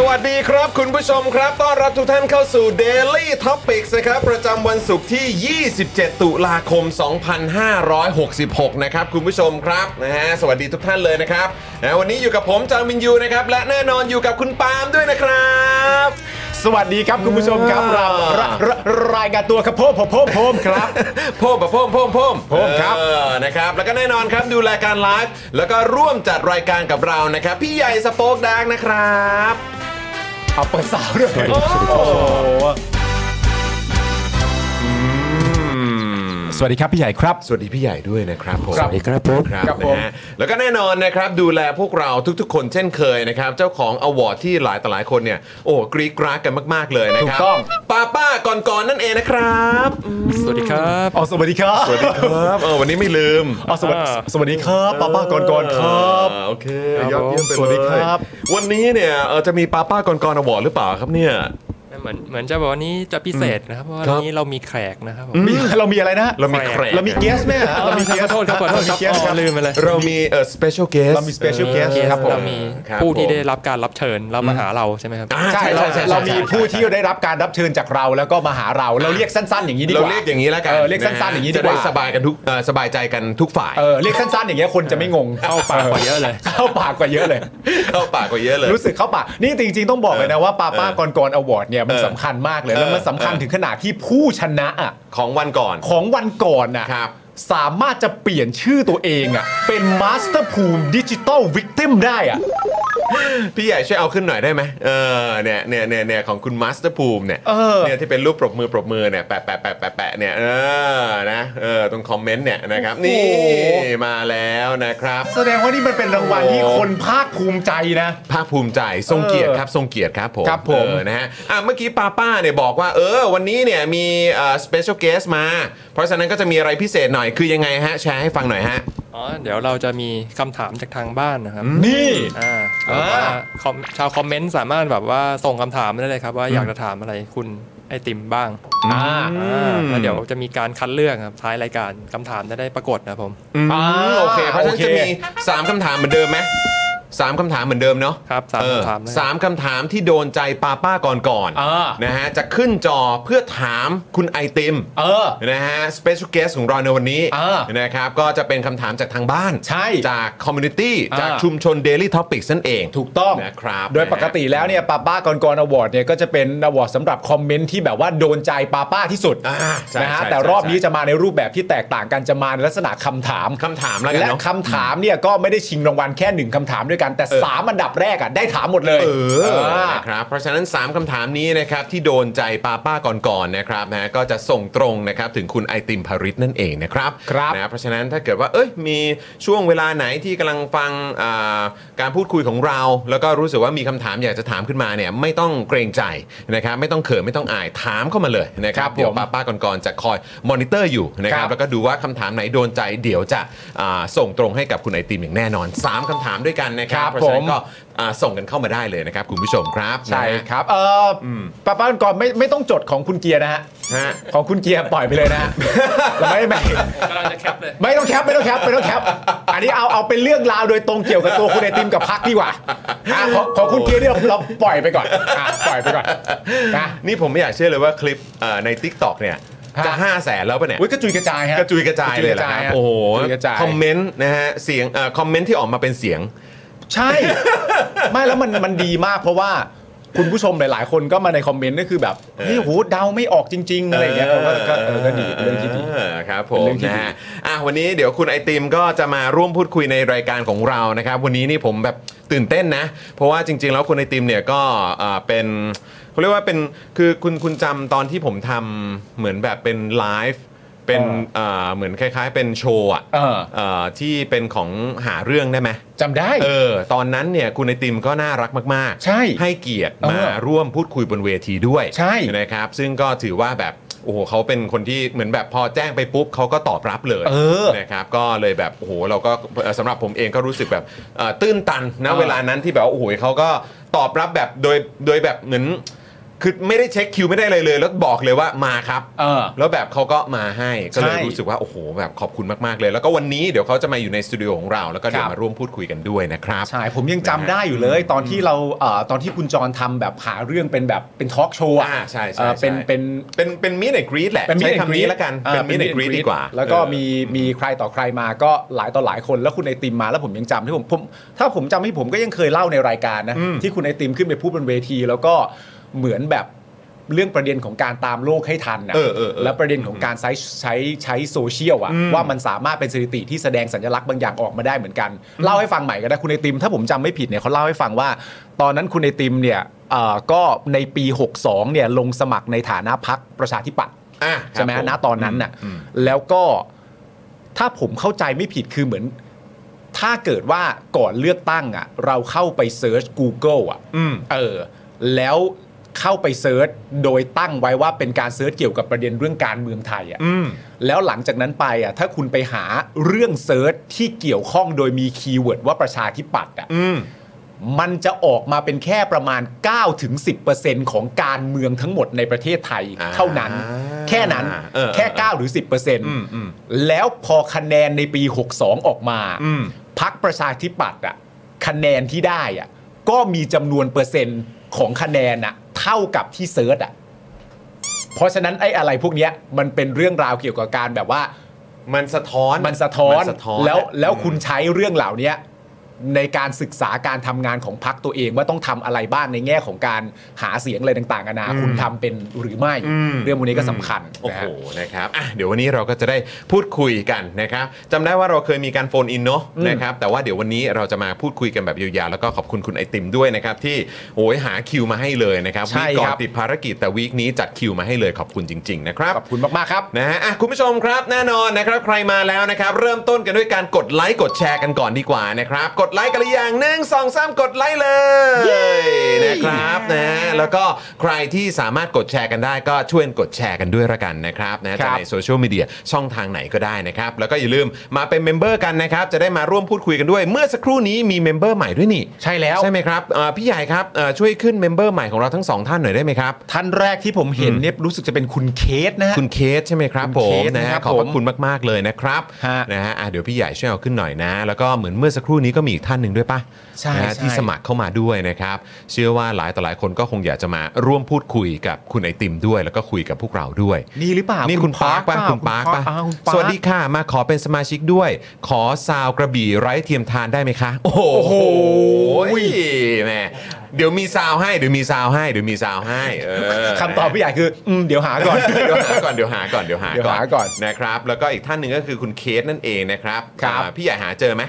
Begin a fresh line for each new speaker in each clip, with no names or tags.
สวัสดีครับ คุณผู้ชมครับต้อนรับทุกท่านเข้าสู่ Daily Topics นะครับ ประจำวันศุกร์ที่ 27 ตุลาคม 2566 นะครับ คุณผู้ชมครับนะฮะสวัสดีทุกท่านเลยนะครับนะวันนี้อยู่กับผมจางมินยูนะครับ และแน่นอนอยู่กับคุณปาล์มด้วยนะครับ
สวัสดีครับคุณผู้ชมครับ
อ่า
รารารรายการตัวครับผมผมผมผมครับ
โพ่มปะโพ่มโพ่มโพ่ม
โพ่มครับ
เออนะครับแล้วก็แน่นอนครับดูรายการไลฟ์แล้วก็ร่วมจัดรายการกับเรานะครับ พี่ใหญ่สโป๊กดังนะครับ
เอาเปิดสาวด้วย
โอ้อืม
สวัสดีครับพี่ใหญ่ครับ
สวัสดีพี่ใหญ่ด้วยนะครับผม
ครับสวัสดีครับผม
ครับ
ครับผม
นะฮะแล้วก็แน่นอนนะครับดูแลพวกเราทุกๆ คนเช่นเคยนะครับ เจ้าของอวอร์ดที่หลายต่อหลายคนเนี่ยโอ้กรีดกราดกันมาก ๆ เลยนะ
ถู
ค
ก
รับ
ต้อง
ป้าป้าก่อนๆนั่นเองนะครับ
สวัสดีครับ
อ๋อสวัสดีครับสวัสดีครับ
เออวันนี้ไม่ลืม
อ๋อสวัสดีสวัสดีครับป้าป้าก่อนก่อนๆครับ
อ่าโอเคยอดเยี่ยมไปเลย
สวัสดีครับ
วันนี้เนี่ยเออจะมีป้าป้าก่อนๆอวอร์ดหรือเปล่าครับเนี่ย
เหมือนเหมือนจะบอกว่านี้จะพิเศษนะครับ เพราะว่า
ครับ
วันนี้เรามีแขกนะครับผม
มี เรามีอะไรนะ
เรามีแขก
เรามีเกสไหมฮะเรามีเก
ข
ส
อโทษครับขอโทษครับ
เามีเกสค
อ๋
รับ
อลืมไปเลย
เรามีเออ special guest
เรามี special
ออ
guest
เกส
ครับผม
เรามี
ครับ
ผู้ที่
ผม
ได้รับการรับเชิญเรามาหาเราใช่ไหมครับ
อ่า
ใช่
ใช่
เรา
ใช่ใช่
เรามี
ใช่
ผู้ที่ได้รับการรับเชิญจากเราแล้วก็มาหาเราเราเรียกสั้น ๆ อย่างนี้ดีก
เรา
ว่า
เรียกอย่างนี้แล้วกัน
เออเรียกสั้นๆอย่างนี้ดี
จะ
ก
ได้
ว่า
สบายกันทุกเอ่อสบายใจกันทุกฝ่าย
เออเรียกสั้น ๆ อย่างเงี้ยคนจะไม่งง
เข้าปากกว่าเยอะเลย
เข้าปากกว่าเยอะเลย
เข้าปากกว่าเยอะเลย
รู้สึกเข้าปากนี่จริง ๆ ต้องบอกเลยนะว่าปาป้ากรกรอวอร์ดเนี่ยมัน
เออ
สำคัญมากเลย แล้วมัน
เออ
สำคัญ
เออ
ถึงขนาดที่ผู้ชนะอะ
ของวันก่อน
ของวันก่อนนะครับ สามารถจะเปลี่ยนชื่อตัวเองอะเป็นมาสเตอร์ภูมิดิจิตอลวิกติมได้อะ
พี่ใหญ่ช่วยเอาขึ้นหน่อยได้ไหมเออเนี่ยเนี่ยเนี่ยเนี่ยของคุณมาสเตอร์ภูมิเนี่ย
เออ
เนี่ยที่เป็นรูปปรบมือปรบมือเนี่ยแปะแปะแปะแปะแปะเนี่ยเออนะเออตรงคอมเมนต์เนี่ยนะครับ
โอ้
นี่
โห
มาแล้วนะครับ
แสดงว่านี่มันเป็นรางวัลที่
โอ้
คนภาคภูมิใจนะ
ภาคภูมิใจทรงเกียรติครับทรงเกียรติครับผม
ครับผม
เออนะฮะอ่ะเมื่อกี้ป้าป้าเนี่ยบอกว่า เออ วันนี้เนี่ยมีเอ่อสเปเชียลเกสมา เพราะฉะนั้นก็จะมีอะไรพิเศษหน่อยคือยังไงฮะแชร์ให้ฟังหน่อยฮะ
อ๋อเดี๋ยวเราจะมีคำถามจากทางบ้านนะครับ
นี่
อ่าแบบว่าคอมชาวคอมเมนต์สามารถแบบว่าส่งคำถามมาได้เลยครับ ว่าอยากจะถามอะไรคุณไอติมบ้าง
อ่า
อ่าแล้วเดี๋ยวจะมีการคัดเลือกครับท้ายรายการคำถามจะได้ปรากฏนะครับผม
อ่าโอเค เพราะฉะนั้นจะมี 3คำถามเหมือนเดิมไหมสามคำถามเหมือนเดิมเนาะ
ครับสาม
เออ
คำถามนะครับ
สามคำถามที่โดนใจป้าป้าก่อนก่อนๆ
อ่าน
นะฮะจะขึ้นจอเพื่อถามคุณไอติม
เออ
นะฮะสเปเชียลเกสของเราในวันนี้
อ่า
นะครับก็จะเป็นคำถามจากทางบ้าน
ใช่
จากคอมมูนิตี้
อ่า
จากชุมชน Daily Topics นั่นเอง
ถูกต้อง
นะครับ
โดยปกติแล้วเนี่ยป้าป้ากรกรอวอร์ดเนี่ยก็จะเป็นอวอร์ดสำหรับคอมเมนต์ที่แบบว่าโดนใจป้าป้าที่สุด
อ่าใช่
นะฮะ
ใช่
แต่
ใช่
รอบนี้
ใช่
จะมาในรูปแบบที่แตกต่างกันจะมาในลักษณะคำถาม
คำถามแล้วกัน
และ
เนาะ
คำถามเนี่ยก็ไม่ได้ชิงรางวัลแค่หนึ่งคำถามด้วยกัน แต่
เออ
3 อันดับแรกอ่ะได้ถามหมดเลย
เออ
อ่า
นะครับ เพราะฉะนั้น 3คำถามนี้นะครับที่โดนใจป้าป้าก่อนๆนะครับนะก็จะส่งตรงนะครับถึงคุณไอติมภริษนั่นเองนะครับ
ครับ
นะเพราะฉะนั้นถ้าเกิดว่าเอ้ยมีช่วงเวลาไหนที่กำลังฟังอ่าการพูดคุยของเรา แล้วก็รู้สึกว่ามีคำถามอยากจะถามขึ้นมาเนี่ยไม่ต้องเกรงใจนะครับไม่ต้องเขินไม่ต้องอายถามเข้ามาเลยนะครั
ครับ บผม
เดี๋ยวป้าป้าก่อนๆจะคอยมอนิเตอร์อยู่นะค
ค
รั
รั
บบ แล้วก็ดูว่าคำถามไหนโดนใจเดี๋ยวจะอ่าส่งตรงให้กับคุณไอติมอย่างแน่นอนสามคำถามด้วยกันนะครับ นะครั
ครับ บ
เพราะฉะนั้
ผม
นก็อ่าส่งกันเข้ามาได้เลยนะครับ คุณผู้ชมครับ
ใช่
นะฮะ
ครับเอออ
ม
ป้าป้าก่อนไม่ไม่ต้องจดของคุณเกียร์นะฮะ
ฮะ
ของคุณเกียร์ปล่อยไปเลยนะฮ ะ เราไม่ได้แบ่ง
กำลังจะแคปเลย
ไม่ต้องแคปไม่ต้องแคปไม่ต้องแคปอันนี้เอาเอาเป็นเรื่องราวโดยตรงเกี่ยวกับตัวคุณไอติมกับพักดีกว่าอ่ะของของคุณเกียร์เนี่ยเราเราปล่อยไปก่อนอ่ะปล่อยไปก่อนนะ
นี่ผมไม่อยากเชื่อเลยว่าคลิปเอ่อใน t ิ k t o k เนี่ยจะ
ฮะ
5แสนแล้วปะเนี่ย
อุ้ยกระจุยกระจายฮะ
กระจุยกระจายเลย
ก
เหรอครับ
ฮะ
โอ้โห
กระจุยกระจาย
คอมเมนต์นะฮะเสียงเอ่อคอมเมนต์ที่ออกมาเป็นเสียง
ใช่ ไม่แล้วมันมันดีมาก เพราะว่าคุณผู้ชมหลาย ๆ คนก็มาในคอมเมนต์ก็คือแบบเฮ้ยโหเดาไม่ออกจริง ๆ อะไรอย่างเงี้ยเขาก็ก็เออก็ดีเป็นเรื่องที่ดี
เออครับผม
เป็นเรื่องที่
นะ
ดี
ฮะอ่ะวันนี้เดี๋ยวคุณไอติมก็จะมาร่วมพูดคุยในรายการของเรานะครับ วันนี้นี่ผมแบบตื่นเต้นนะ เพราะว่าจริง ๆ แล้วคุณไอติมเนี่ยก็เอ่อเป็นเขาเรียกว่าเป็นคือคุณคุณจำตอนที่ผมทำเหมือนแบบเป็นไลฟ์เป็นเอ่อเหมือนคล้าย ๆ เป็นโชว์อะ
เออ
เอ่อที่เป็นของหาเรื่องได้ไหม
จำได้
เออ ตอนนั้นเนี่ยคุณไอติมก็น่ารักมากๆ
ใช่
เกียรติ
เออ
มาร่วมพูดคุยบนเวทีด้วย
ใช่
นะครับ ซึ่งก็ถือว่าแบบ โอ้โหเขาเป็นคนที่เหมือนแบบพอแจ้งไปปุ๊บเขาก็ตอบรับเลย
เออ
นะครับ ก็เลยแบบ โอ้โห เราก็เอ่อสำหรับผมเองก็รู้สึกแบบเอ่อตื้นตันนะ
เออ
เวลานั้นที่แบบว่าโอ้โหเขาก็ตอบรับแบบโดยโดยแบบเหมือนคือไม่ได้เช็คคิวไม่ได้อะไรเลย แล้วบอกเลยว่ามาครับ
เออ
แล้วแบบเขาก็มาให้ก็เลย
ใช่
รู้สึกว่าโอ้โหแบบขอบคุณมากๆเลย แล้วก็วันนี้เดี๋ยวเขาจะมาอยู่ในสตูดิโอของเราแล้วก็เดี๋ยวมาร่วมพูดคุยกันด้วยนะครับ
ใช่ ผมยังจำได้อยู่เลย ตอนที่เราเอ่อตอนที่คุณจรทำแบบหาเรื่องเป็นแบบเป็นทอล์กโชว์อ่ะ
อ่าใช่ใช่
เอ่อเป็น
ใช่
เป็น
เป็นเป็นมิเนกรีดแหละ
เป็นมิ
ใช้
เน
คำนี้แล้วกัน เป็นมิเนกรีดดีกว่า
แล้วก็
เออ
มีมีใครต่อใครมาก็หลายต่อหลายคนแล้วคุณไอติมมาแล้วผมยังจำที่ผมผมถ้าผมจำไม่ผิดผมก็ยังเคยเล่าในรายการนะ ที่คุณไอติมขึ้นไปพูดบนเวที แล้วก็เหมือนแบบเรื่องประเด็นของการตามโลกให้ทันนะ
เออเออเออ
และประเด็นของการใช้ใช้ใช้โซเชียลอะว่ามันสามารถเป็นสถิติที่แสดงสัญลักษณ์บางอย่างออกมาได้เหมือนกันเล่าให้ฟังใหม่ก็ได้คุณไอติม ถ้าผมจำไม่ผิดเนี่ยเขาเล่าให้ฟังว่า ตอนนั้นคุณไอติมเนี่ยเอ่อก็ในปี 62เนี่ยลงสมัครในฐานะพักประชาธิปัตย์
อ่ะ
ใช่ไหม
ครับผ
ณตอนนั้นน่ะ
อืม
แล้วก็ถ้าผมเข้าใจไม่ผิดคือเหมือน ถ้าเกิดว่าก่อนเลือกตั้งอ่ะ เราเข้าไปเซิร์ช Google อ่ะ
อืม
เออ แล้วเข้าไปเซิร์ชโดยตั้งไว้ว่าเป็นการเซิร์ชเกี่ยวกับประเด็นเรื่องการเมืองไทยอ่ะ
อืม
แล้วหลังจากนั้นไปอ่ะถ้าคุณไปหาเรื่องเซิร์ชที่เกี่ยวข้องโดยมีคีย์เวิร์ดว่าประชาธิปัตย์อ่ะ
อืม
มันจะออกมาเป็นแค่ประมาณ 9-10%ถึง10%ของการเมืองทั้งหมดในประเทศไทย
อ่า
เท่านั้น แค่นั้น
เออ
แค่ 9 หรือ
มอืม
10%แล้วพอคะแนนในปี 62 ออกมา
อืม
พักประชาธิปัตย์อะคะแนนที่ได้อะก็มีจำนวนเปอร์เซ็นต์ของคะแนนอะเท่ากับที่เซิร์ชอะเพราะฉะนั้นไอ้อะไรพวกเนี้ยมันเป็นเรื่องราวเกี่ยวกับการแบบว่า
มันสะท้อน
มันสะท้อน
มันสะท้อน
แล้ว
อะ
แล้วคุณใช้เรื่องเหล่านี้ในการศึกษาการทำงานของพักตัวเองว่าต้องทำอะไรบ้างในแง่ของการหาเสียงอะไรต่างๆนานาคุณทำเป็นหรือไม่ เรื่องพวกนี้ก็สำคัญ
โอ้
นะ
โห
ฮะ
นะครับอ่ะเดี๋ยววันนี้เราก็จะได้พูดคุยกันนะครับจำได้ว่าเราเคยมีการโฟนอินเนาะ
อืม
นะครับ แต่ว่าเดี๋ยววันนี้เราจะมาพูดคุยกันแบบยาวๆ แล้วก็ขอบคุณคุณไอติมด้วยนะครับ ที่โอ้ยหาคิวมาให้เลยนะครับ
ใช่
วีคก่อน
ครับ
ติดภารกิจแต่วีคนี้จัดคิวมาให้เลยขอบคุณจริง ๆ นะครับ
ขอบคุณมากๆครับ
นะฮะอ่ะคุณผู้ชมครับแน่นอนนะครับใครมาแล้วนะครับ เริ่มต้นกันด้วยการกดไลค์กดแชร์กันก่อนดีกว่านะครับ กดไลค์กันหรือยังหนึ่งสองสามกดไลค์เลยนะครับนะฮะแล้วก็ใครที่สามารถกดแชร์กันได้ก็ช่วยกดแชร์กันด้วยละกันนะครับนะ
ค
จะ
รับ
ในโซเชียลมีเดียช่องทางไหนก็ได้นะครับ แล้วก็อย่าลืมมาเป็นเมมเบอร์กันนะครับ จะได้มาร่วมพูดคุยกันด้วย เมื่อสักครู่นี้มีเมมเบอร์ใหม่ด้วยนี่
ใช่แล้ว
ใช่ไหมครับอ่าพี่ใหญ่ครับอ่าช่วยขึ้นเมมเบอร์ใหม่ของเราทั้งสองท่านหน่อยได้ไหมครับ
ท่านแรกที่ผมเห็นเนี่ยรู้สึกจะเป็นคุณเคสนะฮะ
คุณเคสใช่ไหมครับผ
คุณเค
ม
ส
นะ
นะค
ฮะ
รับ
ขอบพระ
ผม
คุณมาก ๆ เลยนะครับ
ฮะ
นะฮะอ่ะเดี๋ยวพี่ใหญ่ช่วยเอาขึ้นหน่อยนะ แล้วก็เหมือนเมื่อสักครู่นี้ก็มีอีกท่านหนึ่งด้วยปะ
ใช่
นะฮะ
ใช่
ที่สมัครเข้ามาด้วยนะครับ เชื่อว่าหลายต่อหลายคนก็คงอยากจะมาร่วมพูดคุยกับคุณไอติมด้วย แล้วก็คุยกับพวกเราด้วย
นี่หรือเปล่า
นี่คุณปาร์คป่ะ
เ
คุณปาร์คป่ะ
อ่คุณปาร์ค
สวัสดีค่ะมาขอเป็นสมาชิกด้วย ขอซาวกระบี่ไร้เทียมทานได้ไหมคะ โอ้โหแหม่เดี๋ยวมีซาวให้เดี๋ยวมีซาวให้เดี๋ยวมีซาวให้เออ
คำตอบพี่ใหญ่คืออืมเดี๋ยวหาก่อน
เดี๋ยวหาก่อนเดี๋ยวหาก่อนเดี๋ยวหา
เดี๋ยวหาก่อน
นะครับ แล้วก็อีกท่านหนึ่งก็คือคุณเคสนั่นเองนะครับ
ครับ
อ่าพี่ใหญ่หาเจอไหม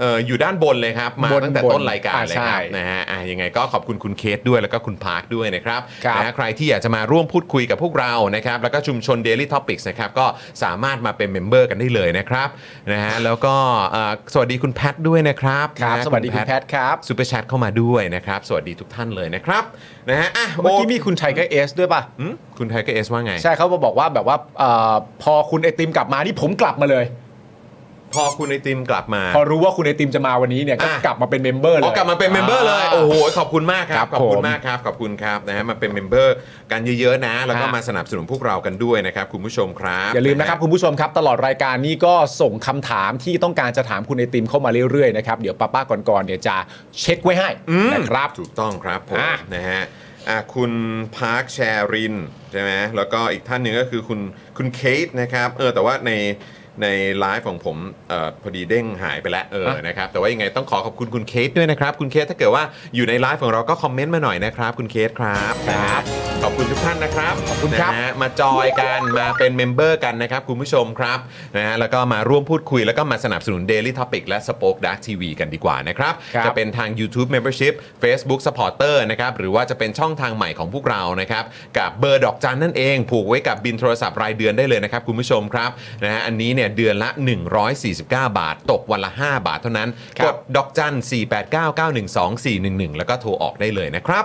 เอออยู่ด้านบนเลยครับมาตั้งแต่ต้นรายการเลยครับนะฮะอ่ะยังไงก็ขอบคุณคุณเคสด้วยแล้วก็คุณพาร์คด้วยนะครับ
ครับ
นะฮะใครที่อยากจะมาร่วมพูดคุยกับพวกเรานะครับ แล้วก็ชุมชน Daily Topics นะครับก็สามารถมาเป็นเมมเบอร์กันได้เลยนะครับนะฮะแล้วก็เอ่อสวัสดีคุณแพทด้วยนะครับ
ครับ
นะฮะ
สวัสดีคุณแพทครับ
ซูเปอร์แชทเข้ามาด้วยนะครับสวัสดีทุกท่านเลยนะครับนะฮะอ่ะ
เมื่อกี้
โ
มีคุณชัยก็เอสด้วยป่ะ
หืมคุณไทเกอร์เอสว่าไง
ใช่เขามาบอกว่าแบบว่าเอ่อพอคุณไอติมกลับมานี่ผมกลับมาเลย
พอคุณไอติมกลับมา
พอรู้ว่าคุณไอติมจะมาวันนี้เนี่ยก็
อ่ะ
กลับมาเป็นเมมเบอร์เลย
อ๋อกลับมาเป็นเมมเบอร์เลย โอ้โห ขอบคุณมากค
ค
รั
รับ บ
ขอบคุณ
ผม
มากครับ ขอบคุณครับนะฮะ มาเป็นเมมเบอร์กันเยอะๆนะ แล้วก็
ฮะ
มาสนับสนุนพวกเรากันด้วยนะครับ คุณผู้ชมครับ
อย่าลืมนะครับ
ฮ
คุณผู้ชมครับ ตลอดรายการนี้ก็ส่งคำถามที่ต้องการจะถามคุณไอติมเข้ามาเรื่อยๆนะครับเดี๋ยวป้าป้าก่อนๆเนี่ยจะเช็คไว้ให้
อืม
นะครับ
ถูกต้องครับผม
อ่ะ
นะฮะอ่ะคุณพาร์คแชรินใช่ไหมแล้วก็อีกท่านหนึ่งก็คือคุณคุณเคทนะครับเออแต่ว่าในในไลฟ์ของผมเออพอดีเด้งหายไปแล้วเออนะครับแต่ว่ายังไงต้องขอขอบคุณคุณเคทด้วยนะครับ คุณเคทถ้าเกิดว่าอยู่ในไลฟ์ของเราก็คอมเมนต์มาหน่อยนะครับ คุณเคทครับนะฮะขอบคุณทุกท่านนะครับ
ขอบคุณครับ
นะฮะมาจอยกันมาเป็นเมมเบอร์กันนะครับคุณผู้ชมครับนะฮะแล้วก็มาร่วมพูดคุยแล้วก็มาสนับสนุน Daily Topic และ Spoke Dark TV กันดีกว่านะครับ
ครับ
จะเป็นทาง YouTube Membership Facebook Supporter นะครับ หรือว่าจะเป็นช่องทางใหม่ของพวกเรานะครับ กับเบอร์ดอกจันนั่นเอง ผูกไว้กับบินโทรศัพท์รายเดือนได้เลยนะครับ คุณผู้ชมครับนะฮะอันนี้เนี่ยเดือนละ 149 บาท ตกวันละ 5 บาทเท่านั้น
ครั
ก
บ
ดดอกจัน 4 8 9 9 1 2 4 1 1 แล้วก็โทรออกได้เลยนะครับ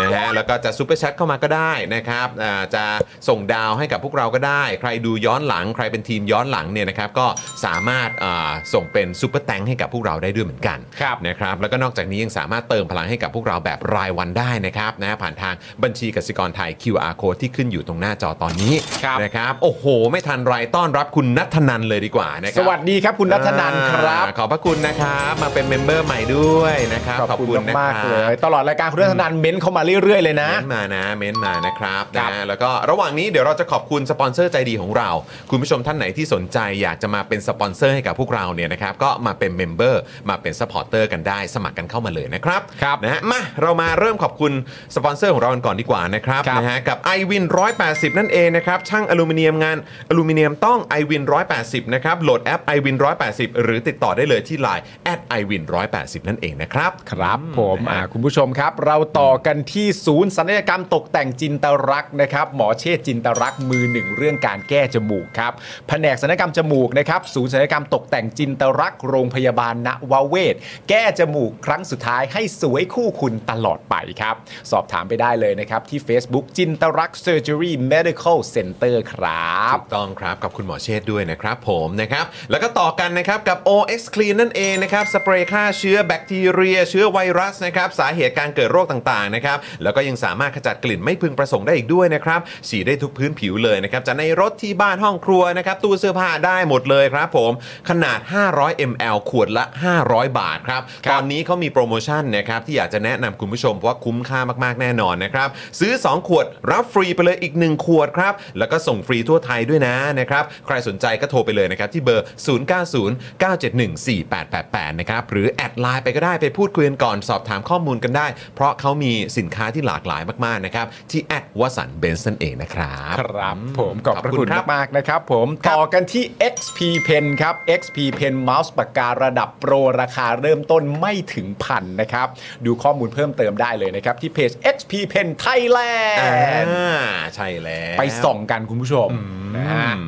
นะฮะแล้วก็จะซุปเปอร์แชทเข้ามาก็ได้นะครับอ่าจะส่งดาวให้กับพวกเราก็ได้ ใครดูย้อนหลัง ใครเป็นทีมย้อนหลังเนี่ยนะครับก็สามารถอ่าส่งเป็นซุปเปอร์แตงให้กับพวกเราได้ด้วยเหมือนกัน
ครับ
นะครับแล้วก็นอกจากนี้ยังสามารถเติมพลังให้กับพวกเราแบบรายวันได้นะครับนะผ่านทางบัญชีกสิกรไทย QR code ที่ขึ้นอยู่ตรงหน้าจอตอนนี้
ครับ
นะครับโอ้โห ไม่ทันไรต้อนรับคุณนัทธนันเลยดีกว่านะค
ส
รั
วัสดีครับคุณนัทนันครับ
อ่าขอบพระคุณนะครับมาเป็นเมมเบอร์ใหม่ด้วยนะครับ
ขอบคุณ
นะ
มาก
ครับ
ๆเลย ตลอดรายการคุณนัทนันเม้นเข้ามาเรื่อยๆเลยนะ
เม้นมานะเม้นมานะครับ
ครั
นะ
บ
แล้วก็ระหว่างนี้เดี๋ยวเราจะขอบคุณสปอนเซอร์ใจดีของเรา คุณผู้ชมท่านไหนที่สนใจอยากจะมาเป็นสปอนเซอร์ให้กับพวกเราเนี่ยนะครับก็มาเป็นเมมเบอร์มาเป็นสปอร์เตอร์กันได้สมัครกันเข้ามาเลยนะครับ
ครับ
นะฮะมาเรามาเริ่มขอบคุณสปอนเซอร์ของเรากันก่อนดีกว่านะครับ
ครับ
นะฮะกับ i w วิน180 นั่นเองนะครับช่างอลูมิเนียมงานอลูมิเนียมต้อง i w วิน180 นะครับโหลดแอป i w วิน180 หรือติดต่อได้เลยที่ Line i w วิน180 นั่นเองนะครับ
ครับผมอ่าคุณผู้ชมครับ เราต่อกันที่ศูนย์ศัลยกรรมตกแต่งจินตรักษณ์นะครับ หมอเชษจินตรักษณ์มือหนึ่งเรื่องการแก้จมูกครับแผนกศัลยกรรมจมูกนะครับ ศูนย์ศัลยกรรมตกแต่งจินตรักษณ์โรงพยาบาลนวเวศแก้จมูกครั้งสุดท้ายให้สวยคู่คุณตลอดไปครับ สอบถามไปได้เลยนะครับ ที่ Facebook จินตรักเซอร์เจอรี่เมดิคอลเซ็นเตอร์ครับ
ถูกต้องครับกับคุณหมอเชษฐ์ด้วยนะครับผมนะครับแล้วก็ต่อกันนะครับกับ OX Clean นั่นเองนะครับสเปรย์ฆ่าเชื้อแบคทีเรีย เชื้อไวรัสนะครับสาเหตุการเกิดโรคต่างๆนะครับแล้วก็ยังสามารถขจัดกลิ่นไม่พึงประสงค์ได้อีกด้วยนะครับฉีดได้ทุกพื้นผิวเลยนะครับจะในรถที่บ้านห้องครัวนะครับตู้เสื้อผ้าได้หมดเลยครับผมขนาด 500 ml ขวดละ 500 บาทครับ
ครับ
ตอนนี้เขามีโปรโมชั่นนะครับที่อยากจะแนะนำคุณผู้ชมเพราะว่าคุ้มค่ามากๆแน่นอนนะครับซื้อ 2 ขวดรับฟรีไปเลยอีก 1 ขวดครับ แล้วก็ส่งฟรีทั่วไทยด้วยนะนะครับใครสนใจก็โทรไปเลยนะครับ ที่เบอร์ 0909714888 นะครับ หรือแอดไลน์ไปก็ได้ไปพูดคุยกันก่อนสอบถามข้อมูลกันได้ เพราะเขามีสินค้าที่หลากหลายมากๆนะครับ ที่แอดวสันเบนซ์นั่นเองนะครับ
ครับผมขอบพ
ขอบ
ระ
คุ
คุณ ณ
ครับ
มากๆนะครับผมต่อกันที่ XP Pen ครับ XP Pen เมาส์ปากการะดับโปรราคาเริ่มต้นไม่ถึงพันนะครับ ดูข้อมูลเพิ่มเติมได้เลยนะครับ ที่เพจ XP Pen Thailand
อ่าใช่แล้ว
ไปส่องกันคุณผู้ชมนะฮะ
อืม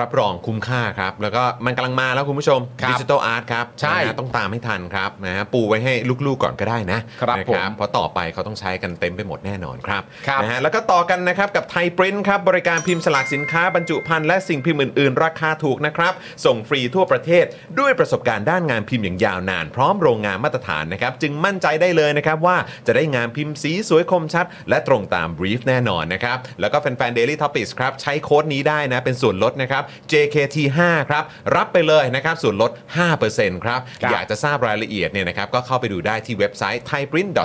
รับรองคุ้มค่าครับ แล้วก็มันกำลังมาแล้วคุณผู้ชม
ครับ
ดิจิ t a ลอาร์ตครับ
ใช่
นะฮะต้องตามให้ทันครับนะฮะปูไว้ให้ลูกๆก่อนก็ได้นะครับ นะ
ผม
เพราะต่อไปเขาต้องใช้กันเต็มไปหมดแน่นอนครับ
ครับ
นะฮะแล้วก็ต่อกันนะครับกับไทยปริ้นครับ บริการพิมพ์สลากสินค้าบรรจุภัณฑ์และสิ่งพิมพ์อื่น ๆ ราคาถูกนะครับ ส่งฟรีทั่วประเทศด้วยประสบการณ์ด้านงานพิมพ์อย่างยาวนาน พร้อมโรงงานมาตรฐานนะครับ จึงมั่นใจได้เลยนะครับว่าจะได้งานพิมพ์สีสวยคมชัด และตรงตามบรีฟแน่นอนนะครับแล้วก็แฟนๆ Daily Topics ครับใช้โค้ดนี้ได้นะเป็นส่วนลดนะครับ JKT5 ครับรับไปเลยนะครับส่วนลด 5%ครับ
ครับ
อยากจะทราบรายละเอียดเนี่ยนะครับก็เข้าไปดูได้ที่เว็บไซต์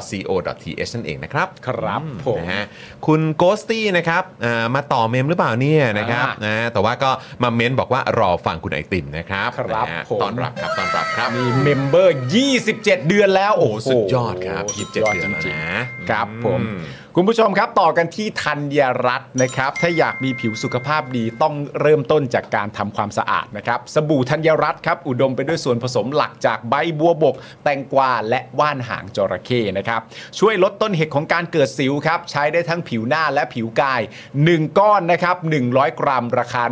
thaiprint.co.th นั่นเองนะครับ
ครับผม
นะฮะคุณโกสตี้นะครับอ่ามาต่อเมมหรือเปล่าเนี่ยนะครับ
อ่าน
นะฮะแต่ว่าก็มาเม้นบอกว่ารอฟังคุณไอติมนะครับ
ครับ
นะฮะ
ผม
ต้อนรับครับต้อนรับครับ
มีเมมเบอร์ 27 เดือนแล้ว โอ้
โอ้
โห
สุดยอดครับ27
โโหสุย
เดือนแล้ว
จริง
นะ
ๆครับผม
อืม
คุณผู้ชมครับต่อกันที่ธัญรัตน์นะครับ ถ้าอยากมีผิวสุขภาพดีต้องเริ่มต้นจากการทำความสะอาดนะครับ สบู่ธัญรัตน์ครับ อุดมไปด้วยส่วนผสมหลักจากใบบัวบก แตงกวาและว่านหางจระเข้นะครับ ช่วยลดต้นเหตุของการเกิดสิวครับ ใช้ได้ทั้งผิวหน้าและผิวกาย 1 ก้อนนะครับ100 กรัม ราคา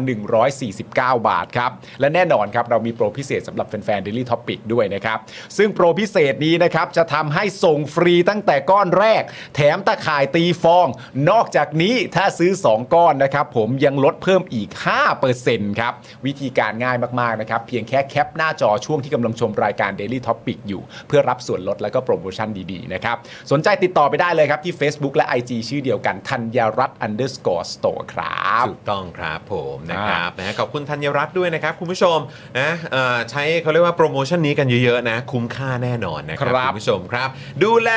149 บาทครับ และแน่นอนครับ เรามีโปรพิเศษสำหรับแฟนๆ Daily Topic ด้วยนะครับ ซึ่งโปรพิเศษนี้นะครับ จะทำให้ส่งฟรีตั้งแต่ก้อนแรก แถมตะข่าย ตีฟอง นอกจากนี้ถ้าซื้อ 2 ก้อนนะครับผมยังลดเพิ่มอีก 5%ครับ วิธีการง่ายมาก ๆ นะครับ เพียงแค่แคปหน้าจอช่วงที่กำลังชมรายการ Daily Topic อยู่ เพื่อรับส่วนลดและก็โปรโมชั่นดี ๆ นะครับ สนใจติดต่อไปได้เลยครับ ที่ Facebook และ IG ชื่อเดียวกันธัญรัตน์ underscore store ครับ
ถูกต้องครับผมนะครับนะฮะขอบคุณธัญรัตน์ด้วยนะครับ คุณผู้ชมนะเอ่อใช้เขาเรียกว่าโปรโมชั่นนี้กันเยอะๆนะ คุ้มค่าแน่นอนนะครั
ครับ
คุณผู้ชมครับ ดูแล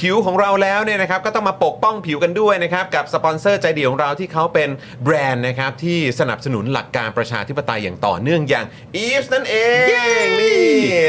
ผิวของเราแล้วเนี่ยนะครับก็ต้องมาปกป้องผิวกันด้วยนะครับ กับสปอนเซอร์ใจดีของเราที่เขาเป็นแบรนด์นะครับ ที่สนับสนุนหลักการประชาธิปไตยอย่างต่อเนื่องอย่าง e v e s นั่นเองนี่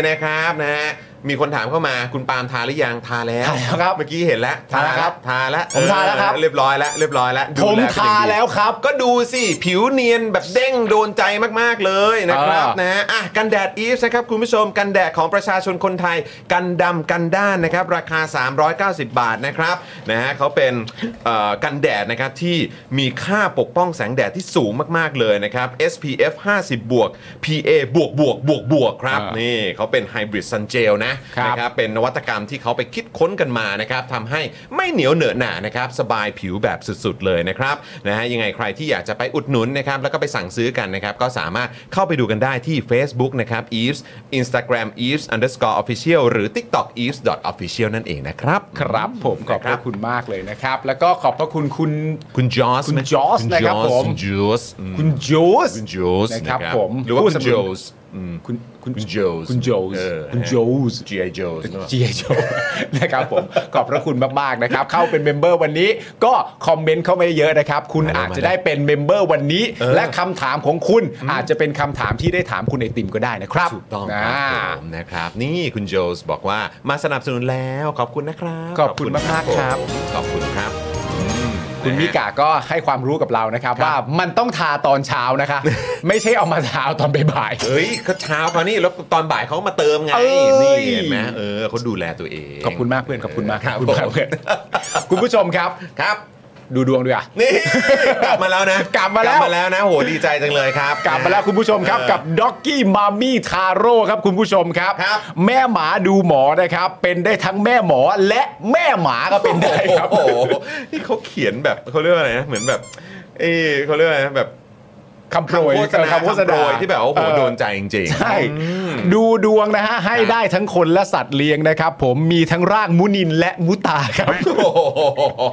นะครับนะฮะมีคนถามเข้ามาคุณปาล์มทาหรือยังทาแล้ว
ทาแล้วครับ
เมื่อกี้เห็นแล้ว
ทาแล้วครับ
ทาแล้ว
ผมทาแล้วครับ
เออเรียบร้อยแล้วเรียบร้อยแล้วดู
ผม
แลเป็นอย่
ทาง
ดี
แล้วครับ
ก็ดูสิ ผิวเนียนแบบเด้งโดนใจมาก ๆ เลยนะครับ
อ่าน
นะฮะอ่ะกันแดดอีฟนะครับ คุณผู้ชมกันแดดของประชาชนคนไทย กันดำกันด้านนะครับ ราคา 390 บาทนะครับนะฮะเขาเป็นเอ่อกันแดดนะครับ ที่มีค่าปกป้องแสงแดดที่สูงมาก ๆ เลยนะครับ SPF 50บวก PA บวกบวกบวกบวกครับ
อ่านี่
นี่เขาเป็นไฮบริดซันเจลนะครับ นะ นะครับเป็นนวัตกรรมที่เขาไปคิดค้นกันมานะครับทำให้ไม่เหนียวเหนอะหนานะครับสบายผิวแบบสุดๆเลยนะครับนะฮะยังไงใครที่อยากจะไปอุดหนุนนะครับแล้วก็ไปสั่งซื้อกันนะครับก็สามารถเข้าไปดูกันได้ที่ Facebook นะครับ Eves Instagram Eves underscore official หรือ TikTok Eves dot official นั่นเองนะครับ
ครับผมขอบพ
นะครั
ระ
บ
คุณมากเลยนะครับ แล้วก็ขอบพระคุณคุณ
คุณจอส
คุณ Jaws นะครับผม
คุณจอส
คุณจูส
คุณจอส
นะครับผม
หรือว่า
ผู้
คุณ
สนับส
จ
นุ
อน สอืม
คุณคุณ
คุณโจส
คุณโจส
เออ
คุณโจส
G.I. Joe's หรือเปล่า
เจียโจ นะครับผม ขอบพระคุณมาก ๆ นะครับ เข้าเป็นเมมเบอร์วันนี้ ก็คอมเมนต์เข้ามาเยอะๆนะครับ คุณ
มาแล้ว
อาจจะได้เป็นเมมเบอร์วันนี้ และคำถามของคุณอาจจะเป็นคำถามที่ได้ถามคุณไอติมก็ได้นะครับ
ถูกต้องค
อ่า
รับผมนะครับ นี่คุณโจสบอกว่ามาสนับสนุนแล้วขอบคุณนะครับ
ขอบคุณมากๆครับ
ผมขอบคุณครับอืม
คุณ
นะฮะ
มิกาก็ให้ความรู้กับเรานะครับ ว่ามันต้องทาตอนเช้า นะคะ ไม่ใช่เอามาทาตอนบ่าย
เอ้ยเขาเช้าเขานี่แล้วตอนบ่ายเขามาเติมไง
เอ้ย
นี่เห็นไหมเออเขาดูแลตัวเอง
ๆขอบคุณมากเพื่อนขอบคุณมาก
ครับ
ขอบคุณมาก
ผม
เพื่อนคุณผู้ชมครับ
ครับ
ดูดวงด้วยอ่ะ
นี่กลับมาแล้วนะ
กลับมาแล้
กลั
ว
บมาแล้วนะโหดีใจจังเลยครับ
กลับมา แล้วคุณผู้ชมครับ กับด็อกกี้มามี่ทาโร่ครับคุณผู้ชมครับ
ครับ
แม่หมาดูหมอนะครับ เป็นได้ทั้งแม่หมอและแม่หมาก็เป็นได้ครับ
โอ้โหนี่เขาเขียนแบบเขาเรียกว่าอะไรนะเหมือนแบบเออเขาเรียกว่าอะไรนะแบบ
คำโปรย
โฆษณา
คำโฆษณา
โปรยที่แบบว่าโอ้โห
เออ
โดนใจจริงๆ
ใช่ดูดวงนะฮะ ให้ได้ทั้งคนและสัตว์เลี้ยงนะครับ ผมมีทั้งร่างมุนินและมุตาครับ
โอ้โห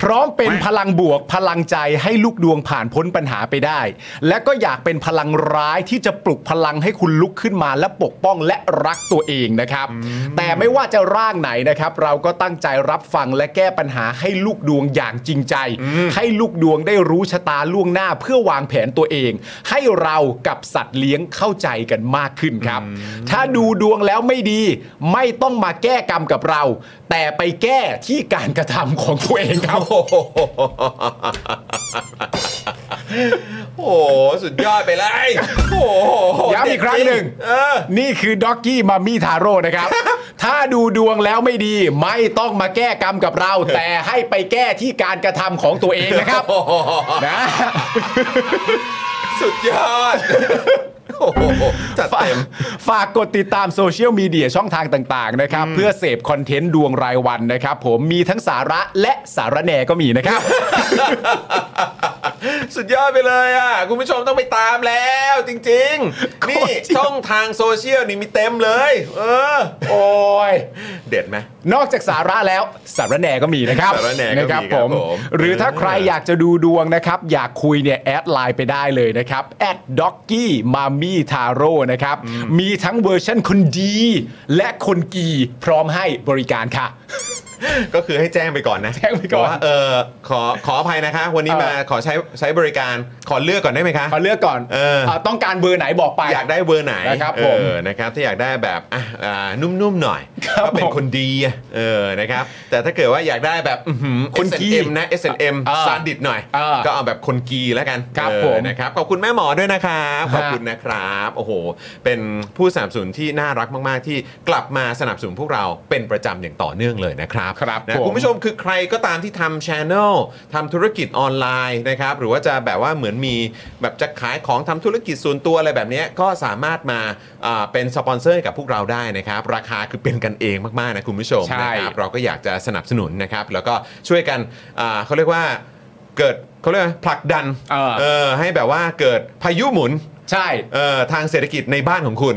พร้อมเป็นพลังบวกพลังใจให้ลูกดวงผ่านพ้นปัญหาไปได้ และก็อยากเป็นพลังร้ายที่จะปลุกพลังให้คุณลุกขึ้นมาและปกป้องและรักตัวเองนะครับ แต่ไม่ว่าจะร่างไหนนะครับ เราก็ตั้งใจรับฟังและแก้ปัญหาให้ลูกดวงอย่างจริงใจ ให้ลูกดวงได้รู้ชะตาล่วงหน้าเพื่อวางแผนตัวเอง ให้เรากับสัตว์เลี้ยงเข้าใจกันมากขึ้นครับ ถ้าดูดวงแล้วไม่ดี ไม่ต้องมาแก้กรรมกับเรา แต่ไปแก้ที่การกระทำของตัวเองครับ
โอ้โห สุดยอดไปเลยโอ้โห
ย้ำอีกครั้งหนึ่ง
เออ
นี่คือด็อกกี้มามี่ทาโร่ นะครับ ถ้าดูดวงแล้วไม่ดีไม่ต้องมาแก้กรรมกับเรา แต่ให้ไปแก้ที่การกระทำของตัวเอง นะครับ นะ
สุดยอด โอ้โห จัดเต็ม
ฝากกดติดตามโซเชียลมีเดียช่องทางต่างๆนะครับ เพื่อเสพคอนเทนต์ดวงรายวันนะครับ ผมมีทั้งสาระและสาระแหน่ก็มีนะครับ
สุดยอดไปเลยอ่ะ คุณผู้ชมต้องไปตามแล้วจริง ๆ นี่ ช่องทางโซเชียลนี่มีเต็มเลย เออ
โอ้ย
เด็ดไหม
นอกจากสาระแล้วสารแหน่ก็มีนะครับ
สารแหน่ก็มี
ะ
ครับผม
หรือถ้าใครอยากจะดูดวงนะครับ อยากคุยเนี่ยแอดไลน์ไปได้เลยนะครับแอดด็อกกี้มามี่ทาโร่นะครับ มีทั้งเวอร์ชั่นคนดี และคนกีพร้อมให้บริการค่ะ
ก็คือให้แจ้งไปก่อนนะ
แจ้งไปก่อน
ว่าเออขอขออภัยนะคะ วันนี้
เออ
มาขอใช้ใช้บริการขอเลือกก่อนได้ไหมคะ
ขอเลือกก่อน
เออ
เอ่อต้องการเบอร์ไหนบอกไป
อยากได้เบอร์ไหน
นะครับ
เออ
ผม
นะครับถ้าอยากได้แบบอ่ะอ่านุ่มๆหน่อย
ครับ
ก็เป็น
ผม
คนดีอ่ะเออนะครับแต่ถ้าเกิดว่าอยากได้แบบอื้อหือ
คนกี้
S&M นะ S&M
เออ
ซาดิสหน่อย
เออ
ก็เอาแบบคนกีแล้วกัน
ครับ
เออ
ผม
นะครับขอบคุณแม่หมอด้วยนะครับขอบคุณนะครับโอ้โห เป็นผู้สนับสนุนที่น่ารักมาก ๆ ที่กลับมาสนับสนุนพวกเราเป็นประจำอย่างต่อเนื่องเลยนะครับ นะครับ
ครับ
นะ
ผม
คุณผู้ชมคือใครก็ตามที่ทำช ANNEL ทำธุรกิจออนไลน์นะครับ หรือว่าจะแบบว่าเหมือนมีแบบจะขายของทำธุรกิจส่วนตัวอะไรแบบเนี้ยก็สามารถมาอ่าเป็นสปอนเซอร์ให้กับพวกเราได้นะครับ ราคาคือเป็นกันเองมากๆนะคุณผู้ชม
ใช่
นะครับเราก็อยากจะสนับสนุนนะครับ แล้วก็ช่วยกันอ่าเขาเรียกว่าเกิดเขาเรียกว่าผลักดัน
เออ
เออให้แบบว่าเกิดพายุหมุน
ใช่
เอ่อทางเศรษฐกิจในบ้านของคุณ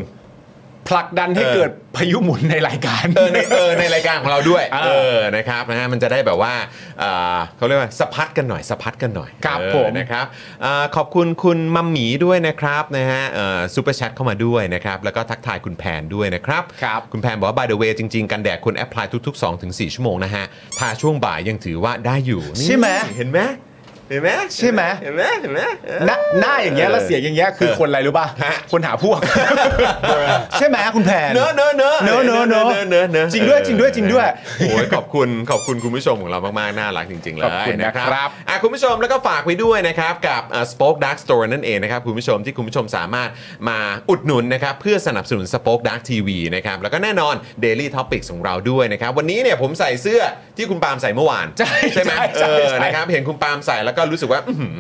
ผลักดันให้
เออ
เกิดพายุหมุนในรายการ
เออในเออในรายการของเราด้วย
เออ
เออนะครับนะฮะมันจะได้แบบว่าอ่าเขาเรียกว่าสะพัดกันหน่อยสะพัดกันหน่อย
ครับ
เออ
ผม
นะครับอาขอบคุณคุณมัมหมีด้วยนะครับนะฮะซูเปอร์แชทเข้ามาด้วยนะครับแล้วก็ทักทายคุณแพนด้วยนะครับ
ครับ
คุณแพนบอกว่า by the way จริง ๆ กันแดดควรแอพพลายทุก ๆ 2-4 ชั่วโมงนะฮะทาช่วงบ่ายยังถือว่าได้อยู่นี่
ใช่ไหม
เห็นไหมเห็นไหม
ใช่ไหม
เห็นไหมเห็นไหมเออ
หน้าหน้าอย่างเงี้ยแล้วเสียงอย่างเงี้ยคือคนอะไรรู้ป่ะ
ฮะ
คนหาพวก ใช่ไหมคุณแพน
เนอะเนอะเนอะ
เนอะเนอะเนอะ
เนอะเนอะ
จริงด้วยจริงด้วยจริงด้วย
โอ้ยขอบคุณขอบคุณคุณผู้ชมของเรามาก ๆ น่ารักจริง ๆ เลย
ขอบคุณ
นะ
นะ
ค
ครั
รับบ อ่ะคุณผู้ชมแล้วก็ฝากไว้ด้วยนะครับกับเอ่อ Spoke Dark Store นั่นเองนะครับคุณผู้ชมที่คุณผู้ชมสามารถมาอุดหนุนนะครับเพื่อสนับสนุน Spoke Dark TV นะครับแล้วก็แน่นอน Daily Topics ของเราด้วยนะครับวันนี้เนี่ยผมใส่เสื้อที่คุณปาล์มใส่เมื่อวาน
ใช่
ใช่ไหม
ใช่
เอ
ใช่
อ
ใช่
นะครับเห็นคุณปาล์มใส่แล้วก็รู้สึกว่าอื้อหือ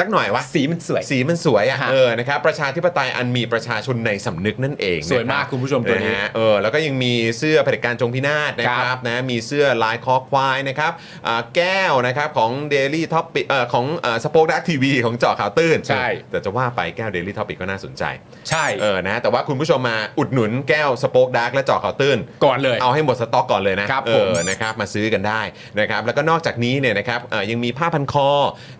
สักหน่อยวะ
สีมันสวย
สีมันสวยอ่ะ
ฮะ
เออนะครับประชาธิปไตยอันมีประชาชนในสำนึกนั่นเอง
สวยมาก
นะรับ
คุณผู้ชมตัวนี้
ะฮะเออแล้วก็ยังมีเสื้อเผด็จการจงพินาศนะค
ค
รั
รั
บบ นะมีเสื้อลายคอควายนะครับอ่าแก้วนะครับของ Daily t o p i c เอ่อของสป็อคดักทีวีของเจาะข่าวตื้น
ใช่
แต่จะว่าไปแก้ว Daily t o p i c ก็น่าสนใจ
ใช่
เออนะแต่ว่าคุณผู้ชมมาอุดหนุนแก้วสป็อคดักและเจาะข่าวตื้น
ก่อนเลย
เอาให้หมดสต็อกก่อนเลยนะครับ เอ
ผม
อนะครับมาซื้อกันได้นะครับแล้วก็นอกจากนี้เนี่ยนะครับเอ่อยังมีผ้าพันคอ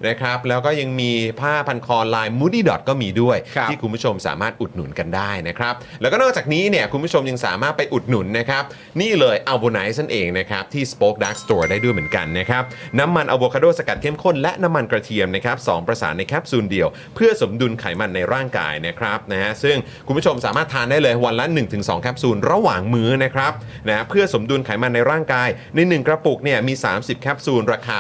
นะครับแล้วก็ยังมีผ้าพันคอลาย moody dot ก็มีด้วย
ครับ
ที่คุณผู้ชมสามารถอุดหนุนกันได้นะครับแล้วก็นอกจากนี้เนี่ยคุณผู้ชมยังสามารถไปอุดหนุนนะครับนี่เลยอัลโบไนซ์นั่นเองนะครับที่ Spoke Dark Store ได้ด้วยเหมือนกันนะครับน้ำมันอะโวคาโดสกัดเข้มข้นและน้ำมันกระเทียมนะครับสองประสานในแคปซูลเดียว เพื่อสมดุลไขมันในร่างกายนะครับนะฮะซึ่งคุณผู้ชมสามารถทานได้เลยวันละ 1-2 แคปซูลระหว่างมื้อนะครับนะเพื่อสมดุลไขมันในร่างกาย ใน 1 กระปุกเนี่ยมี 30 แคปซูล ราคา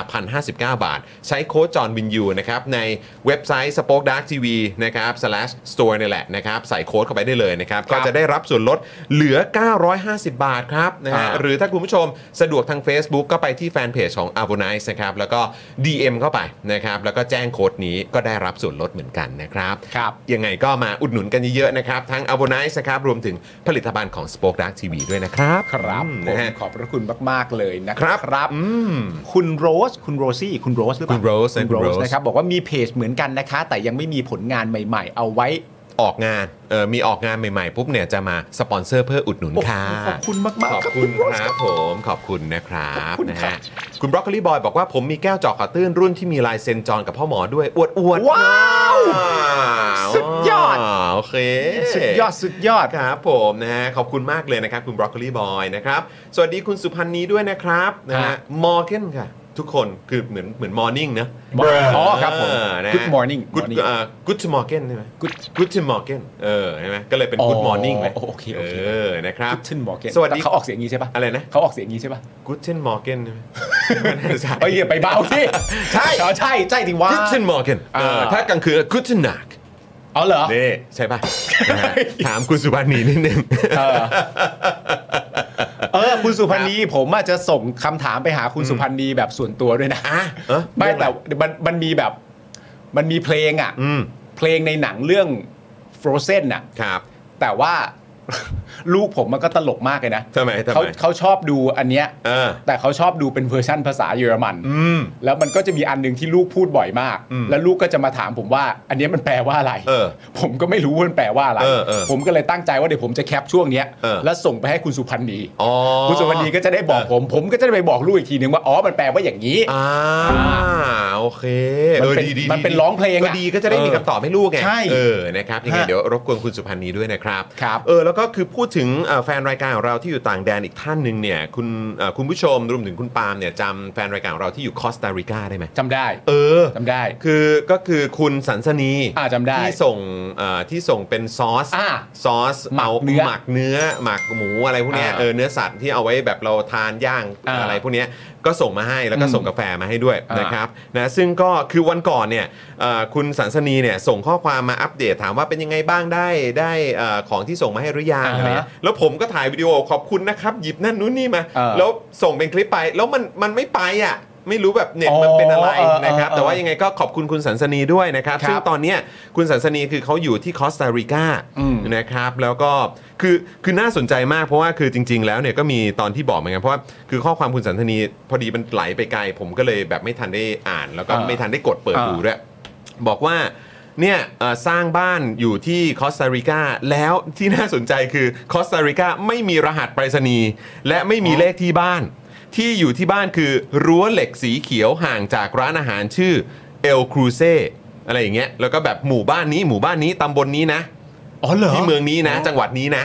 1,059 บาท ใช้โค้ดจอห์นวินยูนะครับในเว็บไซต์ Spoke Dark TV นะครับ slash store เนี่ยแหละนะครับใส่โค้ดเข้าไปได้เลยนะครับ ก็จะได้รับส่วนลดเหลือ 950 บาทครับนะฮะ
อ่า
หรือถ้าคุณผู้ชมสะดวกทาง Facebook ก็ไปที่แฟนเพจของ a v o n i c e นะครับแล้วก็ DM เข้าไปนะครับแล้วก็แจ้งโค้ดนี้ก็ได้รับส่วนลดเหมือนกันนะครับ
ครับ
ยังไงก็มาอุดหนุนกันเยอะๆนะครับ ทั้ง a v o n i c e นะครับ รวมถึงผลิตภัณฑ์ของ Spoke Dark TV ด้วยนะครับ
ครับ
อืม
ผ
นะ
ม
ฮะ
ขอบพระคุณมาก ๆ เลยนะ
ค
ค
รั
รั
บบ
ครับคุณโรสคุณโรซี่คุณโรสหรือเปล่า
คุณโรสนะ
คุณโร
คุณโร
ส
ส
นะครับบอกว่ามีเพจเหมือนกันนะคะ แต่ยังไม่มีผลงานใหม่ ๆ เอาไว้
ออกงานเออมีออกงานใหม่ๆ ปุ๊บเนี่ยจะมาสปอนเซอร์เพื่ออุดหนุนค่ะ
ขอบคุณมาก
ข
ๆ
อบ
ครับ
คุณ
คุณ
ค
โรส
รับผมขอบคุณนะครับ
ขอบคุณ
นะ
ครั
ฮะ
บ
คุณบรอกโคลีบอยบอกว่าผมมีแก้วเจอกขาตื้นรุ่นที่มีลายเซ็นจอนกับพ่อหมอด้วยอวดอวดๆ
ว้าวสุดยอด
ว้าวโอเค
สุดยอดสุดยอด
ครับผมนะฮะขอบคุณมากเลยนะครับ คุณบรอกโคลีบอยนะครับ สวัสดีคุณสุพันธ์นี้ด้วยนะครับนะฮะ
ฮะ
มอร์เกนค่ะ ทุกคนคือเหมือนเหมือนมอร์นิ่งนะ
อ๋อครับผม
เออนะฮะ
Good morning
Good
morning
เอ่อ Good to Morgan ใช่ไหม
Good
Good to Morgan เออใช่ไหมก็เลยเป็น Good
อ๋อ
Morning ไหม
โอเคโอเค
เออนะครับ
Guten Morgen
สวัสดี
แต่เขาออกเสียงงี้ใช่ปะ
อะไรนะ
เขาออกเสียงงี้ใช่ปะ
Good to Morgan ใช่ไหมไม่แน่ใจ
เอ้ยอย่าไปเบาสิ
ใช่
อ๋อใช่ใช่จริงว่า
Good to Morgan เออ
อ่า
ถ้ากลางคืน Good to Night
อ๋อเหรอ
นี่ใช่ป่ะนะฮะถามคุณสุพันธ์นี้นิดนึง
เออเออคุณสุพันธ์นีผมอาจจะส่งคำถามไปหาคุณสุพันธ์นีแบบส่วนตัวด้วยนะ
อ่ะเออ
ไม่แต่มันมันมีแบบมันมีเพลงอ่ะ
อืม
เพลงในหนังเรื่อง Frozen น่ะ
ครับ
แต่ว่า ลูกผมมันก็ตลกมากเลยนะ
ทำไมทำไม
เขาเขาชอบดูอันเนี้ย
เออ
แต่เขาชอบดูเป็นเวอร์ชั่นภาษาเยอรมัน
อืม
แล้วมันก็จะมีอันหนึ่งที่ลูกพูดบ่อยมาก
อืม
แล้วลูกก็จะมาถามผมว่า อันเนี้ยมันแปลว่าอะไร
เออ
ผมก็ไม่รู้ว่ามันแปลว่าอะไร
เออเออ
ผมก็เลยตั้งใจว่าเดี๋ยวผมจะแคปช่วงเนี้ย
เออ
แล้วส่งไปให้คุณสุพันธ์ดี
อ๋อ
คุณสุพันธ์ดีก็จะได้บอก
เออ
ผม ผมก็จะได้ไปบอกลูกอีกทีนึงว่า อ๋อ มันแปลว่าอย่างนี้
อ่าโอเค
มัน
ออ
เป็น
ดีดี
มันเป็น
ดี
ร้องเพลงอะ
ก็ดีก็จะได้มี
เออ
คำตอบให้ลูกไง
ใช่
เออนะครับยังไง
ฮะ
เดี๋ยวรบกวนคุณสุพันธ์นี้ด้วยนะครับ
ครับ
เออแล้วก็คือพูดถึงเอ่อแฟนรายการของเราที่อยู่ต่างแดนอีกท่านหนึ่งเนี่ยคุณเอ่อคุณผู้ชมรวมถึงคุณปาล์มเนี่ยจำแฟนรายการของเราที่อยู่คอสตาริกาได้ไหม
จำได้
เออ
จำได้
คือก็คือคุณสันสนี
อ่าจำได้
ที่ส่งเอ่อที่ส่งเป็นซอส
อ่า
ซอส
หมั
า
กเนื้อ
หมักเนื้อหมักหมูอะไรพวกเนี้ย
อ่า
เออเนื้อสัตว์ที่เอาไว้แบบเราทานย่าง
อ่า
อะไรพวกเนี้ยก็ส่งมาให้แล้วก็ส่งกาแฟมาให้ด้วย
อ่าน
นะครับนะซึ่งก็คือวันก่อนเนี่ยเอ่อคุณสันสนีเนี่ยส่งข้อความมาอัปเดตถามว่าเป็นยังไงบ้างได้ได้เอ่อของที่ส่งมาให้หรือ รือยัง
อ่าฮะ
อะไรเงี้ยแล้วผมก็ถ่ายวิดีโอขอบคุณนะครับ หยิบนั่นนู้นนี่มา
เออ
แล้วส่งเป็นคลิปไป แล้วมันมันไม่ไปอ่ะ ไม่รู้แบบเน็ต
อ๋อ
มันเป็นอะไร
เออเออ
นะครับ
เออ
แต่ว่ายังไงก็ขอบคุณคุณสันสนีด้วยนะครับ
ครับ
ซึ่งตอนเนี้ยคุณสันสนีคือเขาอยู่ที่คอสตาริกา
อืม
นะครับ แล้วก็คือคือน่าสนใจมากเพราะว่าคือจริง ๆ แล้วเนี่ยก็มีตอนที่บอกเหมือนกันเพราะว่าคือข้อความคุณสันสนีพอดีมันไหลไปไกล ผมก็เลยแบบไม่ทันได้อ่าน แล้วก็ไม่ทันได้กดเปิดดูด้วย บอกว่าเนี่ยเอ่อสร้างบ้านอยู่ที่คอสตาริกาแล้วที่น่าสนใจคือคอสตาริกาไม่มีรหัสไปรษณีย์และไม่มีเลขที่บ้าน ที่อยู่ที่บ้านคือรั้วเหล็กสีเขียวห่างจากร้านอาหารชื่อเอลครูเซอะไรอย่างเงี้ยแล้วก็แบบหมู่บ้านนี้หมู่บ้านนี้ตำบลนี้นะ
อ๋อเหรอ
ที่เมืองนี้นะ จังหวัดนี้นะ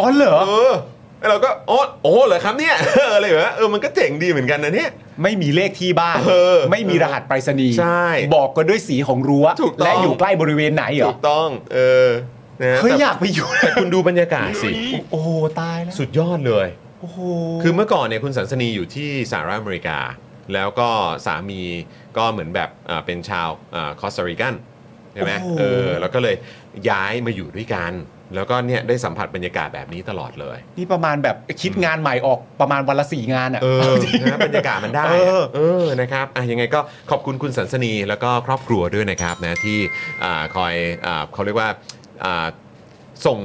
อ๋อเหรอ
เออแล้วเราก็โอ้โอ้เหรอครับเนี่ย อะไรเหรอเออมันก็เจ๋งดีเหมือนกันนะเนี่ย
ไม่มีเลขที่บ้าน
เออ
ไม่มีรหัสไปรษณีย์
ใช่
บอกกันด้วยสีของรั้ว
ถูกต้อง
และอยู่ใกล้บริเวณไหนเหร
ถู
อก
ต้อง เออนะฮะ
เฮ้ย
แต่
อยากไป อยู่
แต่คุณดูบรรยากาศสิ
โอ้โหตายแล้ว
สุดยอดเลย
โอ้โห
คือเมื่อก่อนเนี่ยคุณสันสนีอยู่ที่สหรัฐอเมริกา แล้วก็สามีก็เหมือนแบบเอ่อเป็นชาวคอสตาริกันใช่ไหม
โอ้โห
เออแล้วก็เลยย้ายมาอยู่ด้วยกัน แล้วก็เนี่ยได้สัมผัสบรรยากาศแบบนี้ตลอดเลย
นี่ประมาณแบบคิดงานใหม่ออกประมาณวันละสี่งานอ่ะ
เออ นะบรรยากาศมันได้อะ
เออ
เออนะครับอ่ะยังไงก็ขอบคุณคุณสันสนีแล้วก็ครอบครัวด้วยนะครับนะที่อ่าคอยอ่าเขาเรียกว่าอ่าส่ง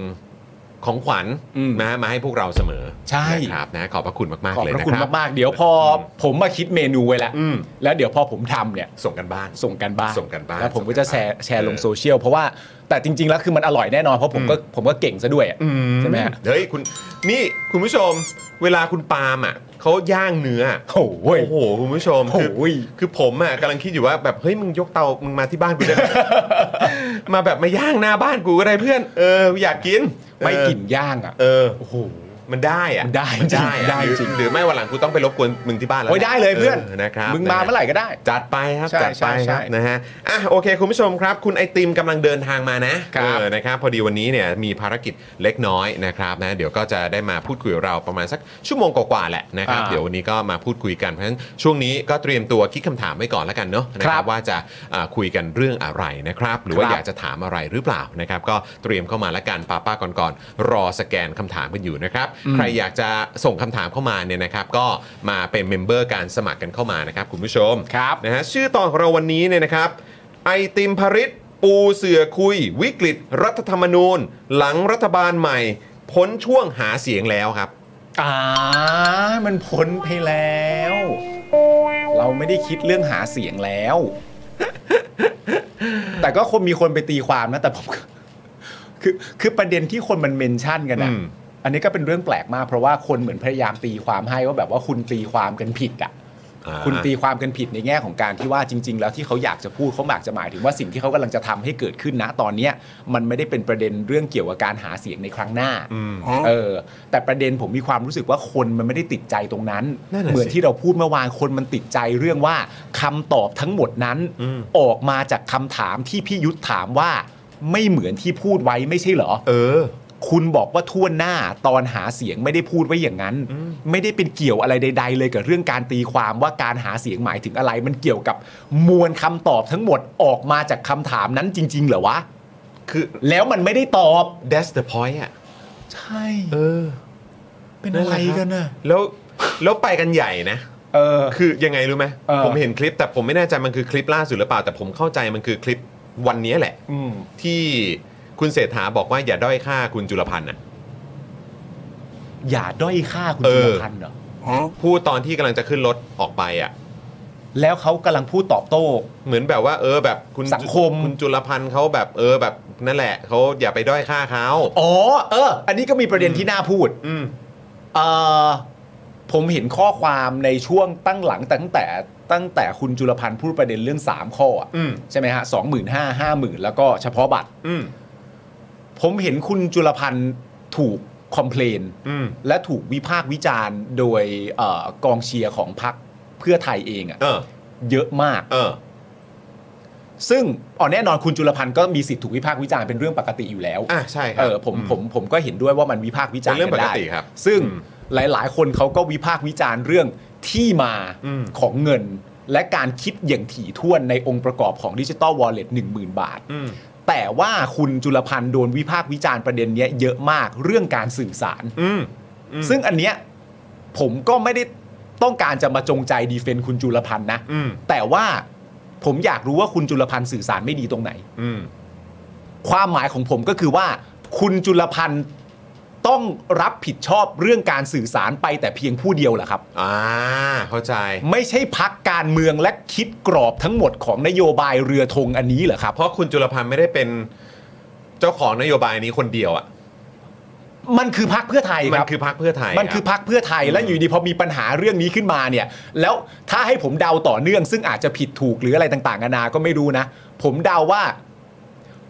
ของขวัญ
อืม
นะมาให้พวกเราเสมอ
ใช่
นะครับนะขอบพระคุณมาก
ข
ๆ
อบ
เลย
พ
นะค
ระ
รับ
คุณมากๆ เดี๋ยวพอผมมาคิดเมนูไว้แล้ว
อืม
แล้วเดี๋ยวพอผมทำเนี่ย
ส่งกันบ้าน
ส่งกันบ้าน
ส่งกันบ้าน
แล้วผมก็จะแชร์
ส่งกันบ้าน
แชร์ลง
เออ
โซเชียลเพราะว่าแต่จริง ๆ แล้วคือมันอร่อยแน่นอน เพราะผมก็ผมก็เก่งซะด้วยอะใช่ไหมฮะ
เฮ้ยคุณนี่คุณผู้ชม เวลาคุณปาล์มอ่ะเขาย่างเนื้ออะ
โอ้ย
โอ้โหคุณผู้ชมคือ
โอ้ย
คือผมอ่ะกำลังคิดอยู่ว่าแบบเฮ้ยมึงยกเตามึงมาที่บ้านกูได้ไหม มาแบบมาย่างหน้าบ้านกูก็ได้เพื่อน เอออยากกิน
ไม่กลิ่น
เออย่
างอ่ะ
เออ
โอ้โห
มันได้อ่ะ
มันได้
มันได้อะ
ได้จริง
หอหรือไม่วันหลังกูต้องไปรบกวนมึงที่บ้านแล้ว
โอ้ยได้เลยเพื่อน
นะครับ
มึงมาเมื่อไหร่ก็ได้
จัดไปครับ
ใช่
จัดไปค
ใช่
รับ
ใช่
นะฮะอ่ะโอเค คุณผู้ชมครับ คุณไอติมกำลังเดินทางมานะครับ เออนะครับพอดีวันนี้เนี่ยมีภารกิจเล็กน้อยนะครับนะเดี๋ยวก็จะได้มาพูดคุยกับเราประมาณสักชั่วโมงกว่าๆแหละนะครับ
อ่า
เดี๋ยววันนี้ก็มาพูดคุยกันเพราะฉะนั้นช่วงนี้ก็เตรียมตัวคิดคำถามไว้ก่อนแล้วกันเนาะนะค
ครั
รับบ ว่าจะอ่าคุยกันเรื่องอะไรนะครับหรือว่า
ครับ
อยากจะถามอะไรหรือเปล่านะครับก็เตรียมเข้ามาละกันป้าป้าก่อนๆรอสแกนคำถามกันอยู่นะครับใครอยากจะส่งคำถามเข้ามาเนี่ยนะครับก็มาเป็นเมมเบอร์การสมัครกันเข้ามานะครับคุณผู้ชม
ครับ
นะฮะชื่อตอนของเราวันนี้เนี่ยนะครับ ไอติมพริตปูเสือคุย วิกฤตรัฐธรรมนูญ หลังรัฐบาลใหม่ พ้นช่วงหาเสียงแล้วครับ
อ่ามันพ้นไปแล้ว เราไม่ได้คิดเรื่องหาเสียงแล้ว แต่ก็คงมีคนไปตีความนะแต่ผม ก็คือคือประเด็นที่คนมันเมนชั่นกันนะ
อืม
อันนี้ก็เป็นเรื่องแปลกมากเพราะว่าคนเหมือนพยายามตีความให้ว่าแบบว่าคุณตีความกันผิดอ่ะ
อ่า
คุณตีความกันผิดในแง่ของการที่ว่าจริง ๆ แล้วที่เขาอยากจะพูดเขาอยากจะหมายถึงว่าสิ่งที่เขากำลังจะทำให้เกิดขึ้นนะตอนเนี้ยมันไม่ได้เป็นประเด็นเรื่องเกี่ยวกับการหาเสียงในครั้งหน้า
อืม
เออ แต่ประเด็นผมมีความรู้สึกว่าคนมันไม่ได้ติดใจตรงนั้น
นั่นน่ะสิ
เหมือนที่เราพูดเมื่อวานคนมันติดใจเรื่องว่าคำตอบทั้งหมดนั้น
อืม
ออกมาจากคำถามที่พี่ยุทธถามว่าไม่เหมือนที่พูดไว้ไม่ใช่เหรอ
เออ
คุณบอกว่าทั่วหน้าตอนหาเสียงไม่ได้พูดไว้อย่างนั้น ไม่ได้เป็นเกี่ยวอะไรใด ๆ เลยกับเรื่องการตีความว่าการหาเสียงหมายถึงอะไร มันเกี่ยวกับมวลคำตอบทั้งหมดออกมาจากคำถามนั้นจริง ๆ เหรอวะ
คือ
แล้วมันไม่ได้ตอบ
that's the point อ่ะ
ใช่
เออ
เป็นอะไรกันน่ะ
แล้วแล้วไปกันใหญ่นะ
เออ
คือยังไงรู้ไหม
เออ
ผมเห็นคลิปแต่ผมไม่แน่ใจมันคือคลิปล่าสุดหรือเปล่า แต่ผมเข้าใจมันคือคลิปวันนี้แหละ
อืม
ที่คุณเศรษฐาบอกว่าอย่าด้อยค่าคุณจุลพันธ์อ่ะ
อย่าด้อยค่าคุณ
เอ
จุ
อ
ลพันธ์เหรอ
พูดตอนที่กำลังจะขึ้นรถออกไปอ่ะ
แล้วเขากำลังพูดตอบโต้
เหมือนแบบว่าเออแบบคุณ
สังคม
คุณจุลพันธ์เขาแบบเออแบบนั่นแหละเขาอย่าไปด้อยค่าเขา
อ๋อเออ อันนี้ก็มีประเด็นที่น่าพูด
อืม
เอ่อผมเห็นข้อความในช่วงตั้งหลังตั้งแต่ตั้งแต่คุณจุลพันธ์พูดประเด็นเรื่อง 3 ข้ออะ
อืม
ใช่ไหมฮะสองหมื่นห้าห้าหมื่นแล้วก็เฉพาะบัตร
อืม
ผมเห็นคุณจุลพันธ์ถูกคอมเพลน
อืม
และถูกวิพากษ์วิจารณ์โดยเออกองเชียร์ของพรรคเพื่อไทยเองอะ
เออ
เยอะมาก
เออ
ซึ่งอ๋อแน่นอนคุณจุลพันธ์ก็มีสิทธิถูกวิพากษ์วิจารณ์เป็นเรื่องปกติอยู่แล้ว
อ่ะใช่ครั
เอบ อผม
ม
ผมผมก็เห็นด้วยว่ามันวิพากษ์วิจารณ์
เป็นเรื่อง
กั
ป
นได้
กติครับ
ซึ่ง
อืม
หลายๆ คนเขาก็วิพากษ์วิจารณ์เรื่องที่มา
อืม
ของเงิน และการคิดอย่างถี่ถ้วนในองค์ประกอบของดิจิ t a ลวอลเล็ตหนึ่งบาท
อืม
แต่ว่าคุณจุลพันธ์โดนวิพากษ์วิจารณ์ประเด็นเนี้ยเยอะมากเรื่องการสื่อสาร
อืม
ซึ่งอันเนี้ยผมก็ไม่ได้ต้องการจะมาจงใจดีเฟนต์คุณจุลพันธ์นะ
อืม
แต่ว่าผมอยากรู้ว่าคุณจุลพันธ์สื่อสารไม่ดีตรงไหน
อืม
ความหมายของผมก็คือว่า คุณจุลพันธ์ต้องรับผิดชอบเรื่องการสื่อสารไปแต่เพียงผู้เดียวเหรอครับ
อ่า เข้าใจ
ไม่ใช่พักการเมืองและคิดกรอบทั้งหมดของนโยบายเรือธงอันนี้เหรอครับ
เพราะคุณจุลพันธ์ไม่ได้เป็นเจ้าของนโยบายนี้คนเดียวอ่ะ
มันคือพักเพื่อไทย
มั
คน รับ
คือพักเพื่อไทย
มันคือพักเพื่อไทยและอยู่ดีพอมีปัญหาเรื่องนี้ขึ้นมาเนี่ย แล้วถ้าให้ผมเดาต่อเนื่อง ซึ่งอาจจะผิดถูกหรืออะไรต่างๆนานาก็ไม่รู้นะ ผมเดาว่า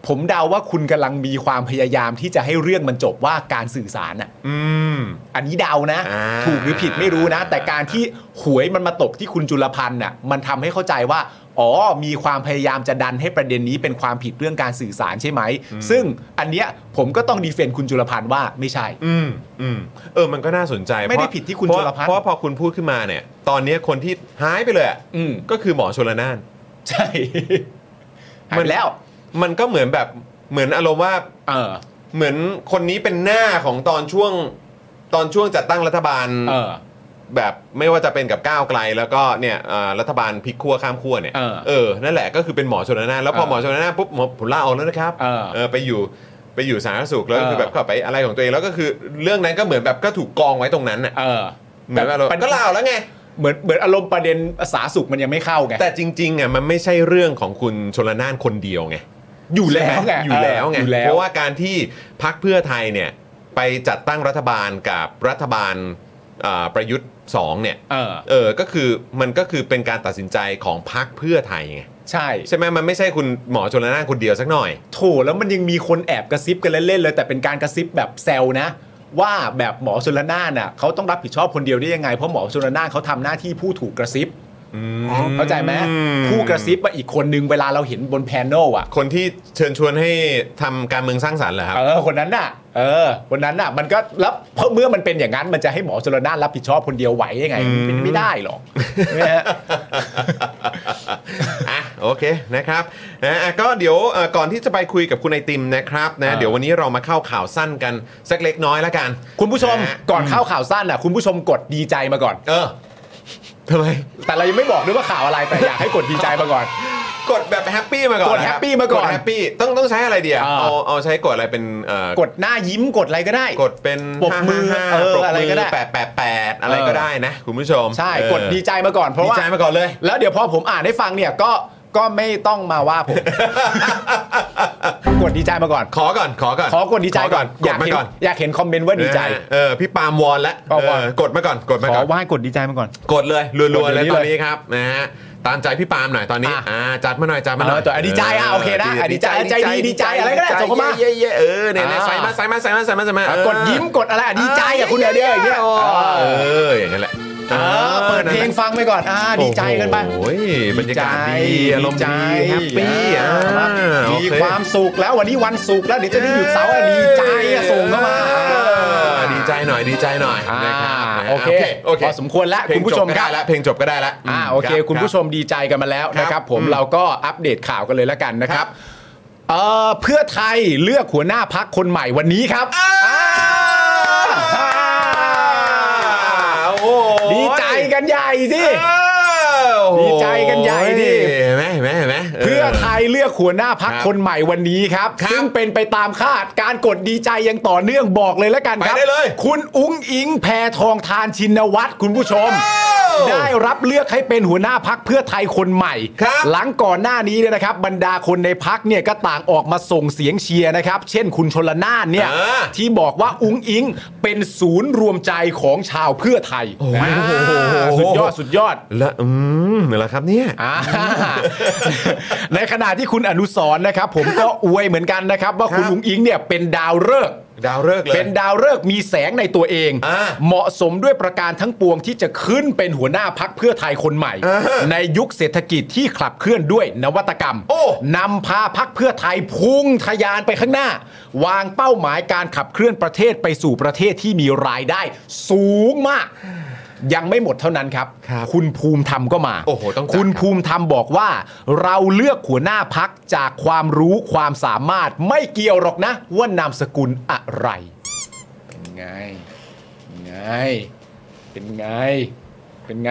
ผมเดาว่าคุณกำลังมีความพยายามที่จะให้เรื่องมันจบว่าการสื่อสารน่ะ
อืม
อันนี้เดานะ
อ่า
ถูกหรือผิดไม่รู้นะ แต่การที่หวยมันมาตกที่คุณจุลพันธ์น่ะมันทำให้เข้าใจว่า อ๋อ มีความพยายามจะดันให้ประเด็นนี้เป็นความผิดเรื่องการสื่อสารใช่ไหม ซึ่งอันเนี้ยผมก็ต้องดีเฟนต์คุณจุลพันธ์ว่าไม่ใช่
อืมอืมเออ มันก็น่าสนใจ
ไม่ได้
เพราะ
ผิดที่คุณ
เพราะ
จุลพันธ์
เพราะพอคุณพูดขึ้นมาเนี่ย ตอนเนี้ยคนที่หายไปเลยอะ
อืม
ก็คือหมอชลนาน
ใช่หาย
มั
ไป
น
แล้ว
มันก็เหมือนแบบเหมือนอารมณ์ว่า
เออ
เหมือนคนนี้เป็นหน้าของตอนช่วงตอนช่วงจัดตั้งรัฐบาล
เออ
แบบไม่ว่าจะเป็นกับก้าวไกลแล้วก็เนี่ยเอ่อรัฐบาลพลิกขั้วข้ามขั้วเนี่ย
เออ
นั่นแหละก็คือเป็นหมอชนละนานแล้วพอ
เออ
หมอชนละนานปุ๊บหมอผมลาออกแล้วนะครับ
เออ
ไปอยู่ไปอยู่สาธารณสุขแล้ว
เออ
คือแบบเข้าไปอะไรของตัวเองแล้วก็คือเรื่องนั้นก็เหมือนแบบก็ถูกกองไว้ตรงนั้นน่ะ
เออ
เหมือนแบบ
แต่
ก็ลาออกแล้วไง
เหมือนเหมือนอารมณ์ประเด็นสาธารณสุขมันยังไม่เข้าไง
แต่จริงๆอ่ะมันไม่ใช่เรื่องของคุณชนละนานคนเดียวไง
อยู่แล้วไง
อยู่แล้วไง
เอยู่แล้
เพ
ว
ราะว่าการที่พักเพื่อไทยเนี่ยไปจัดตั้งรัฐบาลกับรัฐบาลเอ่อประยุทธ์สองเนี่ย
เออ
เออ ก็คือมันก็คือเป็นการตัดสินใจของพรรคเพื่อไทยไง
ใช่
ใช่ไหมมันไม่ใช่คุณหมอชนละนานคนเดียวสักหน่อย
โถแล้วมันยังมีคนแอบกระซิบกันเล่นๆเลย แต่เป็นการกระซิบแบบแซวนะ ว่าแบบหมอชนละนานน่ะเขาต้องรับผิดชอบคนเดียวได้ยังไง เพราะหมอชนละนานเขาทำหน้าที่ผู้ถูกกระซิบเข้าใจไหมผู้กระซิบมาอีกคนนึงเวลาเราเห็นบนแพนโนลอ่ะ
คนที่เชิญชวนให้ทำการเมืองสร้างสรรค์เหรอครับ
เออคนนั้นน่ะ เออคนนั้นน่ะ มันก็รับเพราะเมื่อมันเป็นอย่างนั้นมันจะให้หมอชลนานรับผิดชอบคนเดียวไหวยังไงมันเป็นไม่ได้ห รอกนะฮะ
อ่ะโอเคนะครับนะอ่ะก็เดี๋ยวเอ่อก่อนที่จะไปคุยกับคุณไอติมนะครับนะ
อ่า
เดี๋ยววันนี้เรามาเข้าข่าวสั้นกันสักเล็กน้อยแล้วกัน
คุณผู้ชม
นะฮะ
ก่อนเข้าข่าวสั้นน่ะ คุณผู้ชมกดดีใจมาก่อน
เออทำไม
แต่เรายังไม่บอกด้วยว่าข่าวอะไรแต่อยากให้กดดีใจมาก่อน
กดแบบแฮปปี้มาก่อน
กดแฮปปี้มาก่อน
แฮปปี้ต้องต้องใช้อะไรเดียว
อ่า
เอาเอาใช้กดอะไรเป็นเอ่อ
กดหน้ายิ้มกดอะไรก็ได้
กดเป็น
ปรบมือ
555
เออ
ปบมื
อะไรก็ได้
แปดแปดแปดอะไรก็
เออ
ได้นะ คุณผู้ชม
ใช่
เออก
ดดีใจมาก่อนเพราะ
ดี
ว่า
ใจมาก่อนเลย
แล้วเดี๋ยวพอผมอ่านให้ฟังเนี่ยก็ก็ไม่ต้องมาว่าผม กดดีใจมาก่อน
ขอก่อนขอก่อน
ขอกดดีใจก่อนอ
กด
ยาก
มา
เห็น
ก่อน
อยากเห็นคอมเมนต์ว่าดีใจ
นะฮะเออพี่ปาล์มวอนแล้ว
ปาล์มวอน
กดมาก่อนกดมา
ข
ก่
อ
อน
ว่าให้กดดีใจมาก่อน
กดเลยรัว
ก
ๆ
ดเดี๋
เลย
นี้
ยวตอน
เลย
นี้ครับนะฮะตามใจพี่ปาล์มหน่อยตอนนี้
อ่ะ
อ่าจัดมาหน่อยจัดมาหน่อย
เออจัดอ่ะดีใจอ่ะโอเคนะอ่ะดีใจใจดีดีใจอะไรก็ได้ส่งเข้ามา
เย่ๆเย่ๆเออเนี่ยเนี่ย
อ่า
ใส่มาใส่มาใส่มาใส่มาใส่มา
อ่ะ
เออก
ดยิ้มกดอะไรอ่ะดีใจอ่ะคุณเดี๋ยวเดี๋ยวอย่างเงี้ย
เอออย่างนั้นแหละ
เออเปิดเพลงฟังไปก่อนอ่าดีใจกันไป
โอ้ยบรรยากาศดีอารมณ์ดีแฮปปี้อ่ะโอ
มี
เค
ความสุขแล้ววันนี้วันสุขแล้วเดี๋ยวจะได้หยุดเสาร์อ่ะดีใจอ่ะส่งเข้ามา
เออดีใจหน่อยดีใจหน่อย
อ่า
นะครับ
โอเค
โอเค
พอสมควรแล้ว
เพล
คุ
ง
ณผู้
จ
ช
บ
ม
ก็
ค
ได้
รับ
ละเพลงจบก็ได้ละ
อ่าโอเค
รับ
คุณผู้ช
รับ
มดีใจกันมาแล้วนะครับ ผม
อืม
เราก็อัปเดตข่าวกันเลยแล้วกันนะครับเอ่อเพื่อไทยเลือกหัวหน้าพักคนใหม่วันนี้ครับ
าโอ้โห
ดีใจกันใหญ่สิ
เออโอ้โ
ดีใจกันใหญ่ดิ
เห็นไหมเห็นไหมเห็นไหม
เพื่อไทยเลือกหัวหน้าพัก
ครับ
คนใหม่วันนี้ครับ
ครับ
ซึ่งเป็นไปตามคาดการกดดีใจยังต่อเนื่องบอกเลยแล้วกันครับ
ไปได้เลย
คุณอุ้งอิงแพทองทานชินวัตรคุณผู้ชม ได้รับเลือกให้เป็นหัวหน้าพักเพื่อไทยคนใหม่
ครับ
หลังก่อนหน้านี้เนี่ยนะครับ บรรดาคนในพักเนี่ยก็ต่างออกมาส่งเสียงเชียร์นะครับ เช่นคุณชนละนานเนี่ย
เออ
ที่บอกว่าอุ้งอิงเป็นศูนย์รวมใจของชาวเพื่อไทยอ่าสุดยอดสุดยอด
แล้วอืมเหรอครับเนี่ย
อ่า ในขณะที่คุณอนุสรณ์นะครับ ผมก็อวยเหมือนกันนะครับ ว่าคุณ
ครับ
ลุงอิงเนี่ยเป็นดาวฤกษ์
ดาวเลิกษ์เลย
เป็นดาวฤกษ์มีแสงในตัวเอง
อ่า
เหมาะสมด้วยประการทั้งปวงที่จะขึ้นเป็นหัวหน้าพักเพื่อไทยคนใหม่ ในยุคเศรษฐกิจที่ขับเคลื่อนด้วยนวัตกรรม
โอ้
นำพาพักเพื่อไทยพุ่งทะยานไปข้างหน้า วางเป้าหมายการขับเคลื่อนประเทศไปสู่ประเทศที่มีรายได้สูงมาก ยังไม่หมดเท่านั้นครับ
ครับ
คุณภูมิธรรมก็มา
โอ้โหต้องจัด
คุณ
ครับ
ภูมิธรรมบอกว่า เราเลือกหัวหน้าพักจากความรู้ความสามารถไม่เกี่ยวหรอกนะ ว่านามสกุลอะไรเป็นไงเป็นไงเป็นไงเป็นไง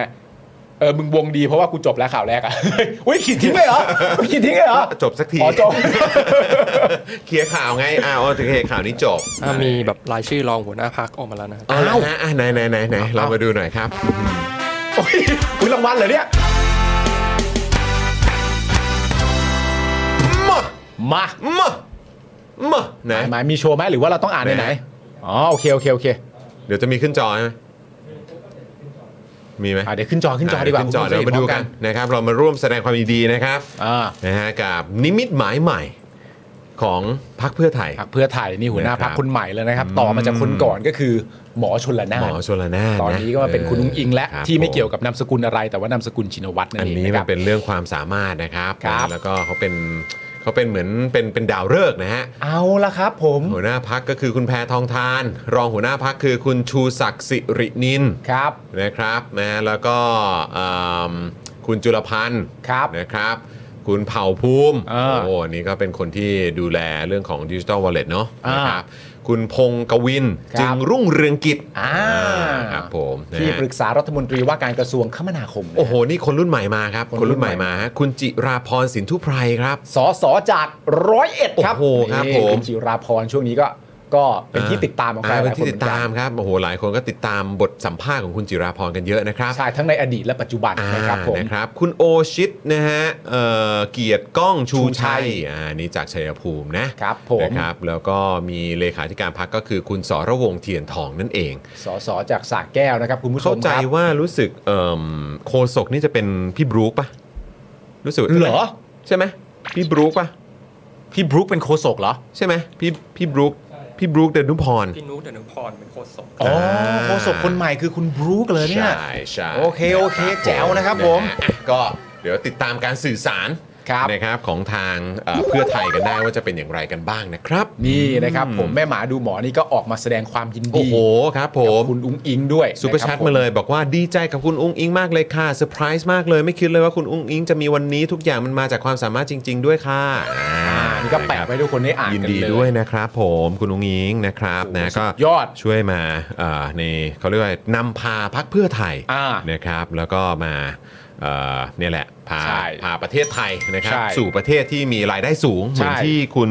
เออมึงวงดีเพราะว่ากูจบแล้วข่าวแรกอะ อุ้ยขีดทิ้งเลยเหรออุ๊ยขีดทิ้งเลยเหรอ
จบสักที
อ๋อจบ
เคลียร์ข่าวไงอ้าวถึงเหตุข่าวนี้จบ
อ่ะมีแบบรายชื่อรองหัวหน้าพักออกมาแล้วนะครับ
เอาละฮะอ่ะไหนไหนไหนไหนเรามาดูหน่อยครับ
โอยอุ๊ยรางวัลเหรอเนี่ย
มา
มา
มา มาไหน
หมายมีโชว์ไหมหรือว่าเราต้องอ่านในไหน
ไหน
อ๋อ โอเค โอเค โอเค
เดี๋ยวจะมีขึ้นจอใช่ไหมมีไหม
อ่ะเดี๋ยวขึ้นจอขึ้นจอดีกว่า
ขึ้นจอ
คุณ
เดี๋ยว
ผู้ช
มาดูกันนะครับ เรามาร่วมแสดงความยินดีนะครับ
อ่า
นะฮะกับนิมิตหมายใหม่ของพรรคเพื่อไทย
พักเพื่อไทยนี่หัวหน้า
นะครับ
พักคนใหม่แล้วนะครับ ต่อมาจากคนก่อนก็คือหมอชนละนา
หม
น
อชลนานะ
ตอนนี้ก็มาเป็นคุณอุ้งอิงและ
ครับ
ที่ไม่เกี่ยว
ผ
กับนามสกุลอะไร แต่ว่านามสกุลชินวัตรนั่
อั
น
น
เอง
นี้
นะค
มั
รั
น
บ
เป็นเรื่องความสามารถนะครับ
ครับ
แล้วก็เขาเป็นเขาเป็นเหมือนเป็นเป็นดาวฤกษ์นะฮะ
เอาละครับผม
หัวหน้าพักก็คือคุณแพทองทาน รองหัวหน้าพักคือคุณชูศักดิ์สิรินิน
ครับ
นะครับนะแล้วก็อืมคุณจุลพันธ์
ครับ
นะครับ คุณเผ่าภูมิ
อ่า
โอ้อันนี่ก็เป็นคนที่ดูแลเรื่องของดิจิ t a ลวอลเล็ตเนาะ
อ่า
นะครับคุณพงกวิน
ครับ
จึงรุ่งเรืองกิจ
อ่า
ครับผมนะฮะ
ที่ปรึกษารัฐมนตรีว่าการกระทรวงคมนาคมนะ
โอ้โห นี่คนรุ่นใหม่มาครับ
คน
คนรุ่น
รุ่น
ให
ใหม่
ม่มาฮะคุณจิราพรสินทุไพรครับ
สอสอจากร้อยเอ็ดครับ
โอ้โหครับ
นี่
ผม
คุณจิราพรช่วงนี้ก็ก็เป็นที่ติดตามของใคร
อ่
ห
เป็น
ลายคน
ที่
เห
ติ
มื
ด
อนกั
ตาม
น
ครับโอ้โหหลายคนก็ติดตามบทสัมภาษณ์ของคุณจิราพรกันเยอะนะครับ
ใช่ทั้งในอดีตและปัจจุบัน
อ่า
นะครับผม
นะครับคุณโอชิตนะฮะเอ่อเกียรติก้องชู
ชูชั
ชัย
ย
อ่านี่จากชัยภูมินะครับ
ผม
นะครับ แล้วก็มีเลขาธิการพักก็คือคุณสรวงศ์เทียนทองนั่นเอง
สสจากสระแก้วนะครับ คุณผู้ช
เข้าม ใจ
ครับ
ว่ารู้สึกเอิ่มโคศกนี่จะเป็นพี่บรูคปะรู้สึก
เหรอ
ใช่ไหมพี่บรูคปะ
พี่บรูคเป็นโคศกเหรอ
ใช่ไหมพี่พี่บรูคพี่บรูคเดนุพร
พี่นุ๊กเดนุพรเป็นโคศก
อ๋อ
อ่า
โคศกคนใหม่คือคุณบรูคเลยเนี่ย
ใช่ใช่
โอเคโอเครับ แจ๋วนะครับผม
นะฮะอ่ะก็เดี๋ยวติดตามการสื่อสาร
ครับ
นะครับของทางเอ่อเพื่อไทยกันได้ว่าจะเป็นอย่างไรกันบ้างนะครับ
นี่นะครับผมแม่หมาดูหมอนี่ก็ออกมาแสดงความยิน
โอ้
ดี
โหครับผม
คุณอุ้งอิงด้วย
ซูเปอร์แชทมาเลยบอกว่าดีใจกับคุณอุ้งอิงมากเลยค่ะเซอร์ไพรส์มากเลยไม่คิดเลยว่าคุณอุ้งอิงจะมีวันนี้ทุกอย่างมันมาจากความสามารถจริง ๆ ด้วยค่ะ
อ่านี่ก็แปะไว้ให้ทุกคนได้อ่าน
ยิน
กัน
ดี
เลย
ด้วยนะครับผมคุณอุ้งอิงนะครับนะก็
สุดยอด
ช่วยมาเอ่อในเขาเรียกว่านำพาพักเพื่อไทย
อ่า
นะครับ แล้วก็มาเอ่อเนี่ยแหละพา
ใช่
พาประเทศไทยนะครับ
ใช่
สู่ประเทศที่มีรายได้สูง เหมือน
ใช่
ที่คุณ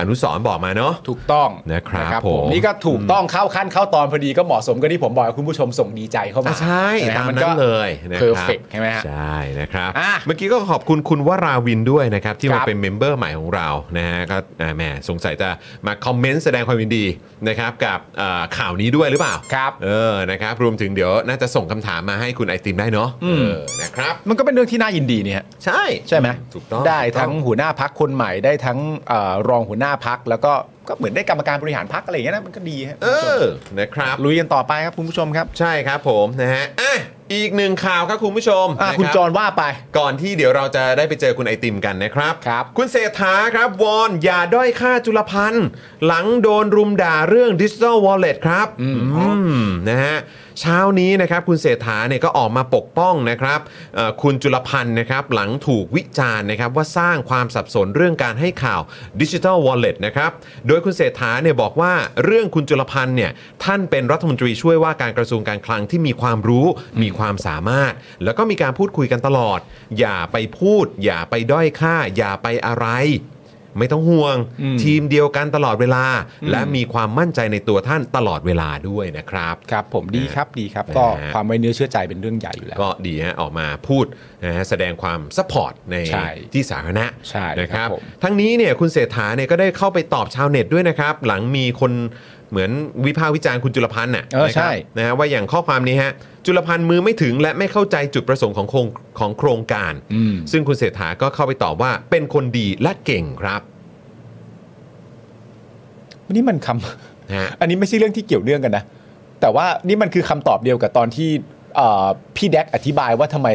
อนุสรณ์บอกมาเนาะ
ถูกต้อง
นะครับผม
นี่ก็ถูกต้องเข้าขั้นเข้าตอนพอดีก็เหมาะสมก็ที่ผมบอกให้คุณผู้ชมส่งดีใจเข้ามา
อ่ะใช่
ไหฮะ
ตาม
มั
นั้
ก็
นเลยนะครับ
perfect ใช่ไหมฮะ
ใช่นะครับ
อ่ะ
เมื่อกี้ก็ขอบคุณคุณวราวินด้วยนะครับ ที่
ครั
มา
บ
เป็นเมมเบอร์ใหม่ของเรานะฮะก็อ่าแหมสงสัยจะมาคอมเมนต์แสดงความยินดีนะครับกับเอ่อข่าวนี้ด้วยหรือเปล่า
ครับ
เออนะครับรวมถึงเดี๋ยวน่าจะส่งคำถามมาให้คุณไอติมได้เนาะเออนะครับ
มันก็เป็นเรื่องที่น่ายินดีเนี่ยฮะ
ใช่
ใช่ไหม
ถูกต้อง
ได้
ถูกต้
ทั้
องง
หัวหน้าพักคนใหม่ได้ทั้งเอ่อรองหัวหน้าพักแล้วก็ก็เหมือนได้กรรมการบริหารพักอะไรอย่างเงี้ยนะมันก็ดีฮะ
เออนะครับ
ลุยกันต่อไปครับคุณผู้ชมครับ
ใช่ครับผมนะฮะอ่ะอีกหนึ่งข่าวครับคุณผู้ชม
อ่ะ
นะ
คุณ
รับ
จรว่าไป
ก่อนที่เดี๋ยวเราจะได้ไปเจอคุณไอติมกันนะครับ
ครับ
คุณเศรษฐาครับ วอน อย่าด้อยค่าจุลพันธ์ หลังโดนรุมด่าเรื่องดิจิ t a ลวอลเล็ตครับอืมนะฮะเช้านี้นะครับคุณเศรษฐาเนี่ยก็ออกมาปกป้องนะครับเอ่อคุณจุลพันธ์นะครับหลังถูกวิจารณ์นะครับว่าสร้างความสับสนเรื่องการให้ข่าวดิจิ t a ลวอลเล็ตนะครับโดยคุณเศรษฐาเนี่ยบอกว่าเรื่องคุณจุลพันธ์เนี่ยท่านเป็นรัฐมนตรีช่วยว่าการกระทรวงการคลังที่มีความรู้มีความสามารถ แล้วก็มีการพูดคุยกันตลอด อย่าไปพูด อย่าไปด้อยค่า อย่าไปอะไร ไม่ต้องห่วง ทีมเดียวกันตลอดเวลา และมีความมั่นใจในตัวท่านตลอดเวลาด้วยนะครับ
ครับ ผมดีครับดีครับ
นะฮะ
ก็ความไว้เนื้อเชื่อใจเป็นเรื่องใหญ่อยู่แล้ว
ก็ดีฮะออกมาพูดนะฮะแสดงความซัพพอร์ตใน
ใช่
ที่สาธารณะ
ใช่
นะครับ
ครับผม
ทั้งนี้เนี่ยคุณเศรษฐาเนี่ยก็ได้เข้าไปตอบชาวเน็ตด้วยนะครับ หลังมีคนเหมือนวิพากษ์วิจารณ์คุณจุลพันธ์น่ะ
เออใช่
นะครับนะฮะว่าอย่างข้อความนี้ฮะจุลพันธ์มือไม่ถึงและไม่เข้าใจจุดประสงค์ของโครงของโครงการ
อืม
ซึ่งคุณเศรษฐาก็เข้าไปตอบว่าเป็นคนดีและเก่งครับ
วันนี้มันคำ
นะฮะ
อันนี้ไม่ใช่เรื่องที่เกี่ยวเนื่องกันนะ แต่ว่านี่มันคือคำตอบเดียวกับตอนที่เอ่อพี่แดกอธิบายว่าทำไม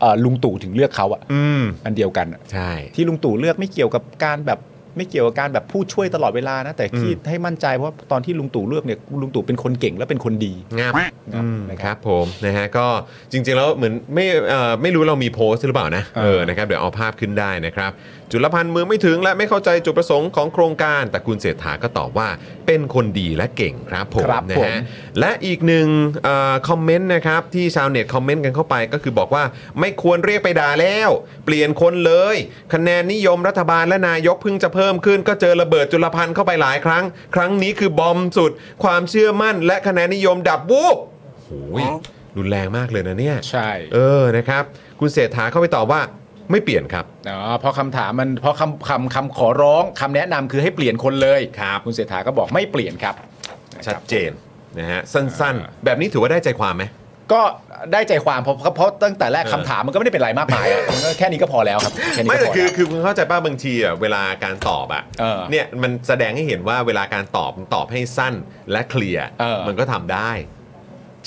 เอ่อลุงตู่ถึงเลือกเขาอะ
อืม
อันเดียวกันอะ
ใช่
ที่ลุงตู่เลือกไม่เกี่ยวกับการแบบ ไม่เกี่ยวกับการแบบพูดช่วยตลอดเวลานะ แต่ที่ให้มั่นใจเพราะตอนที่ลุงตู่เลือกเนี่ยลุงตู่เป็นคนเก่งและเป็นคนดี
งับ
นะครับ
นะ
นะ
ค
ค
รั
รั
บบ ผมนะฮะก็จริงๆแล้วเหมือนไม่เอ่อไม่รู้เรามีโพสต์หรือเปล่านะ
เออ
เออนะครับเดี๋ยวเอาภาพขึ้นได้นะครับ จุลพันธ์มือไม่ถึงและไม่เข้าใจจุดประสงค์ของโครงการ แต่คุณเศรษฐาก็ตอบว่าเป็นคนดีและเก่งครับผม
ครับ
นะ
ผม
ฮะ และอีกหนึ่งเออคอมเมนต์นะครับ ที่ชาวเน็ตคอมเมนต์กันเข้าไปก็คือบอกว่าไม่ควรเรียกไปด่าแล้ว เปลี่ยนคนเลย คะแนนนิยมรัฐบาลและนายกเพิ่งจะเพิ่มขึ้น ก็เจอระเบิดจุลพันธ์เข้าไปหลายครั้ง ครั้งนี้คือบอมสุด ความเชื่อมั่นและคะแนนนิยมดับวูบโอ้ยรุนแรงมากเลยนะเนี่ย
ใช่
เออนะครับ คุณเศรษฐาเข้าไปตอบว่าไม่เปลี่ยนครับ
เนาะเพราะคำถามมันเพราะคำคำคำขอร้องคำแนะนำคือให้เปลี่ยนคนเลยครับคุณเศรษฐาก็บอกไม่เปลี่ยนครับ
ชัดเจนนะฮะสั้นๆ แบบนี้ถือว่าได้ใจความไหม
ก็ได้ใจความเพราะเพราะตั้งแต่แรก
เออ
คำถามมันก็ไม่ได้เป็นอะไรมากมายอะมันก็แค่นี้ก็พอแล้วครับแค่นี้
ไม่
ก็พ
แต่
อ
คือคือ
แล้ว
คุณเข้าใจป่ะบางทีอ่ะเวลาการตอบอ่ะ
เออ
เนี่ยมันแสดงให้เห็นว่าเวลาการตอบมันตอบให้สั้นและเคลียร์
เออ
มันก็ทำได้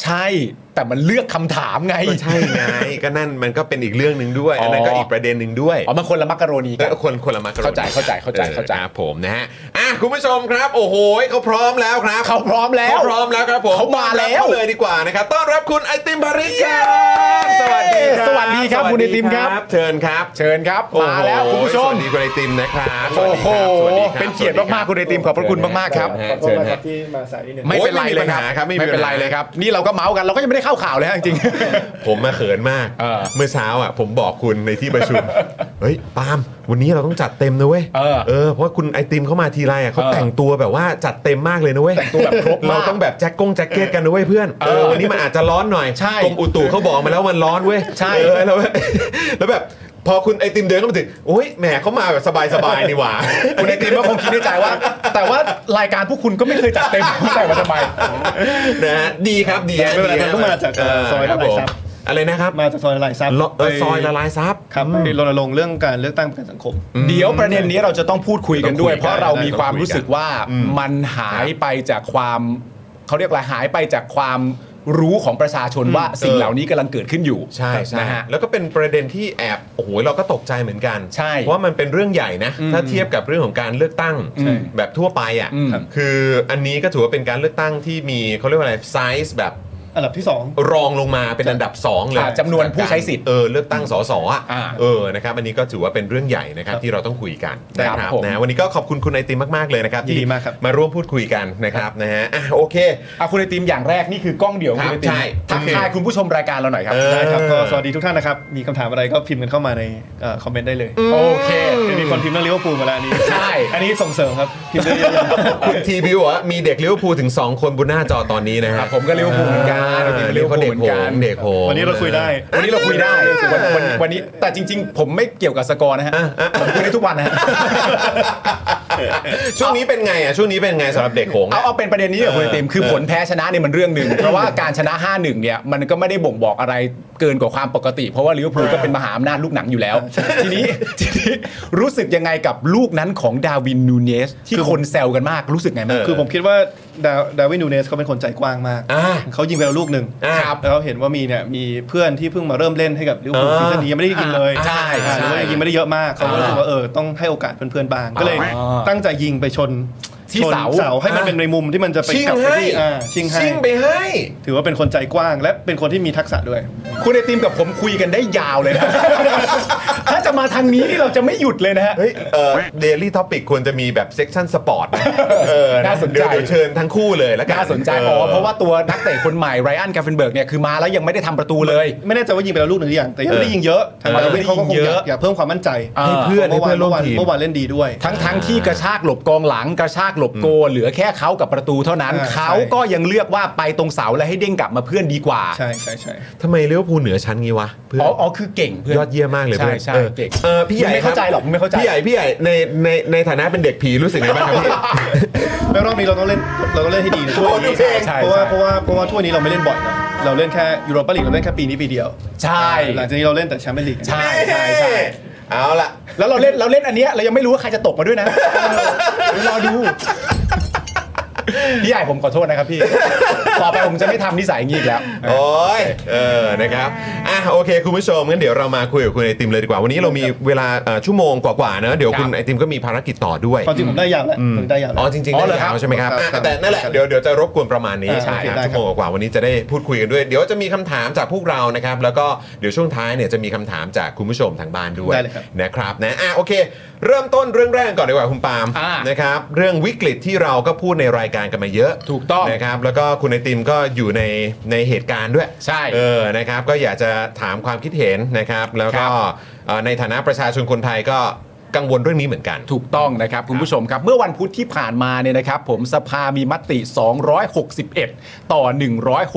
ใช่ แต่มันเลือกคำถามไง
ก็ใช่ ไง ก็นั่นมันก็เป็นอีกเรื่องหนึ่งด้วย
อ๋ออั
อันนั้นก็อีกประเด็นหนึ่งด้วย
อ๋อมันคนละมักกะโรนีกัน
ก็คนคนละมาก
เข้าใจเข้าใจเข้าใจเข้าใจ
ครับผมนะฮะอ่ะคุณผู้ชมครับ โอ้โหเขาพร้อมแล้วครับ
เขาพร้อมแล้ว
เขาพร้อมแล้วครับผม
เขามาแล้ว
ต้อนรับเขเลยดีกว่านะครับต้อนรับคุณไอติมภริกาสวัสดีครับ
สวัสดีครับคุณไอติมครับ
เชิญครับ
เชิญครับ
โอ้โห
มาแล้วคุณผู้ชม
สวัสดีคุณไอติมนะครับ
โอ้โห
สวัสดีครับ
เป็นเกียรติมากๆคุณไอติมขอบพระคุณมากๆครับ
เชิญฮะ
มาสายนิดนึง
ไม่เป็นไรเลยครับ
โอ้ยไม่มีปัญหาครับไม่มีปัญหา
ไม่เป็นไรเลยครับ นี่เราก็เมาส์กันเราก็ยังไม่ได้เข้าข่าวเลยฮะจริง
ผมมาเขินมาก
เออ
เมื่อเช้าอ่ะผมบอกคุณในที่ประชุม เฮ้ยปาล์มวันนี้เราต้องจัดเต็มนะเว้ย
เออ
เพราะคุณไอติมเข้ามาทีไรอ่ะเขา
เออ
แต่งตัวแบบว่าจัดเต็มมากเลยนะเว้ย
แต่งตัวแบบครบมาก
เราต้องแบบแจ็คกงแจ็คเก็ตกันนะเว้ยเพื่อน
เออ
วันนี้มันอาจจะร้อนหน่อย
ใช่
กรมอุตุเขาบอกมาแล้วมันร้อนเว้ย
ใช่
เออแล้ว แล้วแบบพอคุณไอติมเดินเข้ามาถึงโอ้ยแหมเขามาแบบสบายๆนี่หว่า
ๆคุณไอติมก็คงคิดในใจว่า แต่ว่ารายการพวกคุณก็ไม่เคยจัดเต็ม คุณใส่มาทำไม
นะฮะดีครับดี
ไม่เป็นไรครับก็มาจากเอ่อซอย
ค
ละ
รับ
ลาย
ผม
ซับ
อะไรนะครับ
มาจากซอยละลายซับ
ละเอ่อซอยละลายซับ
ครับไปรณรงค์เรื่องการเลือกตั้งประกันสังคม
เดี๋ยวประเด็นนี้เราจะต้องพูดคุยกันด้วย
ต้องคุยกัน
เพราะเรามีความรู้สึกว่า
อืม
มันหายไปจากความเขาเรียกอะไรหายไปจากความรู้ของประชาชนว่าสิ่ง
เออ
เหล่านี้กำลังเกิดขึ้นอยู่
ใช่ใช่
นะฮะ
แล้วก็เป็นประเด็นที่แอบโอ้โหเราก็ตกใจเหมือนกัน
ใช่
เพราะมันเป็นเรื่องใหญ่นะถ้าเทียบกับเรื่องของการเลือกตั้ง
ใช่
แบบทั่วไปอ่ะ
อืม
คืออันนี้ก็ถือว่าเป็นการเลือกตั้งที่มีเขาเรียกว่าอะไรไซส์แบบ
อันดับที่สอง
รองลงมาเป็นอันดับสองเลย
อ่าจำนวนผู้ใช้สิทธิ์
เออเลือกตั้งสสอ่ะ
อ่า
เออนะครับอันนี้ก็ถือว่าเป็นเรื่องใหญ่นะครับ
ครับ
ที่เราต้องคุยกัน
ได้
นะครับ
ผม
นะวันนี้ก็ขอบคุณคุณไอติมมากๆเลยนะครับ
ยินดีมากครับ
มาร่วมพูดคุยกันนะครับนะฮะอ่ะโอเค
เอาคุณไอติมอย่างแรกนี่คือกล้องเดี่ยวของคุณไอ
ค
ติม
รับใช่
ทักทายคุณผู้ชมรายการเราหน่อยครับ
เออ
ได้ครับก็สวัสดีทุกท่านนะครับ มีคำถามอะไรก็พิมพ์กันเข้ามาในคอมเมนต์ได้เลย
โอเค
เดี๋ยวมีคนพิมพ์เรื่องลิเวอร์พูลมาแล้วอันนี้
ใช่
อันนี้ส่งเสริมครับพิมพ์ได้เยอะๆ
คุณทีบิวบอกว่ามีเด็กลิเวอร์พูลถึง 2 คนบนหน้าจอตอนนี้นะ
ค
ฮะ
รับผมก็ลิเวอร์พูลเหมือนกันไอติมก็ลิ
เรีย
เว
ก
อร์
ว่า
พูล
เด็ก
เหมือ
โห
นกัน
งเด็กโหง
วันนี้เราคุยได้
วันนี้เราคุยได้วันวันวันนี้แต่จริง ๆ ผมไม่เกี่ยวกับสกอร์นะฮะผมคุยได้ทุกวันนะฮะ
ช่วงนี้เป็นไงอ่ะ ช่วงนี้เป็นไงสำหรับเด็กโหง
เอา
อ่ะ
เอาเป็นประเด็นนี้เดี๋ยวคุณไอติมคือผลแพ้ชนะเนี่ยมันเรื่อง หนึ่ง เพราะว่าการชนะ 5-1 เนี่ยมันก็ไม่ได้บ่งบอกอะไรเกินกว่าความปกติ เพราะว่าลิเวอร์พูลก็เป็นมหาอำนาจลูกหนังอยู่แล้ว ทีนี้ ทีนี้รู้สึกยังไงกับลูกนั้นของดาร์วินนูเนสที่คนแซวกันมากรู้สึกไงบ้าง
คือผมคิดว่าดาวดาร์วินนูเนสเขาเป็นคนใจกว้างมาก
อ่า
เขายิงไปแล้วลูกหนึ่ง
อ่า
แล้วเขาเห็นว่ามีเนี่ยมีเพื่อนที่เพิ่งมาเริ่มเล่นให้กับลิเวอร์
เออ
พูลซีซั่นนี้ยังไม่ได้ยิงเลย
ใช่
อ่าหรือว่า
ใช่
ยังยิงไม่ได้เยอะมากเขาก็รู้สึกว่าเออต้องให้โอกาสเพื่อนๆบ้าง ก็เลย
อ่า
ตั้งใจยิงไปชน
ที่เสา
ชนให้มันเป็นในมุมที่มันจะไป
ชิง
กลับไป
ให้
ที่อ่าชิงให้
ชิงไปให้
ถือว่าเป็นคนใจกว้างและเป็นคนที่มีทักษะด้วย
คุณไอติมกับผมคุยกันได้ยาวเลยนะ ถ้าจะมาทางนี้นี่เราจะไม่หยุดเลยนะฮะ
เฮ้ยเออเดลี่ท็อปิกควรจะมีแบบเซ็กชันสปอร์ตเออ
น่าสนใจ
เดี๋ยวเดี๋ยวเชิญทั้งคู่เลยแล้วกั
น่าสนใจอ๋อเพราะว่าตัวนักเตะคนใหม่ไรอันกาเฟนเบิร์กเนี่ยคือมาแล้วยังไม่ได้ทำประตูเลย
ไม่แน่ใจว่ายิงไปแล้วลูกหนึ่งหรือยังแต่ยังไม่ได้ยิงเยอะทาง
เออ
ดาร์วินเขาก็คงอ
เย
ยา
อะ
กอยากเพิ่มความมั่นใจ
ให้เพื่อนให้
เมื่อวา
เพื่อน นร่
เมื่
ว
อ
ม
วาน
ทีม
เมื่อวานเล่นดีด้วย
ทั้งทั้งที่กระชากหลบกองหลังกระชากหลบโกลเหลือแค่เขากับประตูเท่านั้น
อ่าใช่
เขาก็ยังเลือกว่าไปตรงเสาและให้เด้งกลับมาเพื่อนดีกว่า
ใช่ใช่ใช่
ทำไมเลี้ยวภูลเหนือชั้นงี้วะเพื่อน
อ๋ออ๋อคือเก่งเพื่อน
ยอดเยี่ยมมากเลย
ใช่
เพื่อน
ใช่
ออ
เก่ง
เออพี่ใหญ่
มึงไม่เข้าใจหรอกมึงไม่เข้าใจ
พี่ใหญ่พี่ใหญ่ในในในฐานะเป็นเด็กผีรู้สึกไง บ้างครับพี่
แล้วรอบนี้เราต้องเล่นเราต้องเล่นให้ดีในถ้วยนี้
โอ้ดูเพลง
เพราะว่าเพราะว่าเพราะว่าถ้วยนี้เราไม่เล่นบ่อยนะเราเล่นแค่ยูโรปาลีกเราเล่นแค่ปีนี้ปีเดียว
ใช่
หลังจากนี้เราเล่นแต่แชมเปี้ยนลีก
ใช่ใช่ใช่
เอาล่ะ
แล้วเราเล่นเราเล่นอันเนี้ยเรายังไม่รู้ว่าใครจะตกมาด้วยนะเออรอดู พี่ใหญ่ผมขอโทษนะครับพี่ ต่อไปผมจะไม่ทำนิสัยอย่างนี้อีกแล้ว
โอ้ยเออนะครับอ่ะโอเค คุณผู้ชมงั้นเดี๋ยวเรามาคุยกับคุณไอติมเลยดีกว่า วันนี้เรามีเวลาเอ่อชั่วโมงกว่าๆเนอะเดี๋ยวคุณไอติมก็มีภารกิจต่อด้วย
ความจริงผมได้ยาวแล้วผมได้ยาวแล้ว
อ๋อจริงๆ
อ๋อ
ได้
เหรอครั
ยา
บ
วใช่ไหมครับ
ครับ
อ่ะแต่นั่นแหละเดี๋ยวเดี๋ยวจะรบกวนประมาณนี้
อ่า
ใช่
โอเค
ครับ
ได้ครับ
ชั่วโมงกว่าวันนี้จะได้พูดคุยกันด้วย เดี๋ยวจะมีคำถามจากพวกเรานะครับแล้วก็เดี๋ยวช่วงท้ายเนี่ยจะมีคำถามจากคุณผู้ชมทางบ้านด้วย
ได้เลยครับ
นะครับนะอ่ะโอเค เริ่มต้นเรื่องแรกก่อนดีกว่าคุณปาล์ม
อ่า
นะครับเรื่องวิกฤตที่เราก็พูดในรายการกันมาเยอะ
ถูกต้อง
นะครับแล้วก็คุณไอติมก็อยู่ในในเหตุการณ์ด้วย
ใช่
เออนะครับก็อยากจะถามความคิดเห็นนะครับแล้วก็
ครับ
เอ่อในฐานะประชาชนคนไทยก็กังวลเรื่องนี้เหมือนกัน
ถูกต้องนะครับ คุณผู้ชมครับ เมื่อวันพุธที่ผ่านมาเนี่ยนะครับ ผมสภามีมติ 261 ต่อ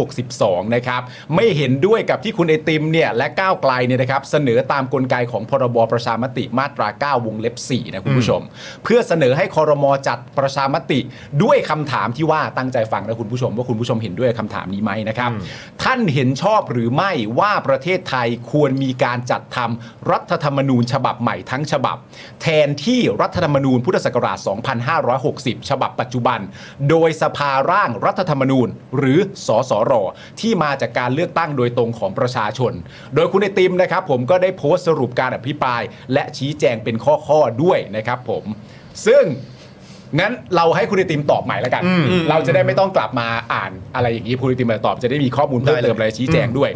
162 นะครับ ไม่เห็นด้วยกับที่คุณไอติมเนี่ยและก้าวไกลเนี่ยนะครับ เสนอตามกลไกของพรบประชามติมาตรา 9 วงเล็บ 4 นะคุณผู้ชม เพื่อเสนอให้คอรมอจัดประชามติด้วยคำถามที่ว่าตั้งใจฟังนะคุณผู้ชม ว่าคุณผู้ชมเห็นด้วยคำถามนี้ไหมนะครับ ท่านเห็นชอบหรือไม่ว่าประเทศไทยควรมีการจัดทำรัฐธรรมนูญฉบับใหม่ทั้งฉบับ แทนที่รัฐธรรมนูญพุทธศักราช 2560 ฉบับปัจจุบัน โดยสภาร่างรัฐธรรมนูญ หรือสสร ที่มาจากการเลือกตั้งโดยตรงของประชาชน โดยคุณไอติมนะครับ ผมก็ได้โพสต์สรุปการอภิปราย และชี้แจงเป็นข้อๆด้วยนะครับผม ซึ่ง งั้นเราให้คุณไอติมตอบใหม่แล้วกัน เราจะได้ไม่ต้องกลับมาอ่านอะไรอย่างนี้คุณไอติมมาตอบจะได้มีข้อมูลเพิ่มเติมอะไรชี้แจงด้วย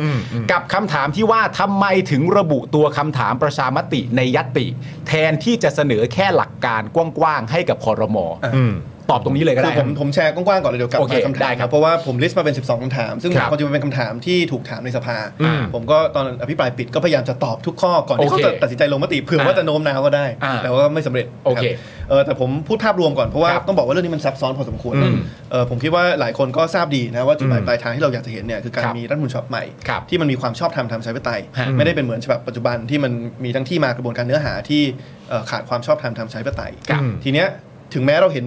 กับคำถามที่ว่าทำไมถึงระบุตัวคำถามประชามติในยัตติ แทนที่จะเสนอแค่หลักการกว้างๆให้กับคอรมอตอบตรงนี้เลยก็
คื
ได้
อ
ค
ผ
รับ
มผมแชร์กว้างๆก่อนเลยเดี๋ยวกลับ
โอเค
มาคำ
ได้
ถาม
ครับ
เพราะว่าผมลิสต์มาเป็น 12คำถาม ซึ่ง
ครับ
ความจริงมันเป็นคำถามที่ถูกถามในสภา
อืม
ผมก็ตอนอภิปรายปิดก็พยายามจะตอบทุกข้อก่อนที่
โอ
เขา
เค
จะตัดสินใจลงมติเผื่อว่าจะโน้มน้าวก็ได้
อ่า
แต่ว่าไม่สำเร็จ
โอเค
ครับเออแต่ผมพูดภาพรวมก่อนเพราะว่า
ครับ
ต้องบอกว่าเรื่องนี้มันซับซ้อนพอสมควร
อืม
เออผมคิดว่าหลายคนก็ทราบดีนะว่าจุดหมายปลายทางที่เราอยากจะเห็นเนี่ยคือการ
ครับ
มีรัฐธรรมนูญฉบับใหม่
ครับ
ที่มันมีความชอบธรรมทางประชาธิปไตย
ฮะ
ไม่ได้เป็นเหมือนฉบับปัจจุบันที่มันมีทั้งที่มากระบวนการเนื้อหาที่เอ่อขาดความชอบธรรมทางประชาธิปไตย
ครับ
ทีเนี้ยถึงแม้เราเห็น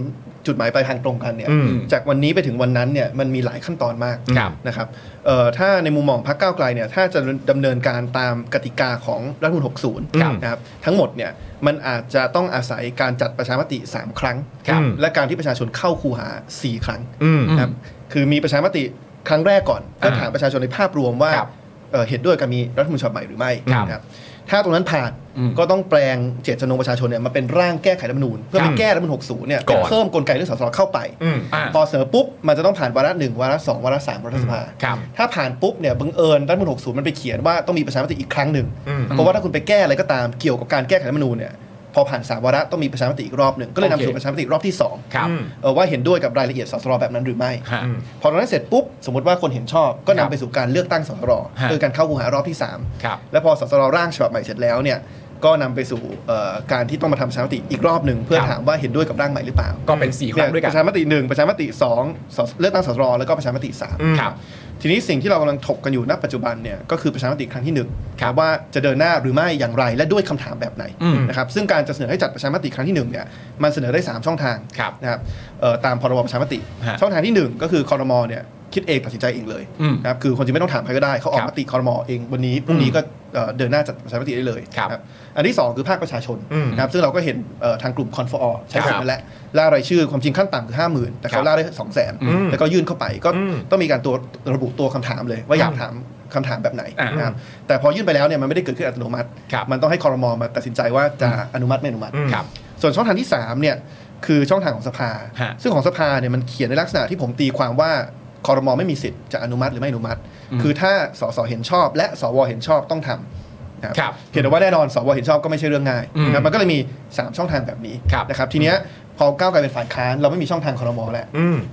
จุดหมายปลายทางตรงกันเนี่ย
อืม
จากวันนี้ไปถึงวันนั้นเนี่ยมันมีหลายขั้นตอนมาก
ครับ
นะครับเอ่อถ้าในมุมมองพรรคก้าวไกลเนี่ยถ้าจะดำเนินการตามกติกาของรัฐธรรมนูญ
ครับ
60นะครับทั้งหมดเนี่ยมันอาจจะต้องอาศัยการจัดประชามติ 3 ครั้ง
ครับ
และการที่ประชาชนเข้าคูหา 4 ครั้ง
อืม
นะครับคือมีประชามติครั้งแรกก่อนเพื่อ
อ่า
ถามประชาชนในภาพรวมว่า
ครับ
เอ่อเห็นด้วยกับมีรัฐธรรมนูญฉบับใหม่หรือไม่
ครับ
นะครับถ้าตรงนั้นผ่าน
อืม
ก็ต้องแปลงเจตจำนงประชาชนเนี่ยมาเป็นร่างแก้ไขรัฐธรรมนูญ เพื่อ
ครั
ไป
บ
แก้รัฐธรรมนูญ60 เนี่ย
ก่อน
เพิ่มกลไกเรื่องสสเข้าไป
า
พอเสนอปุ๊บ มันจะต้องผ่านวาระหนึ่งวาระสองวาระสามรัฐสภา
ครับ
ถ้าผ่านปุ๊บเนี่ยบังเอิญรัฐธรรมนูญ60 มันไปเขียนว่าต้องมีประชามติอีกครั้งหนึ่ง เพราะว่าถ้าคุณไปแก้อะไรก็ตามเกี่ยวกับการแก้ไขรัฐธรรมนูญเนี่ยพอผ่านสามวาระต้องมีประชามติอีกรอบหนึ่งก็เล
โอเคน
ยำสู่ประชามติรอบที่สอง
ครับ
เอ่อว่าเห็นด้วยกับรายละเอียดสสรแบบนั้นหรือไม่
ฮะ
พอตอนนั้นเสร็จปุ๊บสมมติว่าคนเห็นชอบก็
ครั
นำ
บ
ไปสู่การเลือกตั้งสสร
ฮะ
คือการเข้าคูหารอบที่สาม
ครับ
แล้วพอสสรร่างฉบับใหม่เสร็จแล้วเนี่ยก็นำไปสู่เอ่อการที่ต้องมาทำประชามติอีกรอบหนึ่งเพื่อ
ครับ
ถามว่าเห็นด้วยกับร่างใหม่หรือเปล่า
ก็เป็นสี่ครั้งด้วยกั
ป
น
ระชามติหนึ่งประชามติสองสเลือกตั้งสสรแล้วก็ประชามติสาม
ครับ
ทีนี้สิ่งที่เรากำลังถกกันอยู่ณปัจจุบันเนี่ยก็คือประชามติครั้งที่หนึ่ง
ครับ
ว่าจะเดินหน้าหรือไม่อย่างไรและด้วยคำถามแบบไหน
อืม
นะครับซึ่งการจะเสนอให้จัดประชามติครั้งที่หนึ่งเนี่ยมันเสนอได้สามช่องทาง
ครับ
นะครับเอ่อตามพรบประชามติ
ฮะ
ช่องทางที่หนึ่งก็คือคอรมอเนี่ยคิดเองตัดสินใจเองเลย
อืม
นะครับคือคนจริงไม่ต้องถามใครก็ได้เขาออ
ค
ก
รับ
มติคอรมอเองวันนี้พรุ่งนี้ก็ เอ่อเดินหน้าจัดประชามติได้เลย
ครับ
นะอันที่ 2 คือภาคประชาชนนะครับซึ่งเราก็เห็นเอ่อทางกลุ่มคอนฟอร์ใช้สิ
ครั
ท
บ
ธิ์มาแล้วล่ารายชื่อความจริงขั้นต่ำคือ 5 0,000 แต่
ครั
เขา
บ
ล่าได้ 2 0 0 0 0 0แล้วก็ยื่นเข้าไปก็ต้องมีการตัวระบุตัวคำถามเลย ว่าอยากถามคำถามแบบไหน
อ่าน
นะครับแต่พอยื่นไปแล้วเนี่ยมันไม่ได้เกิดขึ้นอัตโนมัติ
ครับ
มันต้องให้คอรมอมาตัดสินใจว่าจะอนุมัติไม่อนุมัติ
ครับ
ส่วนช่องทางที่สามเนี่ยคือช่องทางของสภา
ฮะ
ซึ่งของสภาเนี่ยมันเขียนในลักษณะที่ผมตีความว่าคอรมอไม่มีสิทธิ์จะอนุมัติหรือไม่อนุมัติ คือถ้าสสเห็นชอบ และสวเห็นชอบต้องทำนะครับ เห็นแต่ว่าแน่นอนสวเห็นชอบก็ไม่ใช่เรื่องง่าย
อืม
นะครับมันก็เลยมี 3 ช่องทางแบบนี้
ครับ
นะครับทีเนี้ยพอก้าวไกลเป็นฝ่ายค้านเราไม่มีช่องทางคอรมอแล้ว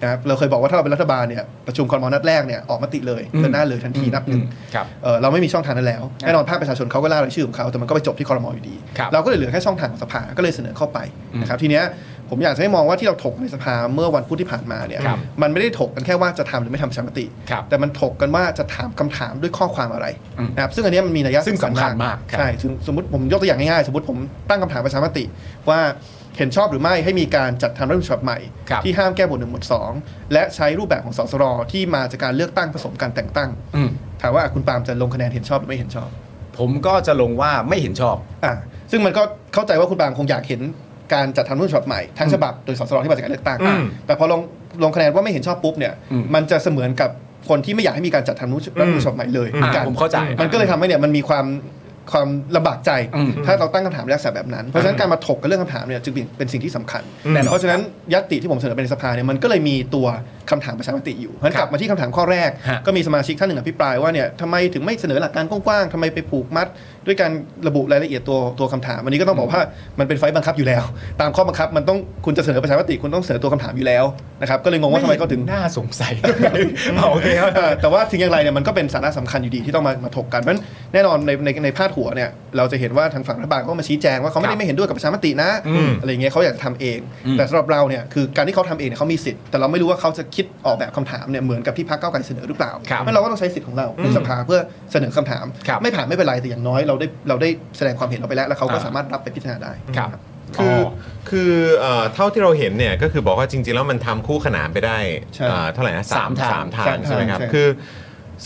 นะครับเราเคยบอกว่าถ้าเราเป็นรัฐบาลเนี่ยประชุมคอรมอนัดแรกเนี่ยออกมติเลย
อืม
เดินหน้าเลยทันทีนับหนึ่ง
ครับ
เอ่อเราไม่มีช่องทางนั้นแล้วแน่นอนภาคประชาชนเขาก็ล่ารายชื่อของเขาแต่มันก็ไปจบที่คอรมออยู่ดี
ครับ
เราก็เลยเหลือแค่ช่องทางของสภาก็เลยเสนอเข้าไปนะครับทีเนี้ยผมอยากจะให้มองว่าที่เราถกในสภาเมื่อวันพุธที่ผ่านมาเนี่ย
ครับ
มันไม่ได้ถกกันแค่ว่าจะทำหรือไม่ทำประชามติ
ครับ
แต่มันถกกันว่าจะถามคำถามด้วยข้อความอะไร
อืม
นะครับซึ่งอันเนี้ยมันมีนัยยะ
ซึ่งสำคัญมากครับ
ใช่ถึงสมมติผมยกตัวอย่างง่ายๆสมมติผมตั้งคำถามประชามติ ว่าเห็นชอบหรือไม่ให้มีการจัดทำรัฐธรรมนูญฉบับใหม่
ครับ
ที่ห้ามแก้บทหนึ่งบทสองและใช้รูปแบบของสสรที่มาจากการเลือกตั้งผสมการแต่งตั้ง
อืม
ถามว่าคุณปาล์มจะลงคะแนนเห็นชอบหรือไม่เห็นชอบ
ผมก็จะลงว่าไม่เห็นชอบ
อ่ะซึ่งมันก็เข้าใจว่าคุณปาล์มคงอยากเห็นการจัดทำรัฐธรรมนูญฉบับใหม่ทั้งฉบับโดยสสรที่มาจากการเลือกตั้ง แต่พอลง ลงคะแนนว่าไม่เห็นชอบปุ๊บเนี่ย
อืม
มันจะเสมือนกับคนที่ไม่อยากให้มีการจัดทำรัฐธรรมนูญฉบับใหม่เลยหมือนกัน
อ่าผมเข้าใจ
มันก็เลยทำให้เนี่ยมันมีความความลำบากใจ
อืม
ถ้าเราตั้งคำถามในลักษณะแบบนั้น เพราะฉะนั้นการมาถกกันเรื่องคำถามเนี่ยจึงเป็นเป็นสิ่งที่สำคัญ
แน่นอน
เพราะฉะนั้นยัตติที่ผมเสนอไปในสภาเนี่ยมันก็เลยมีตัวคำถามประชามติอยู่เพราะฉะนั้น
ค
ก
รับ
ลับมาที่คำถามข้อแรก
ฮะ
ก็มีสมาชิกท่านหนึ่งอภิปรายว่าเนี่ยทำไมถึงไม่เสนอหลักการกว้างๆทำไมไปผูกมัด ด้วยการระบุรายละเอียดตัวตัวคำถาม วันนี้ก็ต้องบอกว่ามันเป็นไฟล์บังคับอยู่แล้ว ตามข้อบังคับมันต้องคุณจะเสนอประชามติคุณต้องเสนอตัวคำถามอยู่แล้วนะครับก็เลยงงว่าทำไมก็ถึง
น่าสงสัย โอเคครับ
เออ แต่ว่าถึงอย่างไรเนี่ยมันก็เป็นสาระสำคัญอยู่ดีที่ต้องมามาถกกันเพราะฉะนั้นแน่นอนในในในพาดหัวเนี่ยเราจะเห็นว่าทางฝั่งรัฐบาลก็มาชี้แจงว่าเขาไม่
ครั
ได้
บ
ไม่เห็นด้วยกับประชามตินะ
อืม
อะไรเงี้ยเขาอยากจะทำเอง
อืม
แต่สำหรับเราเนี่ยคือการที่เขาทำเองเนี่ยเขามีสิทธิ์แต่เราไม่รู้ว่าเขาจะคิดออกแบบคำถามเนี่ยเหมือนกับที่พรรคก้าวไกลเสนอหรือเปล่า
ครับ
เพราะเราก็ต้องใช้สิทธิ์ของเราในสภาเพื่อเสนอคำถาม
ครับ
ไม่ผ่านไม่เป็นไรแต่อย่างน้อยเราได้เราได้แสดงความเห็นเราไปแล้วแล้วเขาก็
อ่า
สามารถรับไปพิจารณาได้
ครับ
คืออคือเอ่อเท่าที่เราเห็นเนี่ยก็คือบอกว่าจริง ๆ แล้วมันทำคู่ขนานไปได้
ใช่
เอ่อเท่าไหร่นะสาม
สามทาง
สามทางใช่ไหมครับ
ใช่
คือ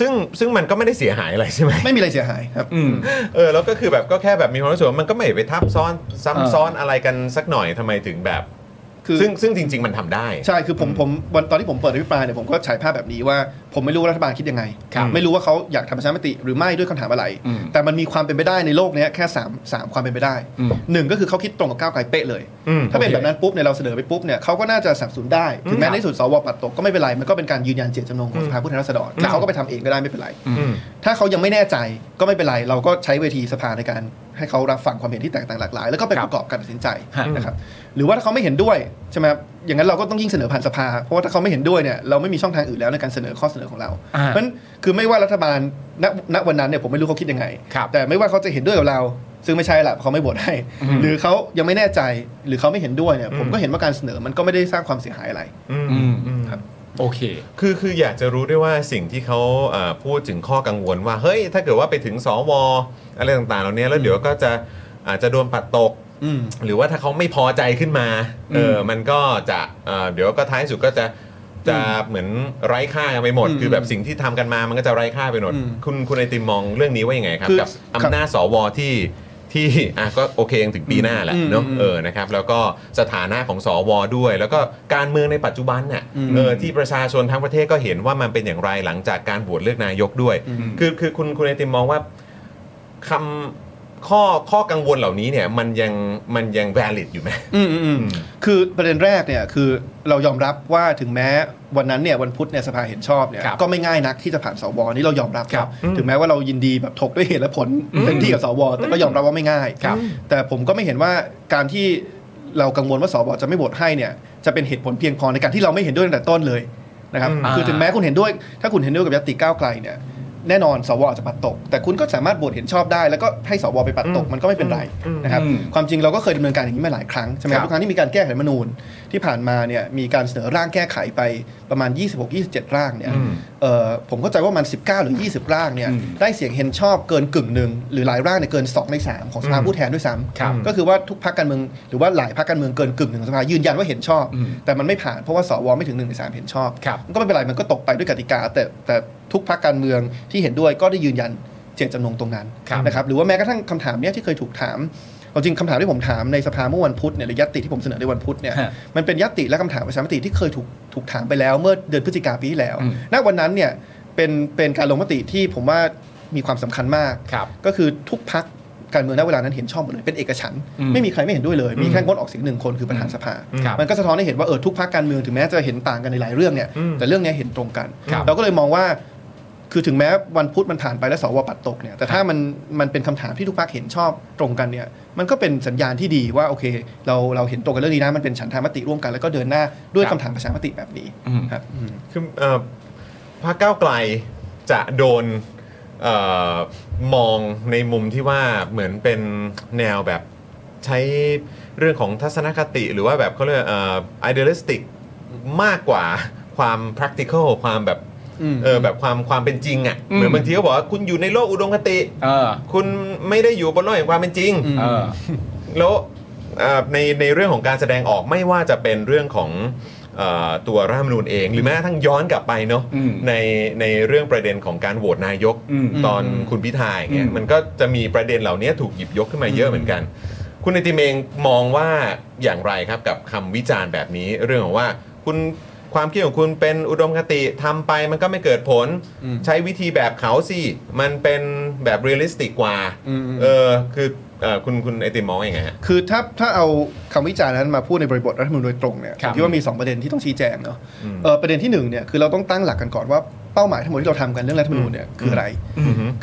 ซึ่งซึ่งมันก็ไม่ได้เสียหายอะไรใช่ไหม
ไม่มีอะไรเสียหายครับ
อืม
เออแล้วก็คือแบบก็แค่แบบมีความรู้สึกว่ามันก็ไม่ไปทับซ้อนซ้ำ
เออ
ซ้อนอะไรกันสักหน่อยทำไมถึงแบบ
คือ
ซึ่งซึ่งจริง ๆ มันทำได้
ใช่ คือผมผมวันตอนที่ผมเปิดอภิปรายเนี่ยผมก็ฉายภาพแบบนี้ว่า ผมไม่รู้ว่ารัฐบาลคิดยังไง
ครับ
ไม่รู้ว่าเขาอยากทำประชามติหรือไม่ด้วยคำถามอะไร
อืม
แต่มันมีความเป็นไปได้ในโลกเนี้ยแค่3 3ความเป็นไปได้
อืม
หนึ่งก็คือเขาคิดตรงกับก้าวไกลเป๊ะเลย
อืม
ถ้าเป็น
โอเค
แบบนั้นปุ๊บเนี่ยเราเสนอไปปุ๊บเนี่ยเขาก็น่าจะสนับสนุนได้ ถึงแม้ในที่สุดสวปัดตกก็ไม่เป็นไร มันก็เป็นการยืนยันเจตจำนงของสภาผู้แทนราษฎรแต่เขาก็ไปทำเองก็ได้ไม่เป็นไร
อืม
ถ้าเขายังไม่แน่ใจก็ไม่เป็นไร เราก็ใช้เวทีสภาในการให้เขารับฟังความเห็นที่แตกต่างหลากหลาย แล้วก็ไป
ครั
ป
บ
ระกอบการตัดสินใจ
ฮะ
นะครับหรือว่าถ้าเขาไม่เห็นด้วยใช่ไหมครับอย่างนั้นเราก็ต้องยิ่งเสนอผ่านสภา เพราะว่าถ้าเขาไม่เห็นด้วยเนี่ยเราไม่มีช่องทางอื่นแล้วในการเสนอข้อเสนอของเรา
อ่า
เพราะฉะนั้นคือไม่ว่ารัฐบาลณณวันนั้นเนี่ยผมไม่รู้เขาคิดยังไง
ครับ
แต่ไม่ว่าเขาจะเห็นด้วยกับเรา ซึ่งไม่ใช่ละเขาไม่บวชให้
อืม
หรือเขายังไม่แน่ใจหรือเขาไม่เห็นด้วยเนี่ยผมก็เห็นว่าการเสนอมันก็ไม่ได้สร้างความเสียหายอะไร
อืม
อืม
อืม
ครับ
โอเค
คือคืออยากจะรู้ด้วยว่าสิ่งที่เขาเอ่อพูดถึงข้อกังวลว่าเฮ้ยถ้าเกิดว่าไปถึงสวอะไรต่างๆเหล่านี้แล้วเดี๋ยวก็จะอาจจะโดนปัดตก
อืม
หรือว่าถ้าเขาไม่พอใจขึ้นมาเอออมันก็จะเอ่อเดี๋ยวก็ท้ายสุดก็จะจะเหมือนไร้ค่ากันไปหมด
อืม
คือแบบสิ่งที่ทำกันมามันก็จะไร้ค่าไปหมด
อืม
คุณคุณไอติมมองเรื่องนี้ว่ายังไงครับ
คือ
กับอำนาจสวที่ที่อ่ะก็โอเคยังถึงปีหน้าแหละ
อืม
เนาะ
อืม
เออนะครับแล้วก็สถานะของสวด้วย แล้วก็การเมืองในปัจจุบันเนี่ย
อืม
เออที่ประชาชนทั้งประเทศก็เห็นว่ามันเป็นอย่างไรหลังจากการโหวตเลือกนายกด้วย คือคือคุณคุณไอติมมองว่า คำข้อข้อกังวลเหล่านี้เนี่ยมันยังมันยัง valid อยู่ไหม
อืมอืมอืมคือประเด็นแรกเนี่ยคือเรายอมรับว่าถึงแม้วันนั้นเนี่ยวันพุธเนี่ยสภาเห็นชอบเนี่ย
ครับ
ก็ไม่ง่ายนักที่จะผ่านสวนี่เรายอมรับ
ครั
ครั
บบ อืม
ถึงแม้ว่าเรายินดีแบบถกด้วยเหตุและผลเต็มที่กับสวแต่ก็ยอมรับว่าไม่ง่าย
ครับ
แต่ผมก็ไม่เห็นว่าการที่เรากังวลว่าสวจะไม่โหวตให้เนี่ยจะเป็นเหตุผลเพียงพอในการที่เราไม่เห็นด้วยตั้งแต่ต้นเลยนะครับ
อ่า
คือถึงแม้คุณเห็นด้วย ถ้าคุณเห็นด้วยกับยติก้าวไกลเนี่ยแน่นอนสวอาจจะปัดตก แต่คุณก็สามารถโหวตเห็นชอบได้ แล้วก็ให้สวไปปัดตกมันก็ไม่เป็นไรนะครับ
อืม
ความจริงเราก็เคยดำเนินการอย่างนี้มาหลายครั้งใช่ไหมค
ครั
รับบ ทุกครั้งที่มีการแก้ไขรัฐธรรมนูญที่ผ่านมาเนี่ยมีการเสนอร่างแก้ไขไปประมาณ 26-27 ร่างเนี่ยเอ่อผมเข้าใจว่ามัน 19 หรือ 20 ร่างเนี่ย
อืม
ได้เสียงเห็นชอบเกินกึ่งหนึ่งหรือหลายร่างเนี่ยเกิน 2 ใน 3 ของสภาผู้แทนด้วยซ้
ครับ
ำก็คือว่าทุกพรรคการเมืองหรือว่าหลายพรรคการเมืองเกินกึ่งหนึ่งของสภายืนยันว่าเห็นชอบ
อืม
แต่มันไม่ผ่านเพราะว่าสวไม่ถึงหนึ่งในสามเห็นชอบ
ครับ
มันก็ไม่เป็นไรมันก็ตกไปด้วยกติกา แต่แต่ทุกพรรคการเมืองที่เห็นด้วยก็ได้ยืนยันเจตจำนงตรงนั้น
ครับ
นะครับหรือว่าแม้กระทั่งคำถามเนี้ยที่เคยถูกถามเอาจริงคำถามที่ผมถามในสภาเมื่อวันพุธเนี่ยหรือยัตติที่ผมเสนอในวันพุธเนี่ย
ฮะ
มันเป็นยัตติและคำถามประชามติที่เคยถูกถูกถามไปแล้วเมื่อเดือนพฤศจิกาปีที่แล้ว
อืม
ณวันนั้นเนี่ยเป็นเป็นการลงมติที่ผมว่ามีความสำคัญมาก
ครับ
ก็คือทุกพักการเมืองณเวลานั้นเห็นชอบหมดเลยเป็นเอกฉันท์
อืม
ไม่มีใครไม่เห็นด้วยเลย มีแค่งดออกเสียงหนึ่งคนคือประธานสภา
ครับ
มันก็สะท้อนให้เห็นว่าเออทุกพักการเมืองถึงแม้จะเห็นต่างกันในหลายเรื่องเนี่ยแต่เรื่องเนี้ยเห็นตรงกัน
ครับ
เราก็เลยมองว่า คือถึงแม้วันพุธมันผ่านไปแล้วสวปัดตกเนี่ยแต่ถ้ามันมันเป็นคำถามที่ทุกพักเห็นชอบตรงกันเนี่ยมันก็เป็นสัญญาณที่ดีว่าโอเค เราเราเห็นตรงกันเรื่องนี้นะมันเป็นฉันทามติร่วมกันแล้วก็เดินหน้าด้วย
ครับ
คำถามประชามติแบบนี้
อืม
ครับอืม
คือเอ่อพรรคก้าวไกลจะโดนเออมองในมุมที่ว่าเหมือนเป็นแนวแบบใช้เรื่องของทัศนคติ หรือว่าแบบเขาเรียกเอ่อ idealistic มากกว่าความ practical ความแบบ
อืม
เออแบบความความเป็นจริงอะ่ะ
อืม
เหมือนบางทีเขาบอกว่าคุณอยู่ในโลกอุดมคติ
เออ
คุณไม่ได้อยู่บนโลกแห่งความเป็นจริง
เออ
แล้วเอ่อในในเรื่องของการแสดงออกไม่ว่าจะเป็นเรื่องของเอ่อตัวรัฐธรรมนูญเอง หรือแม้กระทั่งย้อนกลับไปเนาะ
อืม
ในในเรื่องประเด็นของการโหวตนายก
อืม
ตอนคุณพิธาอย่างเงี้ย
อืม
มันก็จะมีประเด็นเหล่านี้ถูกหยิบยกขึ้นมาเยอะเหมือนกัน คุณไอติมเองมองว่าอย่างไรครับกับคำวิจารณ์แบบนี้ เรื่องของว่าคุณ ความคิดของคุณเป็นอุดมคติทำไปมันก็ไม่เกิดผล ใช้วิธีแบบเขาสิ มันเป็นแบบเรียลลิสติกกว่า เออ คือเอ่อคุณคุณไอติมมองว่ายังไงฮะ
คือถ้าถ้าเอาคำวิจารณ์นั้นมาพูดในบริบทรัฐธรรมนูญโดยตรงเนี่ย
ครับ
ผมคิดว่ามี 2 ประเด็นที่ต้องชี้แจงเนาะเอ่อประเด็นที่หนึ่งเนี่ยคือเราต้องตั้งหลักกันก่อนว่าเป้าหมายทั้งหมดที่เราทำกันเรื่องรัฐธรรมนูญเนี่ยคืออะไร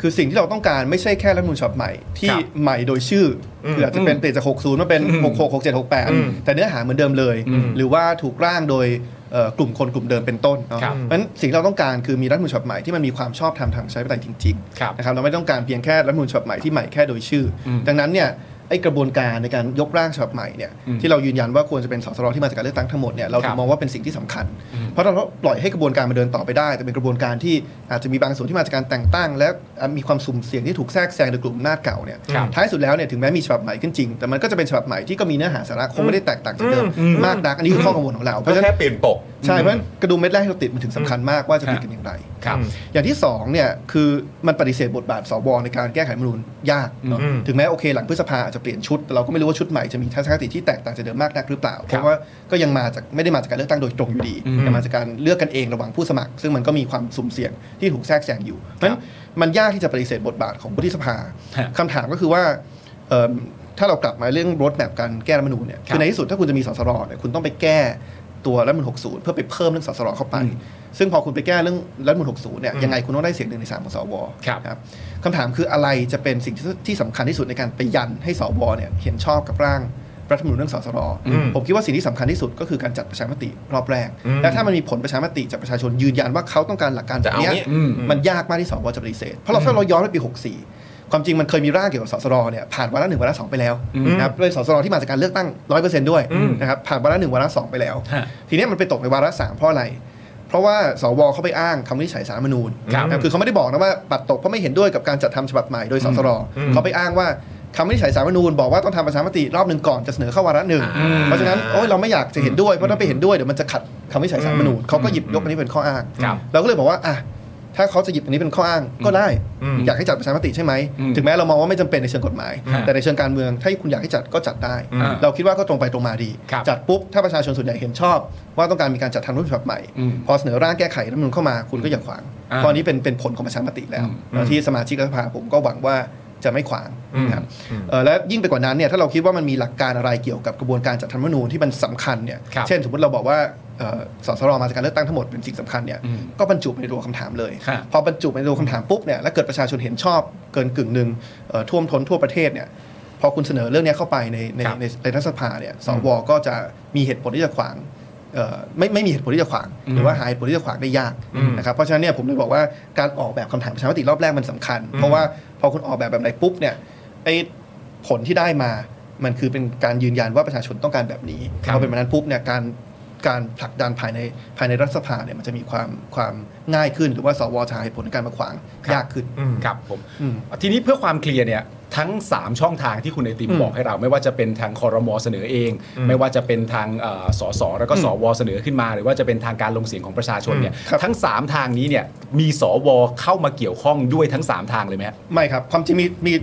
คือสิ่งที่เราต้องการไม่ใช่แค่รัฐธรรมนูญฉบับใหม่ที่
ครับ
ใหม่โดยชื่ออ
ม
คืออาจจะเป็นเปลี่ยนจาก 60มาเป็น 66 67
อืม
68 แต่เนื้อหาเหมือนเดิมเลย หรือว่าถูกร่างโดยเอ่อกลุ่มคนกลุ่มเดิมเป็นต้นเนาะ
ครับ
เพราะฉะนั้นสิ่งที่เราต้องการคือมีรัฐธรรมนูญฉบับใหม่ที่มันมีความชอบธรรมทางประชาธิปไตยจริงๆ
ครับ
นะครับเราไม่ต้องการเพียงแค่รัฐธรรมนูญฉบับใหม่ที่ใหม่แค่โดยชื่ออ
ม
ดังนั้นเนี่ยไอกระบวนการในการยกร่างฉบับใหม่เนี่ย
อืม
ที่เรายืนยันว่าควรจะเป็นสสรที่มาจากการเลือกตั้งทั้งหมดเนี่ยเรา
ครั
ถึง
บ
มองว่าเป็นสิ่งที่สำคัญ เพราะเราปล่อยให้กระบวนการมาเดินต่อไปได้ แต่เป็นกระบวนการที่อาจจะมีบางส่วนที่มาจากการแต่งตั้ง และมีความสุ่มเสี่ยงที่ถูกแทรกแซงโดยกลุ่มอำนาจเก่าเนี่ย
ครับ
ท้ายสุดแล้วเนี่ยถึงแม้มีฉบับใหม่ขึ้นจริงแต่มันก็จะเป็นฉบับใหม่ที่ก็มีเนื้อหาสาระคงไม่ได้แตกต่างจากเดิมมากนักอันนี้คือข้อกังวลของเราเพ
ก็
ราะฉะ
แค่
นั้น
เปลี่ยนปก
ใช่เพราะฉะนั้นกระดุมเม็ดแรกที่เราติดมันถึงสำคัญมากว่าจะติดกันอย่างไร
ครับ
อย่างที่สองเนี่ยคือมันปฏิเสธบทบาทสวในการแก้ไขรัฐธรรมนูญยากเนอะ
อืม
ถึงแม้โอเคหลังพฤษภาอาจจะเปลี่ยนชุด แต่เราก็ไม่รู้ว่าชุดใหม่จะมีทัศนคติที่แตกต่างจากเดิมมากนักหรือเปล่า เพราะว่าก็ยังมาจากไม่ได้มาจากการเลือกตั้งโดยตรงอยู่ดี
อืม
แต่มาจากการเลือกกันเองระหว่างผู้สมัคร ซึ่งมันก็มีความสุ่มเสี่ยงที่ถูกแทรกแซงอยู่เพราะฉะนั้นมันยากที่จะปฏิเสธบทบาทของวุฒิสภา
ฮะ
คำถามก็คือว่าเอิ่มถ้าเรากลับมาเรื่องรถแมพการแก้รัฐธรรมนูญเนี่ย
ครับ
คือในที่สุดถ้าคุณจะมีสสรเนี่ยคุณต้องไปแก้ตัวรัฐธรรมนูญ60 เพื่อไปเพิ่มเรื่องสสรเข้าไป ซึ่งพอคุณไปแก้เรื่องรัฐธรรมนูล60 เนี่ย ยังไงคุณต้องได้เสียงหนึ่งในสามของสว
ครับ
ครับคำถามคืออะไรจะเป็นสิ่งที่ที่สำคัญที่สุดในการไปยันให้สวเนี่ยเห็นชอบกับร่างรัฐธรรมนูญเรื่องสสรผมคิดว่าสิ่งที่สำคัญที่สุดก็คือการจัดประชามติรอบแรก และถ้ามันมีผลประชามติจากประชาชนยืนยันว่าเขาต้องการหลักการแบบเนี้ย
จะเอาเนี้ย
อืม
มันยากมากที่สวจะปฏิเสธ เพราะเราถ้าเราย้อนไปปี 64 ความจริงมันเคยมีร่างเกี่ยวกับสสรเนี่ยผ่านวาระหนึ่งวาระสองไปแล้วนะครับโดยสสรที่มาจากการเลือกตั้งร้อยเปอร์เซ็นต์ด้วยนะครับผ่านวาระหนึ่งวาระสองไปแล้ว
ฮะ
ทีเนี้ยมันไปตกในวาระสามเพราะอะไร เพราะว่าสวเขาไปอ้างคำวินิจฉัยสารรัฐธรรมนูญ
ครับ
นะคือเขาไม่ได้บอกนะว่าปัดตกเพราะไม่เห็นด้วยกับการจัดทำฉบับใหม่โดยสสรเขาไปอ้างว่าคำวินิจฉัยสารรัฐธรรมนูญบอกว่าต้องทำประชามติรอบหนึ่งก่อนจะเสนอเข้าวาระหนึ่งเพราะฉะนั้นโอ้ยเราไม่อยากจะเห็นด้วยเพราะถ้าไปเห็นด้วยเดี๋ยวมันจะขัดคำวินิจฉัยสารรัฐธรรมนูญเขาก็หยิบยกอันนี้เป็นข้ออ้าง
ครับ
เราก็เลยบอกว่าอ่ะถ้าเขาจะหยิบอันนี้เป็นข้ออ้างก็ได้ อยากให้จัดประชามติใช่ไหม
อืม
ถึงแม้เรามองว่าไม่จำเป็นในเชิงกฎหมาย
ฮะ
แต่ในเชิงการเมืองถ้าคุณอยากให้จัดก็จัดได้
อ่า
เราคิดว่าก็ตรงไปตรงมาดี
ครับ
จัดปุ๊บถ้าประชาชนส่วนใหญ่เห็นชอบ ว่าต้องการมีการจัดทำรัฐธรรมนูญฉบับใหม่
อืม
พอเสนอร่างแก้ไขรัฐธรรมนูญเข้ามาคุณก็อย่าขวาง
อ่า
ตอนนี้เป็นเป็นผลของประชามติแล้ว
อืม
แล้วที่สมาชิกรัฐสภาผมก็หวังว่าจะไม่ขวางนะครับเอ่อและยิ่งไปกว่านั้นเนี่ยถ้าเราคิดว่ามันมีหลักการอะไรเกี่ยวกับกระบวนการจัดทำรัฐธรรมนูญที่มันสำคัญเนี่ย
ครับ
เช่นสมมติเราบอกว่าเอ่อสสรมาจากการเลือกตั้งทั้งหมดเป็นสิ่งสำคัญเนี่ย
อืม
ก็บรรจุไปในตัวคำถามเลย
ครับ
พอบรรจุไปในตัวคำถามปุ๊บเนี่ยและเกิดประชาชนเห็นชอบเกินกึ่งหนึ่งเอ่อท่วมท้นทั่วประเทศเนี่ยพอคุณเสนอเรื่องเนี้ยเข้าไปในใน
ครับ
ในในรัฐสภาเนี่ยสวก็จะมีเหตุผลที่จะขวางเอ่อไม่ไม่มีเหตุผลที่จะขวาง หรือว่าหาเหตุผลที่จะขวางได้ยากนะครับเพราะฉะนั้นเนี่ยผมเลยบอกว่าการออกแบบคำถามประชามติรอบแรกมันสำคัญ เพราะว่าพอคุณออกแบบแบบไหนปุ๊บเนี่ยไอผลที่ได้มามันคือเป็นการยืนยันว่าประชาชนต้องการแบบนี้
ครับ
พอเป็นแบบนั้นปุ๊บเนี่ยการ การผลักดันภายในภายในรัฐสภาเนี่ยมันจะมีความความง่ายขึ้น หรือว่าสวจะหาเหตุผลในการมาขวางยากขึ้น
ครับผม
อืม
ทีนี้เพื่อความเคลียร์เนี่ยทั้ง 3 ช่องทางที่คุณไอติม
อืม
บอกให้เรา ไม่ว่าจะเป็นทางคอรมอเสนอเอง ไม่ว่าจะเป็นทางเอ่อสสแล้วก็สวเสนอขึ้นมา หรือว่าจะเป็นทางการลงเสียงของประชาชนเนี่ย
ครับ
ทั้ง 3 ทางนี้เนี่ยมีสวเข้ามาเกี่ยวข้องด้วยทั้ง 3 ทางเลยไหมฮะ
ไม่ครับ ความจริงมีมี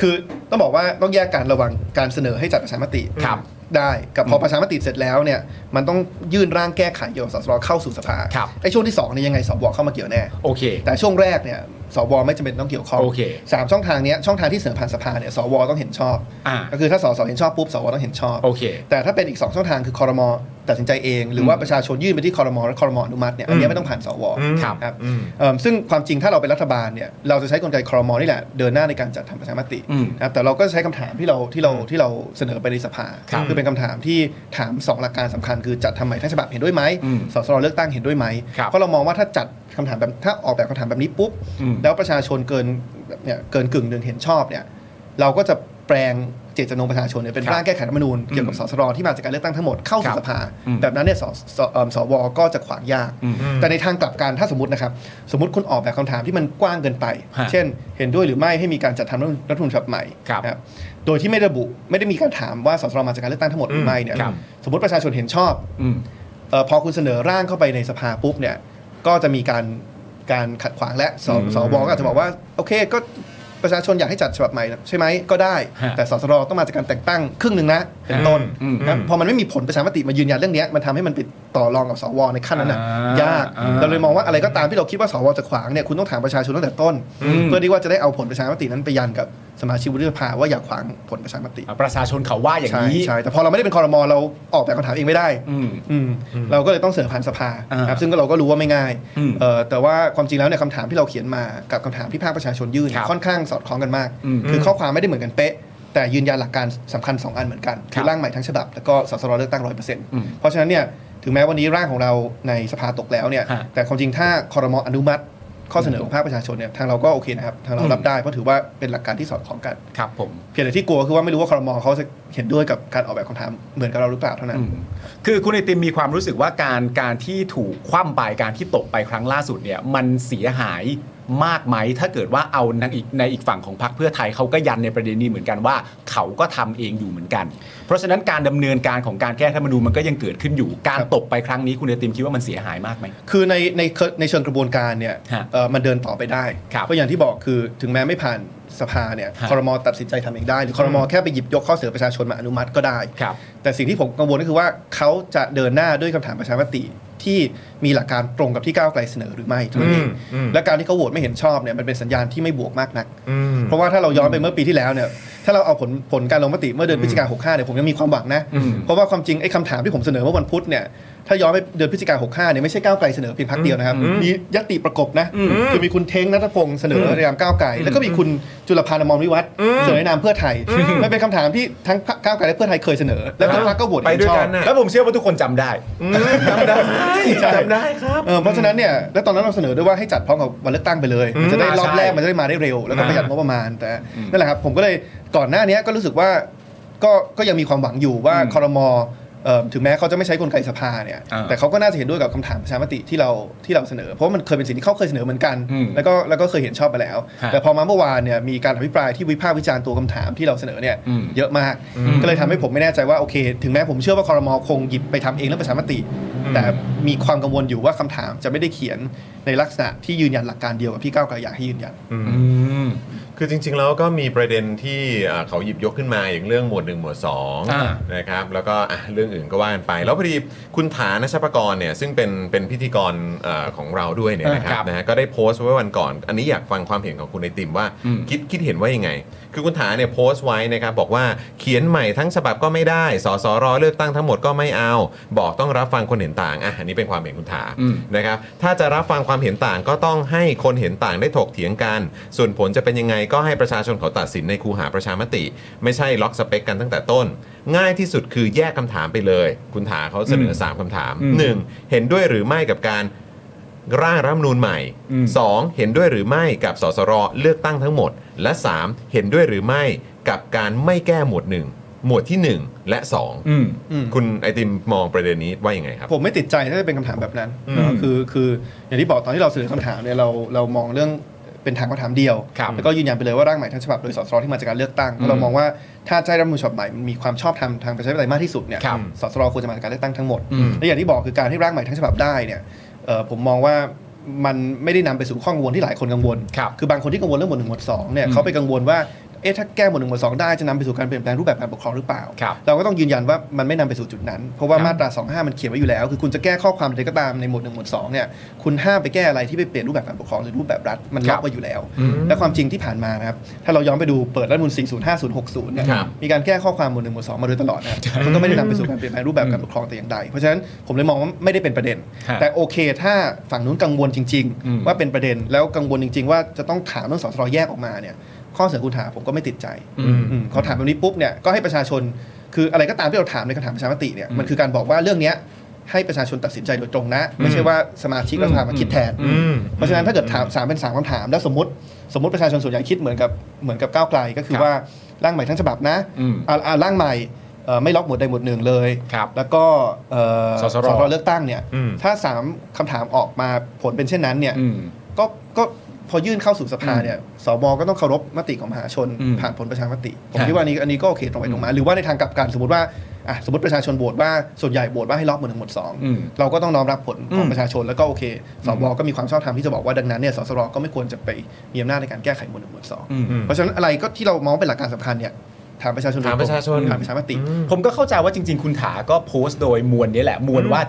คือต้องบอกว่าต้องแยกการระหว่างการเสนอให้จัดประชามติ
ครับ
ได้กับพอประชามติเสร็จแล้วเนี่ยมันต้องยื่นร่างแก้ไขเกี่ยวกับสสรเข้าสู่สภา
ครับ
ไอ้ช่วงที่สองเนี่ยยังไงสวเข้ามาเกี่ยวแน่
โอเค
แต่ช่วงแรกเนี่ยสวไม่จำเป็นต้องเกี่ยวข้อง
โอเค
สามช่องทางเนี้ยช่องทางที่เสนอผ่านสภาเนี่ยสวต้องเห็นชอบ
อ่า
ก็คือถ้าสสเห็นชอบปุ๊บสวต้องเห็นชอบ
โอเค
แต่ถ้าเป็นอีกสองช่องทางคือคอรมอตัดสินใจเอง หรือว่าประชาชนยื่นไปที่คอรมอและคอรมออนุมัติเนี่ยอันเนี้ยไม่ต้องผ่านสว
ครับ
ครับเอิ่มซึ่งความจริงถ้าเราเป็นรัฐบาลเนี่ยเราจะใช้กลไกคอรมอนี่แหละเดินหน้าในการจัดทำประชามติ
อืม
นะครับแต่เราก็ใช้คำถามที่เราที่เราที่เราเสนอไปในสภา
ครับ
อเป็นคำถามที่ถามสองหลักการสำคัญคือจัดทำใหม่ทั้งฉบับเห็นด้วยไหม
อืม
สสเลือกตั้งเห็นด้วยไหม
ครับ
เพราะ เรามองว่าถ้าจัดคำถามแบบถ้าออกแบบคำถามแบบนี้ปุ๊บ
อืม
แล้วประชาชนเกินเนี่ยเกินกึ่งหนึ่งเห็นชอบเนี่ยเราก็จะแปลงเจตจำนงประชาชนเนี่ยเป็
ค
น
รับ
ร่างแก้ไขรัฐธรรมนูญเกี่ยวกับ
อืม
สสรที่มาจากการเลือกตั้งทั้งหมดเข้า
ครั
สู่
บ
สภา
อืม
แบบนั้นเนี่ยสสเอิ่มสวก็จะขวางยาก
อืม
แต่ในทางกลับกันถ้าสมมตินะครับสมมติคุณออกแบบคำถามที่มันกว้างเกินไป
ฮะ
เช่น เห็นด้วยหรือไม่ให้มีการจัดทำรัฐธรรมนูญฉบับใหม่
ครับ
นะครับโดยที่ไม่ระบุไม่ได้มีการถามว่าสสรมาจากการเลือกตั้งทั้งหมดหรือไม่เนี่ย
ครับ
สมมติประชาชนเห็นชอบ
อืม
เออพอคุณเสนอร่างเข้าไปในสภาปุ๊บเนี่ยก็จะมีการการขัดขวางและสสวก็อาจจะบอกว่า โอเคก็ ประชาชนอยากให้จัดฉบับใหม่นะใช่ไหมก็ได้
ฮะ
แต่สสรต้องมาจากการแต่งตั้งครึ่งหนึ่งนะเป็นต้น
อืม
นะพอมันไม่มีผลประชามติมายืนยันเรื่องเนี้ยมันทำให้มันไปต่อรองกับสวในขั้นนั้นน่ะ
อ่าย
ยาก
อ่า
เราเลยมองว่าอะไรก็ตามที่เราคิดว่าสวจะขวางเนี่ยคุณต้องถามประชาชนตั้งแต่ต้น
อืม
เพื่อที่ว่าจะได้เอาผลประชามตินั้นไปยันกับสมาชิกวุฒิสภาว่าอยากขวางผลประชามติ
อ่ะประชาชนเขาว่าอย่าง
ใช่
นี้
ใช่แต่พอเราไม่ได้เป็นคอรมอเราออกแบบคำถามเองไม่ได้
อืม
อืมเราก็เลยต้องเสนอผ่านสภา
อ่า
ครับซึ่งก็เราก็รู้ว่าไม่ง่าย
อืม
เอ่อแต่ว่าความจริงแล้วเนี่ยคำถามที่เราเขียนมากับคำถามที่ภาคประชาชนยื่น
ครับ
ค่อนข้างสอดคล้องกันมาก
อืม
คือข้อความไม่ได้เหมือนกันเป๊ะ แต่ยืนยันหลักการสำคัญ 2 อันเหมือนกัน
ครับ
คือร่างใหม่ทั้งฉบับ แล้วก็สสรเลือกตั้งร้อยเปอร์เซ็นต์
อืม
เพราะฉะนั้นเนี่ยถึงแม้วันนี้ร่างของเราในสภาตกแล้วเนี่ย
ฮะ
แต่ความจริงถ้าคอรมออนุมัติ ข้อเสนอของภาคประชาชนเนี่ยทางเราก็โอเคนะครับทางเรา
อืม
รับได้เพราะถือว่าเป็นหลักการที่สอดคล้องกัน
ครับผม
เพียงแต่ที่กลัวคือว่าไม่รู้ว่าคอรมอเขาจะเห็นด้วยกับการออกแบบคำถามเหมือนกับเราหรือเปล่าเท่านั้น
อืมคือคุณไอติมมีความรู้สึกว่าการการที่ถูกคว่ำไปการที่ตกไปครั้งล่าสุดเนี่ยมันเสียหายมากไหมถ้าเกิดว่าเอาในอีกในอีกฝั่งของพรรคเพื่อไทยเขาก็ยันในประเด็นนี้เหมือนกันว่า เขาก็ทำเองอยู่เหมือนกัน เพราะฉะนั้นการดำเนินการของการแก้ธรรมนูญมันก็ยังเกิดขึ้นอยู่ การ
ครับ
ตกไปครั้งนี้คุณไอติมคิดว่ามันเสียหายมากไหม
คือในในในเชิงกระบวนการเนี่ย
ฮะ
เอ่อมันเดินต่อไปได้
ครับ
เพราะอย่างที่บอกคือถึงแม้ไม่ผ่านสภาเนี่ย
ฮะ
คอรมอตัดสินใจทำเองได้ หรือคอรมอแค่ไปหยิบยกข้อเสนอประชาชนมาอนุมัติก็ได้
ครับ
แต่สิ่งที่ผมกังวลก็คือว่าเขาจะเดินหน้าด้วยคำถามประชามติที่มีหลักการตรงกับที่ก้าวไกลเสนอหรือไม่เท่านั้นเอ
อื
ง
มอืม
และการที่เขาโหวตไม่เห็นชอบเนี่ยมันเป็นสัญญาณที่ไม่บวกมากนัก
อืม
เพราะว่าถ้าเราย้อนไปเมื่อปีที่แล้วเนี่ยถ้าเราเอาผลผลการลงมติเมื่อเดือนพฤศจิกาหกห้าเนี่ยผมยังมีความหวังนะ
อืม
เพราะว่าความจริงไอ้คำถามที่ผมเสนอเมื่อวันพุธเนี่ยถ้าย้อนไปเดือนพฤศจิกาหกห้าเนี่ยไม่ใช่ก้าวไกลเสนอเพียงพักเดียวนะครับ มียติประกบนะ คือมีคุณเท้งนัทพงศ์เสนอในนามก้าวไกล แล้วก็มีคุณจุลพันธ์อมรวิวัฒน์เสนอในนามเพื่อไทยมันเป็นคำถามที่ทั้งพรรคก้าวไกลและเพื่อไทยเคยเสนอ แล้วทั้งพรรคก็โหวต
ไป
เห็น
ด้วย
ชอ
กับ นน่ะ
แล้วผมเชื่อว่าทุกคนจำได้
จำได้
จำได้ครับ
เออเพราะฉะนั้นเนี่ย แล้วตอนนั้นเราเสนอด้วยว่าให้จัดพร้อมกับวันเลือกตั้งไปเลย มันจะได้รอบแรก มันจะได้มาได้เร็ว แล้วก็ประหยัดงบประมาณ แต่นั่นแหละครับ ผมก็เลยก่อนหน้านี้ก็รู้สึกว่า ก็ก็ยังมีความหวังอยู่ว่า
อืม
คอรมอเอ่อถึงแม้เขาจะไม่ใช้กลไกสภาเนี่ย
อ่า
แต่เขาก็น่าจะเห็นด้วยกับคำถามประชามติที่เราที่เราเสนอ เพราะว่ามันเคยเป็นสิ่งที่เขาเคยเสนอเหมือนกัน
อืม
แล้วก็แล้วก็เคยเห็นชอบไปแล้ว
ฮะ
แต่พอมาเมื่อวานเนี่ยมีการอภิปรายที่วิพากษ์วิจารณ์ตัวคำถามที่เราเสนอเนี่ย
อืม
เยอะมาก ก็เลยทำให้ผมไม่แน่ใจว่าโอเค ถึงแม้ผมเชื่อว่าคอรมอคงหยิบไปทำเองเรื่องประชามติ แต่มีความกังวลอยู่ว่าคำถามจะไม่ได้เขียนในลักษณะที่ยืนยันหลักการเดียวกับที่ก้าวไกลอยากให้ยืนยัน
อืม
คือจริง ๆ แล้วก็มีประเด็นที่เอ่อเขาหยิบยกขึ้นมาอย่างเรื่องหมวด 1 หมวด
อ่า
2นะครับแล้วก็อ่ะเรื่องอื่นก็ว่ากันไป แล้วพอดีคุณฐานชปกรเนี่ยซึ่งเป็นเป็นพิธีกรเอ่อของเราด้วยเนี่ยนะ
อ่าค
ค
รั
รับบ นะฮะก็ได้โพสต์ไว้วันก่อน อันนี้อยากฟังความเห็นของคุณไอติมว่า
อืม
คิดคิดเห็นว่ายังไง คือคุณฐานเนี่ยโพสต์ไว้นะครับบอกว่าเขียนใหม่ทั้งฉบับก็ไม่ได้สสรเลือกตั้งทั้งหมดก็ไม่เอา บอกต้องรับฟังคนเห็นต่างอ่ะอันนี้เป็นความเห็นคุณฐา
อืม
นะครับถ้าจะรับฟังความเห็นต่างก็ต้องให้คนเห็นต่างได้ถกเถียงกัน ส่วนผลจะเป็นยังไงก็ให้ประชาชนเขาตัดสินในคูหาประชามติ ไม่ใช่ล็อกสเปคกันตั้งแต่ต้น ง่ายที่สุดคือแยกคำถามไปเลย คุณถาเขาเสนอ 3คำถาม
อืม
1. เห็นด้วยหรือไม่กับการร่างรัฐธรรมนูญใหม่
อืม
2. เห็นด้วยหรือไม่กับสสรเลือกตั้งทั้งหมด และ 3. เห็นด้วยหรือไม่กับการไม่แก้หมวด 1 หมวดทีหนึ่งและสอง
อืม
คุณไอติมมองประเด็นนี้ว่ายังไงครับ
ผมไม่ติดใจถ้าจะเป็นคำถามแบบนั้นเนอะคือคืออย่างที่บอกตอนที่เราเสนอคำถามเนี่ยเราเรามองเรื่องเป็นทางคำถามเดียว
ครับ
แล้วก็ยืนยันไปเลยว่าร่างใหม่ทั้งฉบับโดยสสที่มาจากการเลือกตั้งเพราะเรามองว่าถ้าใช้รัฐธรรมนูญฉบับใหม่มันมีความชอบธรรมทางประชาธิปไตยมากที่สุดเนี่ย
ครับ
สสควรจะมาจากการเลือกตั้งทั้งหมด
อืม
และอย่างที่บอกคือการที่ร่างใหม่ทั้งฉบับได้เนี่ยเอ่อผมมองว่ามันไม่ได้นำไปสู่ข้อกังวลที่หลายคนกังวล
ครับ
อบางคนที่กังวลเรื่องหมวดหนึ่งหมวดสองเนี่ย
อืม
เขาไปกังวลว่าเอ๊ะถ้าแก้หมวดหนึ่งหมวดสองได้จะนำไปสู่การเปลี่ยนแปลงรูปแบบการปกครองหรือเปล่า
ครับ
เราก็ต้องยืนยันว่ามันไม่นำไปสู่จุดนั้น เพราะว่า
ครับ
มาตรา 25 มันเขียนไว้อยู่แล้ว คือคุณจะแก้ข้อความใดก็ตามในหมวด1หมวด2เนี่ยคุณห้ามไปแก้อะไรที่ไปเปลี่ยนรูปแบบการปกครองหรือรูปแบบรัฐมันล็อกไว้อยู่แล้ว และความจริงที่ผ่านมานะครับถ้าเราย้อนไปดูเปิดรัฐธรรมนูล40 50 60เนี่ย
ครับ
มีการแก้ข้อความหมวด1หมวด2มาโดยตลอดนะครับมันก็ไม่ได้นำไปสู่การเปลี่ยนแปลงรูปแบบการปกครองแต่อย่างใดเพราะฉะนั้นผมเลยมองว่าไม่ได้เป็นประเด็น
ฮะ
แต่โอเค ถ้าฝั่งนู้นกังวลจริง
อืม
ๆ ว่าเป็นประเด็นแล้วกังวลจริง ๆ ว่าจะต้องถามเรื่องสสรแยกออกมาเนี่ยข้อเสนอคุณถามผมก็ไม่ติดใจ อืมเขาถามแบบนี้ปุ๊บเนี่ยก็ให้ประชาชนคืออะไรก็ตามที่เราถามในคำถามประชามติเนี่ยมันคือการบอกว่าเรื่องเนี้ยให้ประชาชนตัดสินใจโดยตรงนะ ไม่ใช่ว่าสมาชิกรัฐสภามาคิดแทน เพราะฉะนั้นถ้าเกิดถามสามเป็นสามคำถาม แล้วสมมติสมมติประชาชนส่วนใหญ่คิดเหมือนกับเหมือนกับก้าวไกลก็คือ
ครับ
ว่าร่างใหม่ทั้งฉบับนะ
อืม
อ่าอ่าร่างใหม่เอ่อไม่ล็อกหมวดใดหมวดหนึ่งเลย
ครับ
แล้วก็เอ่อ
สสร
เลือกตั้งเนี่ยถ้าสามคำถามออกมาผลเป็นเช่นนั้นเนี่ย
อืม
ก็ก็พอยื่นเข้าสู่สภาเนี่ย สบก็ต้องเคารพมติของมหาชน
อืม
ผ่านผลประชามติ ผม
ครับ
คิดว่าอันนี้อันนี้ก็โอเคตรงไปตรงมา หรือว่าในทางกลับกันสมมติว่า อ่ะสมมติประชาชนโหวตว่าส่วนใหญ่โหวตว่าให้ล็อกหมวดหนึ่งหมวดสอง
อืม
เราก็ต้องน้อมรับผลของ
อืม
ประชาชนแล้วก็โอเคสวก็มีความชอบธรรมที่จะบอกว่าดังนั้นเนี่ยสสรก็ไม่ควรจะไปมีอำนาจในการแก้ไขหมวดหนึ่งหมวดสอง
อืม
เพราะฉะนั้นอะไรก็ที่เรามองเป็นหลักการสำคัญเนี่ยถามประชาชนโดย
ถาม
ตง
ประชาชน
ถามประชามติ
ผมก็เข้าใจว่าจริง ๆ คุณถาก็โพสต์โดยมวลนี้แหละมวลว่า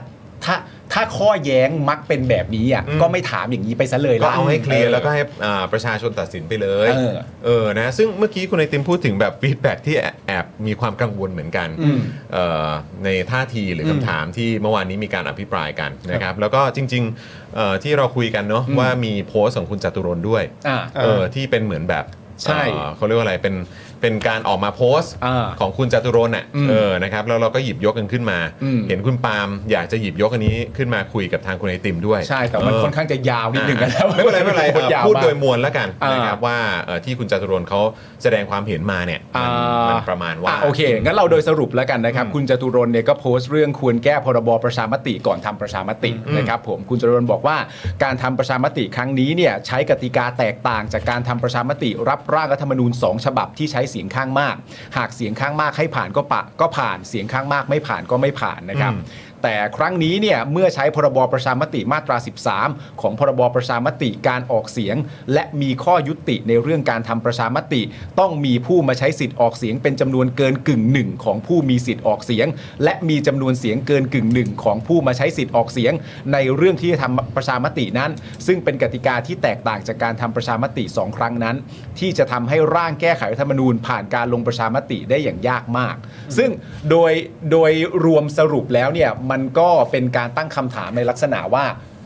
ถ้าถ้าข้อแย้งมักเป็นแบบนี้อ่ะก็ไม่ถามอย่างนี้ไปซะเลย
ก็
ละ
เอาให้เคลียร์แล้วก็ให้อ่าประชาชนตัดสินไปเลย
เออ
เออนะซึ่งเมื่อกี้คุณไอติมพูดถึงแบบฟีดแบ็ที่แอบแอบมีความกังวลเหมือนกัน
อืม
เอ่อในท่าทีหรือคำถามที่เมื่อวานนี้มีการอภิปรายกันนะครับ แล้วก็จริงๆเอ่อที่เราคุยกันเนาะ
อืม
ว่ามีโพสต์ของคุณจตุรนต์ด้วย
อ่า
เออที่เป็นเหมือนแบบ
ใช่
เอ่อเขาเรียกว่าอะไรเป็นเป็นการออกมาโพสต์
อ่า
ของคุณจตุรนต์อ่ะ
อืม
เออนะครับแล้วเราก็หยิบยกกันขึ้นมา
อืม
เห็นคุณปาล์มอยากจะหยิบยกอันนี้ขึ้นมาคุยกับทางคุณไอติมด้วย
ใช่แต่มัน
เออ
ค่อนข้างจะยาวนิดหนึ่งนะ
ไม่เป็นไรไม่เป็นไร
โคตยาว
เอ่อพูด
มาก
โดยมวลแล้วกัน
อ่าน
นะครับว่าเอ่อที่คุณจตุรนต์เขาแสดงความเห็นมาเนี่ย
อ่
มันมั
าน
ประมาณว่า
อ่โอเค งั้นเราโดยสรุปแล้วกันนะครับ
อืม
คุณจตุรนต์เนี่ยก็โพสต์เรื่องควรแก้พรบประชามติก่อนทำประชามติ
อืม
นะครับผมคุณจตุรนต์บอกว่าการทำประชามติครั้งนี้เนี่ยใช้กติกาแตกต่างจากการทำประชามติ รับร่างรัฐธรรมนูญ 2 ฉบับที่ใช้เสียงข้างมาก หากเสียงข้างมากให้ผ่านก็ปะก็ผ่านเสียงข้างมากไม่ผ่านก็ไม่ผ่านนะครับ
อืม
แต่ครั้งนี้เนี่ยเมื่อใช้พรบประชามติมาตรา 13 ของพรบประชามติการออกเสียง และมีข้อยุติในเรื่องการทำประชามติ ต้องมีผู้มาใช้สิทธิ์ออกเสียง เป็นจำนวนเกินกึ่งหนึ่งของผู้มีสิทธิ์ออกเสียง และมีจำนวนเสียงเกินกึ่งหนึ่งของผู้มาใช้สิทธิ์ออกเสียง ในเรื่องที่จะทำประชามตินั้น ซึ่งเป็นกติกาที่แตกต่างจากการทำประชามติสองครั้งนั้น ที่จะทำให้ร่างแก้ไขรัฐธรรมนูญ ผ่านการลงประชามติได้อย่างยากมาก ซึ่งโดยโดยรวมสรุปแล้วเนี่ยมันก็เป็นการตั้งคำถามในลักษณะว่า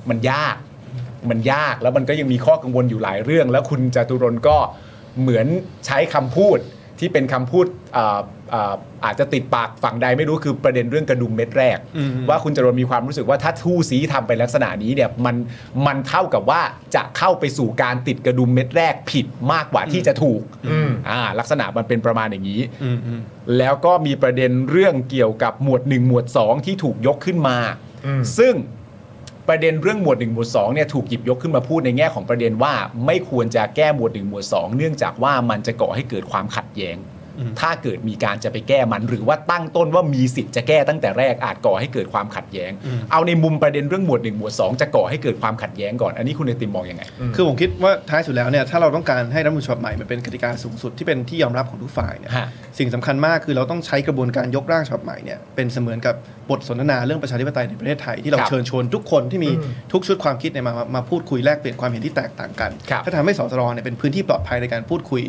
มันยาก มันยากแล้วมันก็ยังมีข้อกังวลอยู่หลายเรื่อง แล้วคุณจตุรนต์ก็เหมือนใช้คำพูดที่เป็นคำพูดเอ่อเอ่ออาจจะติดปากฝั่งใดไม่รู้คือประเด็นเรื่องกระดุมเม็ดแรก ว่าคุณจตุรนต์มีความรู้สึกว่าถ้าทู่ซีทำไปลักษณะนี้เนี่ยมันมันเท่ากับว่าจะเข้าไปสู่การติดกระดุมเม็ดแรกผิดมากกว่าที่จะถูกอ่าลักษณะมันเป็นประมาณอย่างนี้ แล้วก็มีประเด็นเรื่องเกี่ยวกับหมวด 1 หมวด 2 ที่ถูกยกขึ้นมา ซึ่งประเด็นเรื่องหมวด 1 หมวด2เนี่ยถูกหยิบยกขึ้นมาพูดในแง่ของประเด็นว่า ไม่ควรจะแก้หมวด 1 หมวด 2 เนื่องจากว่ามันจะก่อให้เกิดความขัดแย้ง ถ้าเกิดมีการจะไปแก้มัน หรือว่าตั้งต้นว่ามีสิทธิ์จะแก้ตั้งแต่แรกอาจก่อให้เกิดความขัดแย้ง เอาในมุมประเด็นเรื่องหมวด 1 หมวด 2 จะก่อให้เกิดความขัดแย้งก่อนอันนี้คุณไอติมมองยังไง
คือผมคิดว่าท้ายสุดแล้วเนี่ยถ้าเราต้องการให้รัฐธรรมนูญฉบับใหม่มันเป็นกติกาสูงสุดที่เป็นที่ยอมรับของทุกฝ่ายเนี่ย
ฮะ
สิ่งสำคัญมากคือเราต้องใช้กระบวนการยกร่างฉบับใหม่เนี่ยเป็นเสมือนกับบทสนทนาเรื่องประชาธิปไตยในประเทศไทยที่เรา
ครับ
เชิญชวนทุกคนที่มีทุกชุดความคิดเนี่ยมามามาพูดคุยแลกเปลี่ยนความเห็นที่แตกต่างกัน
ครับ
ถ้าทำให้สสรเนี่ยเป็นพื้นที่ปลอดภัยในการพูดคุย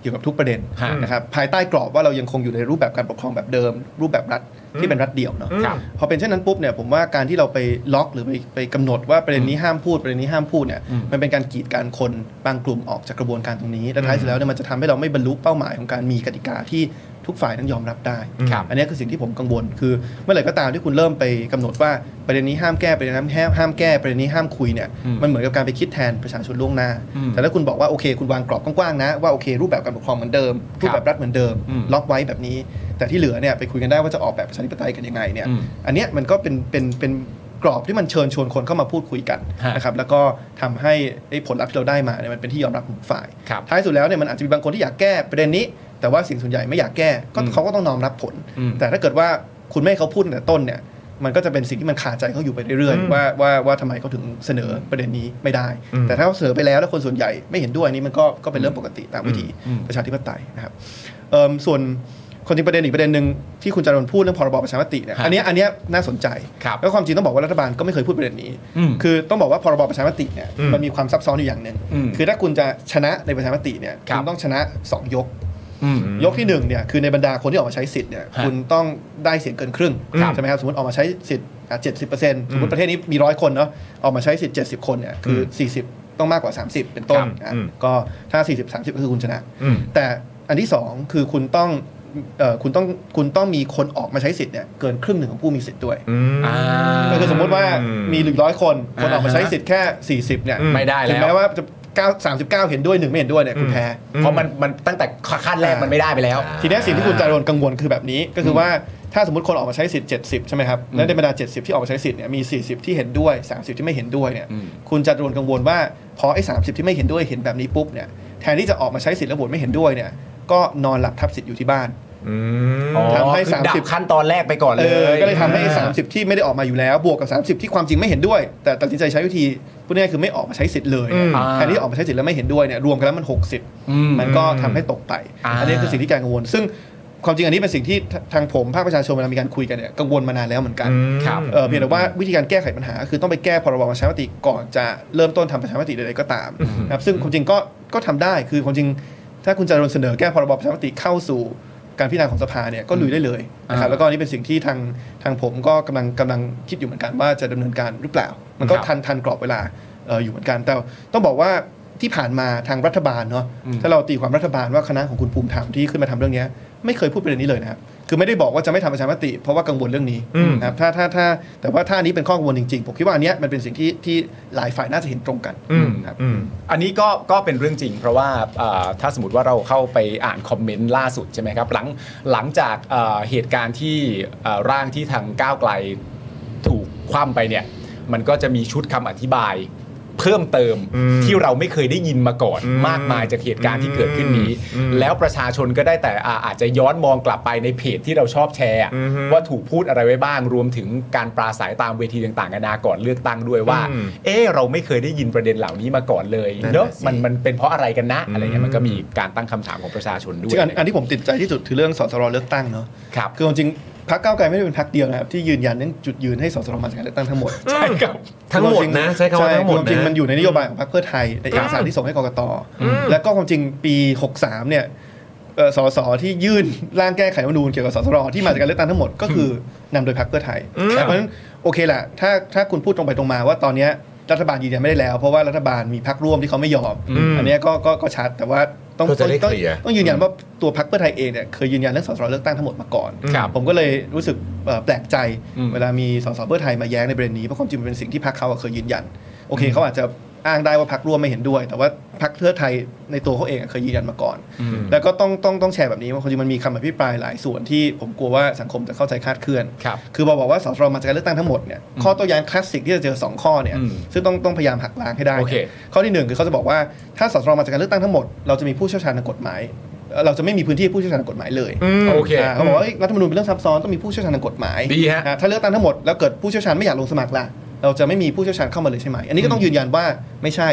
เกี่ยวกับทุกประเด็น
ฮะ
นะครับภายใต้กรอบว่าเรายังคงอยู่ในรูปแบบการปกครองแบบเดิม รูปแบบรัฐที่เป็นรัฐเดี่ยวเนาะ
ครับ
พอเป็นเช่นนั้นปุ๊บเนี่ยผมว่าการที่เราไปล็อกหรือไปไปกำหนดว่าประเด็นนี้ห้ามพูดประเด็นนี้ห้ามพูดเนี่ย
อืม
มันเป็นการกีดกันคนบางกลุ่มออกจากกระบวนการตรงนี้ และท้ายสุดแล้วเนี่ยมันจะทำให้เราไม่บรรลุเป้าหมายของการมีกติกาที่ทุกฝ่ายนั้นยอมรับได้
ครับ
อันนี้คือสิ่งที่ผมกังวล คือเมื่อไหร่ก็ตามที่คุณเริ่มไปกำหนดว่าประเด็นนี้ห้ามแก้ประเด็นนั้นห้ามห้ามแก้ประเด็นนี้ห้ามคุยเนี่ย
อืม
มันเหมือนกับการไปคิดแทนประชาชนล่วงหน้า
อืม
แต่ถ้าคุณบอกว่าโอเค คุณวางกรอบกว้างๆนะว่าโอเค รูปแบบการปกครองเหมือนเดิม รูปแบบรัฐเหมือนเดิม
อืม
ล็อกไว้แบบนี้ แต่ที่เหลือเนี่ยไปคุยกันได้ว่าจะออกแบบประชาธิปไตยกันยังไงเนี่ย
อืม
อันเนี้ยมันก็เป็นเป็นเป็นกรอบที่มันเชิญชวนคนเข้ามาพูดคุยกัน
ฮะ
นะครับแล้วก็ทำให้ไอ้ผลลัพธ์ที่เราได้มาเนี่ยมันเป็นที่ยอมรับของทุกฝ่าย
ครับ
ท้ายสุดแล้วเนี่ยมันอาจจะมีบางคนที่อยากแก้ประเด็นนี้ แต่ว่าสิ่งส่วนใหญ่ไม่อยากแก้ก็
อืม
เขาก็ต้องน้อมรับผล
อืม
แต่ถ้าเกิดว่าคุณไม่ให้เขาพูดตั้งแต่ต้นเนี่ยมันก็จะเป็นสิ่งที่มันคาใจเขาอยู่ไปเรื่อยๆว่าว่าว่าทำไมเขาถึงเสนอประเด็นนี้ไม่ได้ แต่ถ้าเขาเสนอไปแล้วแล้วคนส่วนใหญ่ไม่เห็นด้วยอันนี้มันก็ก็เป็นเรื่องปกติตามวิถี
อืม
ประชาธิปไตยนะครับเอิ่มส่วนคนที่ประเด็นอีกประเด็นหนึ่งที่คุณจารนพูดเรื่องพรบประชามติเนี่ย
ฮะ
อันเนี้ยอันเนี้ยน่าสนใจ
ครับ
แล้วความจริงต้องบอกว่ารัฐบาลก็ไม่เคยพูดประเด็นนี้
อืม
คือต้องบอกว่าพรบประชามติเนี่ยมันมีความซับซ้อนอยู่อย่างหนึ่ง
อืม
คือถ้าคุณจะชนะในประชามติเนี่ย
ครับ
ณต้องชนะ 2 ยก
อืม
ยกที่หนึ่งเนี่ยคือในบรรดาคนที่ออกมาใช้สิทธิ์เนี่ย
ฮะ
คุณต้องได้เสียงเกินครึ่ง
ครับ
ใช่ไหมครับสมมติออกมาใช้สิทธิ์เจ็ดสิบเปอร์เซ็นต์สมมติประเทศนี้มีร้อยคนเนาะออกมาใช้สิทธิ์เจ็ดสิบคนเนี่ยคือสี่สิบต้องมากกว่า 30 เป็นต้น
ครับ
อ่ะ
อืม
ก็ถ้า 40 30 ก็คือคุณชนะ
อืม
แต่อันที่ 2 คือคุณต้องเอ่อคุณต้องคุณต้องมีคนออกมาใช้สิทธิ์เนี่ยเกินครึ่งหนึ่งของผู้มีสิทธิ์ด้วย
า
ก็คือสมมติว่ามีหนึ่งร้อยคนคนออกมาใช้
อ่าฮะ
สิทธิ์แค่40เนี่ย
ไม่ได้
ถึง
แล้
แม้
ว
ว่าจะ9 39 เห็นด้วยหนึ่งไม่เห็นด้วยเนี่ยคุณแพ้
เพราะมันมันตั้งแต่ขั้นแรกมันไม่ได้ไปแล้ว
ทีเนี้ยสิ่งที่คุณจารนกังวลคือแบบนี้ก็คือว่าถ้าสมมติคนออกมาใช้สิทธิ์ 70 ใช่ไหมครับ และในบรรดา 70 ที่ออกมาใช้สิทธิ์เนี่ยมี 40 ที่เห็นด้วย 30 ที่ไม่เห็นด้วยเนี่ย
อืม
คุณจารนกังวลว่าพอไอ้ 30 ที่ไม่เห็นด้วยเห็นแบบนี้ปุ๊บเนี่ยแทนที่จะออกมาใช้สิทธิ์แล้วโหวตไม่เห็นด้วยเนี่ยก็นอนหลับทับสิทธิ์อยู่ที่บ้าน
อ๋อ
ทำให้
คือดับ
30
ขั้นตอนแรกไปก่อน
เอ
เล
อย ก็เลยทำให้ 30 ที่ไม่ได้ออกมาอยู่แล้ว บวกกับ 30 ที่ความจริงไม่เห็นด้วย แต่ตัดสินใจใช้วิธีพูดง่ายๆคือไม่ออกมาใช้สิทธิ์เลยเนี่ยแทนที่ออกมาใช้สิทธิ์แล้วไม่เห็นด้วยเนี่ยรวมกันแล้วมัน
อื
60 มันก็ทำให้ตกไป
อ่า
อันนี้คือสิ่งที่แกกังวล ซึ่งความจริงอันนี้เป็นสิ่งที่ททางผมภาคประชาชนเวลามีการคุยกันเนี่ยกังวลมานานแล้วเหมือนกัน
ครับ
เออเพียงแต่ว่าวิธีการแก้ไขปัญหา คือต้องไปแก้พรบประชามติก่อนจะเริ่มต้นทำประชามติใดๆก็ตามนะครับซึ่งความจริงก็ก็ทำได้คือความจริง ถ้าคุณจะเสนอแก้พรบประชามติเข้าสู่การพิจารณาของสภาเนี่ยก็ลุยได้เลยนะครับ
อ่า
แล้วก็อันนี่เป็นสิ่งที่ทางทางผมก็กำลังกำลังคิดอยู่เหมือนกันว่าจะดำเนินการหรือเปล่า มันก็
ครับ
ทันทันกรอบเวลาเอ่ออยู่เหมือนกัน แต่ต้องบอกว่าที่ผ่านมาทางรัฐบาลเนาะ
อืม
ถ้าเราตีความรัฐบาลว่าคณะของคุณภูมิธรรมที่ขึ้นมาทำเรื่องเนี้ยไม่เคยพูดประเด็นนี้เลยนะครับคือไม่ได้บอกว่าจะไม่ทำประชามติ เพราะว่ากังวลเรื่องนี้นะครับถ้าถ้าถ้าแต่ว่าถ้าอันนี้เป็นข้อกังวลจริงๆผมคิดว่าอันเนี้ยมันเป็นสิ่งที่ที่หลายฝ่ายน่าจะเห็นตรงกันนะครับ
อันนี้ก็ก็เป็นเรื่องจริง เพราะว่าเอ่อถ้าสมมติว่าเราเข้าไปอ่านคอมเมนต์ล่าสุดใช่ไหมครับ หลังหลังจากเอ่อเหตุการณ์ที่เอ่อร่างที่ทางก้าวไกลถูกคว่ำไปเนี่ย มันก็จะมีชุดคำอธิบายเพิ่มเติมที่เราไม่เคยได้ยินมาก่อนมากมายจากเหตุการณ์ที่เกิดขึ้นนี้ แล้วประชาชนก็ได้แต่อ่าอาจจะย้อนมองกลับไปในเพจที่เราชอบแชร์อะว่าถูกพูดอะไรไว้บ้างรวมถึงการปราศัยตามเวทีต่างๆนานาก่อนเลือกตั้งด้วยว่า
อืม
เออเราไม่เคยได้ยินประเด็นเหล่านี้มาก่อนเลย
นั่นน่ะ
เนอะ
สิ
มันมันเป็นเพราะอะไรกันนะอะไรเงี้ยมันก็มีการตั้งคำถามของประชาชนด้วย
ซึ่งอันอันที่ผมติดใจที่สุดคือเรื่องสสรเลือกตั้งเนาะ
ครับ
คือความจริงพรรคก้าวไกลไม่ได้เป็นพรรคเดียวนะครับที่ยืนยันเรื่องจุดยืนให้สสรมาจากการเลือกตั้งทั้งหมด
ใช่ครับ
ทั้งหมดนะใช้คำว่าทั้งหมด
ใช่คือความจริงมัน
นะ
อยู่ในนโยบายของพรรคเพื่อไทยในเอกสารที่ส่งให้กกตและก็ความจริงปี 63 เนี่ยเอ่อสสที่ยื่นร่างแก้ไขรัฐธรรมนูญเกี่ยวกับสสรที่มาจากการเลือกตั้งทั้งหมดก็คือนำโดยพรรคเพื่อไทย
อืม
เพราะฉะนั้นโอเคแหละถ้าถ้าคุณพูดตรงไปตรงมาว่าตอนเนี้ยรัฐบาลยืนยันไม่ได้แล้ว เพราะว่ารัฐบาลมีพรรคร่วมที่เขาไม่ยอม อันเนี้ยก็ก็ก็ชัดแต่ว่าต้อง
เพื่อจะได้
ต้อง
เคลียร์
ต้องยืนยันว่าตัวพรรคเพื่อไทยเองเนี่ยเคยยืนยันเรื่องสสรเลือกตั้งทั้งหมดมาก่อน
ครับ
ผมก็เลยรู้สึกเอ่อแปลกใจ
อืม
เวลามีสสเพื่อไทยมาแย้งในประเด็นนี้เพราะความจริงมันเป็นสิ่งที่พรรคเขาอะเคยยืนยัน โอเคเขาอาจจะอ้างได้ว่าพรรคร่วมไม่เห็นด้วย แต่ว่าพรรคเพื่อไทยในตัวเขาเองอะเคยยืนยันมาก่อน แล้วก็ต้องต้องต้องแชร์แบบนี้ว่าความจริงมันมีคำอภิปรายหลายส่วนที่ผมกลัวว่าสังคมจะเข้าใจคลาดเคลื่อน
ครับ
คือบอกบอกว่าสสมาจากการเลือกตั้งทั้งหมดเนี่ยข้อโต้แย้งคลาสสิกที่จะเจอสองข้อเนี่ย
อืม
ซึ่งต้องต้องพยายามหักล้างให้ได้
โอเค
เนี่ยข้อที่หนึ่งคือเขาจะบอกว่าถ้าสสมาจากการเลือกตั้งทั้งหมดเราจะมีผู้เชี่ยวชาญทางกฎหมายเอ่อเราจะไม่มีพื้นที่ให้ผู้เชี่ยวชาญทางกฎหมายเลย
โอเค
อ่าเขาบอกว่าเอ้ยรัฐธรรมนูญเป็นเรื่องซับซ้อนต้องมีผู้เชี่ยวชาญทางกฎหมาย
ดีฮะ
อ่าถ้าเลือกตั้งทั้งหมดแล้วเกิดผู้เชี่ยวชาญไม่อยากลงสมัครล่ะเราจะไม่มีผู้เชี่ยวชาญเข้ามาเลยใช่ไหมอันนี้ก็ต้องยืนยันว่าไม่ใช่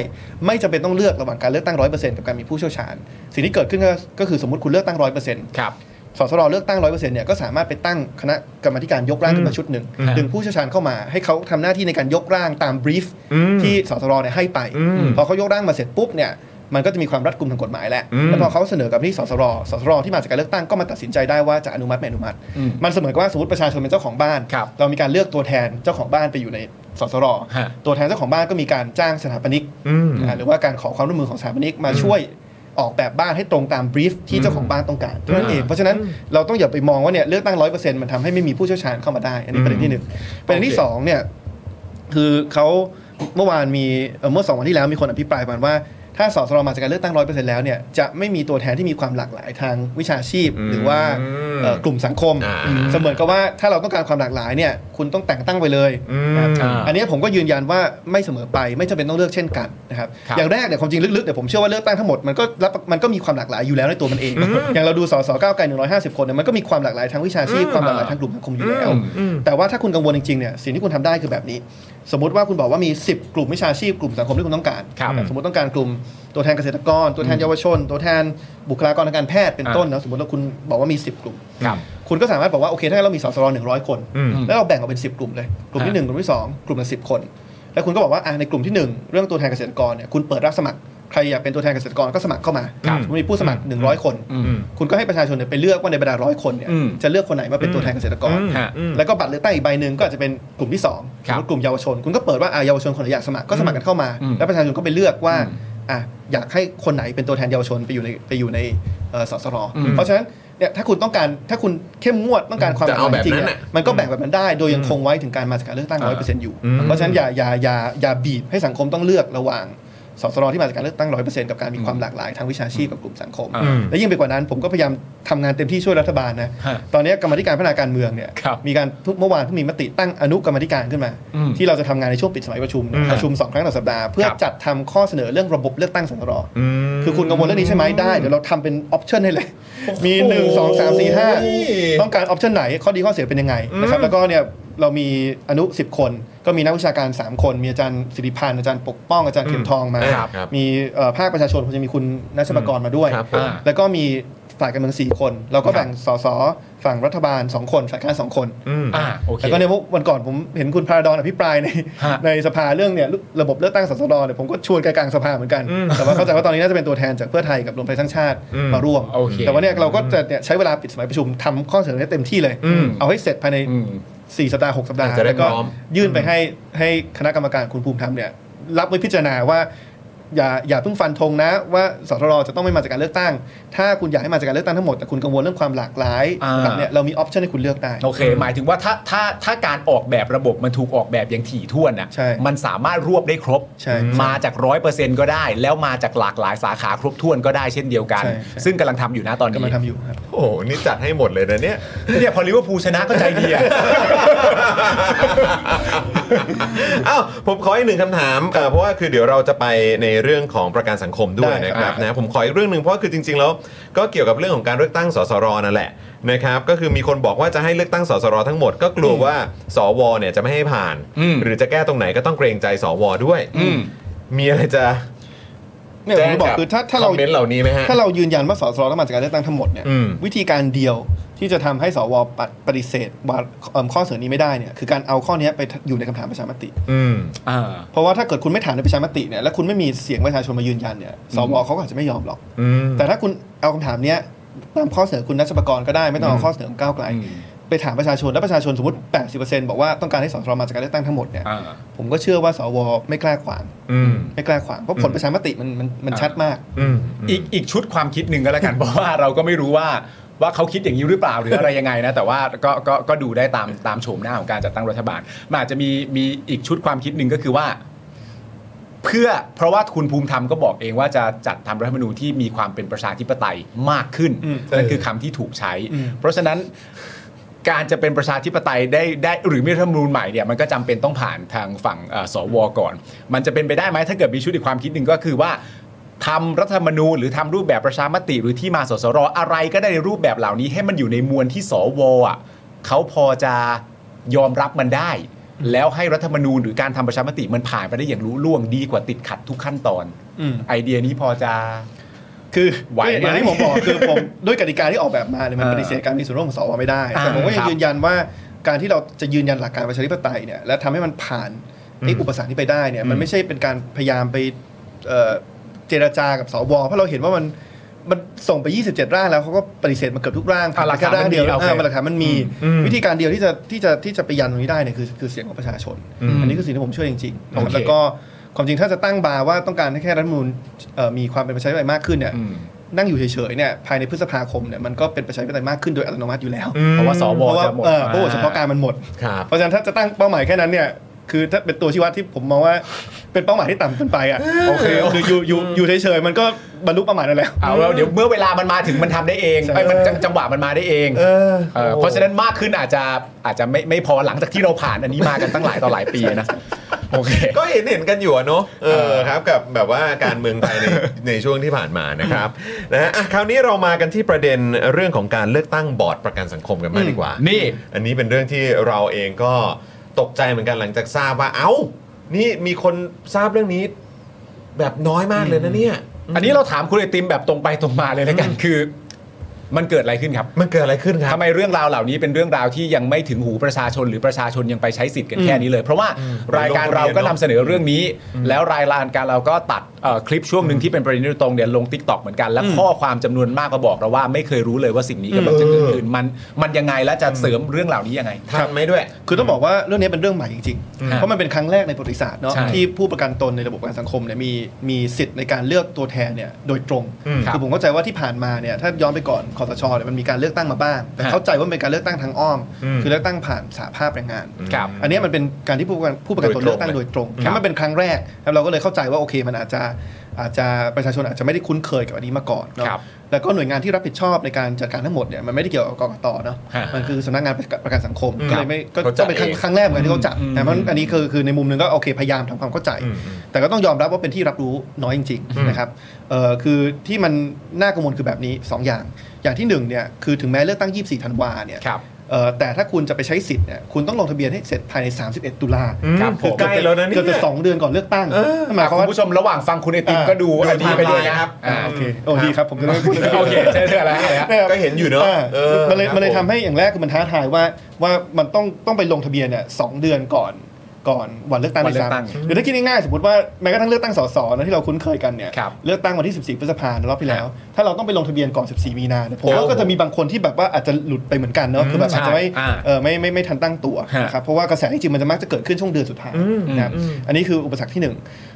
ไม่จำเป็นต้องเลือกระหว่างการเลือกตั้งร้อยเปอร์เซ็นต์กับการมีผู้เชี่ยวชาญ สิ่งที่เกิดขึ้นก็ก็คือสมมติคุณเลือกตั้งร้อยเปอร์เซ็นต์
ครับ
สสรเลือกตั้งร้อยเปอร์เซ็นต์เนี่ยก็สามารถไปตั้งคณะกรรมาธิการยกร่างขึ้นมาชุดหนึ่ง
อืม
ดึงผู้เชี่ยวชาญเข้ามาให้เขาทำหน้าที่ในการยกร่างตาม brief ที่สสรเนี่ยให้ไป พอเขายกร่างมาเสร็จปุ๊บเนี่ยมันก็จะมีความรัดกุมทางกฎหมายแหละแล้วพอเขาเสนอกับที่สสรสสรที่มาจากการเลือกตั้งก็มาตัดสินใจได้ว่าจะอนุมัติไม่อนุมัติ
อืม
มันเสมือนกับว่าสมมติประชาชนเป็นเจ้าของบ้าน
ครับ
เรามีการเลือกตัวแทนเจ้าของบ้านไปอยู่ในสสร
ฮะ
ตัวแทนเจ้าของบ้านก็มีการจ้างสถาปนิกนะหรือว่าการขอความร่วมมือของสถาปนิกมาช่วยออกแบบบ้านให้ตรงตามบรีฟที่เจ้าของบ้านต้องการเท่านั้นเองเพราะฉะนั้นเราต้องอย่าไปมองว่าเนี่ยเลือกตั้งร้อยเปอร์เซ็นต์มันทำให้ไม่มีผู้เชี่ยวชาญเข้ามาได้อันนี้ประเด็นที่หนึ่งประเด็น
โอ
ที่
เค
สองเนี่ย คือเขาเมื่อวานมีเอ่อเมื่อสองวันที่แล้วมีคนอภิปรายประมาณว่า ถ้าสสรมาจากการเลือกตั้งร้อยเปอร์เซ็นต์แล้วเนี่ยจะไม่มีตัวแทนที่มีความหลากหลายทางวิชาชีพ หรือว่าเอ่อกลุ่มสังคม
อ่า
เสมือนกับว่าถ้าเราต้องการความหลากหลายเนี่ยคุณต้องแต่งตั้งไปเลย
อ่า
อันนี้ผมก็ยืนยันว่าไม่เสมอไปไม่จำเป็นต้องเลือกเช่นกันนะครับ
ครับ
อย่างแรกเนี่ยความจริงลึกๆเนี่ยผมเชื่อว่าเลือกตั้งทั้งหมดมันก็รับมันก็มีความหลากหลายอยู่แล้วในตัวมันเอง อย่างเราดูสสก้าวไกล150 คนเนี่ยมันก็มีความหลากหลายทางวิชาชีพความหลากหลายทางกลุ่มสังคมอยู่แล้ว แต่ว่าถ้าคุณกังวลจริงๆเนี่ยสิ่งที่คุณทำได้คือแบบนี้ สมมติว่าคุณบอกว่ามี 10 กลุ่มวิชาชีพกลุ่มสังคมที่คุณต้องการ
ครับ
แบบสมมติต้องการกลุ่มตัวแทนเกษตรกร ตัวแทนเยาวชน ตัวแทนบุคลากรทางการแพทย์เป็น
อ่า
ต้นนะสมมติว่าคุณบอกว่ามี 10 กลุ่ม
ครับ
คุณก็สามารถบอกว่าโอเคถ้าเรามีสสรหนึ่งร้อยคน แล้วเราแบ่งออกเป็น 10 กลุ่มเลย กลุ่มที่
อ่า
1 กลุ่มที่ 2 กลุ่มละสิคน แล้วคุณก็บอกว่าอ่ะในกลุ่มที่ 1 เรื่องตัวแทนเกษตรกรเนี่ยคุณเปิดรับสมัครใครอยากเป็นตัวแทนเกษตรกรก็สมัครเข้ามา
ครับ
คุณมีผู้สมัคร 100 คน
อืม
คุณก็ให้ประชาชนเนี่ยไปเลือกว่าในบรรดาร้อยคนเนี่ย
อืม
จะเลือกคนไหนมาเป็นตัวแทนเกษตรกร
ฮะ
แล้วก็บัตรเลือกตั้งอีกใบหนึ่งก็อาจจะเป็นกลุ่มที่2สอง
ครับ
สมมุติกลุ่มเยาวชน คุณก็เปิดว่าอ่ะเยาวชนคนไหนอยากสมัครก็สมัครกันเข้ามา
อืม
แล้วประชาชนก็ไปเลือกว่า
อืม
อ่ะอยากให้คนไหนเป็นตัวแทนเยาวชนไปอยู่ในไปอยู่ในเอ่อสสร
อืม
เพราะฉะนั้นเนี่ยถ้าคุณต้องการถ้าคุณเข้มงวดต้องการความ
จะเอาแบบนั้นน่ะ
มันก็แบ่งแบบนั้นได้โดยยังคงไว้ถึงการมาจากการเลือกตั้งร้อยเปอร์เซ็นต์อยู่ เพราะฉะนั้นอย่าอย่าอย่าอย่าบีบให้สังคมต้องเลือกระหว่าง สสรที่มาจากการเลือกตั้งร้อยเปอร์เซ็นต์กับการมีความหลากหลายทางวิชาชีพกับกลุ่มสังคม
อืม
และยิ่งไปกว่านั้นผมก็พยายามทำงานเต็มที่ช่วยรัฐบาลนะ
ฮะ
ตอนนี้กรรมาธิการพัฒนาการเมืองเนี่ย
ครับ
มีการทุกเมื่อวานเพิ่งมีมติตั้งอนุกรรมาธิการขึ้นมา
อืม
ที่เราจะทำงานในช่วงปิดสมัยประชุม
อืม
ประชุมสองครั้งต่อสัปดาห์เพื่อ
ครับ
จัดทำข้อเสนอเรื่องระบบเลือกตั้งสสร คือคุณกังวลเรื่องนี้ใช่ไหมได้ เดี๋ยวเราทำเป็นออปชันให้เลย มี 1 2 3 4 5 ต้องการออปชันไหน ข้อดีข้อเสียเป็นยังไงนะครับแล้วก็เนี่ยเรามีอนุ 10 คน ก็มีนักวิชาการ 3 คน มีอาจารย์สิริพันธ์อาจารย์ปกป้องอาจารย์เข็มทองมา
ครับครับ
มีเอ่อภาคประชาชนคงจะมีคุณนัชปกรมาด้วย
ครับผม
แล้วก็มีฝ่ายการเมือง4 คน เราก็แบ่งสสฝั่งรัฐบาล 2 คนฝ่ายค้าน2คน
อ่าโอเค
แล้วก็เนี่ยพวกวันก่อนผมเห็นคุณพาราดอนอภิปรายใน
ฮะ
ในสภาเรื่องเนี่ยระบบเลือกตั้งสสรเนี่ยผมก็ชวนแกกลางสภาเหมือนกัน แต่ว่าเข้าใจว่าตอนนี้น่าจะเป็นตัวแทนจากเพื่อไทยกับรวมไทยสร้างชาติมาร่วม
โอเค
แต่ว่าเนี่ยเราก็จะเนี่ยใช้เวลาปิดสมัยประชุมทำข้อเสนอให้เต็มที่เลย
อืม
เอาให้เสร็จภายใน
อืม
4 สัปดาห์ 6 สัปดาห์
จะได้
แล้วก็
พร้อม
ยื่นไปให้ให้คณะกรรมการคุณภูมิธรรมเนี่ยรับไว้พิจารณาว่า อย่าอย่าเพิ่งฟันธงนะว่าสทรจะต้องไม่มาจากการเลือกตั้ง ถ้าคุณอยากให้มาจากการเลือกตั้งทั้งหมดแต่คุณกังวลเรื่องความหลากหลาย
อ่า
ต่างๆเนี่ยเรามีออปชันให้คุณเลือกได้
โอเค หมายถึงว่าถ้าถ้าถ้าการออกแบบระบบมันถูกออกแบบอย่างถี่ถ้วน
ใช่
นะ่ะมันสามารถรวบได้ครบ
ใช่
มาจากร้อยเปอร์เซ็นต์ก็ได้ แล้วมาจากหลากหลายสาขาครบถ้วนก็ได้เช่นเดียวกัน
ใช่ใช่
ซึ่งกำลังทำอยู่นะตอนนี้
กำลังทำอยู่ครับ
โอ้โหนี่จัดให้หมดเลยนะเนี่ย
เนี่ยพอลิเวอร์พูลชนะก็ใจดีอะ
เอ้าผมขออีกหนึ่งคำถามเอ่อเพราะว่าคือเดี๋ยวเราจะไปในเรื่องของประกันสังคมด้วย
ได้
นะค
ครั
รับบ นะผมขออีกเรื่องหนึ่งเพราะว่าคือจริง ๆ แล้ว ก็เกี่ยวกับเรื่องของการเลือกตั้งสสรนั่นแหละนะครับก็คือมีคนบอกว่าจะให้เลือกตั้งสสรทั้งหมด ก็กลัวว่าสวเนี่ยจะไม่ให้ผ่าน
อืม
หรือจะแก้ตรงไหนก็ต้องเกรงใจสวด้วย
อืม
มีอะไรจะ
เนี่ยผมจะบอก
แจ้ง
คือถ้าถ้าเรา
คอมเมนต์เหล่านี้ไหมฮะ
ถ้าเรายืนยันว่าสสต้องมาจากการเลือกตั้งทั้งหมดเนี่ย
อืม
วิธีการเดียวที่จะทำให้สวปฏิปฏิเสธวาเอิ่มข้อเสนอนี้ไม่ได้เนี่ยคือการเอาข้อเนี้ยไปอยู่ในคำถามประชามติ
อืม
อ่า
เพราะว่าถ้าเกิดคุณไม่ถามในประชามติเนี่ยและคุณไม่มีเสียงประชาชนมายืนยันเนี่ยสวเขาก็อาจจะไม่ยอมหรอก
อืม
แต่ถ้าคุณเอาคำถามเนี้ยตามข้อเสนอคุณนัชปกรก็ได้ไม่ต้องเอาข้อเสนอของก้าวไกล
อืม
ไปถามประชาชนแล้วประชาชนสมมติ80%บอกว่าต้องการให้สสมาจากการเลือกตั้งทั้งหมดเนี่ย
อ่า
ผมก็เชื่อว่าสวไม่กล้าขวาง
อืม
ไม่กล้าขวางเพราะผลประชามติมันมันมัน
อ่า
ชัดมาก
อืม
อีกอีกชุดความคิดหนึ่งก็แล้วกัน เพราะว่าเราก็ไม่รู้ว่าว่าเขาคิดอย่างนี้หรือเปล่าหรืออะไรยังไงนะ แต่ว่าก็ก็ก็ดูได้ตามตามโฉมหน้าของการจัดตั้งรัฐบาลมันอาจจะมีมีอีกชุดความคิดหนึ่งก็คือว่า เพื่อเพราะว่าคุณภูมิธรรมก็บอกเองว่าจะจัดทำรัฐธรรมนูญที่มีความเป็นประชาธิปไตยมากขึ้น
อืม
นั่นคือคำที่ถูกใช้
อืม
เพราะฉะนั้นการจะเป็นประชาธิปไตยได้ได้หรือมีรัฐธรรมนูญใหม่เนี่ยมันก็จำเป็นต้องผ่านทางฝั่งเอ่อสวก่อน มันจะเป็นไปได้ไหมถ้าเกิดมีชุดอีกความคิดหนึ่งก็คือว่าทำรัฐธรรมนูญหรือทำรูปแบบประชามติหรือที่มาสสรอะไรก็ได้ในรูปแบบเหล่านี้ให้มันอยู่ในมวลที่สวอ่ะเขาพอจะยอมรับมันได้ แล้วให้รัฐธรรมนูญหรือการทำประชามติมันผ่านไปได้อย่างรู้ล่วงดีกว่าติดขัดทุกขั้นตอน
อืม
ไอเดียนี้พอจะ
คือ
ไหวไหม
อย่างที่ผมบอกคือผมด้วยกติกาที่ออกแบบมาเนี่ยมัน
เออ
ปฏิเสธการมีส่วนร่วมของสวไม่ได้
อ่า
แต่ผมก็
ค
ยัง
รับ
ยืนยันว่าการที่เราจะยืนยันหลักการประชาธิปไตยเนี่ยและทำให้มันผ่านไอ้อุปสรรคที่ไปได้เนี่ยมันไม่ใช่เป็นการพยายามไปเอ่อเจรจากับสวเพราะเราเห็นว่ามันมันส่งไป 27 ร่างแล้วเขาก็ปฏิเสธมาเกือบทุกร่าง
อ่าหลักฐาน
แค่ร่างเดียว
มันมีโอเค
อ่ามันหลักฐานมันมี
อืม
วิธีการเดียวที่จะที่จะที่จะไปยันตรงนี้ได้เนี่ยคือคือเสียงของประชาชน อันนี้คือสิ่งที่ผมเชื่อจริงๆนะครั
โอบเค
แล้วก็ความจริงถ้าจะตั้งบาร์ว่าต้องการให้แค่รัฐธรรมนูลมีความเป็นประชาธิปไตยมากขึ้นเนี่ย
อืม
นั่งอยู่เฉยๆเนี่ยภายในพฤษภาคมเนี่ยมันก็เป็นประชาธิปไตยมากขึ้นโดยอัตโนมัติอยู่แล้ว
เพราะว่าสว
เพราะว่า
จะหมด
เออเพราะว่าเฉพาะการมันหมด
ครับ
เพราะฉะนั้นถ้าจะตั้งเป้าหมายแค่นั้นเนี่ยคือถ้าเป็นตัวชี้วัดที่ผมมองว่าเป็นเป้าหมายที่ต่ำเกินไปอ่ะ
โอเค
คืออยู่อยู่อยู่เฉยๆมันก็บรรลุเป้าหมายนั่นแหละ
เอาแล้วเดี๋ยวเมื่อเวลามันมาถึงมันทำได้เอง
ใช่
ไอ้ยมันจังจังหวะมันมาได้เอง
เออ
เออเพราะฉะนั้นมากขึ้นอาจจะอาจจะไม่ไม่พอหลังจากที่เราผ่านอันนี้มากันตั้งหลายต่อหลายปี นะโอเค
ก็เห็นเห็นกันอยู่อะเนอะเออครับกับแบบว่าการเมืองไทยใน ในช่วงที่ผ่านมานะครับ นะฮะอ่ะคราวนี้เรามากันที่ประเด็นเรื่องของการเลือกตั้งบอร์ดประกันสังคมกันมากดีกว่า
นี่
อันนี้เป็นเรื่องที่เราเองก็ตกใจเหมือนกันหลังจากทราบว่าเอ้า นี่มีคนทราบเรื่องนี้ แบบน้อยมากเลยนะเนี่ย
อันนี้เราถามคุณไอติมแบบตรงไปตรงมาเลยแล้วกันคือ มันเกิดอะไรขึ้นครับ
มันเกิดอะไรขึ้นครับ
ทำไมเรื่องราวเหล่านี้เป็นเรื่องราวที่ยังไม่ถึงหูประชาชนหรือประชาชนยังไปใช้สิทธิ์กันแค่นี้เลย เพราะว่ารายการเราก็นำเสนอเรื่องนี้ แล้วรายการเราก็ตัดเอ่อคลิปช่วงหนึ่งที่เป็นประเด็นโดยตรงเนี่ยลงทิกตอกเหมือนกันและข้อความจำนวนมากก็บอกเราว่าไม่เคยรู้เลยว่าสิ่งนี้กำลังจะเกิดขึ้นมันมันยังไงและจะเสริมเรื่องเหล่านี้ยังไง
ทันไหมด้วย
คือต้องบอกว่าเรื่องนี้เป็นเรื่องใหม่จริง
ครับ
ๆเพราะมันเป็นครั้งแรกในประวัติศาสตร์เนาะ
ใช่
ที่ผู้ประกันตนในระบบประกันสังคมเนี่ยมีมีสิทธิ์ในการเลือกตัวแทนเนี่ยโดยตรง
อืมครับ
คือผมเข้าใจว่าที่ผ่านมาเนี่ยถ้าย้อนไปก่อน คอสชเนี่ยมันมีการเลือกตั้งมาบ้าง แต่
ฮะ
เข้าใจว่ามันเป็นการเลือกตั้งทางอ้อม
อืม
คือเลือกตั้งผ่านสหภาพแรงงาน
ครับ
อันเนี้ยมันเป็นการที่ผู้ประกันผู้ประกันตน
โดยตรง
เลือกตั้งโดยตรง
ครับ
แล้วมันเป็นครั้งแรกแล้วเราก็เลยเข้าใจว่าโอเคมันอาจจะอาจจะประชาชนอาจจะไม่ได้คุ้นเคยกับอันนี้มาก่อนเนาะ
ครับ
แล้วก็หน่วยงานที่รับผิดชอบในการจัดการทั้งหมดเนี่ยมันไม่ได้เกี่ยวกับกกตเนาะ
ฮะ
มันคือสำนักงานประกันสังคม
ครับ
ก็เลยไม่ก็
เข้าใจ
ก็เป็นครั้ง
เอง
ครั้งแรกเหมือนกันที่เขาจัด
อืม
แต่มันอันนี้คือคือในมุมหนึงก็โอเคพยายามทำความเข้าใจ
อืม
แต่ก็ต้องยอมรับว่าเป็นที่รับรู้น้อยจริง
อืม
ๆนะครับเอ่อคือที่มันน่ากังวลคือแบบนี้สองอย่าง อย่างที่หนึ่งเนี่ยคือถึงแม้เลือกตั้ง 24 ธันวาเนี่ย
ครับ
เอ่อแต่ถ้าคุณจะไปใช้สิทธิ์เนี่ยคุณต้องลงทะเบียนให้เสร็จภายใน 31 ตุลา
ครับผม
ใกล้แล้วนะเนี่ย
เกือบจะสองเดือนก่อนเลือกตั้งหมายความ
คุ
ว่า
ณผู้ชมระหว่างฟังคุณไอติมก็ดูอันนี้ไปด้วยนะครับ
อ่าโอเคโอ้ดีครับ ผมจะได้ไม่พูดเรื่อง
โอ
นี้
เคใช่เถอะแล้วแล้ว
นะครับ
ก็เห็นอยู่เนอะ
อ่า
ออ
มันเลย
ครับ
มันเลย
ผ
ทำให้อย่างแรกคือมันท้าทายว่าว่ามันต้องต้องไปลงทะเบียนเนี่ยสองเดือนก่อนก่อนวันเลือกตั้ง
วันเลือกตั้ง
ด้วยซ้ำหรือถ้าคิดง่ายๆสมมติว่าแม้กระทั่งเลือกตั้งสสนะที่เราคุ้นเคยกันเนี่ย
ครับ
เลือกตั้งวันที่ 14 พฤษภาคมรอบที่แล้ว ถ้าเราต้องไปลงทะเบียนก่อน 14 มีนาเนี่ยผมว่าก็จะมีบางคนที่แบบว่าอาจจะหลุดไปเหมือนกันเนาะคือแบบอาจจะไม่
ใช่อ่า
เออไม่ไม่ไม่ทันตั้งตัว
ฮะ
นะครับเพราะว่ากระแสจริงๆมันจะมักจะเกิดขึ้นช่วงเดือนสุดท้าย
อืม
นะครับ
อืม
อันนี้คืออุปสรรคที่หนึ่ง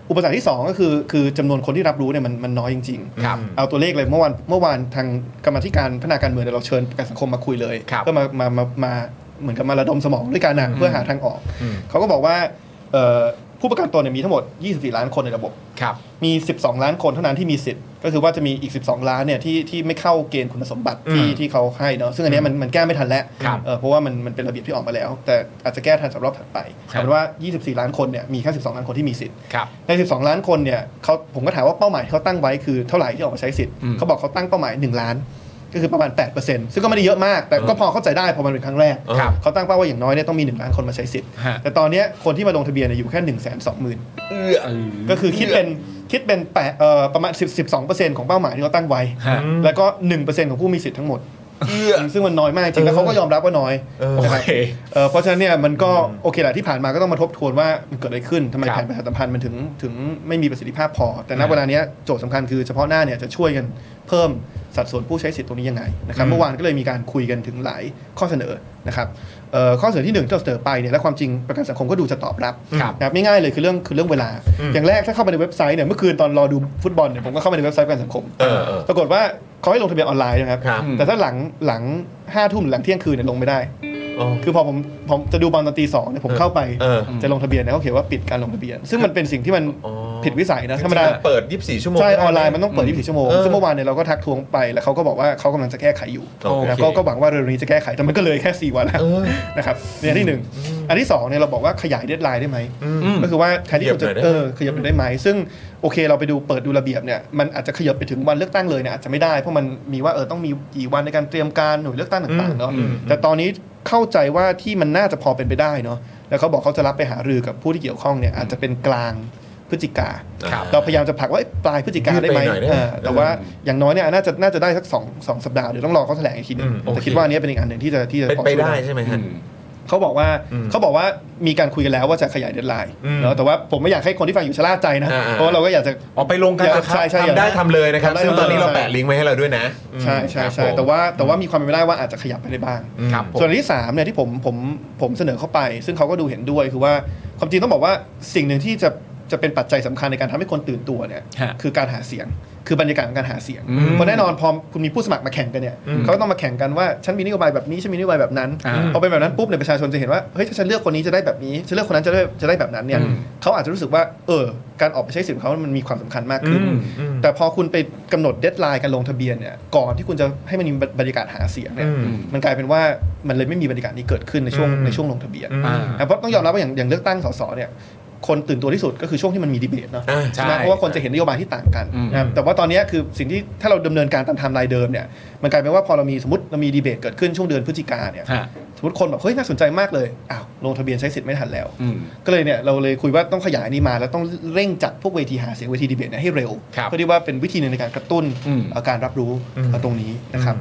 อุปสรรคที่สองก็คือคือจำนวนคนที่รับรู้เนี่ยมันมันน้อยจริงๆ
ครับ
เอาตัวเลขเลยเมื่อวานเมื่อวานทางกรรมาธิการพัฒนาการเมืองเนี่ยเราเชิญประกันสังคมมาคุยเลย
ครับ
ก็มามามามาเหมือนกับมาระดมสมองด้วยกันนะเพื่อหาทางออก เขาก็บอกว่าเอ่อผู้ประกันตนเนี่ยมีทั้งหมด 24 ล้านคนในระบบ
ครับ
มี 12 ล้านคนเท่านั้นที่มีสิทธิ์ ก็คือว่าจะมีอีก 12 ล้านเนี่ยที่ที่ไม่เข้าเกณฑ์คุณสมบัติที่ที่เขาให้เนาะ ซึ่งอันเนี้ยมันมันแก้ไม่ทันแล้ว
ครับ
เอ่อเพราะว่ามันมันเป็นระเบียบที่ออกมาแล้ว แต่อาจจะแก้ทันสำหรับรอบถัดไป
ครับ
เอาเป็นว่า 24 ล้านคนเนี่ยมีแค่ 12 ล้านคนที่มีสิทธิ์
ครับ
ใน 12 ล้านคนเนี่ยเขาผมก็ถามว่าเป้าหมายที่เขาตั้งไว้คือเท่าไหร่ที่ออกมาใช้สิทธิ์
อืม
เขาบอกเขาตั้งเป้าหมาย 1 ล้าน ก็คือประมาณ 8%ซึ่งก็ไม่ได้เยอะมาก แต่ก็พอเข้าใจได้เพอมันเป็นครั้งแรก
ครับ
เขาตั้งเป้าว่าอย่างน้อยเนี่ยต้องมี 1 ล้านคนมาใช้สิทธิ์
ฮะ
แต่ตอนเนี้ยคนที่มาลงทะเบียนเนี่ยอยู่แค่1 2 0 0 0 0
เอื้อ
ก็คือคิดเป็นคิดเป็นแปดเอ่อประมาณ10 12 ของเป้าหมายที่เขาตั้งไว้
ฮะ
แล้วก็ 1 ของผู้มีสิทธิ์ทั้งหมด
เอื้อ
ซึ่งมันน้อยมากจริงๆแล้วเขาก็ยอมรับว่าน้อย
เออ
โอ
นะครับ
เค
เอ่อเพราะฉะนั้นเนี่ยมันก็โอเคแหละที่ผ่านมาก็ต้องมาทบทวนว่ามันเกิดอะไรขึ้นทำไม
ครับ
แผนประชาสัมพันธ์มันถึงถึงไม่มีประสิทธิภาพพอ แต่ณเวลาเนี้ยโจทย์สำคัญคือเฉพาะหน้าเนี่ยจะช่วยกันเพิ่มสัดส่วนผู้ใช้สิทธิ์ตรงนี้ยังไงนะครับเมื่อวานก็เลยมีการคุยกันถึงหลายข้อเสนอนะครับเอ่อข้อเสนอที่หนึ่งที่เราเสนอไปเนี่ยและความจริงประกันสังคมก็ดูจะตอบรับ
ครับ
นะครับง่ายๆเลยคือเรื่องคือเรื่องเวลา อย่างแรกถ้าเข้าไปในเว็บไซต์เนี่ยเมื่อคืนตอนรอดูฟุตบอลเนี่ยผมก็เข้าไปในเว็บไซต์ประกันสังคม
เออเออ
ปรากฏว่าเขาให้ลงทะเบียนออนไลน์นะครับ
ครับ
แต่ถ้าหลังหลังห้าทุ่มหรือหลังเที่ยงคืนเนี่ยลงไม่ได้
อ๋อ
คือพอผมผมจะดูบอลตอนตีสองเนี่ยผมเข้าไป
เออ
จะลงทะเบียนเนี่ยเขาเขียนว่าปิดการลงทะเบียน ซึ่งมันเป็นสิ่งที่มัน
อ๋อ
ผิดวิสัยนะธรรมดา
เปิด 24 ชั่วโมง
ใช่ ออนไลน์มันต้องเปิด 24 ชั่วโมง
เออ
ซึ่งเมื่อวานเนี่ยเราก็ทักทวงไปแล้วเขาก็บอกว่าเขากำลังจะแก้ไขอยู่
โอเค
แล้วก็ก็หวังว่าเร็วๆนี้จะแก้ไข แต่มันก็เลยแค่ 4 วันแล้ว
เออ
นะครับเนี่ยที่หนึ่งอันที่สองเนี่ยเราบอกว่าขยายเดทไลน์ได้ไหม ก็คือว่าแทนที่คุณจะ
ขยับหน่อยได้ไหม
เออขยับหน่อยได้ไหม ซึ่งโอเคเราไปดูเปิดดูระเบียบเนี่ยมันอาจจะขยับไปถึงวันเลือกตั้งเลยเนี่ยอาจจะไม่ได้เพราะมันมีว่าเออต้องมีกี่วันในการเตรียมการหน่วยเลือกตั้งต่างๆเนาะแต่ตอนนี้เข้าใจว่าที่มันน่าจะพอเป็นไปได้เนาะแล้วเขาบอกเขาจะรับไปหารือกับผู้ที่เกี่ยวข้องเนี่ยอาจจะเป็นกลางพฤศจิกา
ครับ
เราพยายามจะผลักว่าเอ๊ะปลายพฤศจิกาได้ไหม
ยืดไปหน่อยได้ไหม
เออแต่ว่าอย่างน้อยเนี่ยน่าจะน่าจะได้สักสองสองสัปดาห์เดี๋ยวต้องรอเขาแถลงอีกทีหนึง
อืมโอเค
แต่คิดว่าอันนี้เป็นอีกอันหนึ่งที่จะที่จะ
เป็น
พอ
ไป
ช่วย
ได้ใช่ไหมฮะ
เขาบอกว่า
อืม
เขาบอกว่ามีการคุยกันแล้วว่าจะขยายเดทไลน์
อืม
เนอะแต่ว่าผมไม่อยากให้คนที่ฟังอยู่ชะล่าใจนะ
อ่าๆ
เพราะว่าเราก็อยากจะ
ออกไปลงกันนะครับ
ใช่ใช่
ทำได้ทำเลยนะครับ
ทำได้
ซึ่งตอนนี้เรา
ทำได้
แปะลิงก์ไว้ให้เราด้วยนะ
ใช่ใช่
ครับ
ใช่
ผม
แต่ว่าแต่ว่ามีความเป็นไปได้ว่าอาจจะขยับไปได้บ้าง
อืม
ครับ ผม
ส่วนอันที่สามเนี่ยที่ผมผมผมเสนอเข้าไป ซึ่งเขาก็ดูเห็นด้วยคือว่าความจริงต้องบอกว่าสิ่งหนึ่งที่จะจะเป็นปัจจัยสำคัญในการทำให้คนตื่นตัวเนี่ย
ฮะ
คือการหาเสียง คือบรรยากาศของการหาเสียง
อืม
เพราะแน่นอนพอคุณมีผู้สมัครมาแข่งกันเนี่ยเขาก็ต้องมาแข่งกันว่าฉันมีนโยบายแบบนี้ฉันมีนโยบายแบบนั้น
อ่า
พอเป็นแบบนั้นปุ๊บเนี่ยประชาชนจะเห็นว่าเฮ้ยถ้าฉันเลือกคนนี้จะได้แบบนี้ฉันเลือกคนนั้นจะได้จะได้แบบนั้นเนี่ย
อืม
เขาอาจจะรู้สึกว่าเออการออกไปใช้สิทธิ์ของเขามันมีความสำคัญมากขึ้น
อืม
แต่พอคุณไปกำหนดเดทไลน์การลงทะเบียนเนี่ยก่อนที่คุณจะให้มันมีบรรยากาศหาเสียงเนี่ย
อืม
มันกลายเป็นว่ามันเลยไม่มีบรรยากาศนี้เกิดขึ้นในช่วง
อืม
ในช่วงลงทะเบียน
อ่า
นะเพราะต้องยอมรับว่าอย่างอย่างเลือกตั้งสสเนี่ยคนตื่นตัวที่สุดก็คือช่วงที่มันมีดีเบตเนาะ
อ่า
ใช่
ไหมเพราะว่าคนจะเห็นนโยบายที่ต่างกัน
อืม
นะครับแต่ว่าตอนเนี้ยคือสิ่งที่ถ้าเราดำเนินการตามไทม์ไลน์เดิมเนี่ยมันกลายเป็นว่าพอเรามีสมมติเรามีดีเบตเกิดขึ้นช่วงเดือนพฤศจิกาเนี่ย
ฮะ
สมมติคนแบบเฮ้ยน่าสนใจมากเลยอ้าวลงทะเบียนใช้สิทธิ์ไม่ทันแล้ว
อืม
ก็เลยเนี่ยเราเลยคุยว่าต้องขยายนี้มาแล้วต้องเร่งจัดพวกเวทีหาเสียงเวทีดีเบตเนี่ยให้เร็ว
ครับ
เพื่อที่ว่าเป็นวิธีหนึ่งในการกระตุ้น
อืม
เอ่อการรับรู้เอ่อตรงนี้นะครับ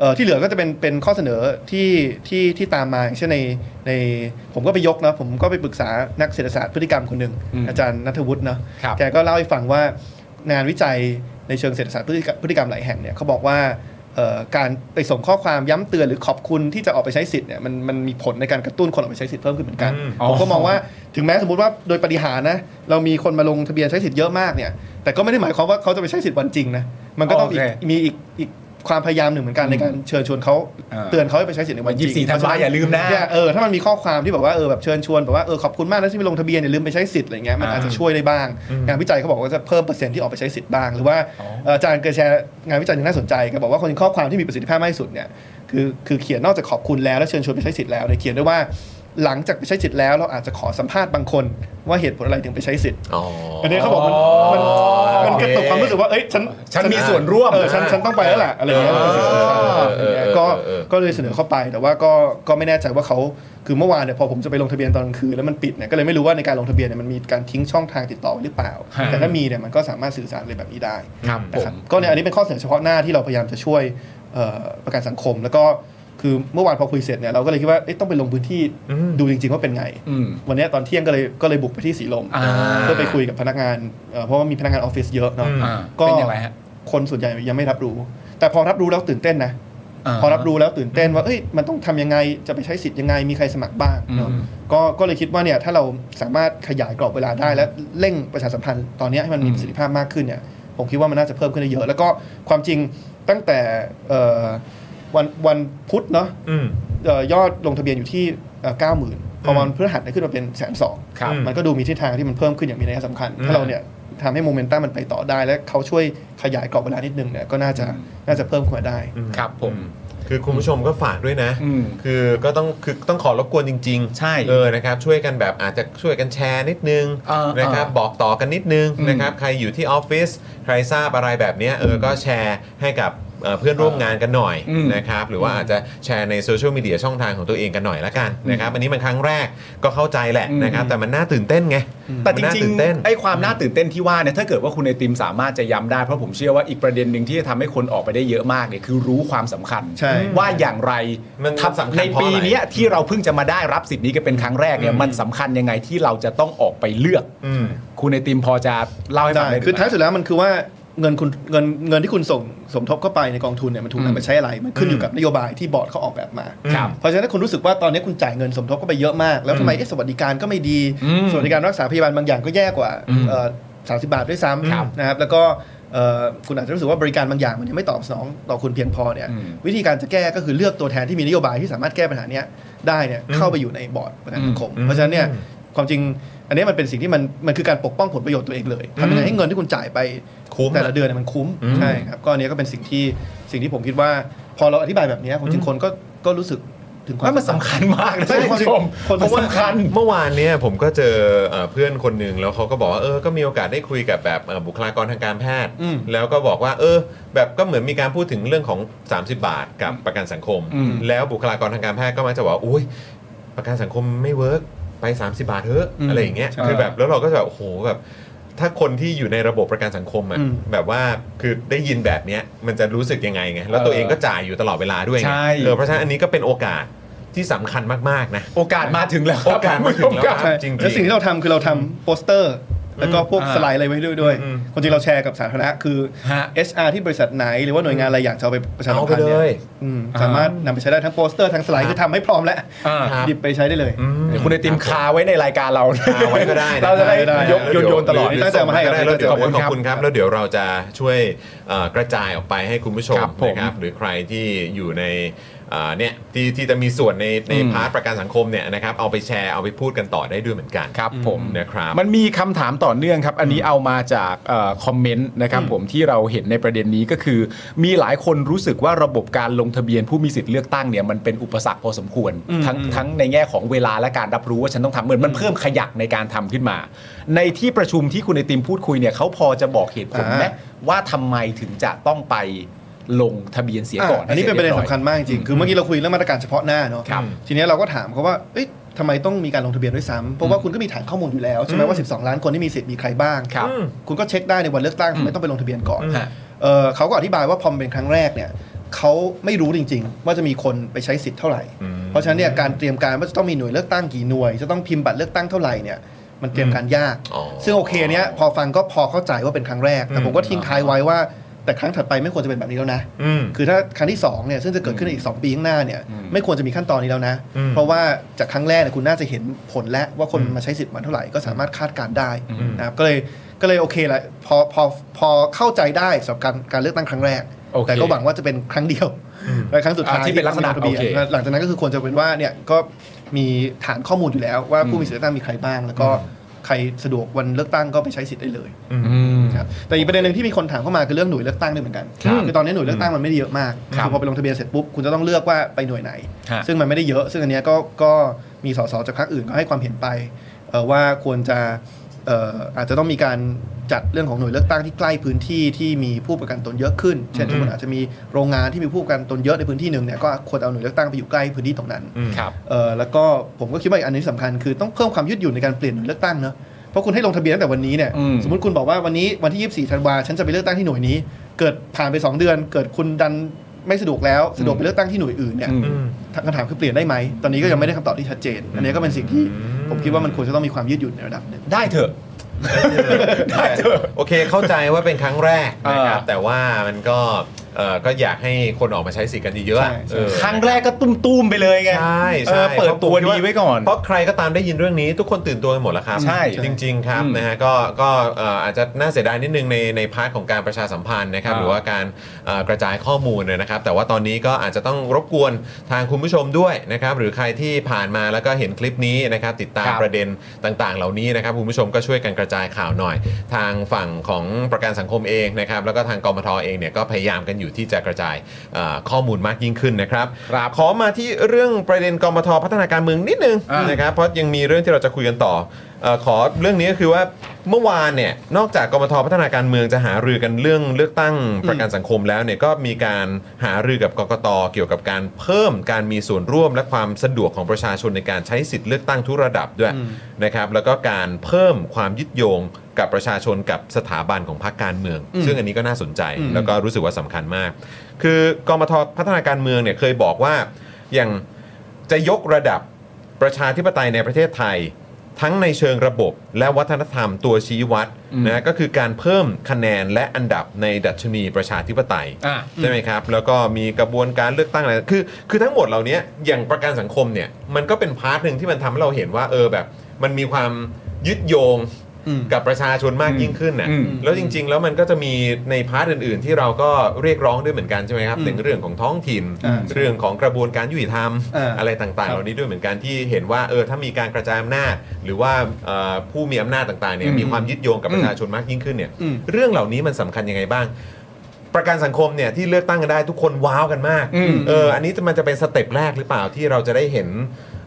เอ่อที่เหลือก็จะเป็นเป็นข้อเสนอที่ที่ที่ตามมาอย่างเช่นในในผมก็ไปยกนะผมก็ไปปรึกษานักเศรษฐศาสตร์พฤติกรรมคนหนึ่งอาจารย์นัทวุฒิเนาะ
ครับ
แกก็เล่าให้ฟังว่างานวิจัยในเชิงเศรษฐศาสตร์พฤติกรรมพฤติกรรมหลายแห่งเนี่ยเขาบอกว่าเอ่อการไปส่งข้อความย้ำเตือนหรือขอบคุณที่จะออกไปใช้สิทธิ์เนี่ยมันมันมีผลในการกระตุ้นคนออกไปใช้สิทธิ์เพิ่มขึ้นเหมือนกัน
อืม
ผมก็มองว่าถึงแม้สมมติว่าโดยปฏิหารย์นะเรามีคนมาลงทะเบียนใช้สิทธิ์เยอะมากเนี่ย แต่ก็ไม่ได้หมายความว่าเขาจะไปใช้สิทธิ์วันจริงนะมันก็ต้องอีก
โอเค
มีอีกอีก ความพยายามหนึ่งเหมือนกันในการเชิญชวนเขา
อ่า
เตือนเขาให้ไปใช้สิทธิ์ในวันจริง
ยี่สิบสี่ธันวาอย่าลืมนะ
เนี่ยเออถ้ามันมีข้อความที่แบบว่าเออแบบเชิญชวนแบบว่าเออขอบคุณมากนะที่ไปลงทะเบียนอย่าลืมไปใช้สิทธิ์อะไรเงี้ยมันอาจจะช่วยได้บ้าง งานวิจัยเขาบอกว่าจะเพิ่มเปอร์เซ็นต์ที่ออกไปใช้สิทธิ์บ้างหรือว่าเอ่ออาจารย์เกรแชร์งานวิจัยหนึ่งน่าสนใจก็บอกว่าคนข้อความที่มีประสิทธิภาพมากที่สุดเนี่ยคือคือเขียนนอกจากขอบคุณแล้วและเชิญชวนไปใช้สิทธิ์แล้วเนี่ยเขียนด้วยว่าหลังจากไปใช้สิทธิ์แล้วเราอาจจะขอสัมภาษณ์บางคน ว่าเหตุผลอะไรถึงไปใช้สิทธิ
อ๋อ
อันนี้เขาบอกมันมันมันกระตุกความรู้สึกว่า เอ้ย ฉัน
ฉันมีส่วนร่วม
เออฉัน ฉันต้องไปแล้วแหละอะไรอย่างเงี้ย
เออเออเออเออ
ก็
เออ
ก็เลยเสนอเข้าไป แต่ว่าก็ ก็ไม่แน่ใจว่าเขาคือเมื่อวานเนี่ยพอผมจะไปลงทะเบียนตอนกลางคืนแล้วมันปิดเนี่ย ก็เลยไม่รู้ว่าในการลงทะเบียนเนี่ยมันมีการทิ้งช่องทางติดต่อไว้หรือเปล่า แต่ถ้ามีเนี่ยมันก็สามารถสื่อสารอะไรแบบนี้ได้
ครับผ
นะครั
ม
บก็เนี่ยอันนี้เป็นข้อเสนอเฉพาะหน้าที่เราพยายามจะช่วยเอ่อประกันสังคม แล้วก็คือเมื่อวานพอคุยเสร็จเนี่ยเราก็เลยคิดว่าเอ๊ะต้องไปลงพื้นที่ดูจริง ๆ ว่าเป็นไง
อืม
วันเนี้ยตอนเที่ยงก็เลยก็เลยบุกไปที่สีลม
อ่า
เพื่อไปคุยกับพนักงานเอ่อเพราะว่ามีพนักงานออฟฟิศเยอะเนาะ
อ่า
ก็
เป็นอย่างไรฮะ
คนส่วนใหญ่ยังไม่รับรู้ แต่พอรับรู้แล้วตื่นเต้นนะ
า
พอรับรู้แล้วตื่นเต้นว่าเอ้ยมันต้องทำยังไงจะไปใช้สิทธิ์ยังไงมีใครสมัครบ้างเนาะ
อืม
ก็ก็เลยคิดว่าเนี่ยถ้าเราสามารถขยายกรอบเวลาได้และเร่งประชาสัมพันธ์ตอนเนี้ยให้มันมีประสิทธิภาพมากขึ้นเนี่ย ผมคิดว่ามันน่าจะเพิ่มขึ้นได้เยอะ แล้วก็ความจริงตั้งแต่เอ่อวันวันพุธเนาะ
อืม
เอ่อยอดลงทะเบียนอยู่ที่เก้าหมื่นพอวันพฤหัสเนี่ยขึ้นมาเป็นแสนสอง
ครับ
มันก็ดูมีทิศทางที่มันเพิ่มขึ้นอย่างมีนัยสำคัญ ถ้าเราเนี่ยทำให้โมเมนตัมมันไปต่อได้ และเขาช่วยขยายกรอบเวลานิดนึงเนี่ยก็น่าจะน่าจะเพิ่มขึ้นมาได้
ครับผม
คือคุณผู้ชมก็ฝากด้วยนะ
อืม
คือก็ต้องคือต้องขอรบกวนจริง
ใช่
เออนะครับช่วยกันแบบอาจจะช่วยกันแชร์นิดนึง
เออ
นะครับ
เออ
บอกต่อกันนิดนึง
อืม
นะครับใครอยู่ที่ออฟฟิศใครทราบอะไรแบบเนี้ยเออก็แชร์ให้กับเอ่อเพื่อนร่วมงานกันหน่อย
อืม
นะครับหรือว่าอาจจะแชร์ในโซเชียลมีเดียช่องทางของตัวเองกันหน่อยละกันนะครับอันนี้มันครั้งแรกก็เข้าใจแหละ
อืม
นะครับแต่มันน่าตื่นเต้นไง
แต่
มั
จ
นน่า
ริง
ตื่นเต้น
ๆไอ้ความน่าตื่นเต้นที่ว่าเนี่ยถ้าเกิดว่าคุณไอติมสามารถจะย้ำได้เพราะผมเชื่อว่าอีกประเด็นหนึ่งที่จะทำให้คนออกไปได้เยอะมากเนี่ยคือรู้ความสำคัญ
ใช่
ว่าอย่างไร
มัน
ทับ
สำคัญ
ใน
เพราะ
ปี
อะไร
เนี้ยที่เราเพิ่งจะมาได้รับสิทธิ์นี้กันเป็นครั้งแรกเนี่ยมันสำคัญยังไงที่เราจะต้องออกไปเลือก
อืม
คุณไอติมพอจะเล่าให้ฟัง
ได้
ได้หรื
คือ
อ
ท้า
เปล่า
ยสุดแล้วมันคือว่าเงินคุณเงินเงินที่คุณส่งสมทบเข้าไปในกองทุนเนี่ยมันถูก
อืม
นำไปใช้อะไร มันขึ้นอยู่กับนโยบายที่บอร์ดเขาออกแบบมา
ครับ
เพราะฉะนั้นถ้าคุณรู้สึกว่าตอนนี้คุณจ่ายเงินสมทบเข้าไปเยอะมาก แล้วทำไมเอ๊ะสวัสดิการก็ไม่ดี
อืม
สวัสดิการรักษาพยาบาลบางอย่างก็แย่กว่าสามสิบบาทด้วยซ้
ครับ
ำนะครับแล้วก็เอ่อคุณอาจจะรู้สึกว่าบริการบางอย่างมันยังไม่ตอบสนองต่อคุณเพียงพอเนี่ย
อืม
วิธีการจะแก้ก็คือเลือกตัวแทนที่มีนโยบายที่สามารถแก้ปัญหาเนี้ยได้เนี่ยเข้าไปอยู่ในบอร์ดประกันสังคม
อืม
เพราะฉะนั้นเนี่ย ความจริงอันนี้มันเป็นสิ่งที่มันมันคือการปกป้องผลประโยชน์ตัวเองเลยทำยังไงให้เงินที่คุณจ่ายไป
คุ้ม
แต่ละเดือนเนยมันคุ้ม
อืม
ใช่ครับก็อันนี้ก็เป็นสิ่งที่สิ่งที่ผมคิดว่า พอเราอธิบายแบบนี้ความจริงคนก็ก็รู้สึกถึงความ
ว่ามันสำคัญมากนะ
ใช่
ท่านผู้ชม
คน
มันสำคัญ
เมื่อวานเนี่ยผมก็เจอเอ่อเพื่อนคนหนึ่งแล้วเขาก็บอกว่าเออก็มีโอกาสได้คุยกับแบบเอ่อบุคลากรทางการแพทย์
อืม
แล้วก็บอกว่า เออ แบบก็เหมือนมีการพูดถึงเรื่องของ 30 บาทกับประกันสังคม
อืม
แล้วบุคลากรทางการแพทย์ก็มักจะบอกว่าอุ้ยประกันสังคมไม่เวิร์กไป 30 บาทเถอะ
อืม
อะไรอย่างเงี้ย
ใช่
คือแบบแล้วเราก็จะแบบโอ้โหแบบถ้าคนที่อยู่ในระบบประกันสังคมอะ
อืม
แบบว่าคือได้ยินแบบเนี้ยมันจะรู้สึกยังไงไงแล้วตัวเองก็จ่ายอยู่ตลอดเวลาด้วยไง
ใช่
เออเพราะฉะนั้นอันนี้ก็เป็นโอกาสที่สำคัญมากๆนะ
โอกาสมาถึงแล้วครับ
โอกาสมาถึงแล้วครับ
ใช่
จริงๆ
แล้วสิ่งที่เราทำคือเราทำโปสเตอร์ แล้วก็พวกสไลด์อะไรไว้ด้วยด้วย
อืม
ความจริงเราแชร์กับสาธารณะคือ
ฮะ
HR ที่บริษัทไหนหรือว่าหน่วยงานอะไรอยากจะเอาไปประชาสัมพั
เอา
นธ์
ไปเลย
นี่อืมสามารถนำไปใช้ได้ทั้งโปสเตอร์ทั้งสไลด์คือทำให้พร้อมแล้ว
อ่า
หยิบไปใช้ได้เลย
เดี๋ยวคุณไอติมคาไว้ในรายการเรา
คาไว้ก็ได้นะ
เราจะได้
ได้ได้
ยกโยนๆตลอด
หรือตั้งใจมาให้
ก็
กับ
ได้แล้วเดี๋ยว
ขอบคุณ
ข
ค
อ
รั
บบ คุณครับ แล้วเดี๋ยวเราจะช่วยเอ่อกระจายออกไปให้คุณผู้ชม
ครับผม
นะครับหรือใครที่อยู่ในเอ่อเนี่ยที่ที่จะมีส่วนในใน
อืม
พาร์ทประกันสังคมเนี่ยนะครับเอาไปแชร์เอาไปพูดกันต่อได้ด้วยเหมือนกัน
ครับผม
นะครับ
มันมีคำถามต่อเนื่องครับ อันนี้เอามาจากเออคอมเมนต์นะครับผมที่เราเห็นในประเด็นนี้ก็คือ มีหลายคนรู้สึกว่าระบบการลงทะเบียนผู้มีสิทธิ์เลือกตั้งเนี่ยมันเป็นอุปสรรคพอสมควร ทั้งทั้งในแง่ของเวลาและการรับรู้ว่าฉันต้องทำเหมือนมันเพิ่มขยักในการทำขึ้นมา ในที่ประชุมที่คุณไอติมพูดคุยเนี่ยเขาพอจะบอกเหตุผลไหม
อ่า
ว่าทำไมถึงจะต้องไปลงทะเบียนเสียก่อน
อันนี้เป็นประเด็นสำคัญมากจริงๆคือเมื่อกี้เราคุยเรื่องมาตรการเฉพาะหน้าเนาะ
ครับ
ทีนี้เราก็ถามเขาว่าเอ๊ะทำไมต้องมีการลงทะเบียนด้วยซ้ำเพราะว่าคุณก็มีฐานข้อมูลอยู่แล้ว ใช่ไหมว่า 12 ล้านคนที่มีสิทธิ์มีใครบ้าง
ครับ
คุณก็เช็คได้ในวันเลือกตั้งทำไมต้องไปลงทะเบียนก่อน
ฮะ
เอ่อเขาก็อธิบายว่าพอมนเป็นครั้งแรกเนี่ยเขาไม่รู้จริง ๆ ว่าจะมีคนไปใช้สิทธิ์เท่าไหร่ เพราะฉะนั้นเนี่ยการเตรียมการว่าจะต้องมีหน่วยเลือกตั้งกี่หน่วย จะต้องพิมพ์บัตรเลือกตั้งเท่าไหร่เนี่ยมันเตรียมการยาก
อ๋อ
ซึ่งโอเคเนี้ยพอฟังก็พอเข้าใจว่าเป็นครั้งแรก แต่ผมก็ทิ้งท้ายไว้ว่า แต่ครั้งถัดไปไม่ควรจะเป็นแบบนี้แล้วนะ คือถ้าครั้งที่2เนี่ยซึ่งจะเกิดขึ้นในอีก 2 ปีข้างหน้าเนี่ยไม่ควรจะมีขั้นตอนนี้แล้วนะ เพราะว่าจากครั้งแรกเนี่ยคุณน่าจะเห็นผลแล้วว่าคนมาใช้สิทธิ์มาเท่าไหร่ก็สามารถคาดการณ์ได้นะครับก็เลยก็เลยโอเคแหละพอพอพอเข้าใจได้สำหรับการการเลือกตั้งครั้งแรก
โอเค
แต่ก็หวังว่าจะเป็นครั้งเดียวและครั้งสุดท้าย
อ่าที่เป็นลักษณะ
ทำทะเบียน
โอเค
หลังจากนั้นก็คือควรจะเป็นว่าเนี่ยก็มีฐานข้อมูลอยู่แล้วว่าผู้มีสิทธิเลือกตั้งมีใครบ้าง แล้วก็ใครสะดวกวันเลือกตั้งก็ไปใช้สิทธิ์ได้เลย
อืม
ครับแต่อีกประเด็นหนึ่งที่มีคนถามเข้ามาคือเรื่องหน่วยเลือกตั้งด้วยเหมือนกัน
ครับ
คือตอนนี้หน่วยเลือกตั้งมันไม่ได้เยอะมาก
ครับ
อพอไปลงทะเบียนเสร็จปุ๊บคุณจะต้องเลือกว่าไปหน่วยไหน
ฮะ
ซึ่งมันไม่ได้เยอะ ซึ่งอันเนี้ยก็ก็มีสสจากพรรคอื่นก็ให้ความเห็นไปเอ่อว่าควรจะเอ่ออาจจะต้องมีการจัดเรื่องของหน่วยเลือกตั้งที่ใกล้พื้นที่ที่มีผู้ประกันตนเยอะขึ้น เช่นสมมติอาจจะมีโรงงานที่มีผู้ประกันตนเยอะในพื้นที่หนึ่งเนี่ยก็ควรเอาหน่วยเลือกตั้งไปอยู่ใกล้พื้นที่ตรงนั้น
ครับ
เอ่อแล้วก็ผมก็คิดว่าอีกอันนี้สำคัญคือต้องเพิ่มความยืดหยุ่นในการเปลี่ยนหน่วยเลือกตั้งเนอะเพราะคุณให้ลงทะเบียนตั้งแต่วันนี้เนี่ย
อืม
สมมติคุณบอกว่าวันนี้วันที่ 24ธันวาฉันจะไปเลือกตั้งที่หน่วยนี้ เกิดผ่านไป 2 เดือน เกิดคุณดันไม่สะดวกแล้วสะดวกไปเลือกตั้งที่หน่วยอื่นเนี่ยคำถามคือเปลี่ยนได้ไหมตอนนี้ก็ยังไม่ได้คำตอบที่ชัดเจน อันนี้ก็เป็นสิ่งที่ผมคิดว่ามันควรจะต้องมีความยืดหยุ่นในระดับหนึ่ง
ได้เถอะ ได้เถอะ
โอเคเข้าใจว่าเป็นครั้งแรกนะครับ
เออ
แต่ว่ามันก็เออก็อยากให้คนออกมาใช้สิทธิ์กันเยอะๆอะ
ใช่ใช่
เออ
ครั้งแรกก็ตุ้มๆไปเลยไง
ใช่
เอ
ใช่
อเปิดตัว
พราะผม
ดี
คิา
ไว้ก่อน
เพราะใครก็ตามได้ยินเรื่องนี้ ทุกคนตื่นตัวกันหมดแล้วครับ
ใช่
จริง ๆ ครับ
อืม
นะฮะก็ก็เอ่ออาจจะน่าเสียดายนิดนึงในในพาร์ทของการประชาสัมพันธ์นะครับ
อ่า
หรือว่าการเอ่อกระจายข้อมูลเนี่ยนะครับแต่ว่าตอนนี้ก็อาจจะต้องรบกวนทางคุณผู้ชมด้วยนะครับหรือใครที่ผ่านมาแล้วก็เห็นคลิปนี้นะครับติดตาม
ครับ
ประเด็นต่างๆ เหล่านี้นะครับคุณผู้ชมก็ช่วยกันกระจายข่าวหน่อย ทางฝั่งของประกันสังคมเองนะครับแล้วก็ทางกมทเองเนี่ยก็พยายามกันอยู่ที่จะกระจายเอ่อข้อมูลมากยิ่งขึ้นนะครับ
ครับ
ขอมาที่เรื่องประเด็นกมทพัฒนาการเมืองนิดนึง
อ่าน
นะครับเพราะยังมีเรื่องที่เราจะคุยกันต่อเอ่อขอเรื่องนี้ก็คือว่าเมื่อวานเนี่ยนอกจากกมทพัฒนาการเมืองจะหารือกันเรื่องเลือกตั้งประกันสังคมแล้วเนี่ยก็มีการหารือกับกกตเกี่ยวกับการเพิ่มการมีส่วนร่วม และความสะดวกของประชาชนในการใช้สิทธิ์เลือกตั้งทุกระดับด้วยนะครับแล้วก็การเพิ่มความยึดโยงกับประชาชนกับสถาบันของพรรคการเมือง ซึ่งอันนี้ก็น่าสนใจแล้วก็รู้สึกว่าสำคัญมาก คือกมทพัฒนาการเมืองเนี่ยเคยบอกว่าอย่างจะยกระดับประชาธิปไตยในประเทศไทย ทั้งในเชิงระบบและวัฒนธรรมตัวชี้วัดนะก็คือการเพิ่มคะแนนและอันดับในดัชนีประชาธิปไตย
อ่ะ
ใช่ไหมครับ แล้วก็มีกระบวนการเลือกตั้งอะไร คือ คือทั้งหมดเหล่านี้อย่างประกันสังคมเนี่ย มันก็เป็นพาร์ทหนึ่งที่มันทำให้เราเห็นว่า เออแบบ มันมีความยึดโยงกับประชาชนมากยิ่งขึ้นน่ะ
อืม
แล้วจริง ๆ แล้วมันก็จะมีในพาร์ทอื่น ๆ ที่เราก็เรียกร้องด้วยเหมือนกันใช่ไหมครับถึงเรื่องของท้องถิ่น
อ่า
เรื่องของกระบวนการยุติธรรม
อ่า
อะไรต่าง ๆ เหล่านี้ด้วยเหมือนกันที่เห็นว่า เออ ถ้ามีการกระจายอำนาจ หรือว่าเอ่อผู้มีอำนาจต่าง ๆ เนี่ย มีความยึดโยงกับประชาชนมากยิ่งขึ้นเนี่ย เรื่องเหล่านี้มันสำคัญยังไงบ้าง ประกันสังคมเนี่ยที่เลือกตั้งกันได้ทุกคนว้าวกันมาก
อืม
เออ อันนี้จะมันจะเป็นสเต็ปแรกหรือเปล่าที่เราจะได้เห็น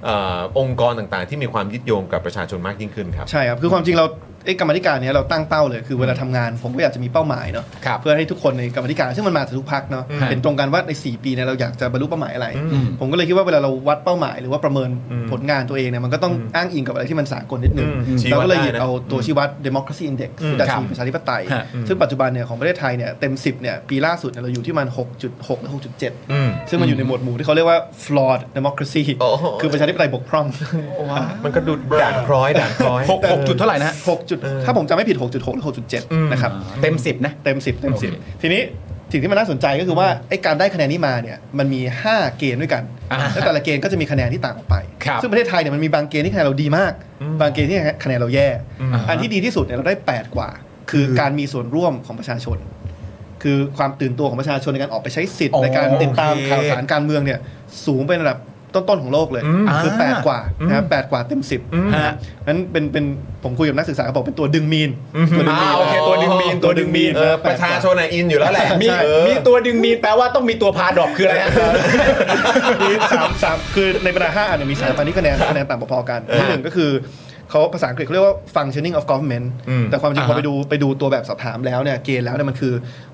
เออองค์กรต่างๆ ที่มีความยึดโยงกับประชาชนมากยิ่งขึ้นครับ
ใช่ครับ คือความจริงเราไอ้กรรมาธิการเนี้ยเราตั้งเป้าเลย คือเวลาทำงานผมก็อยากจะมีเป้าหมายเนาะ
ครับ
เพื่อให้ทุกคนในกรรมาธิการ ซึ่งมันมาจากทุกพักเนาะ
อืม
เห็นตรงกันว่าใน 4 ปีเนี่ยเราอยากจะบรรลุเป้าหมายอะไร
อืม
ผมก็เลยคิดว่าเวลาเราวัดเป้าหมาย หรือว่าประเมิน
อืม
ผลงานตัวเองเนี่ยมันก็ต้องอ้างอิงกับอะไรที่มันสากลนิดนึง
อืมชี้
เรา
วัด
ก็เลยหยิบ
ได้นะ
เอาตัวชี้วัด democracy index
อืม
ดัช
ครับ
นีประชาธิปไตย
ฮะ
ซึ่งปัจจุบันเนี่ยของประเทศไทยเนี่ยเต็ม 10เนี่ยปีล่าสุดเนี่ยเราอยู่ที่มัน 6.6หรือ6.7
อืม
ซึ่งมันอยู่ในหมวดหมู่ที่เขาเรียกว่า flawed democracy
โอ้โห
คือประชาธิปไตยบกพร่อง
มันก็ดูด่างพร้อยด่างพร้อย
หกหกจุดเท่าไหร่นะฮะ
หกจุดถ้าผมจำไม่ผิด 6.6หรือ
อืม
6.7 นะครับ
เต็มสิบนะ
เต็ม 10 เต็ม 10 ทีนี้สิ่งที่มันน่าสนใจก็คือว่าไอ้การได้คะแนนนี้มาเนี่ยมันมี 5 เกณฑ์ด้วยกัน
อ่า
แล้วแต่ละเกณฑ์ก็จะมีคะแนนที่ต่างออกไป
ครับ
ซึ่งประเทศไทยเนี่ยมันมีบางเกณฑ์ที่คะแนนเราดีมาก บางเกณฑ์ที่คะแนนเราแย่ อันที่ดีที่สุดเนี่ยเราได้ 8 กว่า คือการมีส่วนร่วมของประชาชน คือความตื่นตัวของประชาชนในการออกไปใช้สิทธิ์
อ๋อ
ในการติดตาม
โอเค
ข่าวสารการเมืองเนี่ยสูงเป็นระดับต้นๆของโลกเลยคือแปดกว่านะครับแปดกว่าเต็มสิบนะครับนั้นเป็นเป็นผมคุยกับนักศึกษาเขาบอกเป็นตัวดึงมีนตัวดึงมี
อ่าน โอเคตัวดึงมีน
ตัวดึงมีน
เออประชาชนน่ะอินอยู่แล้วแหละ
มี
เออ
มีตัวดึงมีนแปลว่าต้องมีตัวพาดอกคืออะไรฮะ
คือสามสามคือในบรรดาห้าอันเนยมีสามอันนี้คะแนนคะแนนต่ำพอๆกันที่หนึ่งก็คือเขาภาษาอังกฤษเขาเรียกว่า functioning of government
อืม
แต่ความจริง
อ่า
พ
ฮะ
อไปดูไปดูตัวแบบสอบถามแล้วเนี่ยเกณฑ์แล้วเนี่ยมันคือ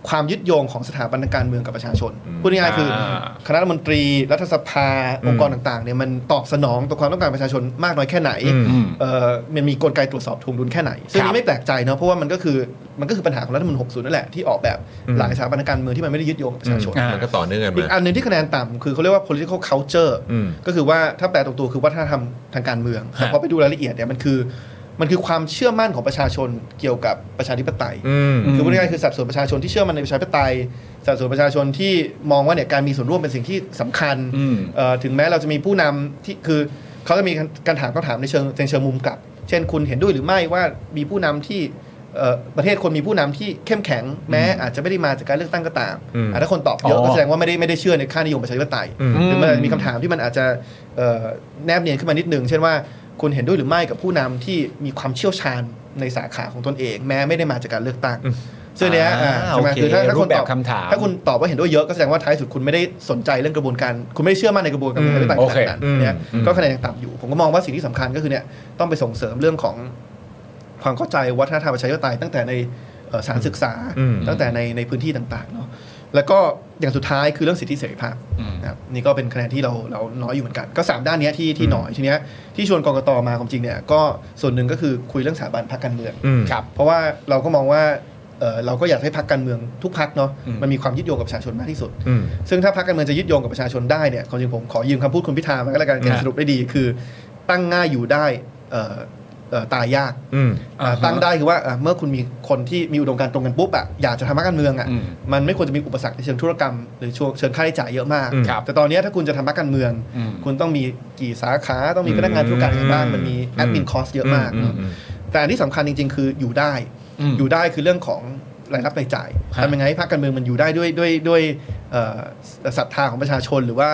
ความยึดโยงของสถาบันทางการเมืองกับประชาชนพูดง่ายๆคืออา คณะรัฐมนตรี รัฐสภาองค์กรต่างๆเนี่ยมันตอบสนองต่อความต้องการประชาชนมากน้อยแค่ไหน
อืม
เอ่อมันมีกลไกตรวจสอบทวงดุลแค่ไหน ซึ่ง
ครับ
นี่ไม่แปลกใจเนาะเพราะว่ามันก็คือมันก็คือปัญหาของรัฐธรรมนูญ60 นั่นแหละที่ออกแบบหลายสถาบันทางการเมืองที่มันไม่ได้ยึดโยงกับประชาชน
อื
มันก็ต่อเนื่องกัน
อีก
มา
อันหนึ่งที่คะแนนต่ำคือเขาเรียกว่า political culture
อืม
ก็คือว่าถ้าแปลตรงตัวคือวัฒนธรรมทางการเมือง แต่พอไปดูรายละเอียดเนี่ยมันคือมันคือความเชื่อมั่นของประชาชนเกี่ยวกับประชาธิปไตย
อืม
คือพูดง่ายๆคือสัดส่วนประชาชนที่เชื่อมันในประชาธิปไตย สัดส่วนประชาชนที่มองว่าเนี่ยการมีส่วนร่วมเป็นสิ่งที่สำคัญ
อืม
เอ่อถึงแม้เราจะมีผู้นำที่คือเขาจะมีการถามคำถามในเชิงในเชิงมุมกลับ เช่นคุณเห็นด้วยหรือไม่ว่ามีผู้นำที่ เอ่อประเทศคนมีผู้นำที่เข้มแข็งแม้อาจจะไม่ได้มาจากการเลือกตั้งก็ตาม
อืม
อ่ะถ้าคนตอบเยอะ
อ๋อ
ก็แสดงว่าไม่ได้ไม่ได้เชื่อในค่านิยมประชาธิปไตย
อืม
หรือมันอาจจะมีคำถามที่มันอาจจะเอ่อแนบเนียนขึ้นมานิดนึง เช่นว่าคุณเห็นด้วยหรือไม่กับผู้นำที่มีความเชี่ยวชาญในสาขาของตนเอง แม้ไม่ได้มาจากการเลือกตั้งซึ่งเนี้ยอ่ะใช่ไหม
โเ
คือถ้าถ้า
รู
ค
ป
น
แบ
ตอ
บบ คำถาม
ถ้าคุณตอบว่าเห็นด้วยเยอะก็แสดงว่าท้ายสุดคุณไม่ได้สนใจเรื่องกระบวนการ คุณไม่ได้เชื่อมั่นในกระบวนการประชาธิปไตย
อืมโอ
ข
เค
นาดนั้นเนี่ย
อืม
ก็คะแนนยังต่ำอยู่ ผมก็มองว่าสิ่งที่สำคัญก็คือเนี่ยต้องไปส่งเสริมเรื่องของความเข้าใจวัฒนธรรมประชาธิปไตยตั้งแต่ในเอ่อสถารศึกษา
อืม
ตั้งแต่ในในพื้นที่ต่างๆเนาะแล้วก็อย่างสุดท้ายคือเรื่องสิทธิเสรีภาพนะครับนี่ก็เป็นคะแนนที่เราเราน้อยอยู่เหมือนกัน ก็สามด้านเนี้ยที่ที่น้อยทีเนี้ยที่ชวนกกตมาความจริงเนี่ยก็ส่วนหนึ่งก็คือคุยเรื่องสถาบันพรรคการเมือง
อืม
ครับ
เพราะว่าเราก็มองว่าเอ่อเราก็อยากให้พักการเมืองทุกพักเนาะมันมีความยึดโยงกับประชาชนมากที่สุด
อืม
ซึ่งถ้าพักการเมืองจะยึดโยงกับประชาชนได้เนี่ยความจริงผมขอยืมคำพูดคุณพิธามาก็แล้วกันแก
ฮะ
สรุปได้ดีคือ ตั้งง่ายอยู่ได้เอ่อเอ่อตายยาก
อืม
อ่าฮะ
ตั้งได้คือว่าอ่ะเมื่อคุณมีคนที่มีอุดมการณ์ตรงกันปุ๊บอ่ะอยากจะทำพรรคการเมืองอ่ะ
อืม
มันไม่ควรจะมีอุปสรรคในเชิงธุรกรรมหรือเชิงค่าใช้จ่ายเยอะมาก
อืม
ครับ
แต่ตอนเนี้ยถ้าคุณจะทำพรรคการเมือง
อืม
คุณต้องมีกี่สาขาต้องมีพนักงานธุรการอะไรบ้างมันมีแอดมินคอสเยอะมากเนอะแต่อันที่สำคัญจริง ๆ คืออยู่ได้
ม
อยู่ได้คือเรื่องของรายรับรายจ่าย
ฮะ
ทำยังไงให้พรรคการเมืองมันอยู่ได้ด้วยด้วยด้วยเอ่อศรัทธาของประชาชน หรือว่า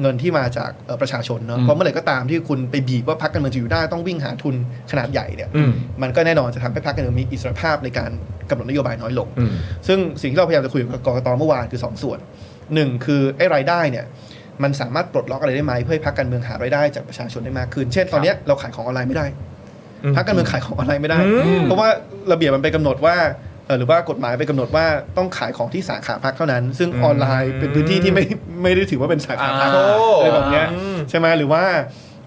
เงินที่มาจากเอ่อประชาชนเนอะเพราะเมื่อไหร่ก็ตามที่คุณไปบีบว่าพรรคการเมืองจะอยู่ได้ต้องวิ่งหาทุนขนาดใหญ่เนี่ย
อืม
มันก็แน่นอนจะทำให้พรรคการเมืองมีอิสรภาพในการกำหนดนโยบายน้อยลง
อืม
ซึ่งสิ่งที่เราพยายามจะคุยกับกกตเมื่อวานคือสองส่วนหนึ่งคือไอ้รายได้เนี่ยมันสามารถปลดล็อกอะไรได้ไหมเพื่อให้พรรคการเมืองหารายได้จากประชาชนได้มากขึ้น เช่นตอนเนี้ยเราขายของออนไลน์ไม่ได้
อืม
พรรคการเมืองขายของออนไลน์ไม่ได้
อืม
เพราะว่าระเบียบมันไปกำหนดว่าเอ่อหรือว่ากฎหมายไปกำหนดว่าต้องขายของที่สาขาพรรคเท่านั้น ซึ่งออนไลน์เป็นพื้นที่ที่ ไม่ไม่ได้ถือว่าเป็นสาขาพรรค
อ่า
อะไรแบบเนี้ยใช่ไหมหรือว่า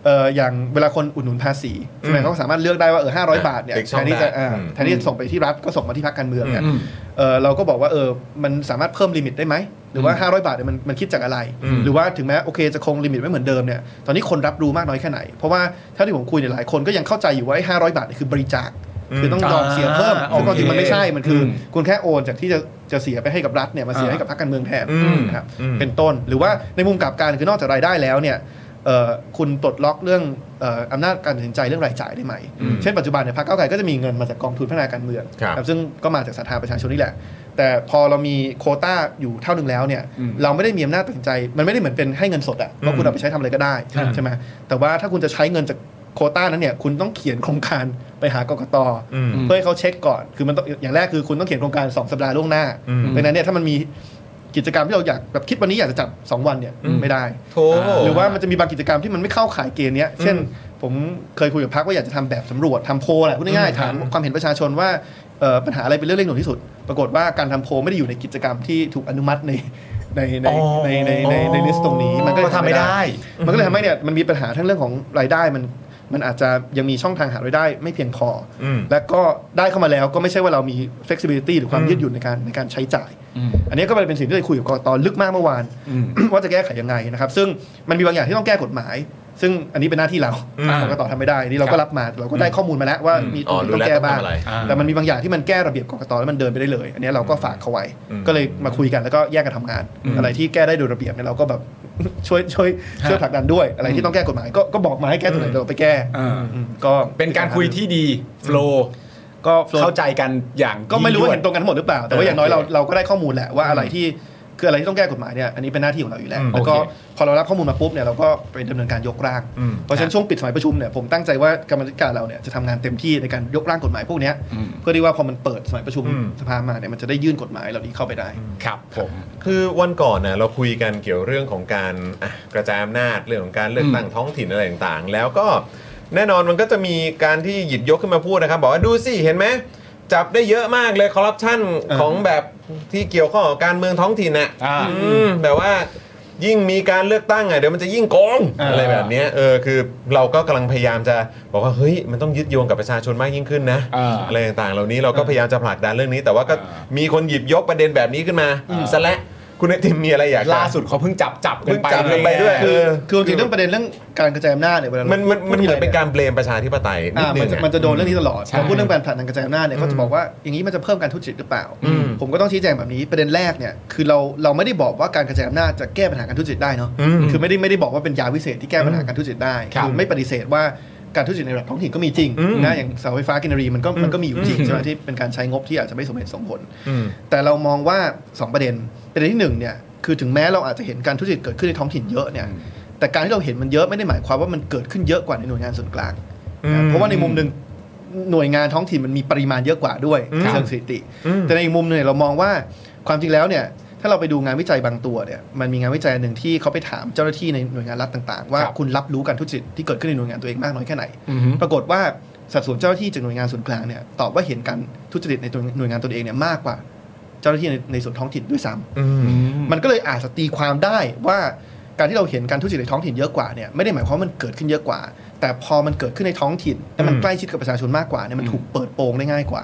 เอ่ออย่างเวลาคนอุดหนุนภาษีใช่ไหมเขาสามารถเลือกได้ว่าเออห้าร้อยบาทเนี่ย
เด็กช
แท
อบ
นที่จะ
ได้
อ่า
อืม
แทนที่จะส่งไปที่รัฐก็ส่งมาที่พรรคการเมืองเนี่ย
อืม
เออเราก็บอกว่าเออมันสามารถเพิ่มลิมิตได้ไหม หรือว่า 500 บาทเนี่ยมันมันคิดจากอะไร
อืม
หรือว่าถึงแม้โอเคจะคงลิมิตไว้เหมือนเดิมเนี่ยตอนนี้คนรับรู้มากน้อยแค่ไหน เพราะว่าเท่าที่ผมคุยเนี่ยหลายคนก็ยังเข้าใจอยู่ว่าไอ้500 บาทเนี่ยคือบริจาค คือต้องยอมเสียเพิ่ม
อ่า
ซึ่งความจริงมันไม่ใช่มันคือ
ม
อคุณแค่โอนจากที่จะจะเสียไปให้กับรัฐเนี่ยมาเสีย
อ่า
ให้กับพรรคการเมืองแทน
อืม
นะครับ
อืม
เป็นต้นหรือว่าในมุมกลับกันคือนอกจากรายได้แล้วเนี่ยเอ่อคุณปลดล็อกเรื่องเอ่ออำนาจการตัดสินใจเรื่องรายจ่ายได้ไหม
อืม
เช่นปัจจุบันเนี่ยพรรคก้าวไกลก็จะมีเงินมาจากกองทุนพัฒนาการเมือง
ครับ
ครับซึ่งก็มาจากสถาประชาชนนี่แหละ แต่พอเรามีโควต้าอยู่เท่าหนึ่งแล้วเนี่ย
อืม
เราไม่ได้มีอำนาจตัดสินใจ มันไม่ได้เหมือนเป็นให้เงินสดอะเพ
อื
ราะ
ม
คุณเอาไปใช้ทำอะไรก็ได้ใช่ไหมแต่ว่าถ้าคุณจะใช้เงินจากโควต้านั้นเนี่ยคุณต้องเขียนโครงการไปหากกต
อืม
อืม
เพื่อให้เขาเช็คก่อน คือมันต้องอย่างแรกคือคุณต้องเขียนโครงการ 2 สัปดาห์ล่วงหน้า
อืม
ดังนั้นเนี่ยถ้ามันมีกิจกรรมที่เราอยากแบบคิดวันนี้อยากจะจัด 2 วันเนี่ย
อืม
ไม่ได้
โถ
หรือว่ามันจะมีบางกิจกรรมที่มันไม่เข้าข่ายเกณฑ์เนี้ย เช่น
อืม
ผมเคยคุยกับพักว่าอยากจะทำแบบสำรวจทำโพลแหละพูดง่าย
อืม
ๆถามความเห็นประชาชนว่าเอ่อปัญหาอะไรเป็นเรื่องเร่งด่วนที่สุด ปรากฏว่าการทำโพลไม่ได้อยู่ในกิจกรรมที่ถูกอนุมัติในในใน
อ๋อ
ในในในในลิสต์ตรงนี้มันก็เลย
ก็ทำไม่ได้
มันก็เลยทำให้เนี่ยมันมีปัญหาทั้งเรื่องของรายได้มันมันอาจจะยังมีช่องทางหารายได้ไม่เพียงพออ
ม
และก็ได้เข้ามาแล้วก็ไม่ใช่ว่าเรามี flexibility หรือความยืดหยุ่นในการในการใช้จ่าย อันนี้ก็เป็นสิ่งที่ได้คุยกับกรกตลึกมากเมื่อวาน
อืม
ว่าจะแก้ไขยังไงนะครับ ซึ่งมันมีบางอย่างที่ต้องแก้กฎหมาย ซึ่งอันนี้เป็นหน้าที่เรา
อืม
กรกตทำไม่ได้นี่เราก็รับมาเราก็ได้ข้อมูลมาแล้วว่ามี
อ๋อ
ตร
ง
ที่
รู้
ต้อง
แล้ว
แก้
ต้อง
บ้าง
ทำอะไร
อ่า
แต่มันมีบางอย่างที่มันแก้ระเบียบกรกตแล้วมันเดินไปได้เลย อันนี้เราก็ฝากเขาไว้
อืม
ก็เลยมาคุยกันแล้วก็แยกกันทำงาน อะไรที่แก้ได้โดยระเบียบเนี่ยเราก็แบบ ช่วยช่วยช่วยผลักดันด้วย อะไรที่ต้องแก้กฎหมายก็ก็บอกมาให้แก้ตรงไหนเราไปแก้
อ่า
อืมก็
เป็นการคุยที่ดีโฟลว์
ก็เข้า
เข้าใจกันอย่าง
ก็ไม่รู้ว่าเห็นต
ต
ร
รง
งกันทั้งหมดหรือเปล่า แต่ว่าอย่างน้อยเราเราก็ได้ข้อมูลแหละว่าอะไรที่คืออะไรที่ต้องแก้กฎหมายเนี่ยอันนี้เป็นหน้าที่ของเราอยู่แล้ว
อืม
แล้วก็
โอเค
พอเรารับข้อมูลมาปุ๊บเนี่ยเราก็ไปดำเนินการยกร่าง
อืม
เพราะฉะนั้นช่วงปิดสมัยประชุมเนี่ยผมตั้งใจว่ากรรมาธิการเราเนี่ยจะทำงานเต็มที่ในการยกร่างกฎหมายพวกเนี้ย
อืม
เพื่อที่ว่าพอมันเปิดสมัยประชุม
อืม
สภามาเนี่ยมันจะได้ยื่นกฎหมายเหล่านี้เข้าไปได้
ครับผม
คือวันก่อนนะเราคุยกันเกี่ยวเรื่องของการอ่ะกระจายอำนาจเรื่องของการเลือกตั้งท้องถิ่นอะไรต่างๆ แล้วก็แน่นอนมันก็จะมีการที่หยิบยกขึ้นมาพูดนะครับ บอกว่าดูสิเห็นไหมจับได้เยอะมากเลยคอร์รัปชัน
อ่า
ของแบบที่เกี่ยวข้องกับการเมืองท้องถิ่นน่ะ
อ่า
อืมแบบว่ายิ่งมีการเลือกตั้งอ่ะเดี๋ยวมันจะยิ่งโกงอะไรแบบเนี้ยเออคือเราก็กำลังพยายามจะบอกว่าเฮ้ยมันต้องยึดโยงกับประชาชนมากยิ่งขึ้นนะ
อ่า
อะไรต่างๆ เหล่านี้เราก็พยายามจะผลักดันเรื่องนี้ แต่ว่าก็
อ่า
มีคนหยิบยกประเด็นแบบนี้ขึ้นมา
อ่า
ซะและคุณไอติมมีอะไรอยากจะ
ล่าสุดเขาเพิ่งจับจับกันไป
เพิ่งจับกันไปด้วย
เอ
คือ
อ
คือจริงๆเรื่องประเด็นเรื่องการกระจายอำนาจเนี่ยเวลา
มันมันมันเหมือน
พูดทีไ
เป็นการเบลมประชาธิปไตยนิด
อ่า
นึ
มัน
ง
จะ
อะ
มันจะโดนเรื่องนี้ตลอด
ใช่
พอพูดเรื่องการผลัดดันกระจายอำนาจเนี่ยเขาจะบอกว่าอย่างนี้มันจะเพิ่มการทุจริตหรือเปล่า
อืม
ผมก็ต้องชี้แจงแบบนี้ประเด็นแรกเนี่ยคือเราเราไม่ได้บอกว่าการกระจายอำนาจจะแก้ปัญหาการทุจริตได้เนาะ
อืม
คือไม่ได้ไม่ได้บอกว่าเป็นยาวิเศษที่แก้ปัญหาการทุจริตได้
ครับ
ไม่ปฏิเสธว่า การทุจริตในระดับท้องถิ่นก็มีจริงนะอย่างเสาไฟฟ้ากินรีมันก็มันก็มีอยู่จริงใช่ไหมที่เป็นการใช้งบที่อาจจะไม่สมเหตุสมผล แต่เรามองว่า 2 ประเด็นประเด็นที่หนึ่งเนี่ยคือถึงแม้เราอาจจะเห็นการทุจริตเกิดขึ้นในท้องถิ่นเยอะเนี่ยแต่การที่เราเห็นมันเยอะไม่ได้หมายความว่ามันเกิดขึ้นเยอะกว่าในหน่วยงานส่วนกลางนะเพราะว่าในมุมหนึ่งหน่วยงานท้องถิ่นมันมีปริมาณเยอะกว่าด้วยในเชิงสถิติ แต่ในอีกมุมหนึ่งเนี่ยเรามองว่าความจริงแล้วเนี่ยถ้าเราไปดูงานวิจัยบางตัวเนี่ยมันมีงานวิจัยอันหนึ่งที่เขาไปถามเจ้าหน้าที่ในหน่วยงานรัฐต่างๆ ว่า
ครับ
คุณรับรู้การทุจริตที่เกิดขึ้นในหน่วยงานตัวเองมากน้อยแค่ไหน ปรากฏว่าสัดส่วนเจ้าหน้าที่จากหน่วยงานส่วนกลางเนี่ยตอบว่าเห็นการทุจริตในตัวหน่วยงานตนเองเนี่ยมากกว่า เจ้าหน้าที่ในในส่วนท้องถิ่นด้วยซ้ำมันก็เลยอาจจะตีความได้ว่าการที่เราเห็นการทุจริตในท้องถิ่นเยอะกว่าเนี่ยไม่ได้หมายความว่ามันเกิดขึ้นเยอะกว่า แต่พอมันเกิดขึ้นในท้องถิ่นและมันใกล้ชิดกับประชาชนมากกว่าเนี่ยมันถูกเปิดโปงได้ง่ายกว่า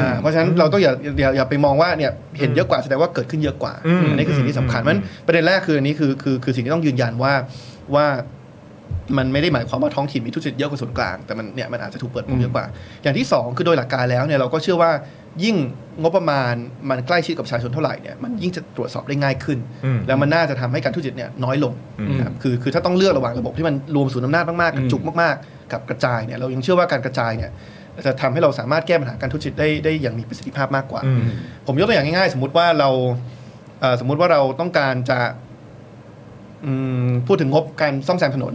อ่า เพราะฉะนั้นเราต้องอย่าอย่าอย่าไปมองว่าเนี่ยเห็นเยอะกว่าแสดงว่าเกิดขึ้นเยอะกว่าอันนี้คือสิ่งที่สำคัญเพราะฉะนั้นประเด็นแรกคืออันนี้คือคือคือสิ่งที่ต้องยืนยันว่าว่า มันไม่ได้หมายความว่าท้องถิ่นมีทุจริตเยอะกว่าส่วนกลาง แต่มันเนี่ยมันอาจจะถูกเปิดโปงเยอะกว่า อย่างที่ 2 คือโดยหลักการแล้วเนี่ยเราก็เชื่อว่ายิ่งงบประมาณมันใกล้ชิดกับประชาชนเท่าไหร่เนี่ยมันยิ่งจะตรวจสอบได้ง่ายขึ้น แล้วมันน่าจะทำให้การทุจริตเนี่ยน้อยลงนะครับคือคือถ้าต้องเลือกระหว่างระบบที่มันรวมศูนย์อำนาจมากๆกระจุกมากๆ กับกระจายเนี่ยเรายังเชื่อว่าการกระจายเนี่ยจะทำให้เราสามารถแก้ปัญหาการทุจริตได้ได้อย่างมีประสิทธิภาพมากกว่า ผมยกตัวอย่างง่ายๆ สมมติว่าเราเอ่อสมมติว่าเราต้องการจะ อืมพูดถึงงบการซ่อมแซมถนน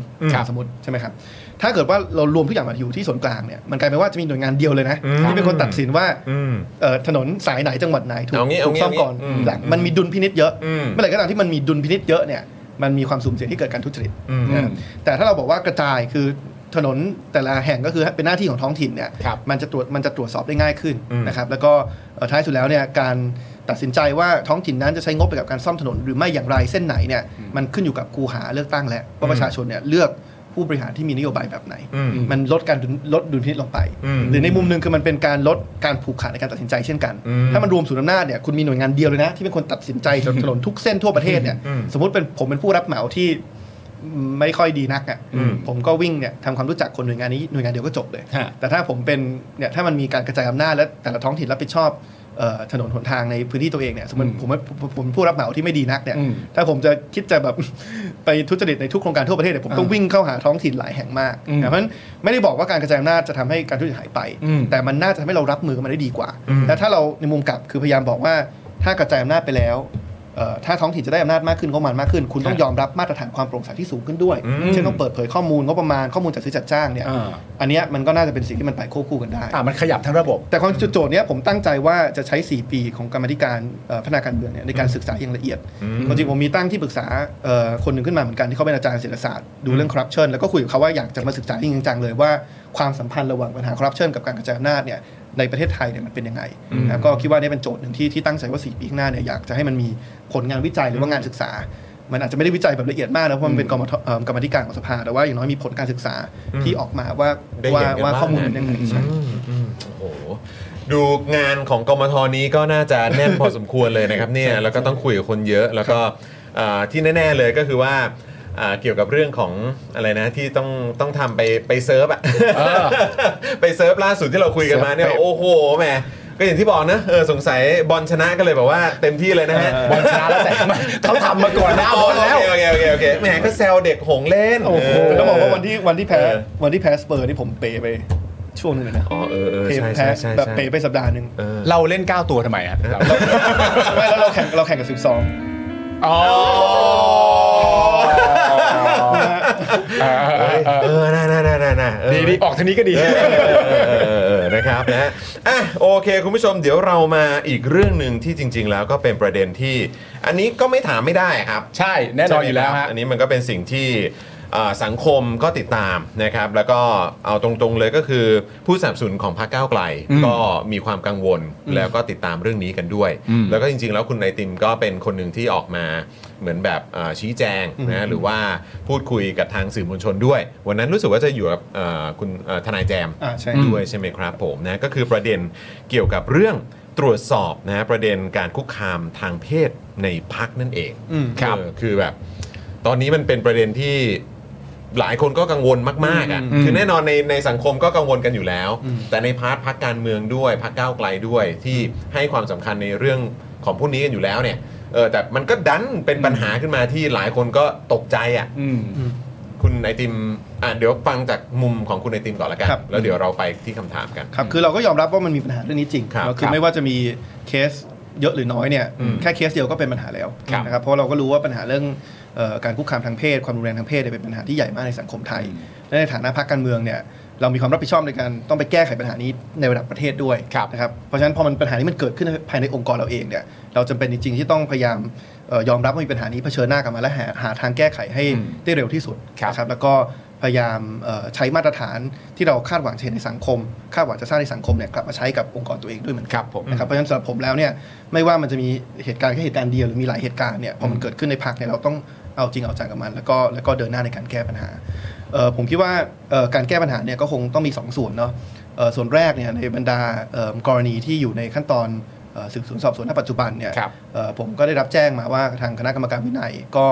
สมมติใช่ไหมครับ ถ้าเกิดว่าเรารวมทุกอย่างมาอยู่ที่ส่วนกลางเนี่ยมันกลายเป็นว่าจะมีหน่วยงานเดียวเลยนะที่เป็นคนตัดสินว่าเอ่อถนนสายไหนจังหวัดไหนถูก
เอางี้
ถูกซ่อม
เอางี้
ก่อน
อืม
หลังมันมีดุลพินิษเยอะ
อืม
เมื่อไหร่ก็ตามที่มันมีดุลพินิษเยอะเนี่ยมันมีความสุ่มเสี่ยงที่เกิดการทุจริตนะครับแต่ถ้าเราบอกว่ากระจายคือถนนแต่ละแห่งก็คือเป็นหน้าที่ของท้องถิ่นเนี่ย
ครับ
มันจะตรวจมันจะตรวจสอบได้ง่ายขึ้นนะครับแล้วก็เอ่อท้ายสุดแล้วเนี่ยการตัดสินใจว่าท้องถิ่นนั้นจะใช้งบไปกับการซ่อมถนน หรือไม่อย่างไรเส้นไหนเนี่ยมันขึ้นอยู่กับคูหาเลือกตั้งแหละว่าประชาชนเนี่ยเลือกผู้บริหารที่มีนโยบายแบบไหน มันลดการดุลลดดุลพินิจลงไป หรือในมุมหนึ่งคือมันเป็นการลดการผูกขาดในการตัดสินใจเช่นกัน ถ้ามันรวมศูนย์อำนาจเนี่ยคุณมีหน่วยงานเดียวเลยนะที่เป็นคนตัดสินใจจากถนนทุกเส้นทั่วประเทศเนี่ยสมมติเป็นผมเป็นผู้รับเหมาที่ ไม่ค่อยดีนักอ่ะผมก็วิ่งเนี่ยทำความรู้จักคนหน่วยงานนี้หน่วยงานเดียวก็จบเลย
ฮะ
แต่ถ้าผมเป็นเนี่ยถ้ามันมีการกระจายอำนาจและแต่ละท้องถิ่นรับผิดชอบเอ่อถนนหนทางในพื้นที่ตัวเองเนี่ยสมมติผมว่าผมผมผมผู้รับเหมาที่ไม่ดีนักเนี่ยถ้าผมจะคิดจะแบบ ไปทุจริตในทุกโครงการทั่วประเทศเนี่ยผมต้องวิ่งเข้าหาท้องถิ่นหลายแห่งมากนะเพราะฉะนั้นไม่ได้บอกว่าการกระจายอำนาจจะทำให้การทุจริตหายไป แต่มันน่าจะทำให้เรารับมือกับมันได้ดีกว่าและถ้าเราในมุมกลับคือพยายามบอกว่าถ้ากระจายอำนาจไปแล้ว เอ่อถ้าท้องถิ่นจะได้อำนาจมากขึ้นงบประมาณมากขึ้น คุณต้องยอมรับมาตรฐานความโปร่งใสที่สูงขึ้นด้วย เช่นต้องเปิดเผยข้อมูลงบประมาณข้อมูลจัดซื้อจัดจ้างเนี่ย
อ่า
อันเนี้ยมันก็น่าจะเป็นสิ่งที่มันไปควบคู่กันได้
อ่ามันขยับทั้งระบบ
แต่ความจุดโจทย์เนี้ยผมตั้งใจว่าจะใช้ 4 ปีของกรรมาธิการเอ่อพัฒนาการเมืองเนี่ยในการศึกษาอย่างละเอียดจริงๆผมมีตั้งที่ปรึกษาเอ่อคนหนึ่งขึ้นมาเหมือนกันที่เขาเป็นอาจารย์เศรษฐศาสตร์ดูเรื่องคอร์รัปชันแล้วก็คุยกับเขาว่าอยากจะมาศึกษาจริงๆจังๆเลยว่าความสัมพันธ์ระหว่างปัญหาคอร์รัปชันกับการกระจายอำนาจเนี่ยในประเทศไทยเนี่ยมันเป็นยังไงนะก็คิดว่าเนี่ยเป็นโจทย์หนึ่งที่ที่ตั้งใจว่า 4 ปีข้างหน้าเนี่ยอยากจะให้มันมีผลงานวิจัยหรือว่างานศึกษา มันอาจจะไม่ได้วิจัยแบบละเอียดมากนะเพราะมันเป็นกรรมทเอ่อกรรมาธิการของสภาแต่ว่าอย่างน้อยมีผลการศึกษาที่ออกมาว่า
ได้
ว่า
เห็นกัน
ว่า
บ้าง
ข้อมูลเป็นยังไงใช่
โอ้โห ดูงานของกมทนี้ก็น่าจะแน่นพอสมควรเลยนะครับเนี่ย แล้วก็ต้องคุยกับคนเยอะ แล้วก็เอ่อที่แน่ๆเลยก็คือว่าอ่าเกี่ยวกับเรื่องของอะไรนะที่ต้องต้องทำไปไปเซิร์ฟอะ ไปเซิร์ฟล่าสุดที่เราคุยกันมาเนี่ย
เซิร์ฟไป
โอ้โหแหมก็อย่างที่บอกนะเออสงสัยบอลชนะก็เลยแบบว่าเต็มที่เลยนะฮะ
บอลชนะแล้วแต่มันเขาทำมาก่อนหน้า
โอบ
อลแล้ว
เคโอเคโอเคโอเคแหมก็แซวเด็กหงเล่น
โอ้โห
เ
แต่ต้องบอกว่าวันที่วันที่แพ้
เออ
วันที่แพ้สเปอร์นี่ผมเปไปช่วงหนึงเลยนะ
อ๋อเออเออ
เป
ใช่
แพ้
ใช่ใช่
แบบ
ใช่
เปไปสัปดาห์หนึ่ง
เออ
เราเล่น 9 ตัวทำไมฮะเรา
ไม่แล้วเราแข่งเราแข่งกับ
อ๋อเออเออเออ
เออน่าน่าน่าน่าน่าเออ
ดีดีออกทีนี้ก็ดี
เออเออเออเออนะครับนะฮะอ่ะโอเค คุณผู้ชมเดี๋ยวเรามาอีกเรื่องหนึ่งที่จริง ๆ แล้วก็เป็นประเด็นที่ อันนี้ก็ไม่ถามไม่ได้ครับ
ใช่แน่นอนอยู่แล้วฮะ
อันนี้มันก็เป็นสิ่งที่เอ่อสังคมก็ติดตามนะครับ แล้วก็เอาตรงๆเลยก็คือผู้สนับสนุนของพรรคก้าวไกล ก็มีความกังวลแล้วก็ติดตามเรื่องนี้กันด้วย แล้วก็จริง ๆ แล้วคุณนายติมก็เป็นคนหนึ่งที่ออกมาเหมือนแบบเอ่อชี้แจงนะหรือว่าพูดคุยกับทางสื่อมวลชนด้วย วันนั้นรู้สึกว่าจะอยู่กับเอ่อคุณเอ่อทนายแจม
อ่าใช่
ด้วยใช่ไหมครับผมนะก็คือประเด็นเกี่ยวกับเรื่องตรวจสอบนะประเด็นการคุกคามทางเพศในพักนั่นเอง
อืม
ครับ
เออคือแบบ ตอนนี้มันเป็นประเด็นที่หลายคนก็กังวลมากๆอ่ะ
อืม
คือแน่นอนในในสังคมก็กังวลกันอยู่แล้ว แต่ในพาร์ทพักการเมืองด้วยพักก้าวไกลด้วย ที่ให้ความสำคัญในเรื่องของพวกนี้กันอยู่แล้วเนี่ยเออแต่มันก็ดันเป็นปัญหาขึ้นมาที่หลายคนก็ตกใจอ่ะ
อืม
คุณไอติมอ่ะเดี๋ยวฟังจากมุมของคุณไอติมก่อนละกัน
ครับ
แล้วเดี๋ยวเราไปที่คำถามกัน
ครับคือเราก็ยอมรับว่ามันมีปัญหาเรื่องนี้จริง
ครับ
แล้วคือ
ครับ
ไม่ว่าจะมีเคสเยอะหรือน้อยเนี่ย
อืม
แค่เคสเดียวก็เป็นปัญหาแล้ว
ครับ
นะครับเพราะเราก็รู้ว่าปัญหาเรื่องเอ่อการคุกคามทางเพศ ความรุนแรงทางเพศเนี่ยเป็นปัญหาที่ใหญ่มากในสังคมไทย และในฐานะพรรคการเมืองเนี่ยเรามีความรับผิดชอบในการต้องไปแก้ไขปัญหานี้ในระดับประเทศด้วย
ครับ
นะครับเพราะฉะนั้นพอมันปัญหานี้มันเกิดขึ้นภายในองค์กรเราเองเนี่ยเราจำเป็นจริงๆที่ต้องพยายามเอ่อยอมรับว่ามีปัญหานี้เผชิญหน้ากันมาและหาหาทางแก้ไขให้
อืม
ได้เร็วที่สุด
ครับ
นะครับแล้วก็พยายามเอ่อใช้มาตรฐานที่เราคาดหวังจะเห็นในสังคม คาดหวังจะสร้างในสังคมเนี่ยกลับมาใช้กับองค์กรตัวเองด้วยเหมือน
ค
กัน
รับผม
นะครับเพราะฉะนั้นสำหรับผมแล้วเนี่ยไม่ว่ามันจะมีเหตุการณ์แค่เหตุการณ์เดียวหรือมีหลายเหตุการณ์เนี่ยพอมันเกิดขึ้นในพักเนี่ยเราต้องเอาจริงเอาจังกับมัน แล้วก็แล้วก็เดินหน้าในการแก้ปัญหาเอ่อผมคิดว่าเอ่อการแก้ปัญหาเนี่ยก็คงต้องมีสองส่วนเนาะเอ่อส่วนแรกเนี่ยในบรรดาเอิ่มกรณีที่อยู่ในขั้นตอนเอ่อสืบสวนสอบสวนณปัจจุบันเนี่ย
ครับ
เอ่อผมก็ได้รับแจ้งมาว่าทางคณะกรรมการวินัยก็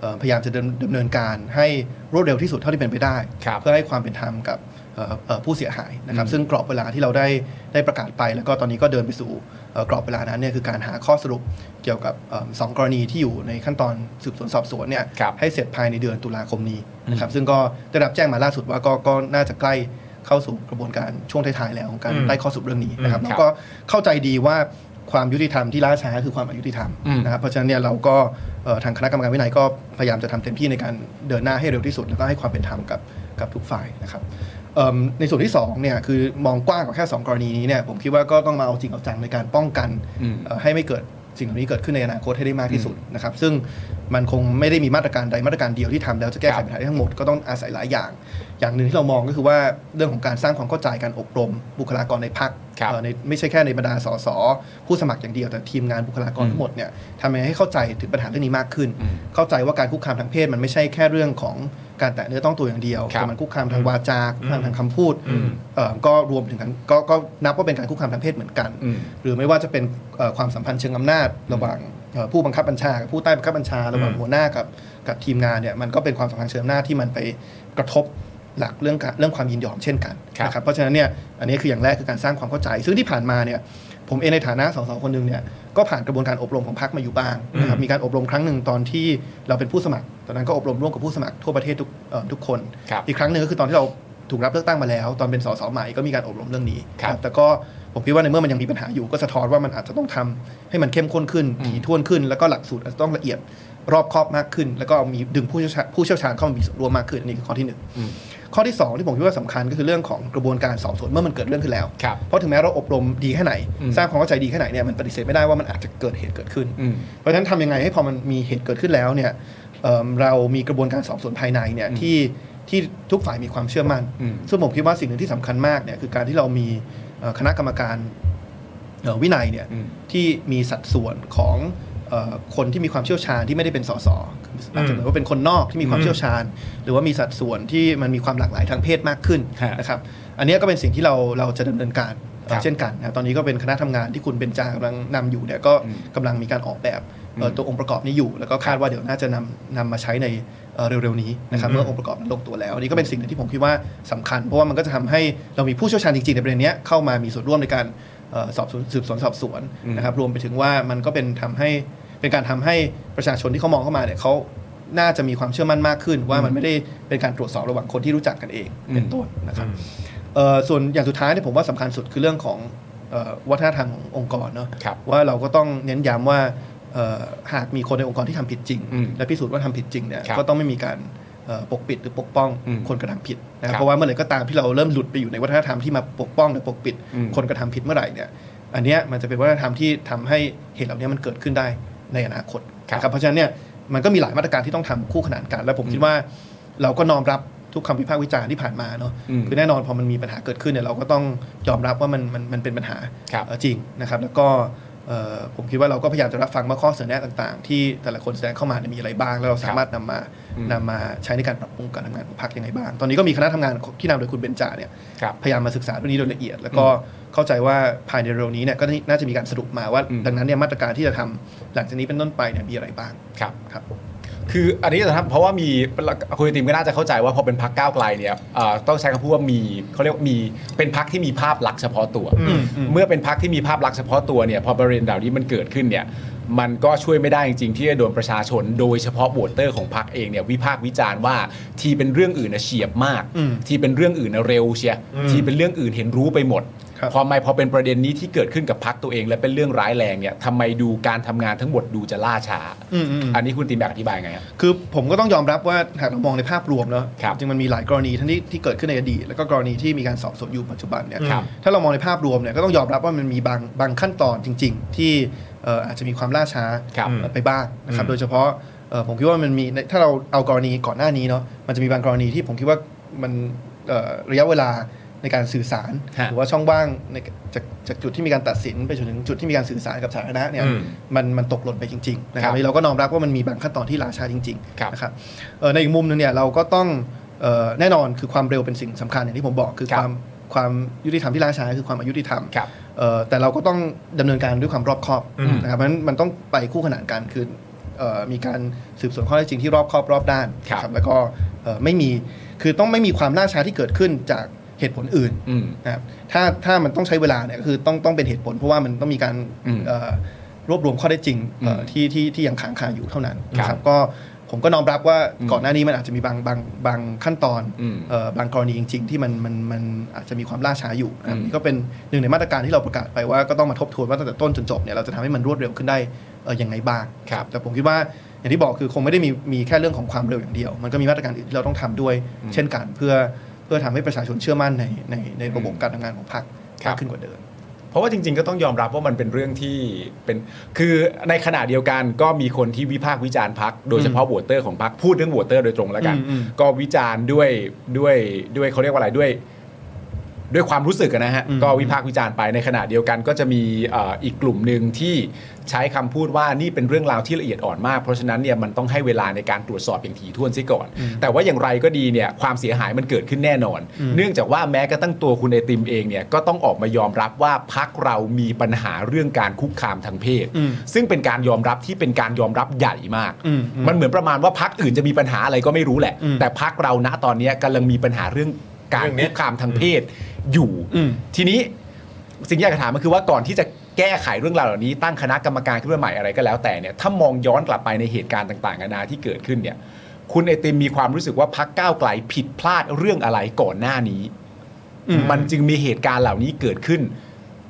เอ่อพยายามจะดำดำเนินการให้รวดเร็วที่สุดเท่าที่เป็นไปได้
ครับ
เพื่อให้ความเป็นธรรมกับเอ่อเอ่อผู้เสียหายนะครับ
อืม
ซึ่งกรอบเวลาที่เราได้ได้ประกาศไปแล้วก็ตอนนี้ก็เดินไปสู่เอ่อกรอบเวลานั้นเนี่ยคือการหาข้อสรุปเกี่ยวกับเอิ่มสองกรณีที่อยู่ในขั้นตอนสืบสวนสอบสวนเนี่ย
ครับ
ให้เสร็จภายในเดือนตุลาคมนี้นะครับซึ่งก็ได้รับแจ้งมาล่าสุดว่าก็ก็น่าจะใกล้เข้าสู่กระบวนการช่วงท้ายๆแล้วของการ
อืม
ไล่ข้อสรุปเรื่องนี้นะครับ
อืม
แล้
ครับ
วก็เข้าใจดีว่าความยุติธรรมที่ล่าช้าคือความอายุติธรรม
อืม
นะครับเพราะฉะนั้นเนี่ยเราก็เอ่อทางคณะกรรมการวินัยก็พยายามจะทำเต็มที่ในการเดินหน้าให้เร็วที่สุด แล้วก็ให้ความเป็นธรรมกับกับทุกฝ่ายนะครับเอิ่มในส่วนที่สองเนี่ยคือมองกว้างกว่าแค่สองกรณีนี้เนี่ยผมคิดว่าก็ต้องมาเอาจริงเอาจังในการป้องกัน
อืม
เอ่อให้ไม่เกิดสิ่งเหล่านี้เกิดขึ้นในอนาคตให้ได้มากที่สุดนะครับซึ่งมันคงไม่ได้มีมาตรการใดมาตรการเดียวที่ทำแล้วจะแก้ไขปัญหาได้ทั้งหมดก็ต้องอาศัยหลายอย่าง อย่างหนึ่งที่เรามองก็คือว่าเรื่องของการสร้างความเข้าใจการอบรมบุคลากรในพัก
ครับ
เอ่อในไม่ใช่แค่ในบรรดาสสผู้สมัครอย่างเดียวแต่ทีมงานบุคลากรทั้งหมดเนี่ยทำยังไงให้เข้าใจถึงปัญหาเรื่องนี้มากขึ้น เข้าใจว่าการคุกคามทางเพศมันไม่ใช่แค่เรื่องของการแตะเนื้อต้องตัวอย่างเดียว
ครับ
แต่มันคุกคามทางวาจาคุกคามทางคำพูดเอ่อก็รวมถึงกันก็ก็นับว่าเป็นการคุกคามทางเพศเหมือนกัน
อืม
หรือไม่ว่าจะเป็นเอ่อความสัมพันธ์เชิงอำนาจระหว่างเอ่อผู้บังคับบัญชากับผู้ใต้บังคับบัญชาระหว่างหัวหน้ากับกับทีมงานเนี่ยมันก็เป็นความสัมพันธ์เชิงอำนาจที่มันไปกระทบหลักเรื่องการเรื่องความยินยอมเช่นกัน
ครับ
นะครับเพราะฉะนั้นเนี่ยอันนี้คืออย่างแรกคือการสร้างความเข้าใจ ซึ่งที่ผ่านมาเนี่ยผมเองในฐานะสสคนหนึ่งเนี่ยก็ผ่านกระบวนการอบรมของพรรคมาอยู่บ้างนะครับมีการอบรมครั้งหนึ่งตอนที่เราเป็นผู้สมัคร ตอนนั้นก็อบรมร่วมกับผู้สมัครทั่วประเทศทุกเอ่อทุกคน
ครับ
อีกครั้งหนึ่งก็คือตอนที่เราถูกรับเลือกตั้งมาแล้ว ตอนเป็นสสใหม่ก็มีการอบรมเรื่องนี้
ครับ
แต่ก็ผมคิดว่าในเมื่อมันยังมีปัญหาอยู่ก็สะท้อนว่ามันอาจจะต้องทำให้มันเข้มข้นขึ้นถี่ถ้วนขึ้น แล้วก็หลักสูตรอาจจะต้องละเอียดรอบครอบมากขึ้น แล้วก็มีดึงผู้เชี่ยวชาญผู้เชี่ยวชาญเข้ามามีส่วนร่วมมากขึ้นอันนี้คือข้อที่หนึ่งข้อที่สองที่ผมคิดว่าสำคัญก็คือเรื่องของกระบวนการสอบสวนเมื่อมันเกิดเรื่องขึ้นแล้ว
ครับ
เพราะถึงแม้เราอบรมดีแค่ไหน สร้างความเข้าใจดีแค่ไหนเนี่ยมันปฏิเสธไม่ได้ว่ามันอาจจะเกิดเหตุเกิดขึ้น
อืม
เพราะฉะนั้นทำยังไงให้พอมันมีเหตุเกิดขึ้นแล้วเนี่ยเอิ่มเรามีกระบวนการสอบสวนภายในเนี่ยที่ที่ทุกฝ่ายมีความเชื่อมั่น
อืม
ซึ่งผมคิดว่าสิ่งหนึ่งที่สำคัญมากเนี่ยคือการที่เรามีเอ่อคณะกรรมการเอ่อวินัยเนี่ย
อืม
ที่มีสัดส่วนของเอ่อคนที่มีความเชี่ยวชาญที่ไม่ได้เป็นสสอาจจะเหมือนว่าเป็นคนนอกที่มีความเชี่ยวชาญ หรือว่ามีสัดส่วนที่มันมีความหลากหลายทางเพศมากขึ้น
ฮะ
นะครับอันเนี้ยก็เป็นสิ่งที่เราเราจะดำเนินการเอ่
ครั
อบ เช่นกันนะครับตอนนี้ก็เป็นคณะทำงานที่คุณเบญจากำลังนำอยู่เนี่ยก็กำลังมีการออกแบบเอ่อตัวองค์ประกอบนี้อยู่ แล้วก็คาดว่าเดี๋ยวน่าจะนำนำมาใช้ในเอ่อเร็วๆนี้นะครับเมื่อองค์ประกอบนั้นลงตัวแล้วอันนี้ก็เป็นสิ่งหนึ่งที่ผมคิดว่าสำคัญ เพราะว่ามันก็จะทำให้เรามีผู้เชี่ยวชาญจริงๆในประเด็นเนี้ยเข้ามามีส่วนร่วมในการเอ่อสอบสวนสืบสวนสอบสวนนะครับรวมไปถึงว่ามันก็เป็นทำให้เป็นการทำให้ประชาชนที่เขามองเข้ามาเนี่ยเขาน่าจะมีความเชื่อมั่นมากขึ้น ว่ามันไม่ได้เป็นการตรวจสอบระหว่างคนที่รู้จักกันเองเป็นต้นนะครับ เอ่อส่วนอย่างสุดท้ายเนี่ยผมว่าสำคัญสุดคือเรื่องของเอ่อวัฒนธรรมขององค์กรเนาะ
ครับ
ว่าเราก็ต้องเน้นย้ำว่าเอ่อหากมีคนในองค์กรที่ทำผิดจริง
อืม
และพิสูจน์ว่าทำผิดจริงเนี่ย
ครับ
ก็ต้องไม่มีการเอ่อปกปิดหรือปกป้อง
อืม
คนกระทำผิดนะค
ครั
รับบ เพราะว่าเมื่อไหร่ก็ตามที่เราเริ่มหลุดไปอยู่ในวัฒนธรรมที่มาปกป้องหรือปกปิด
อืม
คนกระทำผิดเมื่อไหร่เนี่ยอันเนี้ยมันจะเป็นวัฒนธรรมที่ทำให้เหตุเหล่านี้มันเกิดขึ้นได้ในอนาคตนะครับเพราะฉะนั้นเนี่ยมันก็มีหลายมาตรการที่ต้องทำคู่ขนานกัน และผมคิดว่าเราก็น้อมรับทุกคำวิพากษ์วิจารณ์ที่ผ่านมาเนาะ
อืม
คือแน่นอนพอมันมีปัญหาเกิดขึ้นเนี่ยเราก็ต้องยอมรับว่ามันมันมันเป็นปัญหา
ครับ
เอ่อจริงนะครับ แล้วก็เอ่อผมคิดว่าเราก็พยายามจะรับฟังว่าข้อเสนอแนะต่างๆ ที่แต่ละคนแสดงเข้ามาเนี่ยมีอะไรบ้าง แล้วเราสามารถนำมา
อืม
นำมาใช้ในการปรับปรุงการทำงานของพรรคยังไงบ้าง ตอนนี้ก็มีคณะทำงานที่นำโดยคุณเบญจาเนี่ย
ครับ
พยายามมาศึกษาเรื่องนี้โดยละเอียด แล้วก็เข้าใจว่าภายในเร็วนี้เนี่ยก็น่าจะมีการสรุปมาว่า
อืม
ดังนั้นเนี่ยมาตรการที่จะทำหลังจากนี้เป็นต้นไปเนี่ยมีอะไรบ้าง
ครับ
ครับ
คืออันนี้จะทำเพราะว่ามีคุณไอติมก็น่าจะเข้าใจว่าพอเป็นพักก้าวไกลเนี่ยเอ่อต้องใช้คำพูดว่ามีเขาเรียกว่ามีเป็นพักที่มีภาพลักษณ์เฉพาะตัว เมื่อเป็นพักที่มีภาพลักษณ์เฉพาะตัวเนี่ยพอประเด็นเหล่านี้มันเกิดขึ้นเนี่ยมันก็ช่วยไม่ได้จริงๆที่จะโดนประชาชน โดยเฉพาะโหวตเตอร์ของพรรคเองเนี่ยวิพากษ์วิจารณ์ว่าทีเป็นเรื่องอื่นนะเฉียบมาก
อืม
ทีเป็นเรื่องอื่นนะเร็วเชียทีเป็นเรื่องอื่นเห็นรู้ไปหมด
ครับ
พอไม่พอเป็นประเด็นนี้ที่เกิดขึ้นกับพักตัวเอง และเป็นเรื่องร้ายแรงเนี่ยทำไมดูการทำงานทั้งหมดดูจะล่าช้า
อืมอืม
อันนี้คุณตีมอยากอธิบายไงครับ
คือผมก็ต้องยอมรับว่าหากเรามองในภาพรวมแล้ว
ครับ
จริงมันมีหลายกรณีทั้งที่ที่เกิดขึ้นในอดีตแล้วก็กรณีที่มีการสอบสวนอยู่ปัจจุบันเนี่ย
ครับ
ถ้าเรามองในภาพรวมเนี่ยก็ต้องยอมรับว่ามันมีบางบางขั้นตอนจริง ๆ ที่เอ่ออาจจะมีความล่าช้า
ครับ
ไปบ้างนะครับโดยเฉพาะเอ่อผมคิดว่ามันมีถ้าเราเอากรณีก่อนหน้านี้เนาะมันจะมีบางกรณีที่ผมคิดว่ามันเอ่อระยะเวลาในการสื่อสาร
ฮะ
หรือว่าช่องว่างในจากจากจุดที่มีการตัดสินไปจนถึงจุดที่มีการสื่อสารกับสาธารณะเนี่ยมันมันตกหล่นไปจริงๆนะครั
ค
บ
รับ
เราก็นอมรับว่ามันมีบางขั้นตอนที่ล่าช้าจริง ๆ
ครับ
นะครับเอ่อในอีกมุมหนึงเนี่ยเราก็ต้องเอ่อแน่นอนคือความเร็วเป็นสิ่งสำคัญอย่างที่ผมบอกคือ
ครั
ค
บ
วามความยุติธรรมที่ล่าช้าคือความอายุติธรรม
ครับ
เอ่อแต่เราก็ต้องดำเนินการด้วยความรอบคอบ
อืม
นะครับเพราะฉะนั้นมันต้องไปคู่ขนานกันคือเอ่อมีการสืบสวนข้อเท็จจริงที่รอบคอบรอบด้าน
ครับ
นะแล้วก็เอ่อไม่มีคือต้องไม่มีความล่าช้าที่เกิดขึ้นจากเหตุผลอื่น
อืม
นะครับถ้าถ้ามันต้องใช้เวลาเนี่ยก็คือต้องต้องเป็นเหตุผล เพราะว่ามันต้องมีการ
อืม
เอ่อรวบรวมข้อได้จริงเอ่ออ
ม
ที่ที่ที่ยังค้างคาอยู่เท่านั้น
ครับ
นะครับก็ผมก็น้อมรับว่า
อืม
ก่อนหน้านี้มันอาจจะมีบางบางบางขั้นตอน
อืม
เอ่อบางกรณีจริง ๆ ที่มันมันมันอาจจะมีความล่าช้าอยู่นะครับ
อืม
นี่ก็เป็นหนึ่งในมาตรการที่เราประกาศไปว่าก็ต้องมาทบทวนว่าตั้งแต่ต้นจนจบเนี่ยเราจะทำให้มันรวดเร็วขึ้นได้เอ่อยังไงบ้าง
ครับ
แต่ผมคิดว่าอย่างที่บอกคือคงไม่ได้มีมีแค่เรื่องของความเร็วอย่างเดียว มันก็มีมาตรการอื่นที่เราต้องทำด้วย
อืม
เช่นกันเพื่อเพื่อทำให้ประชาชนเชื่อมั่นในในในระบบการทำงานของพรรค
ครับ
มากขึ้นกว่าเดิม
เพราะว่าจริงๆก็ต้องยอมรับว่ามันเป็นเรื่องที่เป็นคือในขณะเดียวกันก็มีคนที่วิพากษ์วิจารณ์พักโดยเฉพาะโหวตเตอร์ของพักพูดเรื่องโหวตเตอร์โดยตรงแล้วกัน
อืมอืม
ก็วิจารณ์ด้วยด้วยด้วยเขาเรียกว่าอะไรด้วย ด้วยความรู้สึกอะนะฮะ
อืม
ก็วิพากษ์วิจารณ์ไปในขณะเดียวกันก็จะมีเอ่ออีกกลุ่มหนึ่งที่ใช้คำพูดว่านี่เป็นเรื่องราวที่ละเอียดอ่อนมาก เพราะฉะนั้นเนี่ยมันต้องให้เวลาในการตรวจสอบอย่างถี่ถ้วนซะก่อน แต่ว่าอย่างไรก็ดีเนี่ยความเสียหายมันเกิดขึ้นแน่นอน เนื่องจากว่าแม้กระทั่งตัวคุณไอติมเองเนี่ยก็ต้องออกมายอมรับว่าพักเรามีปัญหาเรื่องการคุกคามทางเพศ
อืม
ซึ่งเป็นการยอมรับที่เป็นการยอมรับใหญ่มาก
อืมอืม
มันเหมือนประมาณว่าพักอื่นจะมีปัญหาอะไรก็ไม่รู้แหละ แต่พักเราณตอนเนี้ยกำลังมีปัญหาเรื่องการคุกคามทางเพศอยู่
อืม
ทีนี้สิ่งที่อยากจะถามก็คือว่าก่อนที่จะแก้ไขเรื่องราวเหล่านี้ ตั้งคณะกรรมการขึ้นมาใหม่อะไรก็แล้วแต่เนี่ยถ้ามองย้อนกลับไปในเหตุการณ์ต่างๆนานาที่เกิดขึ้นเนี่ย คุณไอติมมีความรู้สึกว่าพักก้าวไกลผิดพลาดเรื่องอะไรก่อนหน้านี้
อืม
มันจึงมีเหตุการณ์เหล่านี้เกิดขึ้น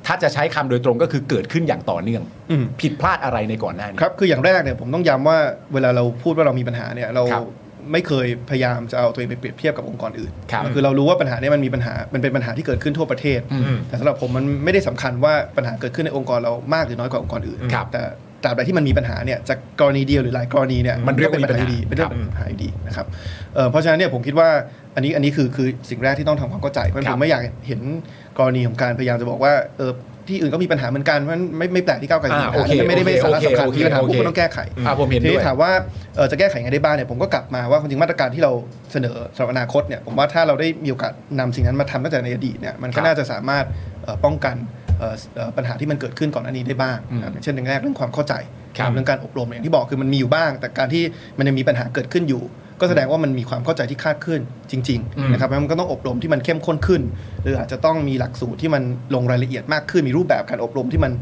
ถ้าจะใช้คำโดยตรงก็คือเกิดขึ้นอย่างต่อเนื่อง
อืม
ผิดพลาดอะไรในก่อนหน้านี้
ครับ คืออย่างแรกเนี่ยผมต้องย้ำว่าเวลาเราพูดว่าเรามีปัญหาเนี่ยเรา
ครับ
ไม่เคยพยายามจะเอาตัวเองไปเปรียบเทียบกับองค์กรอื่น
ครับ
คือเรารู้ว่าปัญหาเนี่ยมันมีปัญหา มันเป็นปัญหาที่เกิดขึ้นทั่วประเทศ
อืม
แต่สำหรับผมมันไม่ได้สำคัญว่าปัญหาเกิดขึ้นในองค์กรเรามากหรือน้อยกว่าองค์กรอื่น
ครับ
แต่ตราบใดที่มันมีปัญหาเนี่ยจากกรณีเดียวหรือหลายกรณีเนี่ย
มันเรียกว่า
เป็นปัญหา
มีปัญหา
อยู่ดีเป็นเรื่อ
ค
ง
รับ
เป็นปัญหาอยู่ดีนะครับเอ่อเพราะฉะนั้นเนี่ยผมคิดว่าอันนี้อันนี้คือคือสิ่งแรกที่ต้องทำความเข้าใจเพราะฉะ
ค
นั้น
รั
ผ
บ
มไม่อยากเห็นกรณีของการพยายามจะบอกว่าเออที่อื่นก็มีปัญหาเหมือนกันเพราะฉะนั้นไม่ไม่แปลกที่ก้าวไกล
อ่าโอเค
ไม่ได้ไม่
โอ
สาระ
เค
สำคัญ
โอเค
ที่ปัญหา
โอ
พว
เค
กคุณต้องแก้ไข
อ่าผมเห็น
ที
ด้วย
นี้ถามว่าเอ่อจะแก้ไขยังไงได้บ้างเนี่ยผมก็กลับมาว่าความจริงมาตรการที่เราเสนอสำหรับอนาคตเนี่ยผมว่าถ้าเราได้มีโอกาสนำสิ่งนั้นมาทำตั้งแต่ในอดีตเนี่ยมัน
ครั
ก็
บ
น่าจะสามารถเอ่อป้องกันเอ่อเอ่อปัญหาที่มันเกิดขึ้นก่อนหน้านี้ได้บ้างนะครับอย่างเช่นอย่างแรกเรื่องความเข้าใจ
ครับ
เรื่องการอบรมอย่างที่บอกคือมันมีอยู่บ้าง แต่การที่มันยังมีปัญหาเกิดขึ้นอยู่ ก็แสดงว่ามันมีความเข้าใจที่คลาดเคลื่อนจริง
อืม
ๆนะครับ มันก็ต้องอบรมที่มันเข้มข้นขึ้น หรืออาจจะต้องมีหลักสูตรที่มันลงรายละเอียดมากขึ้น มีรูปแบบการอบรมที่มัน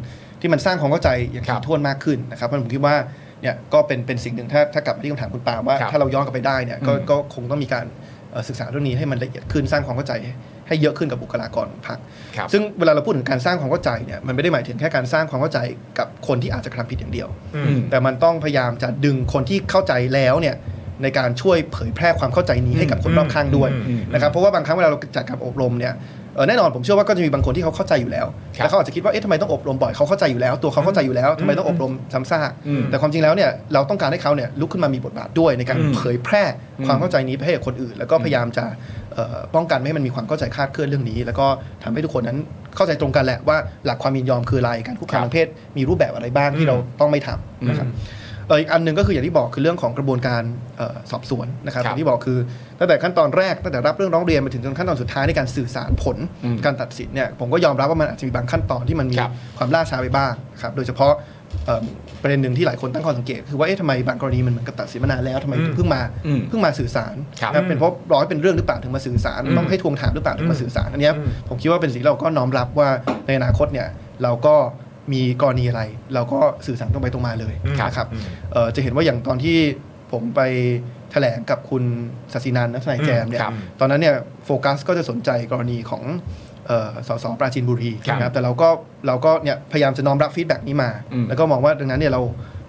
ที่มันสร้างความเข้าใจอย่าง
ครั
ถี่
บ
ถ้วนมากขึ้นนะครับเพราะฉะนั้นผมคิดว่าเนี่ยก็เป็นเป็นสิ่งหนึ่งถ้าถ้ากลับมาที่คำถามคุณปาว่า
ครับ
ถ้าเราย้อนกลับไปได้เนี่ยก็
อืม
ก็คงต้องมีการเอ่อศึกษาเรื่องนี้ให้มันละเอียดขึ้นสร้างความเข้าใจให้เยอะขึ้นกับบุคลากรของพรรค
ครับ
ซึ่งเวลาเราพูดถึงการสร้างความเข้าใจเนี่ยมันไม่ได้หมายถึงแค่การสร้างความเข้าใจกับคนที่อาจจะกระทำผิดอย่างเดียว
อืม
แต่มันต้องพยายามจะดึงคนที่เข้าใจแล้วเนี่ยในการช่วยเผยแพร่ความเข้าใจนี้ให้กับคนรอบข้างด้วย
อืม
นะครับเพราะว่าบางครั้งเวลาเราจัดการอบรมเนี่ยเอ่อแน่นอนผมเชื่อว่าก็จะมีบางคนที่เขาเข้าใจอยู่แล้ว
ครับ
แต่เขาอาจจะคิดว่าเอ๊ะทำไมต้องอบรมบ่อยเขาเข้าใจอยู่แล้ว ตัวเขาเข้าใจอยู่แล้วทำไมต้องอบรมซ้ำซาก
อืม
แต่ความจริงแล้วเนี่ยเราต้องการให้เขาเนี่ยลุกขึ้นมามีบทบาทด้วยในการ
อืม
เผยแพร่ความ
อืม
เข้าใจนี้ไปให้กับคนอื่น แล้วก็พยายามจะเอ่อป้องกันไม่ให้มันมีความเข้าใจคลาดเคลื่อนเรื่องนี้ แล้วก็ทำให้ทุกคนนั้นเข้าใจตรงกันแหละว่าหลักความยินยอมคืออะไรการคุกคามทางเพศมีรูปแบบอะไรบ้างที่เราต้องไม่ทำนะครับ เอออีกอันหนึ่งก็คืออย่างที่บอกคือเรื่องของกระบวนการเออสอบสวนนะครับ
ค
อ
รับ
ย่างที่บอกคือตั้งแต่ขั้นตอนแรกตั้งแต่รับเรื่องร้องเรียนมาถึงจนขั้นตอนสุดท้ายในการสื่อสารผล
อืม
การตัดสินเนี่ยผมก็ยอมรับว่ามันอาจจะมีบางขั้นตอนที่มันมี
ครับ
ความล่าช้าไปบ้างนะครับโดยเฉพาะ เอ่อประเด็นหนึ่งที่หลายคนตั้งข้อสังเกต คือว่าเอ๊ะทำไมบางกรณีมันเหมือนกับตัดสินมานานแล้วทำไมถึงเพิ่งมา
อืม
เพิ่งมาสื่อสาร
ครับ
นะเป็นเพราะรอให้เป็นเรื่องหรือเปล่าถึงมาสื่อสารต้องให้ทวงถามหรือเปล่าถึงมาสื่อสารอันเนี้ยผมคิดว่าเป็นสิ่งที่เราก็น้อมรับว่าในอนาคตเนี่ยเราก็มีกรณีอะไร เราก็สื่อสารตรงไปตรงมาเลย
ครับ
นะครับเอ่อจะเห็นว่าอย่างตอนที่ผมไปแถลงกับคุณศศินันท์นัทนายแจมเนี่ย
ครับ
ตอนนั้นเนี่ยโฟกัสก็จะสนใจกรณีของเอ่อสสปราจีนบุรี นะครับแต่เราก็เราก็เนี่ยพยายามจะน้อมรับฟีดแบ็กนี้มา
อืม
แล้วก็มองว่าดังนั้นเนี่ยเรา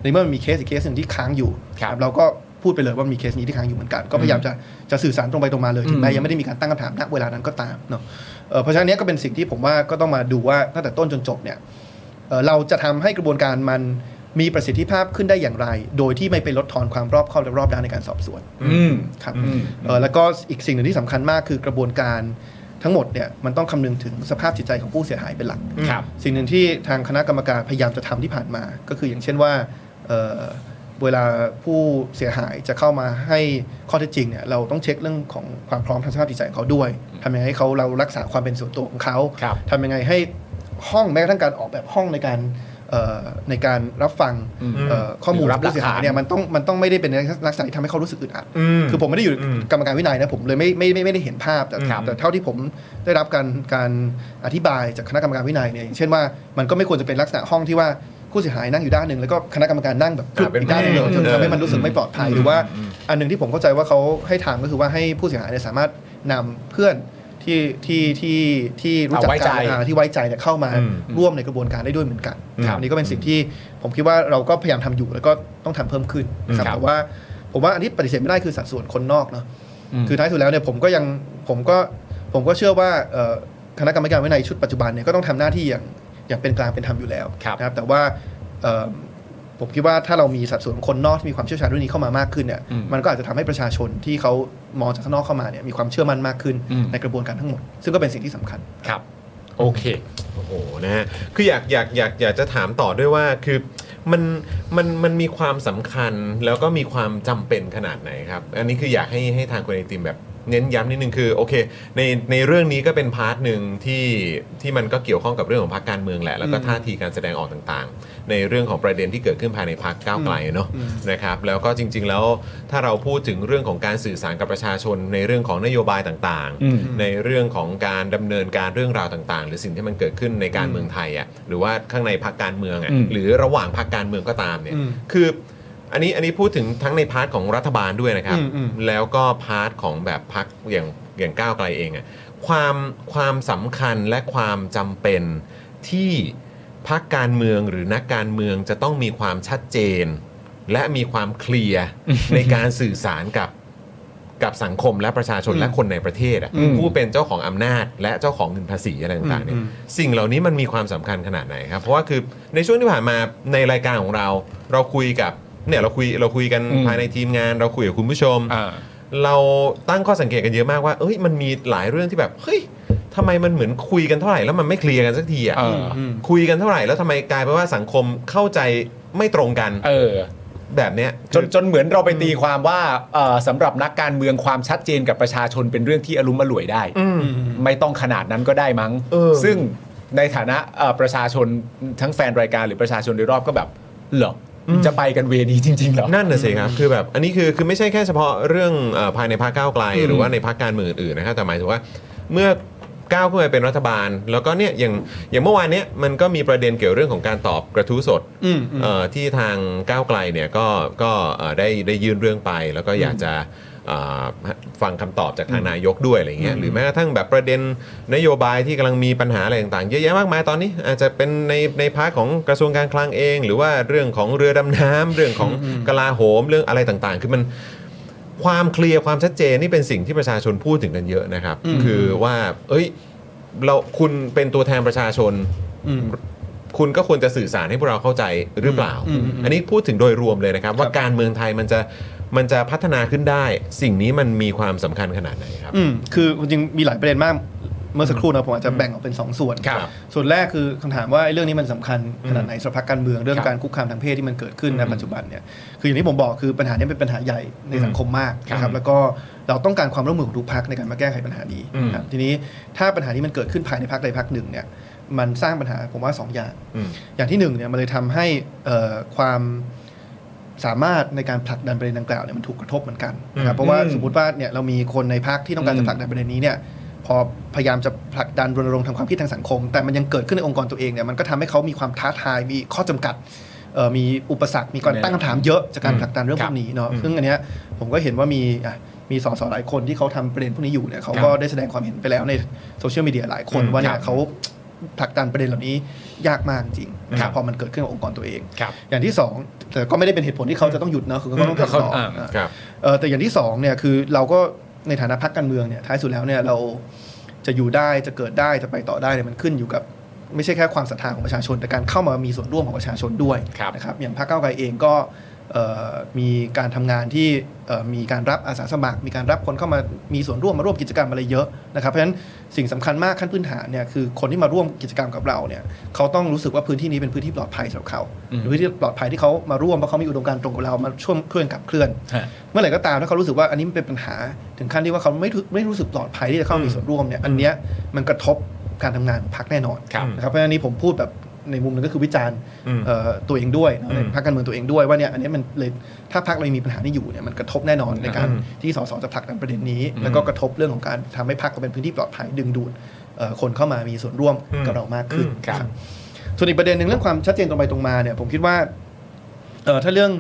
ในเมื่อมันมีเคสอีกเคสหนึ่งที่ค้างอยู่
ครับ
นะครับเราก็พูดไปเลยว่ามีเคสนี้ที่ค้างอยู่เหมือนกัน ก็พยายามจะจะสื่อสารตรงไปตรงมาเลยถึงแม้
อืม
ยังไม่ได้มีการตั้งคำถามณเวลานั้นก็ตามเนาะเอ่อเพราะฉะนั้นเนี้ก็เป็นสิ่งที่ผมว่าก็ต้องมาดูว่าตั้งแต่ต้นจนจบเนี่ยเอ่อเราจะทำให้กระบวนการมันมีประสิทธิภาพขึ้นได้อย่างไร โดยที่ไม่ไปลดทอนความรอบคอบและรอบด้านในการสอบสวน
อืม
ครับ
อืม
เอ่อแล้วก็อีกสิ่งหนึ่งที่สำคัญมากคือกระบวนการทั้งหมดเนี่ยมันต้องคำนึงถึงสภาพจิตใจของผู้เสียหายเป็นหลัก
ครับ
สิ่งหนึ่งที่ทางคณะกรรมการพยายามจะทำที่ผ่านมา ก็คืออย่างเช่นว่าเอ่อเวลาผู้เสียหายจะเข้ามาให้ข้อเท็จจริงเนี่ยเราต้องเช็คเรื่องของความพร้อมทางสภาพจิตใจของเขาด้วยทำยังไงให้เขาเรารักษาความเป็นส่วนตัวของเขา
ครับ
ทำยังไงให้ห้องแม้กระทั่งการออกแบบห้องในการเอ่อในการรับฟังเอ่อข้อมูลของผู้เสียหายเนี่ยมันต้องมันต้องไม่ได้เป็นในลักษณะที่ทำให้เขารู้สึกอึดอัด คือผมไม่ได้อยู่กรรมการวินัยนะผมเลยไม่ไม่ไม่ไม่ได้เห็นภาพแต่
ครับ
แต่เท่าที่ผมได้รับการการอธิบายจากคณะกรรมการวินัยเนี่ยอย่างเช่นว่ามันก็ไม่ควรจะเป็นลักษณะห้องที่ว่าผู้เสียหายนั่งอยู่ด้านหนึ่งแล้วก็คณะกรรมการนั่งแบบ
อ่าเป็น
อีกด้านหนึง
แผ
เล
ง
ยจนทำให้มันรู้สึกไม่ปลอดภัยหรือว่าอันหนึ่งที่ผมเข้าใจว่าเขาให้ทำก็คือว่าให้ผู้เสียหายเนี่ยสามารถนำเพื่อนที่ที่ที่ที่รู้จั
เอา
ก
ไว้ใจ
กันอ่าที่ไว้ใจเนี่ยเข้ามา
อืม
ร่วมในกระบวนการได้ด้วยเหมือนกัน
ครับ
อันนี้ก็เป็นสิ่งที่ผมคิดว่าเราก็พยายามทำอยู่แล้วก็ต้องทำเพิ่มขึ้นนะครับ
ครับ
แต่ว่า ผมว่าอันที่ปฏิเสธไม่ได้คือสัดส่วนคนนอกเนาะ
อืม
คือท้ายสุดแล้วเนี่ยผมก็ยังผมก็ผมก็เชื่อว่าเอ่อคณะกรรมการวินัยชุดปัจจุบันเนี่ยก็ต้องทำหน้าที่อย่างอย่างเป็นกลางเป็นธรรมอยู่แล้ว
ครับ
นะครับ แต่ว่าเอ่อผมคิดว่าถ้าเรามีสัดส่วนคนนอกที่มีความเชี่ยวชาญเรื่องนี้เข้ามามากขึ้นเนี่ย
อืม
มันก็อาจจะทำให้ประชาชนที่เขามองจากข้างนอกเข้ามาเนี่ยมีความเชื่อมั่นมากขึ้น
อืม
ในกระบวนการทั้งหมด ซึ่งก็เป็นสิ่งที่สำคัญ
ครับ โอเค
โอ้โหนะฮะคืออยากอยากอยากอยากจะถามต่อด้วยว่าคือมันมันมันมีความสำคัญแล้วก็มีความจำเป็นขนาดไหนครับ อันนี้คืออยากให้ให้ทางคุณไอติมแบบเน้นย้ำนิดนึงคือโอเคในในเรื่องนี้ก็เป็นพาร์ทหนึ่งที่ที่มันก็เกี่ยวข้องกับเรื่องของพรรคการเมืองแหละแล้วก็
อืม
ท่าทีการแสดงออกต่างๆ ในเรื่องของประเด็นที่เกิดขึ้นภายในพรรคก้าวไกลเนาะ
อืม
นะครับแล้วก็จริงๆแล้วถ้าเราพูดถึงเรื่องของการสื่อสารกับประชาชนในเรื่องของนโยบายต่าง
อืม
ในเรื่องของการดำเนินการเรื่องราวต่างๆ หรือสิ่งที่มันเกิดขึ้นในการเมืองไทยอ่ะหรือว่าข้างในพรรคการเมืองอ่ะ
อืม
หรือระหว่างพรรคการเมืองก็ตามเนี่ย
อืม
คืออันนี้อันนี้พูดถึงทั้งในพาร์ทของรัฐบาลด้วยนะครับ
อืมอืม
แล้วก็พาร์ทของแบบพรรคอย่างอย่างก้าวไกลเองอ่ะความความสำคัญและความจำเป็นที่พรรคการเมืองหรือนักการเมืองจะต้องมีความชัดเจน และมีความเคลียร์ ในการสื่อสารกับกับสังคมและประชาชน
อืม
และคนในประเทศอะ
อืม
ผู้เป็นเจ้าของอำนาจ และเจ้าของเงินภาษีอะไรต่างๆเนี่ย
อืม
สิ่งเหล่านี้มันมีความสำคัญขนาดไหนครับ เพราะว่าคือในช่วงที่ผ่านมาในรายการของเรา เราคุยกับเนี่ยเราคุยเราคุยกัน
อืม
ภายในทีมงาน เราคุยกับคุณผู้ชม
อ่า
เราตั้งข้อสังเกตกันเยอะมากว่า เอ้ย มันมีหลายเรื่องที่แบบ เฮ้ยทำไมมันเหมือนคุยกันเท่าไหร่แล้วมันไม่เคลียร์กันสักทีอ่ะ
เออ
คุยกันเท่าไหร่แล้วทำไมกลายเป็นว่าสังคมเข้าใจไม่ตรงกัน
เออ
แบบเนี้ย
จนจนเหมือนเราไปตีความว่าเอ่อสำหรับนักการเมืองความชัดเจนกับประชาชนเป็นเรื่องที่อลุมอล่วยได้
อืม
ไม่ต้องขนาดนั้นก็ได้มั้ง
เออ
ซึ่งในฐานะเอ่อประชาชนทั้งแฟนรายการหรือประชาชนโดยรอบก็แบบเหรออจะไปกันเวนี้จริงๆเหรอ
นั่นน่ะสิครับ คือแบบอันนี้คือคือไม่ใช่แค่เฉพาะเรื่องเอ่อภายในพรรคก้าวไกล
อืม
หรือว่าในพรรคการเมืองอื่นๆนะครับแต่หมายถึงว่าเมื่อก้าวขึ้นมาเป็นรัฐบาล แล้วก็เนี่ยอย่างอย่างเมื่อวานเนี้ยมันก็มีประเด็นเกี่ยวเรื่องของการตอบกระทู้สดเอ่อที่ทางก้าวไกลเนี่ยก็ก็เอ่อได้ได้ยื่นเรื่องไป แล้วก็อยากจะเอ่อฟังคำตอบจากทางนายกด้วยอะไรเงี้ยหรือแม้กระทั่งแบบประเด็นนโยบายที่กำลังมีปัญหาอะไรต่างๆเยอะแยะมากมายตอนนี้ อาจจะเป็นในในพาร์ทของกระทรวงการคลังเอง หรือว่าเรื่องของเรือดำน้ำเรื่องของ กลาโหมเรื่องอะไรต่างๆ คือมันความเคลียร์ความชัดเจนนี่เป็นสิ่งที่ประชาชนพูดถึงกันเยอะนะครับ คือว่า เอ้ย เราคุณเป็นตัวแทนประชาชน
อืม
คุณก็ควรจะสื่อสารให้พวกเราเข้าใจหรือเปล่า
อืมอืมอืม
อันนี้พูดถึงโดยรวมเลยนะครับ ว่าการเมืองไทยมันจะมันจะพัฒนาขึ้นได้ สิ่งนี้มันมีความสำคัญขนาดไหนครับ
ืมคือจริงๆมีหลายประเด็นมากเมื่อสักครู่นะผมอาจจะแบ่งออกเป็นสองส่วน
ครับ
ส่วนแรกคือคำถามว่าไอ้เรื่องนี้มันสำคัญขนาดไหนสำหรับพรรคการเมืองเรื่อง
ครับ
การคุกคามทางเพศที่มันเกิดขึ้นในปัจจุบันเนี่ยคืออย่างที่ผมบอกคือปัญหาเนี้เป็นปัญหาใหญ่ในสังคมมากนะครับแล้วก็เราต้องการความร่วมมือของทุกพรรคในการมาแก้ไขปัญหานี้
อืม
ครับทีนี้ถ้าปัญหานี้มันเกิดขึ้นภายในพรรคใดพรรคหนึ่งเนี่ย มันสร้างปัญหาผมว่าสองอย่าง
อืม
อย่างที่หนึ่งเนี่ยมันเลยทำให้เอ่อความสามารถในการผลักดันประเด็นดังกล่าวเนี่ยมันถูกกระทบเหมือนกันนะครับเพราะว่า
อืม
สมมติว่าเนี่ยเรามีคนในพักที่ต้องการ
อืม
จะผลักดันประเด็นนี้เนี่ยพอพยายามจะผลักดันรณรงค์ทางความคิดทางสังคม แต่มันยังเกิดขึ้นในองค์กรตัวเองเนี่ยมันก็ทำให้เขามีความท้าทายมีข้อจำกัดเอ่อมีอุปสรรคมีการตั้งคำถามเยอะจากการผลักดันเรื่องพวกนี้เนาะซึ่งอันเนี้ยผมก็เห็นว่ามีอ่ะมีสสหลายคนที่เขาทำประเด็นพวกนี้อยู่เนี่ยเขาก็ได้แสดงความเห็นไปแล้วในโซเชียลมีเดียหลายคนว่า
ค
เนี่
รับ
ยเขา ผลักดันประเด็นเหล่านี้ยากมากจริง
ครับ
พอมันเกิดขึ้นกับองค์กรตัวเอง
ครับ
อย่างที่สองแต่ก็ไม่ได้เป็นเหตุผลที่เขาจะต้องหยุดนะคือเขาก็ต้องทำต่ออ่า
ครับ
เอ่อแต่อย่างที่สองเนี่ยคือเราก็ในฐานะพักการเมืองเนี่ยท้ายสุดแล้วเนี่ยเราจะอยู่ได้จะเกิดได้จะไปต่อได้เนี่ยมันขึ้นอยู่กับไม่ใช่แค่ความศรัทธาของประชาชน แต่การเข้ามามีส่วนร่วมของประชาชนด้วยนะครับอย่างพรรคก้าวไกลเองก็เอ่อมีการทำงานที่เอ่อมีการรับอาสาสมัคร มีการรับคนเข้ามามีส่วนร่วมมาร่วมกิจกรรมอะไรเยอะนะครับเพราะฉะนั้นสิ่งสำคัญมากขั้นพื้นฐานเนี่ยคือคนที่มาร่วมกิจกรรมกับเราเนี่ยเขาต้องรู้สึกว่าพื้นที่นี้เป็นพื้นที่ปลอดภัยสำหรับเขาหรือพื้นที่ปลอดภัยที่เขามาร่วมเพราะเขามีอุดมการณ์ตรงกับเรามาช่วยเพื่อนกับเคลื่อน
ฮะ
เมื่อไหร่ก็ตามถ้าเขารู้สึกว่าอันนี้มันเป็นปัญหา ถึงขั้นที่ว่าเขาไม่รู้ไม่รู้สึกปลอดภัยที่จะเข้ามีส่วนร่วมเนี่ยอันเนี้ยมันกระทบการทำงานของพรรคแน่นอน
ครับ
นะครับเพราะฉะนั้นนี่ผมพูดแบบในมุมหนึงก็คือวิจารณ์เอ่อตัวเองด้วยในพรรคการเมืองตัวเองด้วยว่าเนี่ยอันเนี้ยมันเลยถ้าพรรคเรายังมีปัญหานี้อยู่เนี่ยมันกระทบแน่นอนในการที่สสจะผลักดันประเด็นนี้ แล้วก็กระทบเรื่องของการทำให้พรรคเราเป็นพื้นที่ปลอดภัยดึงดูดเอ่อคนเข้ามามีส่วนร่วมกับเรามากขึ้น
อืมครับ
ครับ ส่วนอีกประเด็นหนึ่งเรื่องความชัดเจนตรงไปตรงมาเนี่ยผมคิดว่าเอ่อถ้าเรื่อง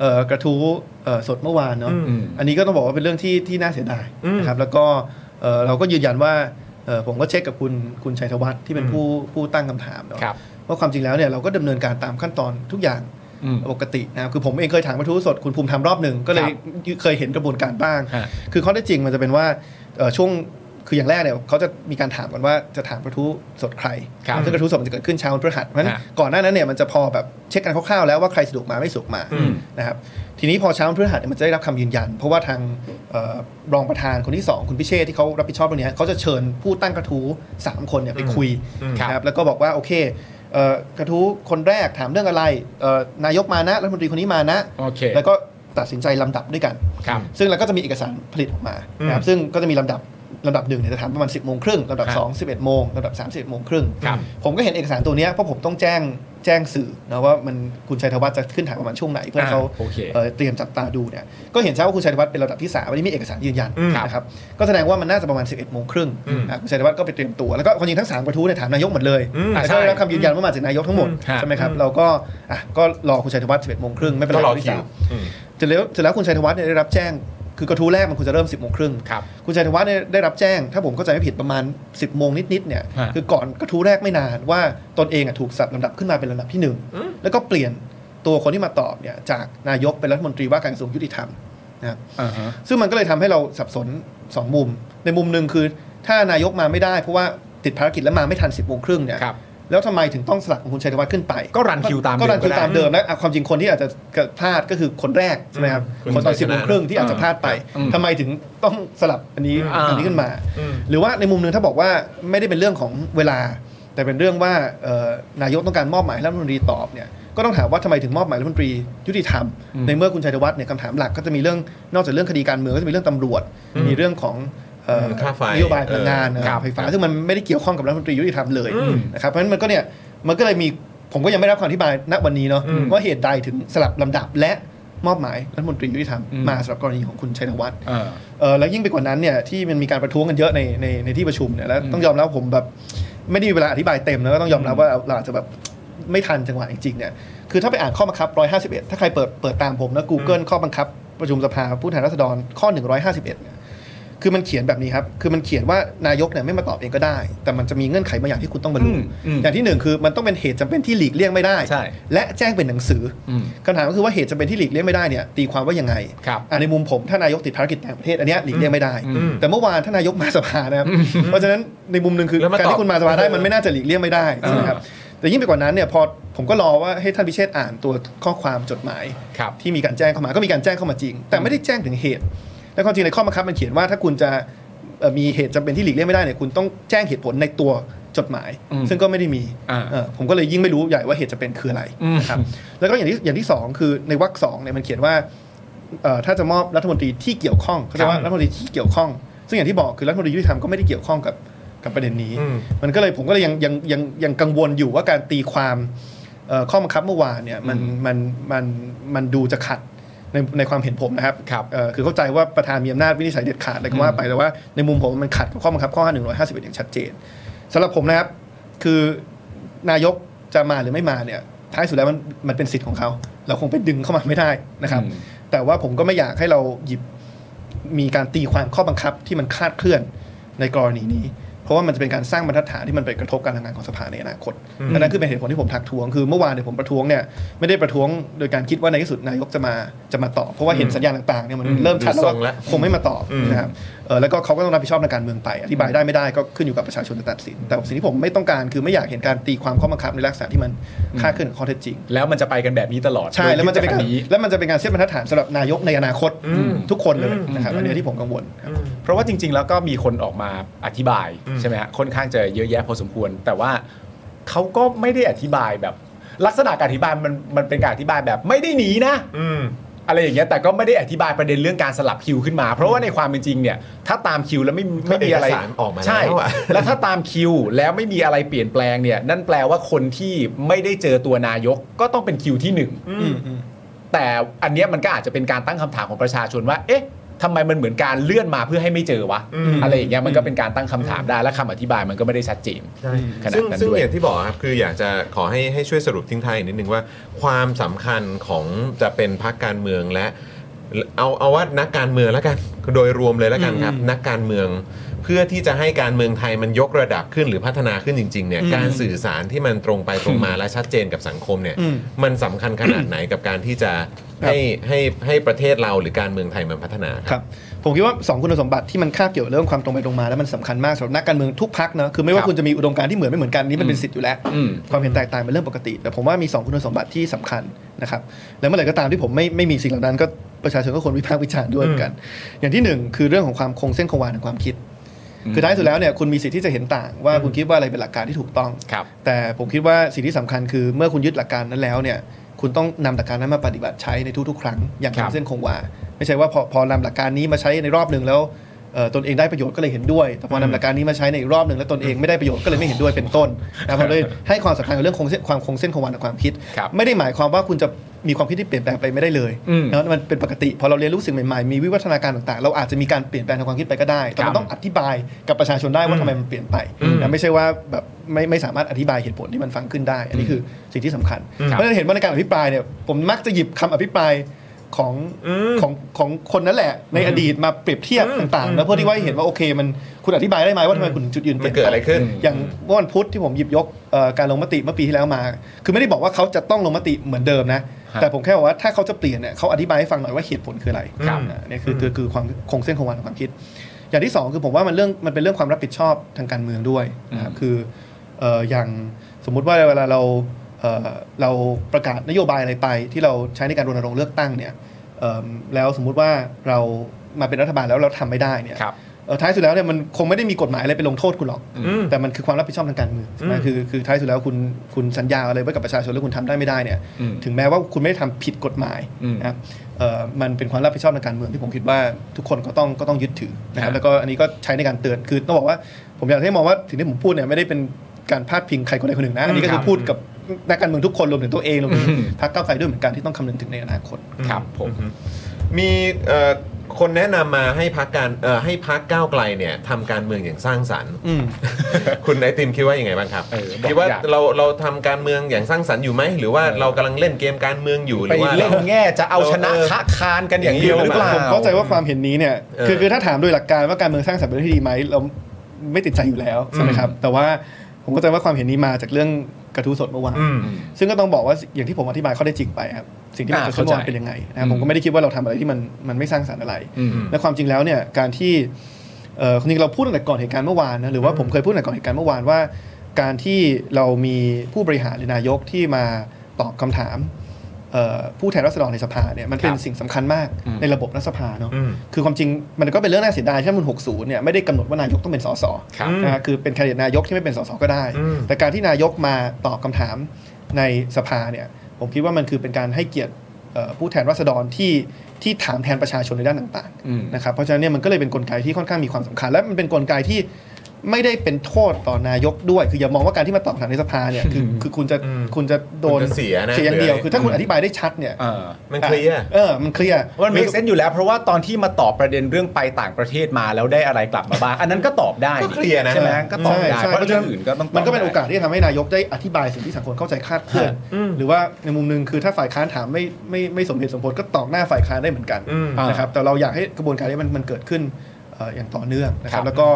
เอ่อกระทู้เอ่อสดเมื่อวานเนาะ
อืม
อันนี้ก็ต้องบอกว่าเป็นเรื่องที่ที่น่าเสียดายนะครับแล้วก็เอ่อเราก็ยืนยันว่าเอ่อผมก็เช็คกับคุณคุณชัยธวัฒน์ที่เป็นผู้ผู้ตั้งคำถามเนาะ
ครับ
ว่าความจริงแล้วเนี่ยเราก็ดำเนินการตามขั้นตอนทุกอย่าง
อืม
ปกตินะครับคือผมเองเคยถามกระทู้สดคุณภูมิทำรอบหนึ่งก็เลยเคยเห็นกระบวนการบ้าง
ฮะ
คือข้อได้จริงมันจะเป็นว่าเอ่อช่วงคืออย่างแรกเนี่ยเขาจะมีการถามก่อนว่าจะถามกระทู้สดใคร
ครับ
ซึ่งกระทู้สดมันจะเกิดขึ้นเช้าวันพฤหัสเพราะฉะนั้น
ฮะ
ก่อนหน้านั้นเนี่ยมันจะพอแบบเช็คกันคร่าวๆแล้วว่าใครสะดวกมาไม่สะดวกมา
อืม
นะครับทีนี้พอเช้าวันพฤหัสเนี่ยมันจะได้รับคำยืนยัน เพราะว่าทางเอ่อรองประธานคนที่สองคุณพิเชษที่เขารับผิดชอบตรงนี้ยเขาจะเชิญผู้ตั้งกระทู้สามคนเนี่ยไปคุย
ครับ
นะครับแล้วก็บอกว่าโอเคเอ่อกระทู้คนแรกถามเรื่องอะไรเอ่อนายกมานะรัฐมนตรีคนนี้มานะ
โอเค
แล้วก็ตัดสินใจลำดับด้วยกัน
ครับ
ซึ่งเราก็จะมีเอกสารผลิตออกมานะครับซึ่งก็จะมีลำดับลำดับหนึ่งเนี่ยจะถามประมาณ 10โมงครึ่งลำดับ
ครับ
2 11โมงลำดับ 3 1โมงครึ่ง
ครับ
ผมก็เห็นเอกสารตัวเนี้ยเพราะผมต้องแจ้งแจ้งสื่อนะว่ามันคุณชัยธวัฒน์จะขึ้นถ่ายประมาณช่วงไหนเพื่อให้เขา
อ่าโอเค
เอ่อเตรียมจับตาดูเนี่ยก็เห็นชัดว่าคุณชัยธวัฒน์เป็นลำดับที่สามวันนี้มีเอกสารยืนยันนะครับก็แสดงว่ามันน่าจะประมาณ 11โมงครึ่งอ่ะคุณชัยธวัฒน์ก็ไปเตรียมตัวแล้วก็คนยิงทั้งสามกระทู้เนี่ยถามนายกหมดเลย
อืมอ่า
แล้วก็ได้รับ
ใช่
คำยืนยันว่ามาจากนายกทั้งหมด
ฮะ
ใช่ไหมครับเราก็อ่ะก็รอคุณชัยธวัฒน์11โมงครึ่งไม่เป็นไร
ก็รอ
วันที่
คิว
สาม
อืม
เสร็จแล้วเสร็จแล้วคุณชัยธวัฒน์เนี่ยได้รับแจ้ง คือกระทู้แรกมันควรจะเริ่ม 10บโมงครึ่ง
ครับ
คุณชัยธวัฒน์เนี่ยได้รับแจ้ง ถ้าผมเข้าใจไม่ผิดประมาณ 10บโมงนิดๆเนี่ย
ฮะ
คือก่อนกระทู้แรกไม่นานว่าตนเองอะถูกสับลำดับขึ้นมาเป็นลำดับที่หนึ่งแล้วก็เปลี่ยนตัวคนที่มาตอบเนี่ยจากนายกเป็นรัฐมนตรีว่าการกระทรวงยุติธรรมนะครับ
อ่าฮะ
ซึ่งมันก็เลยทำให้เราสับสน 2 มุม ในมุมหนึ่งคือถ้านายกมาไม่ได้เพราะว่าติดภารกิจและมาไม่ทัน 10บโมงครึ่งเนี่ย
ครับ
แล้วทำไมถึงต้องสลับของคุณชัยธวัฒน์ขึ้นไป
ก็รันคิวตามเดิม
ก็รันคิว
ก็ได้
ตามเดิมแล้วอ่ะความจริงคนที่อาจจะพลาดก็คือคนแรกใช่ไหมครับ
คุณ
คนตอน
ชั
สิ
ยช
บโม
นะ
งครึ่งที่อาจจะพลาดไป
อืม
ทำไมถึงต้องสลับอันนี้
อ่า
อันนี้ขึ้นมา หรือว่าในมุมหนึ่งถ้าบอกว่าไม่ได้เป็นเรื่องของเวลา แต่เป็นเรื่องว่าเอ่อนายกต้องการมอบหมายให้รัฐมนตรีตอบเนี่ยก็ต้องถามว่าทำไมถึงมอบหมายรัฐมนตรียุติธรรม ในเมื่อคุณชัยธวัฒน์เนี่ยคำถามหลักก็จะมีเรื่องนอกจากเรื่องคดีการเมืองก็จะมีเรื่องตำรวจ มีเรื่องของเอ่อ
ค่าไฟ
นโยบายพลังงาน
เออ
นะครับไฟฟ้าซึ่งมันไม่ได้เกี่ยวข้องกับรัฐมนตรียุติธรรมเลยนะครับเพราะฉะนั้นมันก็เนี่ยมันก็เลยมีผมก็ยังไม่ได้รับคำอธิบายณวันนี้เนาะว่าเหตุใดถึงสลับลำดับและมอบหมายรัฐมนตรียุติธรรม
อืม
มาสำหรับกรณีของคุณชัยธวัฒน์
เออ
เออแล้วยิ่งไปกว่านั้นเนี่ยที่มันมีการประท้วงกันเยอะในในในที่ประชุมเนี่ยแล้วต้องยอมรับว่าผมแบบไม่ได้มีเวลาอธิบายเต็มแล้วก็ต้องยอมรับว่าเราอาจจะแบบไม่ทันจังหวะจริงๆเนี่ยคือถ้าไปอ่านข้อบังคับ 151 ถ้าใครเปิดเปิดตามผมนะ Google ข้อบังคับประชุมสภาผู้แทนราษฎรข้อ 151เนี่ยคือมันเขียนแบบนี้ครับ คือมันเขียนว่านายกเนี่ยไม่มาตอบเองก็ได้ แต่มันจะมีเงื่อนไขบางอย่างที่คุณต้องบรรลุ
อืมอืม
อย่างที่หนึ่งคือมันต้องเป็นเหตุจำเป็นที่หลีกเลี่ยงไม่ได้
ใช่
และแจ้งเป็นหนังสืออ
อืม
คำถามก็คือว่าเหตุจำเป็นที่หลีกเลี่ยงไม่ได้เนี่ยตีความว่ายังไง
ครับ
อ่ะในมุมผมถ้านายกติดภารกิจต่างประเทศอันเนี้ยหลีกเลี่ยงไม่ได้
อืม
แต่เมื่อวานท่านนายกมาสภานะครับเพราะฉะนั้นในมุมหนึ่งคือ
แล้วมาตอบ
การที่คุณมาสภาได้มันไม่น่าจะหลีกเลี่ยงไม่ได้ใช่ไหมครับแต่ยิ่งไปกว่านั้นเนี่ยพอผมก็รอว่าให้ท่านพิเชษฐ์อ่านตัวข้อความจดหมาย
ครับ
ที่มีการแจ้งเข้ามาก็มีการแจ้งเข้ามาจริง แต่ไม่ได้แจ้งถึงเหตุ และความจริงในข้อบังคับมันเขียนว่าถ้าคุณจะเอ่อมีเหตุจำเป็นที่หลีกเลี่ยงไม่ได้เนี่ยคุณต้องแจ้งเหตุผลในตัวจดหมาย
อืม
ซึ่งก็ไม่ได้มี
อ่า
เออผมก็เลยยิ่งไม่รู้ใหญ่ว่าเหตุจำเป็นคืออะไรนะครับแล้วก็อย่างที่อย่างที่สองคือในวรรคสองเนี่ยมันเขียนว่า เอ่อถ้าจะมอบรัฐมนตรีที่เกี่ยวข้องเขาจะว่ารัฐมนตรีที่เกี่ยวข้อง ซึ่งอย่างที่บอกคือรัฐมนตรียุติธรรมก็ไม่ได้เกี่ยวข้องกับ กับประเด็นนี้
อืม
มันก็เลยผมก็เลยยังยังยังยังกังวลอยู่ว่าการตีความเอ่อข้อบังคับเมื่อวานเนี่ยมันมันมันมันดูจะขัดในในความเห็นผมนะครับ
ครับ
เอ่อคือเข้าใจว่าประธานมีอำนาจวินิจฉัยเด็ดขาดอะไรก็ว่าไปแต่ว่าในมุมผมมันขัดกับข้อบังคับข้อ151อย่างชัดเจนสำหรับผมนะครับ คือนายกจะมาหรือไม่มาเนี่ยท้ายสุดแล้วมันมันเป็นสิทธิ์ของเขา เราคงไปดึงเข้ามาไม่ได้นะครับ
อืม
แต่ว่าผมก็ไม่อยากให้เราหยิบ มีการตีความข้อบังคับที่มันคลาดเคลื่อนในกรณีนี้ เพราะว่ามันจะเป็นการสร้างบรรทัดฐานที่มันไปกระทบการทำงานของสภาในอนาคตอันนั้นคือเป็นเหตุผลที่ผมทักท้วงคือเมื่อวานเนี่ยผมประท้วงเนี่ยไม่ได้ประท้วงโดยการคิดว่าในที่สุดนายกจะมาจะมาตอบเพราะว่าเห็นสัญญาณต่างๆเนี่ยมัน
อืม
เริ่มชัดแล้ว
ดูทรงแล้ว
ว่าคงไม่มาตอบ
อืม
นะครับเอ่อแล้วก็เขาก็ต้องรับผิดชอบในการเมืองไปอธิบายได้ไม่ได้ก็ขึ้นอยู่กับประชาชนจะตัดสิน แต่สิ่งที่ผมไม่ต้องการคือไม่อยากเห็นการตีความข้อบังคับในลักษณะที่มันคลาดเคลื่อนกับข้อเท็จจริง
แล้วมันจะไปกันแบบนี้ตลอด
ใช่แล้วมันจะเป็น
โด
กายร
ที่แบบ
แล้วมันจะเป็นการเสียบรรทัดฐานสำหรับนายกในอนาคต
อืม
ทุกคนเลยนะครับ
อืม
อันเนี้ยที่ผมกังวลครับ
เพราะว่าจริง ๆ แล้วก็มีคนออกมาอธิบายใช่ไหมฮะค่อนข้างจะเยอะแยะพอสมควร แต่ว่าเขาก็ไม่ได้อธิบายแบบ ลักษณะการอธิบายมันมันเป็นการอธิบายแบบไม่ได้หนีนะ
อืม
อะไรอย่างเงี้ยแต่ก็ไม่ได้อธิบายประเด็นเรื่องการสลับคิวขึ้นมา เพราะว่าในความเป็นจริงเนี่ยถ้าตามคิวแล้วไม่ไม่มีอะไร
เอกสารออกมาแล้ว
ใช่
อะ
แล้วถ้าตามคิวแล้วไม่มีอะไรเปลี่ยนแปลงเนี่ยนั่นแปลว่าคนที่ไม่ได้เจอตัวนายกก็ต้องเป็นคิวที่หนึ่ง แต่อันเนี้ยมันก็อาจจะเป็นการตั้งคำถามของประชาชนว่า เอ๊ะทำไมมันเหมือนการเลื่อนมาเพื่อให้ไม่เจอวะ อะไรอย่างเงี้ยมันก็เป็นการตั้งคำถามได้และคำอธิบายมันก็ไม่ได้ชัดเจนขนาด
ซึ่ง
นั้น
ซึ่ง
ด้วย
อย่างที่บอกครับคืออยากจะขอให้ให้ช่วยสรุปทิ้งท้ายอีกนิดนึงว่า ความสำคัญของจะเป็นพรรคการเมืองและ เอาเอาว่านักการเมืองแล้วกันโดยรวมเลยแล้วกันครับ นักการเมือง เพื่อที่จะให้การเมืองไทยมันยกระดับขึ้นหรือพัฒนาขึ้นจริงๆเนี่ยการสื่อสารที่มันตรงไปตรงมาและชัดเจนกับสังคมเนี่ย
อืม
มันสำคัญขนาดไหนกับการที่จะให้ให้ให้ประเทศเราหรือการเมืองไทยมันพัฒนาค
ครับ รับผมคิดว่า 2 คุณสมบัติที่มันคาบเกี่ยวเรื่องความตรงไปตรงมาแล้วมันสำคัญมากสำหรับนักการเมืองทุกพักเนอะคือไม่
ค
ว่า
รับ
คุณจะมีอุดมการณ์ที่เหมือนไม่เหมือนกันนี่มันเป็นสิทธิ์อยู่แล้ว
อืม
ความเห็นแตกต่างเป็นเรื่องปกติ แต่ผมว่ามี 2 คุณสมบัติที่สำคัญนะครับแล้วเมื่อไหร่ก็ตามที่ผมไม่ไม่มีสิ่งเหล่านั้นก็ประชาชนก็ควรวิพากษ์วิจารณ์ด้วยเหมือนกัน อย่างที่หนึ่งคือเรื่องของความคงเส้นคงวาของความคิด คือท้ายสุดแล้วเนี่ยคุณมีสิทธิ์ที่จะเห็นต่างว่าคุณคิดว่าอะไรเป็นหลักการที่ถูกต้อง
ครับ
แต่ผมคิดว่าสิ่งที่สำคัญคือเมื่อคุณยึดหลักการนั้นแล้วเนี่ยคุณต้องนำหลักการนั้นมาปฏิบัติใช้ในทุกๆ ครั้งอย่าง
ครับ
คำเส้นคงวาไม่ใช่ว่าพอพอนำหลักการนี้มาใช้ในรอบหนึ่งแล้วเอ่อตนเองได้ประโยชน์ก็เลยเห็นด้วย แต่พอนำหลักการนี้มาใช้ในอีกรอบหนึ่งแล้วตนเองไม่ได้ประโยชน์ก็เลยไม่เห็นด้วยเป็นต้นนะครับผมเลยให้ความสำคัญกับเรื่องคงเส้นความคงเส้นคงวาในความคิด
ครับ
ไม่ได้หมายความว่าคุณจะมีความคิดที่เปลี่ยนแปลงไปไม่ได้เลย
อืม
นะมันเป็นปกติ พอเราเรียนรู้สิ่งใหม่ๆ มีวิวัฒนาการต่างๆ เราอาจจะมีการเปลี่ยนแปลงทางความคิดไปก็ได้ แต่
ครั
มั
บ
นต้องอธิบายกับประชาชนได้ว่าทำไมมันเปลี่ยนไปนะไม่ใช่ว่าแบบไม่ไม่สามารถอธิบายเหตุผลที่มันฟังขึ้นได้ อันนี้คือสิ่งที่สำคัญ เพราะฉะนั้นเห็นว่าในการอภิปรายเนี่ยผมมักจะหยิบคำอภิปรายของของของคนนั่นแหละ ในอดีตมาเปรียบเทียบต่างๆ แล้วเพื่อที่ว่าให้เห็นว่าโอเคมันคุณอธิบายได้ไหมว่าทำไมคุณถึงจุดยืนเป
มัน
ลี่ยน
เกิด
ป
อะไรขึ้น
อย่างเมื่อวันพุธที่ผมหยิบยกเอ่อการลงมติเมื่อปีที่แล้วมา คือไม่ได้บอกว่าเขาจะต้องลงมติเหมือนเดิมนะ
ฮะ
แต่ผมแค่บอกว่าถ้าเขาจะเปลี่ยนเนี่ยเขาอธิบายให้ฟังหน่อยว่าเหตุผลคืออะไร
ครับ
อ่าเนี่ยคือคือคือความคงเส้นคงวาของความคิด อย่างที่สองคือผมว่ามันเรื่องมันเป็นเรื่องความรับผิดชอบทางการเมืองด้วยนะครับคือเอ่ออย่างสมมุติว่าเวลาเราเอ่อเราประกาศนโยบายอะไรไป ที่เราใช้ในการรณรงค์เลือกตั้งเนี่ยเอิ่มแล้วสมมุติว่าเรามาเป็นรัฐบาลแล้วเราทำไม่ได้เนี่ย
ครับ
เอ่อท้ายสุดแล้วเนี่ยมันคงไม่ได้มีกฎหมายอะไรไปลงโทษคุณหรอก แต่มันคือความรับผิดชอบทางการเมืองใช่ไหมคือคือท้ายสุดแล้วคุณคุณสัญญาอะไรไว้กับประชาชนแล้วคุณทำได้ไม่ได้เนี่ย
อืม
ถึงแม้ว่าคุณไม่ได้ทำผิดกฎหมาย
อืม
นะครับเอ่อมันเป็นความรับผิดชอบทางการเมืองที่ผมคิดว่าทุกคนก็ต้องก็ต้องยึดถือนะค
ครับ
รั
บ
แล้วก็อันนี้ก็ใช้ในการเตือนคือต้องบอกว่าผมอยากให้มองว่าถึงที่ผมพูดเนี่ยไม่ได้เป็นการพาดพิงใครคนใดคนหนึ่งนะอันนี้ก็
ครั
คือบ พูดกับนักการเมืองทุกคนรวมถึงตัวเองรวมถึง
อืม
พรรคก้าวไกลด้วยเหมือนกันที่ต้องคำนึงถึงในอนาคต
ครับผม
มีเอ่อคนแนะนำมาให้พักการเอ่อให้พักก้าวไกลเนี่ยทำการเมืองอย่างสร้างสรรค์
อืม
คุณไอติมคิดว่ายังไงบ้างครับ
เออบอก
คิดว่า
อยาก
เราเราทำการเมืองอย่างสร้างสรรค์อยู่ไหมหรือว่าเรากำลังเล่นเกมการเมืองอยู่ห
ไป
รือว่า
เล่น
รา
แง่จะเอาชนะ
เออ
ค้าคานกันอย่างเดียวหรือเปล่า
ผมเข้าใจว่าความเห็นนี้เนี่ย
เออ
คือคือถ้าถามโดยหลักการว่าการเมืองสร้างสรรค์เป็นเรื่องที่ดีไหมเราไม่ติดใจอยู่แล้วใช่ไหมครับแต่ว่าผมเข้าใจว่าความเห็นนี้มาจากเรื่องกระทู้สดเมื่อวาน
อืม
ซึ่งก็ต้องบอกว่าอย่างที่ผมอธิบายข้อได้จริงไปครับสิ่งที่มัน
อ่า
เกิดขึ้นเมื่อวา
เข้าน ใจ
เป็นยังไงนะครับ
อืม
ผมก็ไม่ได้คิดว่าเราทำอะไรที่มันมันไม่สร้างสรรค์อะไร
อืม
และความจริงแล้วเนี่ยการที่เอ่อจริงๆเราพูดตั้งแต่ก่อนเหตุการณ์เมื่อวานนะหรือว่าผมเคยพูดตั้งแต่ก่อนเหตุการณ์เมื่อวานว่า การที่เรามีผู้บริหารหรือนายกที่มาตอบคำถามเอ่อผู้แทนรัษฎรในสภาเนี่ยมันเป็
คน รับ
สิ่งสำคัญมาก
อืม
ในระบบรัฐสภาเนาะ
อืม
คือความจริงมันก็เป็นเรื่องน่าเสียดายที่รัฐธรรมนูญ60เนี่ยไม่ได้กำหนดว่านายกต้องเป็นสส
ครับ
นะฮะคือเป็นแคนดิเดตนายกที่ไม่เป็นสสก็ได้
อืม
แต่การที่นายกมาตอบคำถามในสภาเนี่ยผมคิดว่ามันคือเป็นการให้เกียรติเอ่อผู้แทนราษฎรที่ที่ถามแทนประชาชนในด้านต่าง
อืม
ๆนะครับเพราะฉะนั้นเนี่ยมันก็เลยเป็นกลไกที่ค่อนข้างมีความสำคัญ และมันเป็นกลไกที่ ไม่ได้เป็นโทษต่อนายกด้วย คืออย่ามองว่าการที่มาตอบคำถามในสภาเนี่ยคือคือคุณจะคุณจะโดน
คุณจะเสียนะ
เสียอย่างเดียว
หรืออะไร
คือถ้าคุณอธิบายได้ชัดเนี่ย
อ่า
มันเคลียร์
เออมันเคลียร์
มันมีเซนอยู่แล้วเพราะว่าตอนที่มาตอบประเด็นเรื่องไปต่างประเทศมาแล้วได้อะไรกลับมาบ้าง อันนั้นก็ตอบได้
ก็เคลียร์นะ
ใช่ไหมก็ตอบได้
ใช่ใช่
เพราะเรื่องอื่นก็ต้องตอบ
มันก็เป็น
ได้
โอกาสที่จะทำให้นายกได้อธิบายสิ่งที่สังคมเข้าใจคลาดเคลื่อน หรือว่าในมุมหนึ่งคือถ้าฝ่ายค้านถามไม่ไม่ไม่สมเหตุสมผลก็ตอบหน้าฝ่ายค้านได้เหมือนกันนะครับแต่เราอยากให้กระบวนการนี้มันมันเกิดขึ้นเอ่ออย่างต่อเนื่องนะค
ครั
รับบ แล้วก็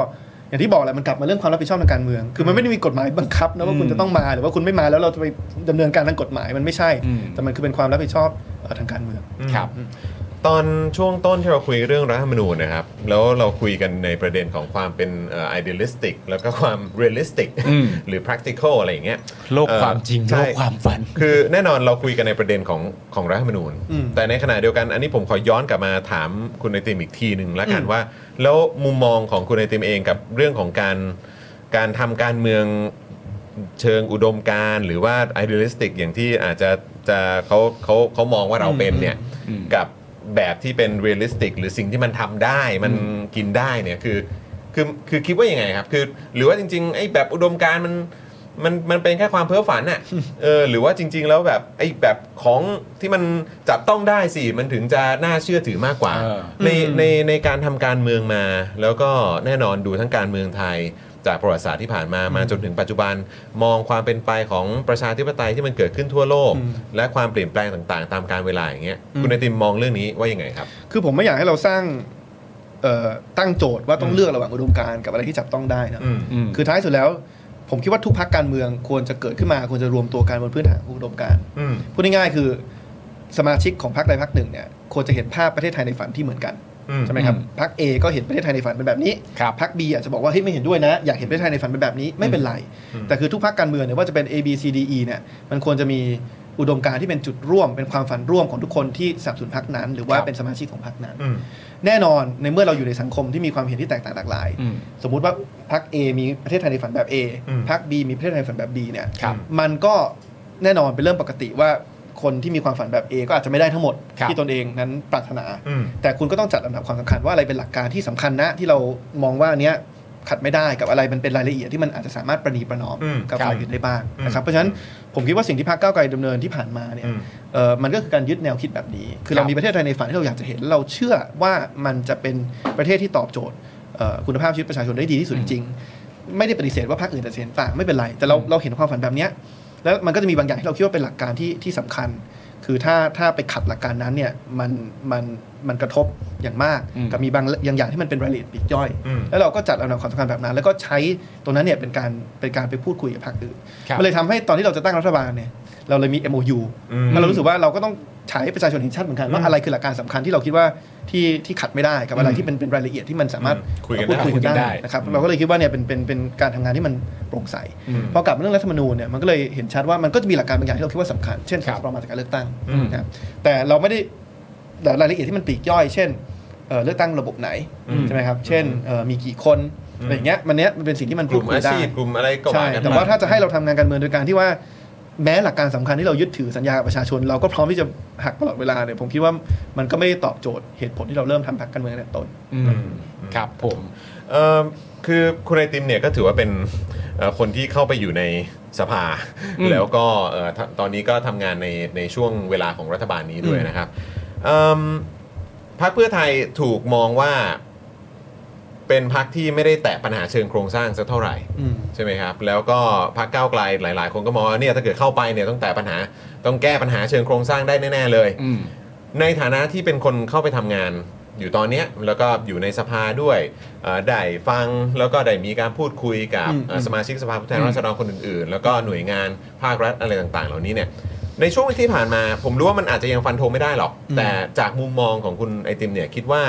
อย่างที่บอกแหละมันกลับมาเรื่องความรับผิดชอบทางการเมือง คือมันไม่ได้มีกฎหมายบังคับนะว่าคุณจะต้องมาหรือว่าคุณไม่มาแล้วเราจะไปดำเนินการทางกฎหมายมันไม่ใช่ แต่มันคือเป็นความรับผิดชอบเอ่อทางการเมือง
ครับ
ตอนช่วงต้นที่เราคุยเรื่องรัฐธรรมนูญนะครับ แล้วเราคุยกันในประเด็นของความเป็นเอ่อ idealistic แล้วก็ความ realistic
อืม
หรือ practical อะไรอย่างเงี้ย
โลกความจริง
เอ่อ
โล
ใช่
กความฝัน
คือแน่นอนเราคุยกันในประเด็นของของรัฐธรรมนูญ
อืม
แต่ในขณะเดียวกันอันนี้ผมขอย้อนกลับมาถามคุณไอติมอีกทีหนึ่งละกันว่า แล้วมุมมองของคุณไอติมเองกับ เรื่องของการการทำการเมืองเชิงอุดมการณ์หรือว่า idealistic อย่างที่อาจจะจะเขาเขาเขามองว่าเราเป็นเนี่ยกับแบบที่เป็น realistic หรือสิ่งที่มันทำได้มันกินได้เนี่ยคือคือคือคิดว่ายังไงครับคือหรือว่าจริงๆไอ้แบบอุดมการณ์มัน มันมันเป็นแค่ความเพ้อฝันน่ะ เออหรือว่าจริง ๆ แล้วแบบไอ้แบบของที่มันจับต้องได้สิมันถึงจะน่าเชื่อถือมากกว่า
เออ
ในในในการทำการเมืองมา แล้วก็แน่นอนดูทั้งการเมืองไทย จากประวัติศาสตร์ที่ผ่านมามาจนถึงปัจจุบันมองความเป็นไปของประชาธิปไตยที่มันเกิดขึ้นทั่วโลก และความเปลี่ยนแปลงต่างๆ ตามการเวลาอย่างเงี้ยคุณไอติมมองเรื่องนี้ว่ายังไงครับ
คือผมไม่อยากให้เราสร้างเอ่อตั้งโจทย์ว่าต้องเลือกระหว่างอุดมการณ์กับอะไรที่จับต้องได้นะ
อืม
คือท้ายสุดแล้วผมคิดว่าทุกพักการเมืองควรจะเกิดขึ้นมาควรจะรวมตัวกันบนพื้นฐานของอุดมการณ์
อืม
พูดง่ายๆคือสมาชิกของพรรคใดพรรคหนึ่งเนี่ยควรจะเห็นภาพประเทศไทยในฝันที่เหมือนกัน
อืม
ใช่ไหมครับ
อืม
พรรค A ก็เห็นประเทศไทยในฝันเป็นแบบนี้
ครับ
พรรค B อาจจะบอกว่าเฮ้ยไม่เห็นด้วยนะ อยากเห็นประเทศไทยในฝันเป็นแบบนี้ไม่เป็นไร แต่คือทุกพรรคการเมืองเนี่ยว่าจะเป็น A B C D E เนี่ยมันควรจะมีอุดมการณ์ที่เป็นจุดร่วม เป็นความฝันร่วมของทุกคนที่สนับสนุนพรรคนั้น หรือว่า
ครับ
เป็นสมาชิกของพรรคนั้น
อืม
แน่นอนในเมื่อเราอยู่ในสังคมที่มีความเห็นที่แตกต่างหลากหลาย
อืม
สมมุติว่าพรรค A มีประเทศไทยในฝันแบบ A
อืม
พรรค B มีประเทศไทยในฝันแบบ B เนี่ย
ครับ
มันก็แน่นอนเป็นเรื่องปกติว่าคนที่มีความฝันแบบ A ก็อาจจะไม่ได้ทั้งหมด
ครับ
ที่ตนเองนั้นปรารถนา
อืม
แต่คุณก็ต้องจัดลำดับความสำคัญว่าอะไรเป็นหลักการที่สำคัญนะที่เรามองว่าอันเนี้ยขัดไม่ได้กับอะไรมันเป็นรายละเอียดที่มันอาจจะสามารถประนีประนอม
อืม
กับ
ครับ
ฝ่ายอื่นได้บ้างนะครับเพราะฉะนั้นผมคิดว่าสิ่งที่พรรคก้าวไกลดำเนินที่ผ่านมาเนี่ย
อืม
เอ่อมันก็คือการยึดแนวคิดแบบนี้ คือเรามีประเทศไทยในฝันที่เราอยากจะเห็นเราเชื่อว่ามันจะเป็นประเทศที่ตอบโจทย์เอ่อคุณภาพชีวิตประชาชนได้ดีที่สุดจริงๆไม่ได้ปฏิเสธว่าพรรคอื่นจะเห็นต่างไม่เป็นไร แต่เราเราเห็นความฝันแบบเนี้ยแล้วมันก็จะมีบางอย่างที่เราคิดว่าเป็นหลักการที่ที่สำคัญ คือถ้าถ้าไปขัดหลักการนั้นเนี่ยมันมันมันกระทบอย่างมาก
อืม
กับมีบางอย่างอย่างที่มันเป็นรายละเอียดปลีกย่อย
อืม
แล้วเราก็จัดลำดับความสำคัญแบบนั้น แล้วก็ใช้ตรงนั้นเนี่ยเป็นการเป็นการไปพูดคุยกับพรรคอื่น
ครับ
มันเลยทำให้ตอนที่เราจะตั้งรัฐบาลเนี่ยเราเลยมี MOU มันเรารู้สึกว่าเราก็ต้องฉายให้ประชาชนเห็นชัดเหมือนกันว่าอะไรคือหลักการสำคัญที่เราคิดว่าที่ที่ขัดไม่ได้กับอะไรที่เป็นเป็นรายละเอียดที่มันสามารถ
อืมคุยกันได้
พูดคุยกัน
คุยกันได้
ได้นะครับเราก็เลยคิดว่าเนี่ยเป็นเป็นเป็นการทำงานที่มันโปร่งใสพอกลับมาเรื่องรัฐธรรมนูญเนี่ยมันก็เลยเห็นชัดว่ามันก็จะมีหลักการบางอย่างที่เราคิดว่าสำคัญเช่นประมาณจากการเลือกตั้งนะครับแต่เราไม่ได้แต่รายละเอียดที่มันปลีกย่อย เช่นเอ่อเลือกตั้งระบบไหนใช่ไหมครับเช่นเอ่อมีกี่คนอะไรอย่างเงี้ยมันเนี้ยมันเป็นสิ่งที่มัน
กลุ่ม
พูดคุ
อาย
ได้
ชีพกลุ่มอะไรก็ว่า
ใช่
กัน
แต่ว่าถ้าจะให้เราทำงานการเมืองโดยการที่ว่าแม้หลักการสำคัญที่เรายึดถือสัญญากับประชาชน เราก็พร้อมที่จะหักตลอดเวลาเนี่ยผมคิดว่ามันก็ไม่ได้ตอบโจทย์เหตุผลที่เราเริ่มทำพรรคการเมืองตั้งแต่ต้น
อืมครับผม
เอ่อคือคุณไอติมเนี่ยก็ถือว่าเป็นเอ่อคนที่เข้าไปอยู่ในสภา
อืม
แล้วก็เอ่อทตอนนี้ก็ทำงานในในช่วงเวลาของรัฐบาลนี้ด้วยนะครับเอิ่มพรรคเพื่อไทยถูกมองว่าเป็นพรรคที่ไม่ได้แตะปัญหาเชิงโครงสร้างสักเท่าไหร่ ใช่ไหมครับ แล้วก็พรรคก้าวไกลหลาย ๆ คนก็มองว่าเนี่ยถ้าเกิดเข้าไปเนี่ยต้องแต่ปัญหาต้องแก้ปัญหาเชิงโครงสร้างได้แน่ ๆ เลย
อืม
ในฐานะที่เป็นคนเข้าไปทำงานอยู่ตอนเนี้ยแล้วก็อยู่ในสภาด้วยเอ่อได้ฟังแล้วก็ได้มีการพูดคุยกับ
อืม
เอ่อสมาชิกสภาผู้แทน
อืม
ราษฎรคนอื่นๆ แล้วก็หน่วยงานภาครัฐอะไรต่างๆ เหล่านี้เนี่ยในช่วงที่ผ่านมาผมรู้ว่ามันอาจจะยังฟันธงไม่ได้หรอก แต่จากมุมมองของคุณไอติมเนี่ยคิดว่า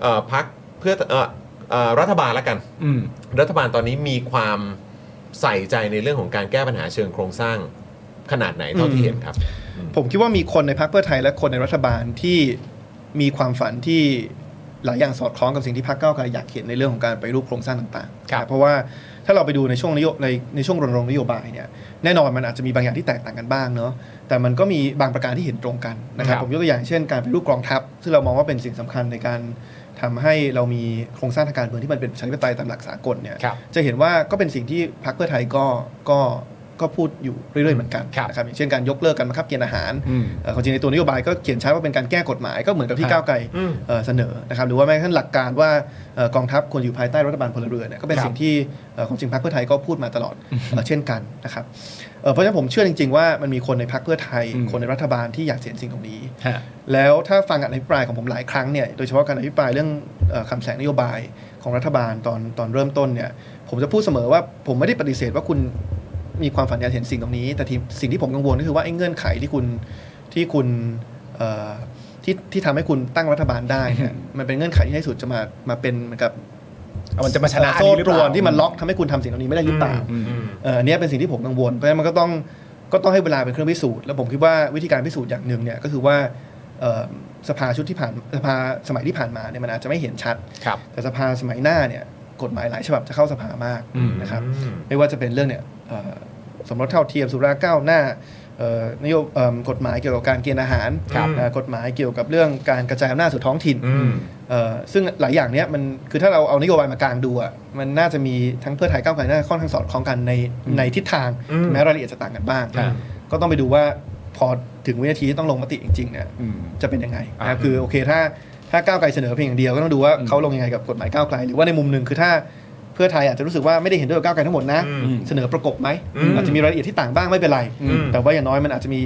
เอ่อพักเพื่อเอ่อเอ่อรัฐบาลละกัน
อืม
รัฐบาลตอนนี้มีความใส่ใจในเรื่องของการแก้ปัญหาเชิงโครงสร้างขนาดไหนเท่าที่เห็นครับ
ผมคิดว่ามีคนในพรรคเพื่อไทยและคนในรัฐบาลที่มีความฝันที่ หลายอย่างสอดคล้องกับสิ่งที่พรรคก้าวไกลอยากเห็นในเรื่องของการไปรูปโครงสร้างต่างๆ
ครับ
นะเพราะว่าถ้าเราไปดูในช่วงนโยในในช่วงรณรงค์นโยบายเนี่ยแน่นอนมันอาจจะมีบางอย่างที่แตกต่างกันบ้างเนาะแต่มันก็มีบางประการที่เห็นตรงกันนะครับ
ครับ
ผมยกตัวอย่างเช่นการไปรูปกองทัพ ซึ่งเรามองว่าเป็นสิ่งสำคัญในการทำให้เรามีโครงสร้างทางการเมืองที่มันเป็นประชาธิปไตยตามหลักสากลเนี่ย
ครับ
จะเห็นว่าก็เป็นสิ่งที่พรรคเพื่อไทยก็ก็ก็พูดอยู่เรื่อยๆเหมือนกัน
ครับ
นะครับอย่างเช่นการยกเลิกการบังคับเกณฑ์อาหาร
อืม
เอ่อความจริงในตัวนโยบายก็เขียนชัดว่าเป็นการแก้กฎหมายก็เหมือนกับที่
ครับ
ก้าวไกลเอ่อเสนอนะครับหรือว่าแม้กระทั่งหลักการว่าเอ่อกองทัพควรอยู่ภายใต้รัฐบาลพลเรือนเนี่ยก็เป็น
ครับ
สิ่งที่เอ่อความจริงพรรคเพื่อไทยก็พูดมาตลอดเอ่อเช่นกันนะครับเอ่อเพราะฉะนั้นผมเชื่อจริง ๆ ว่ามันมีคนในพรรคเพื่อไทยคนในรัฐบาลที่อยากเห็นสิ่งตรงนี้
ฮะ
แล้วถ้าฟังการอภิปรายของผมหลายครั้งเนี่ย โดยเฉพาะการอภิปรายเรื่องเออคำแสงนโยบายของรัฐบาลตอนตอนเริ่มต้นเนี่ย ผมจะพูดเสมอว่าผมไม่ได้ปฏิเสธว่าคุณมีความฝันอยากเห็นสิ่งตรงนี้ แต่ที่สิ่งที่ผมกังวลก็คือว่าไอ้เงื่อนไขที่คุณที่คุณเอ่อที่ที่ทำให้คุณตั้งรัฐบาลได้เนี่ยมันเป็นเงื่อนไขที่ในสุดจะมามาเป็นเหมือนกับ
มันจะมาชนะอัน
โซ่
นี้หรือ
ต
เป
รว
ล่าน
ที่มันล็อกทำให้คุณทำสิ่งตรงนี้ไม่ได้หรือเปล่า
อืม
เอ่ออันเนี้ยเป็นสิ่งที่ผมกังวล เพราะฉะนั้นมันก็ต้องก็ต้องให้เวลาเป็นเครื่องพิสูจน์ แล้วผมคิดว่าวิธีการพิสูจน์อย่างหนึ่งเนี่ยก็คือว่าเอ่อสภาชุดที่ผ่านสภาสมัยที่ผ่านมาเนี่ยมันอาจจะไม่เห็นชัด
ครับ
แต่สภาสมัยหน้าเนี่ยกฎหมายหลายฉบับจะเข้าสภามาก
อืม
นะครับไม่ว่าจะเป็นเรื่องเนี่ยเอ่อสมรสเท่าเทียมสุราก้าวหน้าเอ่อนโยบเอิ่มกฎหมายเกี่ยวกับการเกณฑ์อาหาร
ครับ
เอ่อกฎหมายเกี่ยวกับเรื่องการกระจายอำนาจสู่ท้องถิ่น เอ่อซึ่งหลายอย่างเนี้ยมันคือถ้าเราเอานโยบายมากลางดูอ่ะมันน่าจะมีทั้งเพื่อไทยก้าวไกลน่าจะค่อนข้างสอดคล้องกันในในทิศทางถึงแม้รายละเอียดจะต่างกันบ้าง
ครับ
ก็ต้องไปดูว่าพอถึงวินาทีที่ต้องลงมติจริงๆเนี่ย
อืม
จะเป็นยังไง
อ่า
นะคือโอเคถ้าถ้าก้าวไกลเสนอเพียงอย่างเดียวก็ต้องดูว่า
อืม
เขาลงยังไงกับกฎหมายก้าวไกล หรือว่าในมุมหนึ่งคือถ้าเพื่อไทยอาจจะรู้สึกว่าไม่ได้เห็นด้วยกับก้าวไกลทั้งหมดนะ
อืม
เสนอประกบไหมอาจจะมีรายละเอียดที่ต่างบ้างไม่เป็นไร แต่ว่าอย่างน้อยมันอาจจะมี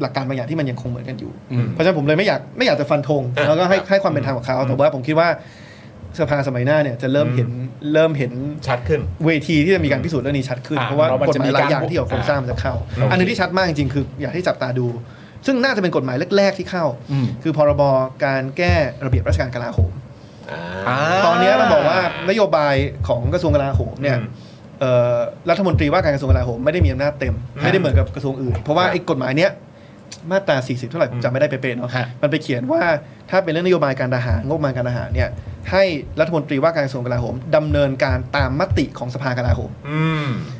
หลักการบางอย่างที่มันยังคงเหมือนกันอยู่
อืม
เพราะฉะนั้นผมเลยไม่อยากไม่อยากจะฟันธง
อ่ะ
แล้วก็ให้
ครับ
ให้ความเป็นธรรมกับเขาแต่ว่าผมคิดว่าสภาสมัยหน้าเนี่ยจะเริ่มเห็นเริ่มเห็น
ชัดขึ้น
เวทีที่จะมีการพิสูจน์เรื่องนี้ชัดขึ้น
อ่ะ
เพราะว่า
เพราะมัน
กฎ
จะ
ห
มี
มายหลายอย่าง
การ
ที่เอาโครงสร้างมันจะเข้า
อ่ะ
อันหนึงที่ชัดมากจริงๆคืออยากให้จับตาดู ซึ่งน่าจะเป็นกฎหมายแรกๆที่เข้า
อืม
คือพรบการแก้ระเบียบราชการกลาโหม
อ่า
ตอนเนี้ยเราบอกว่านโยบายของกระทรวงกลาโหมเนี่ย
อืม
เอ่อรัฐมนตรีว่าการกระทรวงกลาโหมไม่ได้มีอำนาจเต็ม ไม่ได้เหมือนกับกระทรวงอื่น เพราะว่าไอ้กฎหมายเนี้ยมาตรา 40 เท่าไหร่ผมจำไม่ได้เป๊ะๆเนาะ
ฮะ
มันไปเขียนว่าถ้าเป็นเรื่องนโยบายการทหารงบประมาณการทหารเนี่ยให้รัฐมนตรีว่าการกระทรวงกลาโหมดำเนินการตามมติของสภากลาโหม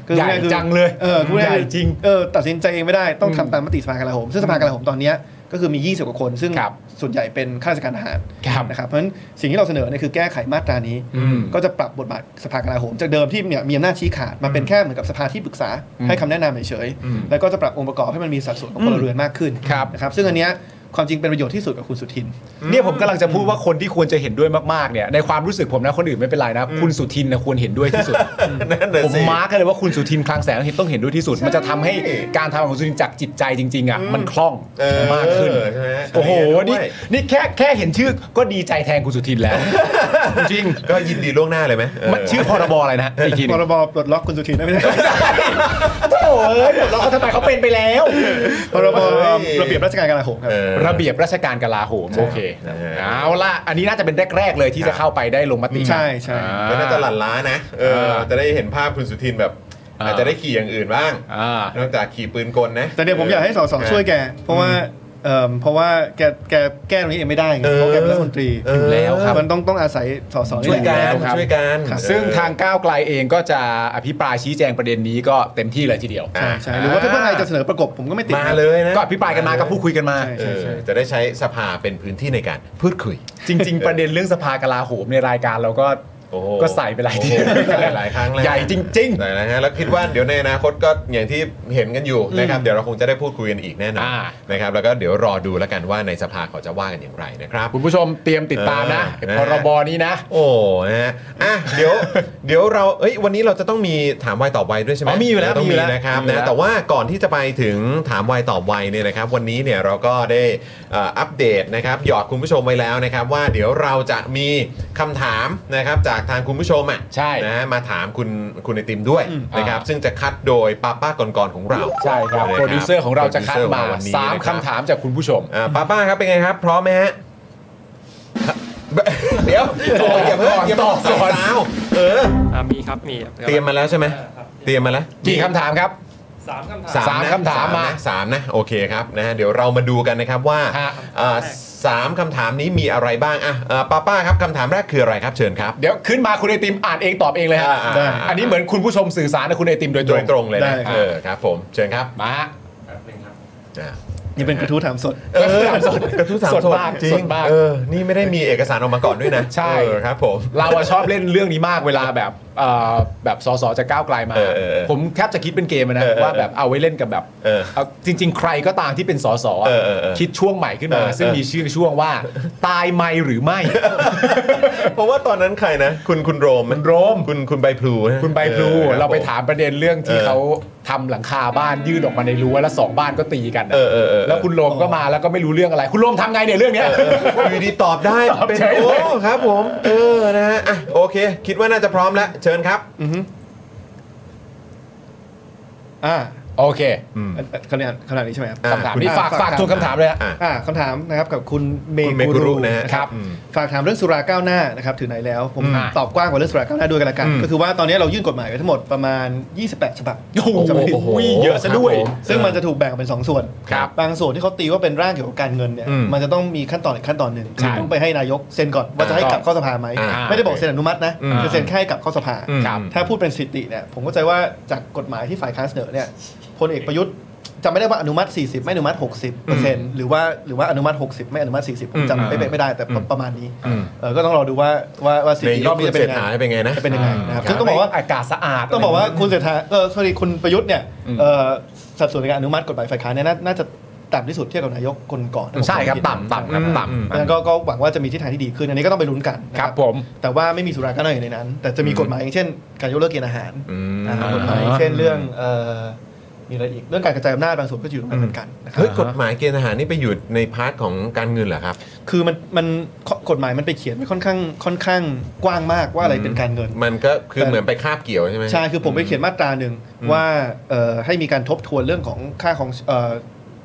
คือ
ใหญ่
คือ
จังเลย
เออคือ
ใหญ่จริง
เออตัดสินใจเองไม่ได้ต้อง
อืม
ทำตามมติสภากลาโหม ซึ่งสภากลาโหมตอนเนี้ยก็คือมี 20 กว่าคน ซึ่ง
ครับ
ส่วนใหญ่เป็นข้าราชการทหาร
ครับ
นะครับ เพราะฉะนั้นสิ่งที่เราเสนอเนี่ยคือแก้ไขมาตรานี้
อืม
ก็จะปรับบทบาทสภากลาโหม จากเดิมที่เนี่ยมีอำนาจชี้ขาดมาเป็นแค่เหมือนกับสภาที่ปรึกษา
อืม
ให้คำแนะนำเฉย
อืม
ๆแล้วก็จะปรับองค์ประกอบให้มันมีสัดส่วนของพลเรือนมากขึ้น
ครับ
นะครับซึ่งอันเนี้ยความจริงเป็นประโยชน์ที่สุดกับคุณสุทิน
เนี่ยผมกำลังจะพูดว่าคนที่ควรจะเห็นด้วยมากๆเนี่ยในความรู้สึกผมนะคนอื่นไม่เป็นไรนะ คุณสุทินนะควรเห็นด้วยที่สุด
นั่นน่ะ
ผม
สิ
มาร์กเลยว่าคุณสุทินคลังแสงต้องเห็นด้วยที่สุด มันจะทำให้การทำของคุณสุทินจากจิตใจจริงๆอ่ะมันคล่อง
เออ
มากขึ้น
ใช่ไหม
โอ้โห
อะไรอย่างเงี้ย
นี่
ด้วย
นี่แค่แค่เห็นชื่อก็ดีใจแทนคุณสุทิน แล้ว จริง
ก็ยินดีล่วงหน้าเลยไหมเ
มันชื่อพรบอะไรนะอีกทีห
พ
นึ่ง
รบปลดล็อกคุณสุทินนะไม่ใช่
โถ่เอ้ยเราทำไมเขาเป็นไปแล้ว
พรบระเบียบราชการกลาโหมครับ
เออ
ระเบียบราชการกลาโหมโอเค
ครับ
เอาละอันนี้น่าจะเป็นแรกๆเลยที่จะเข้าไปได้ลงมติ
ใช่ใช่
อ่า
ก็น่าจะหลั่นล้านะเออ
เออ
จะได้เห็นภาพคุณสุทินแบบ
เอออ
อาจจะได้ขี่อย่างอื่นบ้าง
อ่า
นอกจากขี่ปืนกลนะ
แต่เนี่ยผมอยากให้สสช่วยแก เพราะว่าเอิ่มเพราะว่าแกแกแก้ตรงนี้เองไม่ได้ไงเพราะแกเป็นรัฐมนตรี
เออ
อยู่แล้วครับ
มันต้องต้องอาศัยสสนี่
ช่วย
แห
กั
ละ
น
ครับ
ช่วยกัน
ครับ
ซึ่งทางก้าวไกลเองก็จะอภิปรายชี้แจงประเด็นนี้ก็เต็มที่เลยทีเดียว
ใช่ใช่หรือว่าถ้าเพื่อไทยจะเสนอประกบผมก็ไม่ติด
มา
นะ
เลยนะ
ก็อภิปรายกันมาก็พูดคุยกันมา
ใช่
เออจะได้ใช้สภาเป็นพื้นที่ในการพูดคุย
จริง ๆ ประเด็นเรื่องสภากลาโหมในรายการเราก็
โอ้โห
ก็ใส่ไปหลายที
โอ้โหหลายครั้งแล้ว
ใหญ่จริง
ได้นะฮะแล้วคิดว่าเดี๋ยวในอนาคตก็อย่างที่เห็นกันอยู่นะครับเดี๋ยวเราคงจะได้พูดคุยกันอีกแน่นอน
อ่า
นะครับแล้วก็เดี๋ยวรอดูแล้วกันว่าในสภาเขาจะว่ากันอย่างไรนะครับ
ๆ คุณผู้ชมเตรียมติดตามนะ
เออ
พรบนี้นะ
โอ้นะฮะอ่ะเดี๋ยว เดี๋ยวเราเอ้ยวันนี้เราจะต้องมีถามวัยตอบวัยด้วยใช่ไหม
อ๋อมีอยู่แล้ว
ต้อง
มีอ
มี
ยู่แล้ว
นะครับ
มีอยู่แล้
นะ
ว
แต่ว่าก่อนที่จะไปถึงถามวัยตอบวัยเนี่ยนะครับ วันนี้เนี่ยเราก็ได้เอ่ออัปเดตนะครับหยอดคุณผู้ชมไว้แล้วนะครับ ว่าเดี๋ยวเราจะมีคำถามนะครับจากทางคุณผู้ชมอ่ะ
ใช่
นะฮะมาถามคุณคุณไอติมด้วยนะครับซึ่งจะคัดโดยป้าป้าก่อนๆของเรา
ใช่ครับ
นะ
โปรดิวเซอร์ของเราจะคัด
โปวซอ
มา
เรวันนี้
สาม
นะรับ
คำถามจากคุณผู้ชม
อ่าป้าป้าครับเป็นไงครับ พร้อมไหมฮะ เดี๋ยว
ต่อ
อย่าเพิ่ง
ก่อน
อย่า
ต่
เพิ่
องก่
สา
อน
ยสาวเออ
อ่ะมีครับมีครับ
เตรียมมาแล้วใช่ไหมเตรียมมาแล้ว
กี่คำถามครับ
สามคำถาม
สาม
นะ
คำถาม
สนะ
มา
สามนะโอเคครับนะฮะเดี๋ยวเรามาดูกันนะครับว่า
ฮะ
เอ่อ 3คำถามนี้มีอะไรบ้างอ่ะเอ่อป้าป้าครับคำถามแรกคืออะไรครับเชิญครับ
เดี๋ยวขึ้นมาคุณไอติมอ่านเองตอบเองเลยฮะ
อ่า
ได้อันนี้เหมือนคุณผู้ชมสื่อสารกับคุณไอติมโดยต
โด
รง
ยตรงเลย
ได้
นะครับ เออครับผมเชิญครับ
มาฮะ
อ่ะ
นี่เป็นกระทู้ถามสด
เออสดกระทู้สาม
สดมาก
จริ
ส
ง
ดมาก
เออนี่ไม่ได้มีเอกสารออกมาก่อนด้วยนะ
ใช่
เออครับผม
เราอะชอบเล่นเรื่องนี้มากเวลาแบบเอ่อแบบสสจะก้าวไกลมา
เออเออเออ
ผมแทบจะคิดเป็นเกมอะนะ
เออเออ
ว่าแบบเอาไว้เล่นกับแบบ
เออ
เอาจริง ๆ ใครก็ตามที่เป็นสสอะ
เออเออเออ
คิดช่วงใหม่ขึ้น
เอ
มา
อเออ
ซึ่งมีชื่อช่วงว่า ตายไหมหรือไม่
เพราะว่าตอนนั้นใครนะ คุณคุณโรมไห
คุณโรม
คุณคุณใบพลูฮะ
คุณใบพลู
ออคบ
เราไปถามประเด็นเรื่องที่
เออ
เขาทำหลังคาบ้านยื่นออกมาในรั้วแล้วสองบ้านก็ตีกันอะ
เออเออเออ
แล้วคุณโรมก็มาแล้วก็ไม่รู้เรื่องอะไร คุณโรมทำไงเนี่ยเรื่องเนี้ย
อยู่ดีตอบได้
ตอบ
เป็น
เฉยเลย
โอ้ครับผม เออนะฮะอ่ะโอเค คิดว่าน่าจะพร้อมแล้ว เชิญครับ
อ่า
โอเค
คำถามคำถามนี้ใช่ไหมครับ
อ่ะ
คำถามนี้ฝากฝากทวนคำถามเลยฮะ
อ่ะ
อ่าคำถามนะครับกับคุณเม
คุณเมกุ
กุ
รุ
รุ
นะฮะ
นะค
ครั
รั
บบ อืม
ฝากถามเรื่องสุราก้าวหน้านะครับถึงไหนแล้วผม
อืม
ตอบกว้างกว่าเรื่องสุราก้าวหน้าด้วยกันละกัน
อืม
ก็คือว่าตอนนี้เรายื่นกฎหมายไว้ทั้งหมดประมาณ 28 ฉบับ
โอ้โห
ผมจำไม่ผิด
โอ้โหเยอะซะด้วย
ครับผม
ซึ่งมันจะถูกแบ่งออกเป็น 2 ส่วน
ครับ
บางส่วนที่เขาตีว่าเป็นร่างเกี่ยวกับการเงินเนี่ย
อืม
มันจะต้องมีขั้นตอนอีกขั้นตอนหนึ่ง
ใช่
ต้องไปให้นายกเซ็นก่อนว่าจะให้กลับเข้าสภาไหม
อ่า
ไม่ได้บอกเซ็นอนุมัตินะ
อืม
จะเซ็นแค่ให้กลับเข้าสภา
อืม
ถ้าพูดเป็นสถิติเนี่ยผมเข้าใจว่าจากกฎหมายที่ฝ่ายค้านเสนอเนี่ยพลเอกประยุทธ์จำไม่ได้ว่าอนุมัติ 40 ไม่อนุมัติ 60เปอร์เซ็นต์หรือว่าหรือว่าอนุมัติ 60 ไม่อนุมัติ 40 ผมจำไม่เป็นไม่ได้แต่ประประมาณนี้เออก็ต้องรอดูว่าว่าว่าสิ่
ใน
ง
รอบคุณ
จะเป็
เศร
น
ษ
ยัง
ฐา
ไง
จะเป็นไงนะ
จะเป็นยังไงนะครับ
อ่า
ซึ่งต้องบอกว่า
อากาศสะอาด
ต้องบอกว่าคุณเศรษฐาเออสวัสดีคุณประยุทธ์เนี่ยเออสัดส่วนในการอนุมัติกฎหมายฝ่ายค้านเนี่ยน่าน่าจะต่ำที่สุดเทียบกับนายกคนก่อนนะ
ใช่ครับ
ผม
ต่ำต่ำครับต่ำ
ดังนั้นก็ก็หวังว่าจะมีทิศทางที่ดีขึ้นอันนี้ก็ต้องไปลุ้นกันนะ
ครับผม
แต่ว่าไม่มีสุราก้าวหน้าอยู่ในนั้น แต่จะมีกฎหมายอย่างเช่น การยกเลิกเกณฑ์อาหาร
อืม
นะครับกฎหมายอย่างเช่นเรื่องเอ่อมีอะไรอีกเรื่องการกระจายอำนาจบางส่วนก็อยู่ตรงนั้นเหมือนกันนะครับ
เฮ้ยกฎหมายเกณฑ์ทหารนี่ไปอยู่ในพาร์ทของการเงินเหรอครับ
คือมันมันข้อกฎหมายมันไปเขียนไว้ค่อนข้างค่อนข้างกว้างมากว่าอะไรเป็นการเงิน
มันก็คือเหมือนไปคาบเกี่ยวใช่ไหม
ใช่คือผมไปเขียนมาตราหนึ่งว่าเอ่อให้มีการทบทวนเรื่องของค่าของเอ่อ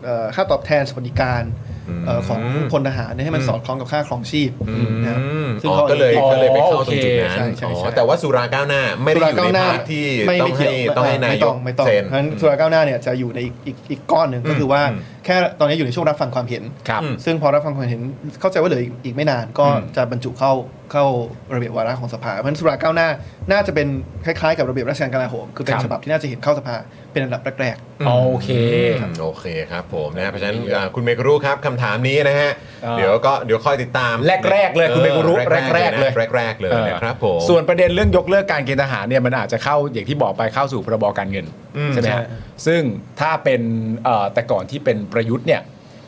เอ่อค่าตอบแทนสวัสดิการ
อืม
เอ่อของพลทหารเนี่ยให้มัน
อืม
สอดคล้องกับค่าครองชีพ
อื
นะครับ
มอ๋อก็เลย
อ๋อ
ก็เลยไปเข้าตรงจุดนั้น
ใช่ใช่ใช่
อ๋อแต่ว่าสุราก้าวหน้าไม่ได้อยู่ในพาร์ทที่ต้องให้ต้องให้นา
ไม่
ย
ต้อก งไม่ต้อง
เซ็น
เพราะฉะนั้นสุราก้าวหน้าเนี่ยจะอยู่ในอีกอีกอีกก้อนหนึ่งก็คือว่า
อืม
แค่ตอนนี้อยู่ในช่วงรับฟังความเห็น
ครับ
ซึ่งพอรับฟังความเห็นเข้าใจว่าเหลืออีกอีกไม่นานก็
อืม
จะบรรจุเข้าเข้าระเบียบวาระของสภาเพราะฉะนั้นสุราก้าวหน้าน่าจะเป็นคล้ายๆกับระเบียบราชการกลาโหมคือเป็
คน รับ
ฉบับที่น่าจะเห็นเข้าสภาเป็นอันดับแรก
โอเค
อืมโอเคครับผมนะเพราะฉะนั้นอ่าคุณเมกุรุครับคำถามนี้นะฮะ
อ่า
เดี๋ยวก็เดี๋ยวคอยติดตาม
แรกๆเลยคุณเมกุรุ
ออ
แรกๆเลย
นะแรกๆเลยนะครับผม
ส่วนประเด็นเรื่องยกเลิกการเกณฑ์ทหารเนี่ยมันอาจจะเข้าอย่างที่บอกไปเข้าสู่พรบการเงินใช่ไหมฮะ
ใช่
ซึ่งถ้าเป็นเอ่อแต่ก่อนที่เป็นประยุทธ์เนี่ย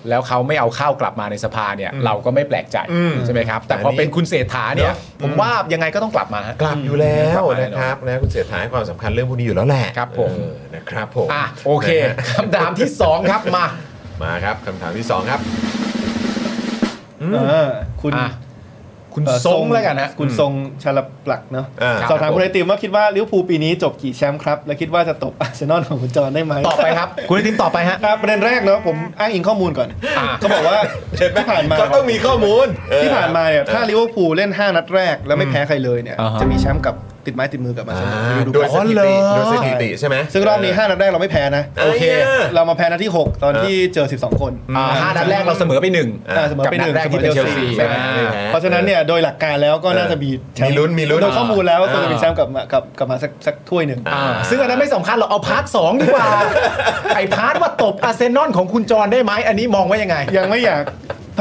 แล้วเขาไม่เอาเข้าวกลับมาในสภาเนี่ยเราก็ไม่แปลกใจใช่ไหมครับแต่พอเป็นคุณเศรษฐาเนี่ยผมว่ายังไงก็ต้องกลับมาฮะ
กลับอยู่แล้ว
กลับมาแน่นอน
นะครับนะคุณเสียฐานให้ความสำคัญเรื่องพวกนี้อยู่แล้วแหละ
ครับผม
เออนะครับผม
อ่ะโอเค
นะฮะ
คำถามที่สองครับมา
มาครับคำถามที่สองครับ
ๆเออคุณ
อ่ะ คุณ
เอ่อ
ทรงแล้วกันฮะ
คุณทรงชาลปลักเนาะ
า
สอบถามคุณไอติมว่าคิดว่าลิเวอร์พูลปีนี้จบกี่แชมป์ครับและคิดว่าจะตบอาร์เซนอลของคุณจอห์นได้ไหม
ตอบไปครับ คุณไอติมตอบไปฮะ
ครับประเด็นแรกเนาะผมอ้างอิงข้อมูลก่อน
อ่า
เขาบอกว่าที่ผ่านมา
ก็ต้องมีข้อมูลเออ
ที่ผ่านมาเนี่ยถ้าลิเวอร์พูลเล่น 5 นัดแรกแล้วไม่แพ้ใครเลยเนี่ย
อ่าฮะ
จะมีแชมป์กับติดไม้ติดมือกับมาเซน
อ่า
อลในฤดู
โดย
กา
ส
ล
ถิติ
อ๋อเหรอ
โดยสถิติใช่ไหม
ซึ่งรอบนี้ 5 นัดแรกเราไม่แพ้นะ
โอเค
เรามาแพ้นัดที่ 6 ตอนที่เจอ 12 คน
อ่าห้านัดแรกเราเสมอไปหนึ่ง
อ่าเสมอไปหนึ่ง
กับนัดแรกที่เป็นเชลซี
ใช่ไหม
อ่า
เพราะฉะนั้นเนี่ยโดยหลักการแล้วก็น่าจะมีแชป์
มีลุ้นมีลุ้น
โดยข้อมูลแล้วก็จะมีแชมป์กลับมากับกลับมาสักสักถ้วยหนึ่ง
อ่าซึ่งอันนั้นไม่สำคัญเราเอาพาร์ทสองดีกว่า ไอพาร์ทว่าตบอาร์เซนอลของคุณจรได้ไหมอันนี้มองว่ายังไง
ยังไม่อยาก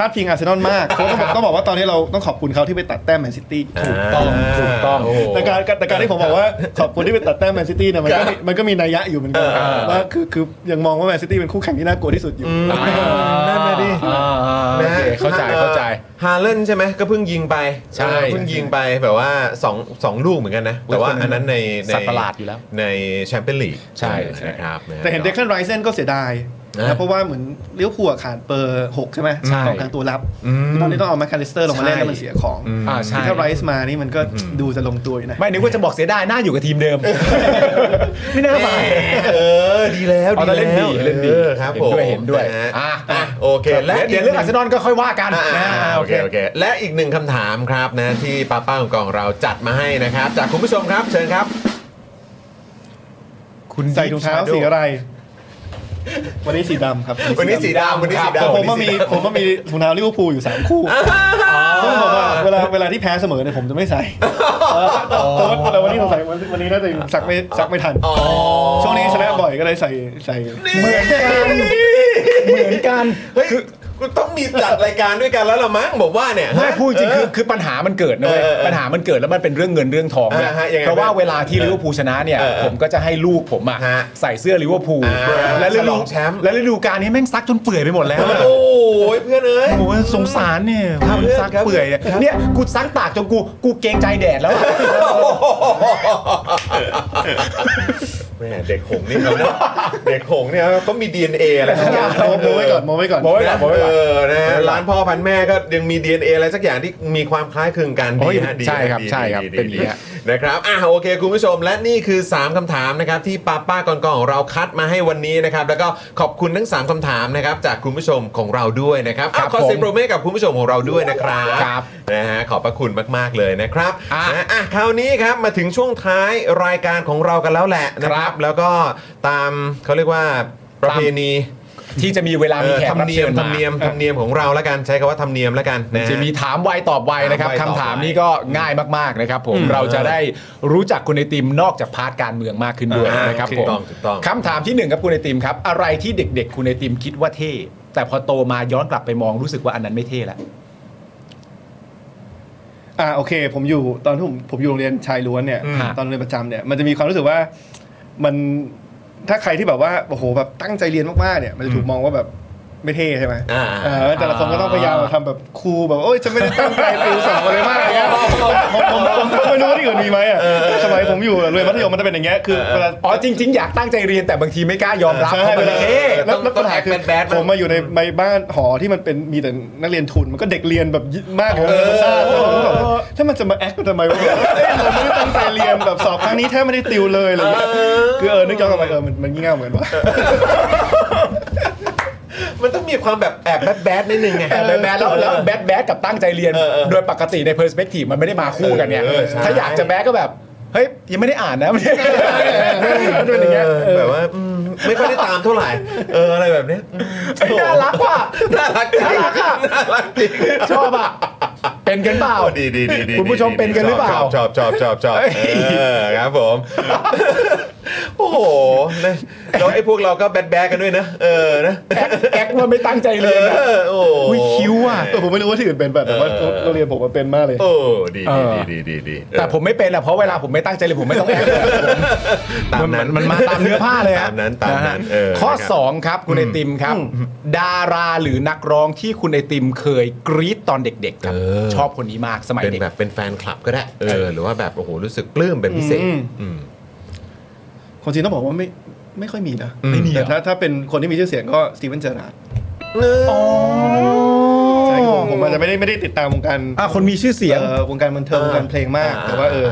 พลาดพิงอาร์เซนอลมากเพราะว่าต้องบอกว่าตอนนี้เราต้องขอบคุณเขาที่ไปตัดแต้มแมนซิตี้
ถูกต้องถูกต้อง
แต่การแต่การที่ผมบอกว่า ขอบคุณที่ไปตัดแต้มแมนซิตี้เนี่ยมันก็มีมันก็มีนัยยะอยู่เหมือนกัน
เออ
ว่าคือคือยังมองว่าแมนซิตี้เป็นคู่แข่งที่น่ากลัวที่สุดอยู่
นั่นน่ะดิ
อ่าอ่าโอเคเข้าใจเข้าใจ
ฮาเลนใช่ไหมก็เพิ่งยิงไป
ใช่
เออเพิ่งยิงไปแบบว่า2 2ลูกเหมือนกันนะ แต่ว่าอันนั้นในใน
สัตว์ประหลาดอยู่แล้ว
ในแชมเปี้ยนลีก
ใช่
นะครับะฮะ
แต่เห็นเดคลันไรเซนก็เสียดาย
นะ
นะเพราะว่าเหมือนเลี้ยวขัวขาดเปอร์หกใช่ไหม
ใช่
กองกลางตัวรับตอนนี้ต้องเอาแมคคาลิสเตอร์ลงมาเล่นแล้วมันเสียของ
อ่าใช่
ถ้าไรซ์มานี่มันก็ดูจะลงตัวอยู่นะ
ไม่นึกว่าจะบอกเสียดายหน้าอยู่กับทีมเดิม ไม่น่ามา
เออดีแล้ว
เอาแต่เล่นดีเล่นดี
ออครับผม
เห็นด้วยเห็
ะ
นด้วย
ฮะ
อ่ะ
อ่ะโอเคและ
เดี๋ยวเดี๋ยวเรื่องอาร์เซนอลก็ค่อยว่ากัน
อ่ะอ่ะ
นะ
อ่ะโอ
โอ
เค
เค
โอเคและอีกหนึ่งคำถามครับนะที่ป้าป้าของกองเราจัดมาให้นะครับ จากคุณผู้ชมครับเชิญครับ
คุณ
ใส่ถุงเท้าสีอะไร วันนี้สีดำครับ
วันนี้สีดำวันนี้สีดำ
ผมว่ามีผมว่ามีถุงเท้าลิเวอร์พูลอยู่ 3 คู่ซึ่งผมว่าเวลาเวลาที่แพ้เสมอเนี่ยผมจะไม่ใส่เออแต่ว่าแต่วันนี้สงสัยวันวันนี้น่าจะซักไม่ซักไม่ทัน
อ๋อ
ช่วงนี้ชนะบ่อยก็เลยใส่ใส่
เหมือนกัน
เหมือนกัน
เฮ้ยคุณต้องมีจัดรายการด้วยกันแล้วละมั้งบอกว่าเนี่ย
ไม่พูดจริงๆคือคือปัญหามันเกิดนะเว้ย
เออเออ
ปัญหามันเกิดแล้วมันเป็นเรื่องเงินเรื่องทองเนี่ย
อ่าฮะยังไง
เพราะว่าเวลาที่ลิเวอร์พูลชนะเนี่ย
เออเออ
ผมก็จะให้ลูกผมอะ
ฮะ
ใส่เสื้อลิเวอร์พูล
อ่า
และฤ
ฉล
ดู
องแชมป์
และฤดูกาลนี้แม่งซักจนเปื่อยไปหมดแล้ว
โอ้ยเพื่อนเอ้ย
โอ้ยสงสารเนี่ย
ครับ
มันซัก
ครับ
เปื่อยเนี่ยเนี่ยกูซักตากจนกูกูเกรงใจแดดแล้ว
แม่เด็กหงส์นี่เขานะเด็กหงส์เนี่ยเขามี DNA อะไรสักอย่าง
โมโมไว้ก่อนโมไว้ก่อน
โมไว้ก่อน
ะเออนะฮะร้านพ่อพันแม่ก็ยังมี DNA อะไรสักอย่างที่มีความคล้ายคลึงกัน
โอ้
ดี
ย
ฮะดี
ใช่ครับ
ดี
ใช่ครับ
ดีดี
เป็นอย่างเงี้ย
ดีนะครับอ่ะโอเค คุณผู้ชมและนี่คือ 3คำถามนะครับที่ป้าป้ากองๆของเราคัดมาให้วันนี้นะครับ แล้วก็ขอบคุณทั้ง 3คำถามนะครับจากคุณผู้ชมของเราด้วยนะครับอ่ะขอเสียงปรบมือให้กับคุณผู้ชมของเราด้วยนะครับ
ครับ
นะฮะขอบพระคุณมาก ๆ เลยนะครับ
อ่ะ
นะอ่ะคราวนี้ครับมาถึงช่วงท้ายรายการของเรากันแล้วแหละนะ
ค
ค
รั
รับ
บ
แล้วก็ตามเขาเรียกว่าประเพณี
ที่จะมีเวลามีแขก
ธรร
รับ
มเนีย
เชิ
ม
ญ
ธ
มาร
รมเนียมธรรมเนียมของเราแล้วกันใช้คำว่าธรรมเนียมแล้วกันนะฮะ
จะมีถามไวตอบไวนะครับ
ถามไวตอบไว
คำถามนี้ก็ง่ายมากๆนะครับผมเราจะได้รู้จักคุณไอติมนอกจากพาร์ทการเมืองมากขึ้นด้วย
อ่าน
นะครับ
ถู
ผ
ก
ม
ต้องถูกต้อง
คำถามที่หนึ่งครับคุณไอติมครับ อะไรที่เด็ก ๆ คุณไอติมคิดว่าเท่ แต่พอโตมาย้อนกลับไปมองรู้สึกว่าอันนั้นไม่เท่แล้ว
อ่าโอเค ผมอยู่ตอนที่ผมผมอยู่โรงเรียนชายล้วนเนี่ย
อืม
ตอนโรงเรียนประจำเนี่ยมันจะมีความรู้สึกว่ามันถ้าใครที่แบบว่าโอ้โหแบบตั้งใจเรียนมากๆเนี่ยมันจะถูกมองว่าแบบไม่เท่ใช่ไหม
อ่า
เออแต่ละคนก็ต้องพยายามทำแบบครูลแบบโอ้ยจะไม่ได้ตั้งใจติวสอบอะไรม ากอย่างเงี้ยผมผมผมผมไม่รู้ว่าที่อื่นมีไหมอ่ะสมัยผมอยู่โรงเรียนมัธยมมันจะเป็นอย่างเงี้ยคือเวลา
อ๋อจริง ๆ อยากตั้งใจเรียนแต่บางทีไม่กล้ายอมรับ
ใช่
เพราะมัน
เวลา
เท่
แล้วแล้ว
ต้
ปั
อง
ญหาคือ
act bad ๆ
ผมมาอยู่ในในบ้านหอที่มันเป็นมีแต่นักเรียนทุนมันก็เด็กเรียนแบบเยอะมากเลยธรรมชาติแล้วผมก็แบบถ้ามันจะมาแอคทำไมวะแบบเอ้ยเราไม่ได้ตั้งใจเรียนแบบสอบครั้งนี้แทบไม่ได้ติวเลยอะไรอย่างเงี้ยคือเออนึกย้อนกลับไปเออมันมันงี่เง่าเหมือนกันวะ
มันต้องมีความแบบแอบแบดๆนิดนึงไง
แต่แบดแล้วแล้วแบดแบดกับตั้งใจเรียน
เออเออ
โดยปกติในเพอร์สเปกทีฟมันไม่ได้มาคู่กันเนี่ย
เออใช่
ถ้าอยากจะแบดก็แบบเฮ้ยยังไม่ได้อ่านนะมันเป็นอย่างเงี้ย
เออแบบว่าอืมไม่ค่อยได้ตามเท่าไหร่เอออะไรแบบเนี้ย
เฮ้ยน่ารักว่ะ
น่ารักจริง
น่ารักอะ
น่ารักจริง
ชอบอ่ะ เป็นกันเปล่า
ดีดีดีดี
คุณผู้ชมเป็นกันหรือเปล่า
ชอบชอบชอบชอบชอบ
เอ้ย
เออครับผม โอ้โหนะแล้วไอ้พวกเราก็แบดแบดกันด้วยนะ เออนะ
แก๊กว่าไม่ตั้งใจ
เอ
เรียนอะ
อโอ้โห
อุ้ยคิ้วอ่ะ
เออผมไม่รู้ว่าที่อื่นเป็นแบบแต่ว่า
เออ
โรงเรียนผมมันเป็นมากเลย
โอ้ดี
เอ
ดี
อ
ดีดีดีเออ
แต่ผมไม่เป็นอ่ะเพราะเวลาผมไม่ตั้งใจเลยนผมไม่ต้องแอบ
ตามนั้น
มันมาตามเนื้อผ้าเลยฮะ
ตามนั้นตามนั้น
นะฮะ
เออ
ข้อ
นะครับ
2 ครับคุณไอติมครับ ดาราหรือนักร้องที่คุณไอติมเคยกรี๊ดตอนเด็กๆครับ
เออ
ชอบคนนี้มากสมัย
เป็น
เด็ก
แบบเป็นแฟนคลับก็ได้เออหรือว่าแบบโอ้โหรู้สึกปลื้มเป็นพิเศษ
อืม
อืม
คนจีนต้องบอกว่าไม่ไม่ค่อยมีนะ
ไม่มีเหรอ
แต่ถ้าถ้าเป็นคนที่มีชื่อเสียงก็สตีเวนเจอร์นาร์ดใช่ครับผมผมอาจจะไม่ได้ไม่ได้ติดตามวงการ
อ่ะคนมีชื่อเสียง
เอ่อวงการบันเทิงวงการเพลงมากแต่ว่าเออ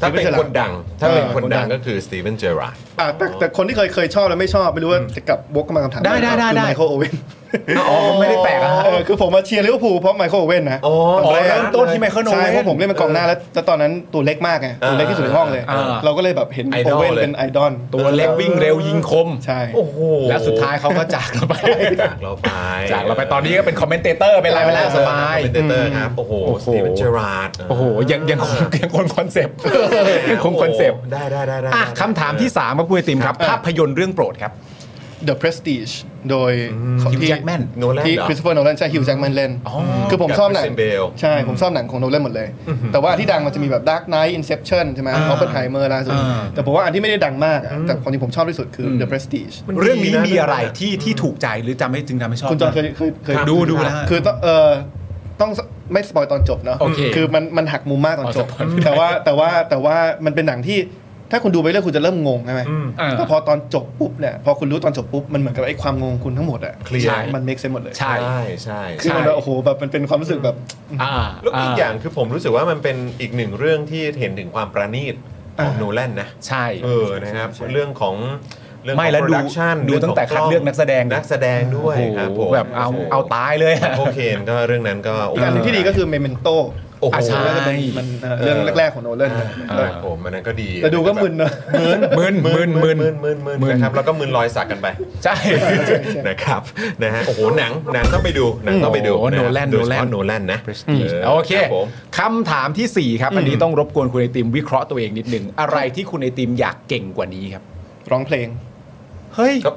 ถ้าเป็น
Steven
ค
Gerrard
นดัง ถ้าเป็น
เออ
คนดัง
คนดัง
ก็คือสตีเวนเจอร์ราร์ด
อ่ะแต่แต่คนที่เคยเคยชอบแล้วไม่ชอบไม่รู้ว่าจะกลับวกมาคำถาม
ได้ได้ได้
คือ
ได้
ไมเคิลโอเว่น
อ๋อไม่ได้แปลกอะฮะ
เออคือผมมาเชียร์ลิเวอร์พูลเพราะไมเคิลโอเว่นนะ
อ๋อ
ตอนแรก
เริ่มต้นที่ Michael Owen
ใช่เพราะผมเล่นเป็นกองหน้าแล้วแล้วตอนนั้นตัวเล็กมากไงตัวเล็กที่สุดในห้องเลย
อ่า
เราก็เลยแบบเห็น
ไอด
โอ
อล
เว่น
เลย
เป็นไอดอล
ตัวเล็กวิ่งเร็วยิงคม
ใช่
โอ้โห
และสุดท้ายเขาก็จากเราไป
จากเราไป
จากเราไปตอนนี้ก็เป็นคอมเมนเตเตอร์เป็นอะไรไปแล้วสบาย
เป็นเตเตอร์ครับ โอ้โห
โอ้โห
สตีเวนเจอราร์ด
โอ้โหยังยังคงยังคงคอนเซปต์ยังคงคอนเซปต์
ได้ได้ได้ได้
อ่ะ
ได้
คำถามที่ 3ครับคุณไอติมครับ ภาพยนตร์เรื่องโปรดครับ
The Prestige โดยของ
ฮิว
ที่
แจ็คแมน
โนแลน
ที่
เหรอ
คริสโตเฟอร์โนแลนใช่ฮิวแจ็คแมนเล่น
อ๋อ
คือผมชอบหนัง
กับ Christian Bale
ใช่ผมชอบหนังของโนแลนหมดเลย แต่ว่าที่ดังมันจะมีแบบ Dark Knight Inception ใช่ไหม Oppenheimer ล่าสุด
อ่า
แต่ผมว่าอันที่ไม่ได้ดังมากอะแต่คนที่ผมชอบที่สุดคืออ The Prestige
มันดีนะ
เรื่องนี้มีอะไรที่ที่ถูกใจหรือจำให้จึงทำให้ชอบ
คุณจอนเคยเคยเคย
ครับดูดูแล้วฮะ
คือต้องเออต้องไม่สปอยตอนจบเนาะ
โอเค
คือมันมันหักมุมมากตอนจบ
อ๋อสปอยไม่ได้
แต่ว่าแต่ว่าแต่ว่ามันเป็นหนังที่ถ้าคุณดูไปเรื่อยคุณจะเริ่มงงใช่ไหม
อ่า
แต่พอตอนจบปุ๊บเนี่ยพอคุณรู้ตอนจบปุ๊บมันเหมือนกับไอ้ความงงคุณทั้งหมดอะ
เคลียร์
ใช่
มันเมคเซนหมดเลย
ใช่
ใช่ใช่
คือมันแบบโอ้โหแบบมันเป็นความรู้สึกแบบ
อ่า
แล้วอีกอย่างคือผมรู้สึกว่ามันเป็นอีกหนึ่งเรื่องที่เห็นถึงความประณีตของโนแลนนะ
ใช่
เออ นะครับ เรื่องของเรื่อง
ไม่แล้วดู
น
ดูตั้งแต่คัดเลือกนักแสดง
นักแสดงด้วยครับผม
แบบเอาเอาตายเลย
โอเคนก็เรื่องนั้นก็
อีกอันหนึงที่ดีก็คือเมเมนโต
โ
โอ้โห
อ่ะใช่
โนเลอร์ก็เป็นมันเอ่อเรื่องแรกๆของโนเลน
อ่าผมอันนั้นก็ดี
แต่ดูก็มึนนะ
มึนมึนมึน
มึนมึนมึน
มึน
นะครับแล้วก็มึนรอยสักกันไป
ใช่
นะครับนะฮะโอ้โหหนังหนังต้องไปดูหนังต้องไป
โอ้โห
ดูะครับ
Nolan
โดยเฉ
Nolan
พาะโนแลนนะ
Prestige
เออ
โอเค
ครับผม
คำถามทีสี่ 4 ครับ อันนี้ต้องรบกวนคุณไอติมวิเคราะห์ตัวเองนิดหนึ่งอะไรที่คุณไอติมอยากเก่งกว่านี้ครับ
ร้องเพลง
เฮ้ย
ครับ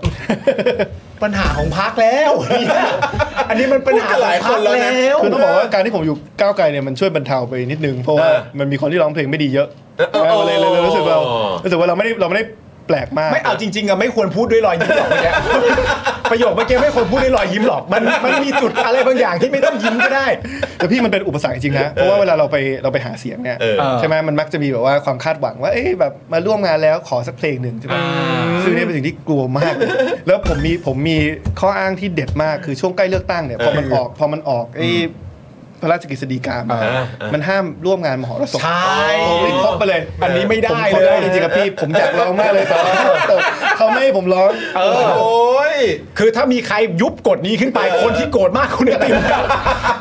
ปัญหาของพักแล้ว อันนี้มันปัญหาของพักแล้ว
คือต้องบอกว่าการที่ผมอยู่ก้าวไกลเนี่ยมันช่วยบรรเทาไปนิดนึง เพราะว่า
เออ
มันมีคนที่ร้องเพลงไม่ดีเยอะ
เออเออเออ
เลยเลยเลยรู้สึกว่า
อ๋อ
รู้สึกว่าเราไม่ได้เราไม่ได้แปลกมาก
ไม่เอาจริงๆอะไม่ควรพูดด้วยรอยยิ้มหรอกเมื่อกี้ ประโยคเมื่อกี้ไม่ควรพูดด้วยรอยยิ้มหรอกมันมันมีจุดอะไรบางอย่างที่ไม่ต้องยิ้มก็ได้
แต่พี่มันเป็นอุปสรรคจริงๆนะเพราะว่าเวลาเราไปเราไปหาเสียงเนี่ย
เออ
ใช่ไหมมันมักจะมีแบบว่าความคาดหวังว่าเอ๊ะแบบมาร่วมงานแล้วขอสักเพลงหนึ่งใช่ไหมซึ่งเนี่ยเป็นสิ่งที่กลัวมาก แล้วผมมีผมมีข้ออ้างที่เด็ดมากคือช่วงใกล้เลือกตั้งเนี่ยพอมันออกพอมันออกไอ้พระราชกฤษฎีกามา
อ่าอ่ามั
มันห้ามร่วมงานมหรสพ
ใช่
ไม่ครบไปเลย
อันนี้ไม่ได้
ผขอ
เลย
จริงๆครับพี่ ผมอยากร้องมากเลยแต่ว่าเขาไม่ให้ผมร้อง
เออ
โอ้ย
คือถ้ามีใครยุบกฎนี้ขึ้นไป คนที่โกรธมากคุณไอติม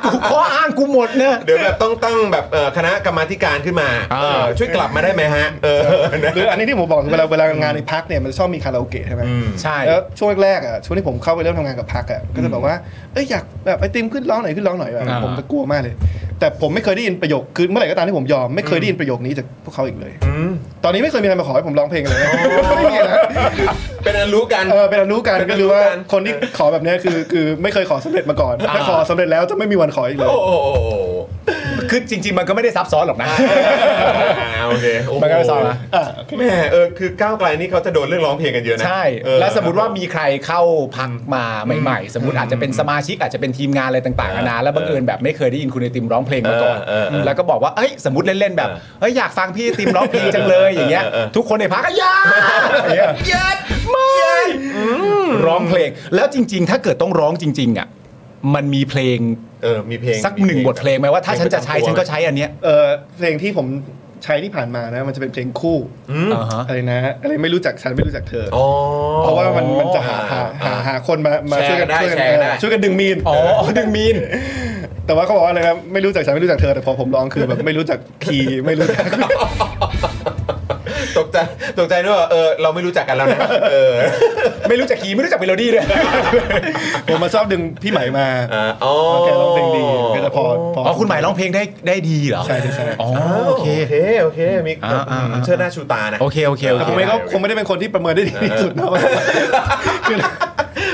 กูข้ออ้างกูหมดเนอะ
เดี๋ยวแบบต้องตั้งแบบเอ่อคณะกรรมาธิการขึ้นมา
เออ
เออช่วยกลับมาได้ไหมฮะเออนะ
หรืออันนี้ที่ผมบอกเวลาเวลางานในพักเนี่ยมันชอบมีคาราโอเกะใช่ไหม
ใช่
แล้วช่วงแรกๆอ่ะช่วงที่ผมเข้าไปเริ่มทำงานกับพักอ่ะก็จะแบบว่าเอ้ยอยากแบบไอติมขึ้นร้องหน่อยขึ้นร้องหน่อยแบบ
อ่า
ผมจะกลัวมากเลย แต่ผมไม่เคยได้ยินประโยคคือเมื่อไหร่ก็ตามที่ผมยอมไม่เคยได้ยินประโยคนี้จากพวกเขาอีกเลยตอนนี้ไม่เคยมีใครมาขอให้ผมร้องเพลงเลยนะไม่มีนะ
เป็นอันรู้กัน
เออเป็นอนุการ
เป็นอนุ
ก็คือว่า
การ
คนที่ขอแบบเนี้ยคือคือไม่เคยขอสำเร็จมาก่อนถ้าขอสำเร็จแล้วจะไม่มีวันขออีกเลย
โอ้โห
คือจริง ๆ มันก็ไม่ได้ซับซ้อนหรอกนะ
อ่าโอเคโอ้โห
มันก็ไม่ซ้อนนะ
แม่เออคือก้าวไกลนี่เขาจะโดนเรื่องร้องเพลงกันเยอะนะ
ใช่
เออ
แล้วสมมติว่ามีใครเข้าพักมาใหม่ๆ สมมติอาจจะเป็นสมาชิกอาจจะเป็นทีมงานอะไรต่างๆนานาแล้วบังเอิญแบบไม่เคยได้ยินคุณไอติมร้องเพลงมาก่อน
เออเออเออ
แล้วก็บอกว่าเอ้ยสมมติเล่นๆแบบ
เออ
เอ้ยอยากฟังพี่ไอติมร้องเพลงจังเลยอย่างเงี้ย
เออเออเออ
ทุกคนในพักก็อยากอย่างเงี้ย
เยัด
ไม่ร้องเพลงแล้วจริง ๆ ถ้าเกิดต้องร้องจริง ๆ อ่ะ มันมีเพลง
เออมีเพลง
สักหนึ่งบทเพลงไหมว่าถ้าฉันจะใช้ฉันก็ใช้อันเนี้ย
เออเพลงที่ผมใช้ที่ผ่านมานะ มันจะเป็นเพลงคู่
อ่าฮะ
อะไรนะอะไรไม่รู้จักฉันไม่รู้จักเธออ
อ๋อ
เพราะว่ามันมันจะหา
อ่า
หาหา
อ่า
หาคนมามา
แช
ช่วย
ร์
กัน
ได้
ช่วยกัน
แชร์กันได้
เออช่วยกันดึงมีน
อ๋อดึงมีน
แต่ว่าเขาบอกว่าอะไรนะไม่รู้จักฉันไม่รู้จักเธอแต่พอผมร้องคือแบบไม่รู้จักคีย์ไม่รู้จัก
ตกใจตกใจด้วยว่าเออเราไม่รู้จักกันแล้วนะเออ
ไม่รู้จักคีย์ไม่รู้จักเมโลดี้ด้วย
ผมมาชอบดึงพี่ใหม่มา
อ่าอ๋อ
แกร้องเพลงดีก็จะพอพอ
อ๋อ คุณหมายร้องเพลงได้ได้ดีเหรอ
ใช่ใช่ใช่
อ๋อ
อ้าว
โอ
โอ
เค
เค โอเค โอเค มี
อ่าอ่าอ่า
เชิดหน้าชูตานะ
โอเคโอเคโอ
แต่
เค
ผมเองก็คงไม่ได้เป็นคนที่ประเมินได้ดีที่สุดนะ ว่าคือ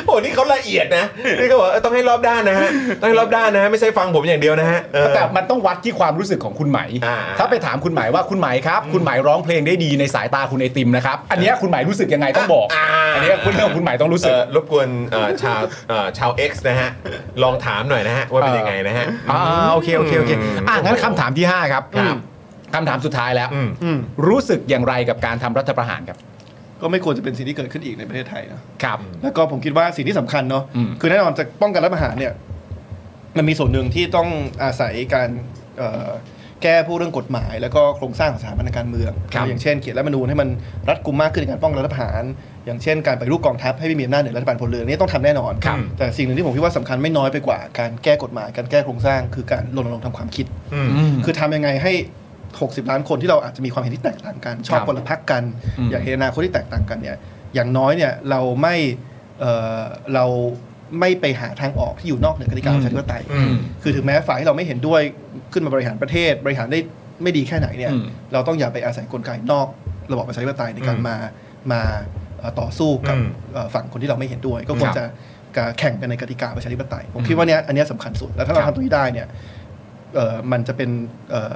โอ้นี่เขาละเอียด นะ นี่เขาบอกเออต้องให้รอบด้านนะฮะ ต้องให้รอบด้านนะฮะ ไม่ใช่ฟังผมอย่างเดียวนะฮะเออ
แต่มันต้องวัดที่ความรู้สึกของคุณไหม
อ่า
ถ้าไปถามคุณไหมายว่าคุณไหมายครับ คุณไหมายร้องเพลงได้ดีในสายตาคุณไอติมนะครับ อันเนี้ยคุณไหมายรู้สึกยังไงต้องบอก
อ่า
อันเนี้ยคุณเรื่องคุณไหมายต้องรู้สึ
เอ่
ก
อรบกวนเอ่อชาวเอ่อชาว X นะฮะ ลองถามหน่อยนะฮะ ว่าเป็นยังไงนะฮะ
อ่าโอเคโอเคโอเคอ่ะงั้นคำถามที่ 5 ครับ
ครับ
คำถามสุดท้ายแล้ว
อืม
อืม
รู้สึกอย่างไรกับการทำรัฐประหารครับ
ก็ไม่ควรจะเป็นสิ่งที่เกิดขึ้นอีกในประเทศไทยเนอะ
ครับ
แล้วก็ผมคิดว่าสิ่งที่สำคัญเนาะ
อืม
คือแน่นอนจะป้องกันรัฐประหารเนี่ยมันมีส่วนหนึ่งที่ต้องอาศัยการเอ่อแก้ผู้เรื่องกฎหมาย แล้วก็โครงสร้างของสถาบันการเมือง
ครับ
อย่างเช่นเขียนรัฐธรรมนูญให้มันรัดกุมมากขึ้นในการป้องกันรัฐประหาร อย่างเช่นการไปฏิรูปกองทัพให้ไม่มีอำนาจเหนือรัฐบาลพลเรือนนี่ต้องทำแน่นอน
ครับ
แต่สิ่งหนึ่งที่ผมคิดว่าสำคัญไม่น้อยไปกว่า การแก้กฎหมาย การแก้โครงสร้างคือการรณรงค์ทำความคิด คือทำยังไงให้ 60 ล้านคนที่เราอาจจะมีความเห็นที่แตกต่างกัน ชอ
ค
บ
รับ
คนละพักกัน
อืม
อยากเห็นอนาคตที่แตกต่างกันเนี่ยอย่างน้อยเนี่ยเราไม่เอ่อเราไม่ไปหาทางออกที่อยู่นอกเหนือกติกา
อื
ป
ม
ระชาธิปไตย
อืม
คือถึงแม้ฝ่ายที่เราไม่เห็นด้วยขึ้นมาบริหารประเทศ บริหารได้ไม่ดีแค่ไหนเนี่ย
อืม
เราต้องอย่าไปอาศัยกลไกนอกระบอบประชาธิปไตยในการมามาเอ่อต่อสู้กับ
อืม
เอ่อฝั่งคนที่เราไม่เห็นด้วย ก็ควรจะการแข่งกันในกติกาประชาธิปไตยผมคิดว่าเนี้ยอันเนี้ยสำคัญสุดแล้วถ้าเรา
ครับ
ทำตรงนี้ได้เนี่ย เอ่อมันจะเป็นเอ่อ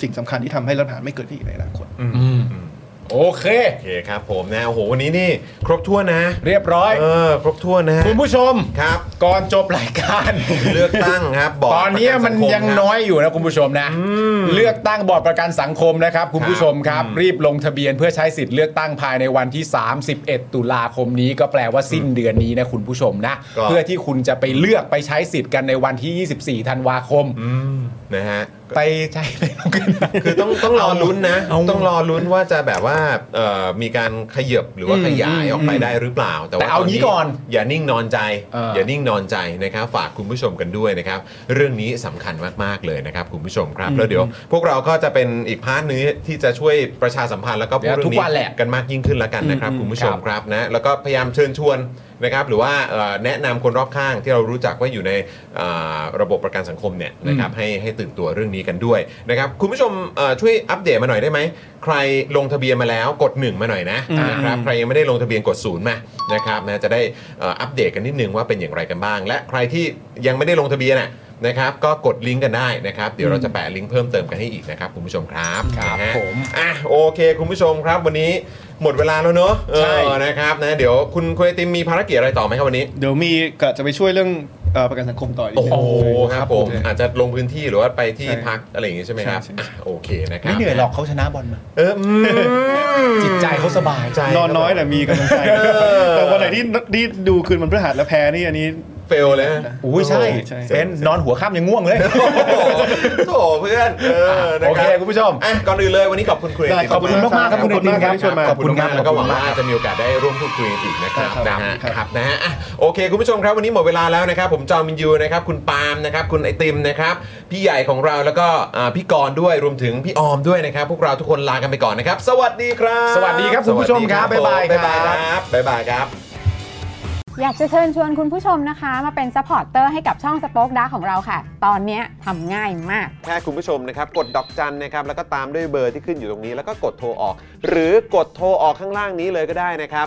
สิ่งสำคัญที่ทำให้รัฐประหารไม่เกิดขึ้นอีกในอนาคต
โอเค
โอเคครับผมนะ โอ้โห วันนี้นี่ ครบถ้วนนะ
เรียบร้อย
เออ ครบถ้วนนะฮะ
คุณผู้ชม
ครับ
ก่อนจบรายการ
เลือกตั้งครับบร์ด
ตอนเนี้ยมันยัง
ประกัสัคครับ
น้อยอยู่นะคุณผู้ชมนะ เลือกตั้งบอร์ดประกันสังคมนะครับคุณผู้ชมครับ รีบลงทะเบียนเพื่อใช้สิทธิ์เลือกตั้งภายในวันที่ 31 ตุลาคมนี้ก็แปลว่าสิ้นเดือนนี้นะคุณผู้ชมนะ
ก็
เพื่อที่คุณจะไปเลือกไปใช้สิทธิ์กันในวันที่ 24 ธันวาคม
อืมนะฮะ
ไปใช้ไปลงกัน
คือต้องต้องรอลุ้นนะ
เอา
ต้องรอลุ้นว่าจะแบบว่าเอ่อมีการขยบหรือว่าขยายออกไปได้หรือเปล่า แต่ว่า
แต่เอางี้ก่อน
อย่านิ่งนอนใจ
เอออย่
อานิ่งนอน อนใจนะครับฝากคุณผู้ชมกันด้วยนะครับเรื่องนี้สำคัญมากๆเลยนะครับคุณผู้ชมครับแล้วเดี๋ยว พวกเราก็จะเป็นอีกพาร์ทนึงที่จะช่วยประชาสัมพันธ์แล้วก็พูด
เดี๋ยว
เรื่
ทุ
อง
กวันแห
นี้
ละ
กันมากยิ่งขึ้นแล้วกันนะครับ
อืม
คุณผู้ชม
ครับ
ครับนะแล้วก็พยายามเชิญชวนนะครับหรือว่าเอ่อแนะนำคนรอบข้างที่เรารู้จักว่าอยู่ในเอ่อระบบประกันสังคมเนี่ยนะครับให้ให้ตื่นตัวเรื่องนี้กันด้วยนะครับคุณผู้ชมเอ่อช่วยอัปเดตมาหน่อยได้ไหมใครลงทะเบียนมาแล้วกดหนึ่งมาหน่อยนะนะครับใครยังไม่ได้ลงทะเบียนกดศูนย์มานะครับนะจะได้เอ่ออัปเดตกันนิดนึงว่าเป็นอย่างไรกันบ้าง และใครที่ยังไม่ได้ลงทะเบียนน่ะนะครับก็กดลิงก์กันได้นะครับเดี๋ยวเราจะแปะลิงก์เพิ่มเติมกันให้อีกนะครับคุณผู้ชมครับ
ครับ
นะฮะ
ผม
อ่ะโอเค คุณผู้ชมครับวันนี้หมดเวลาแล้วเนอะ
ใช่
เออนะครับนะเดี๋ยวคุณคุณไอติมมีภารกิจอะไรต่อไหมครับวันนี้
เดี๋ยวมีก็จะไปช่วยเรื่องเอ่อประกันสังคมต่ออีก
โอ้
นิด
โห
นึง
ครับผมอาจจะลงพื้นที่หรือว่าไปที่
ใช่
พักอะไรอย่างงี้ใช่ไหมครับ
ใช่ใช่
อ่ะโอเคนะครับ
ไม่เหนื่อยหรอกเขาชนะบอลมา
เอออืม
จิตใจเขาสบาย
ใจ
นอนน้อยแต่มีกำลังใจ แต่วันไหนที่ที่ดูคืนมันพฤหัสแล้วแพ้นี่อันนี้
เฟลเลย ฮะ
อุ้ยใช่
ใช่
เป็นนอนหัวข้ามยังง่วงเลย
โอ้โหโถเพื่อนเออนะ
โอ
ค
เครับ คุณผู้ชม
อ่ะก่อนอื่นเลยวันนี้ขอบคุณคุณไอติม
ขอบคุณมากๆครับคุณไอติมครับ
ที่ชวนมา
ขอบคุณมาก
ขอบคุณมาก
แล้วก็หวังว่าจะมีโอกาสได้ร่วมพูดคุยกันอีกนะครับ
ครับ
นะฮะ
ครับ
ครับนะฮะอ่ะโอเค คุณผู้ชมครับวันนี้หมดเวลาแล้วนะครับ ผมจอมินยูนะครับคุณปาล์มนะครับคุณไอติมนะครับพี่ใหญ่ของเราแล้วก็อ่าพี่กรณ์ด้วยรวมถึงพี่ออมด้วยนะครับ พวกเราทุกคนลากันไปก่อนนะครับ สวัสดีครับ
สวัสดีครับคุณผู้ชมครับ
สวัสดี
บ๊ายบาย
ผ
ครั
ม
บ
บ๊ายบายครับ
อยากจะเชิญชวนคุณผู้ชมนะคะ มาเป็นซัพพอร์ตเตอร์ให้กับช่องสป็อคดาของเราค่ะ ตอนเนี้ยทำง่ายมาก
แค่คุณผู้ชมนะครับ กดดอกจันนะครับ แล้วก็ตามด้วยเบอร์ที่ขึ้นอยู่ตรงนี้แล้วก็กดโทรออก หรือกดโทรออกข้างล่างนี้เลยก็ได้นะครับ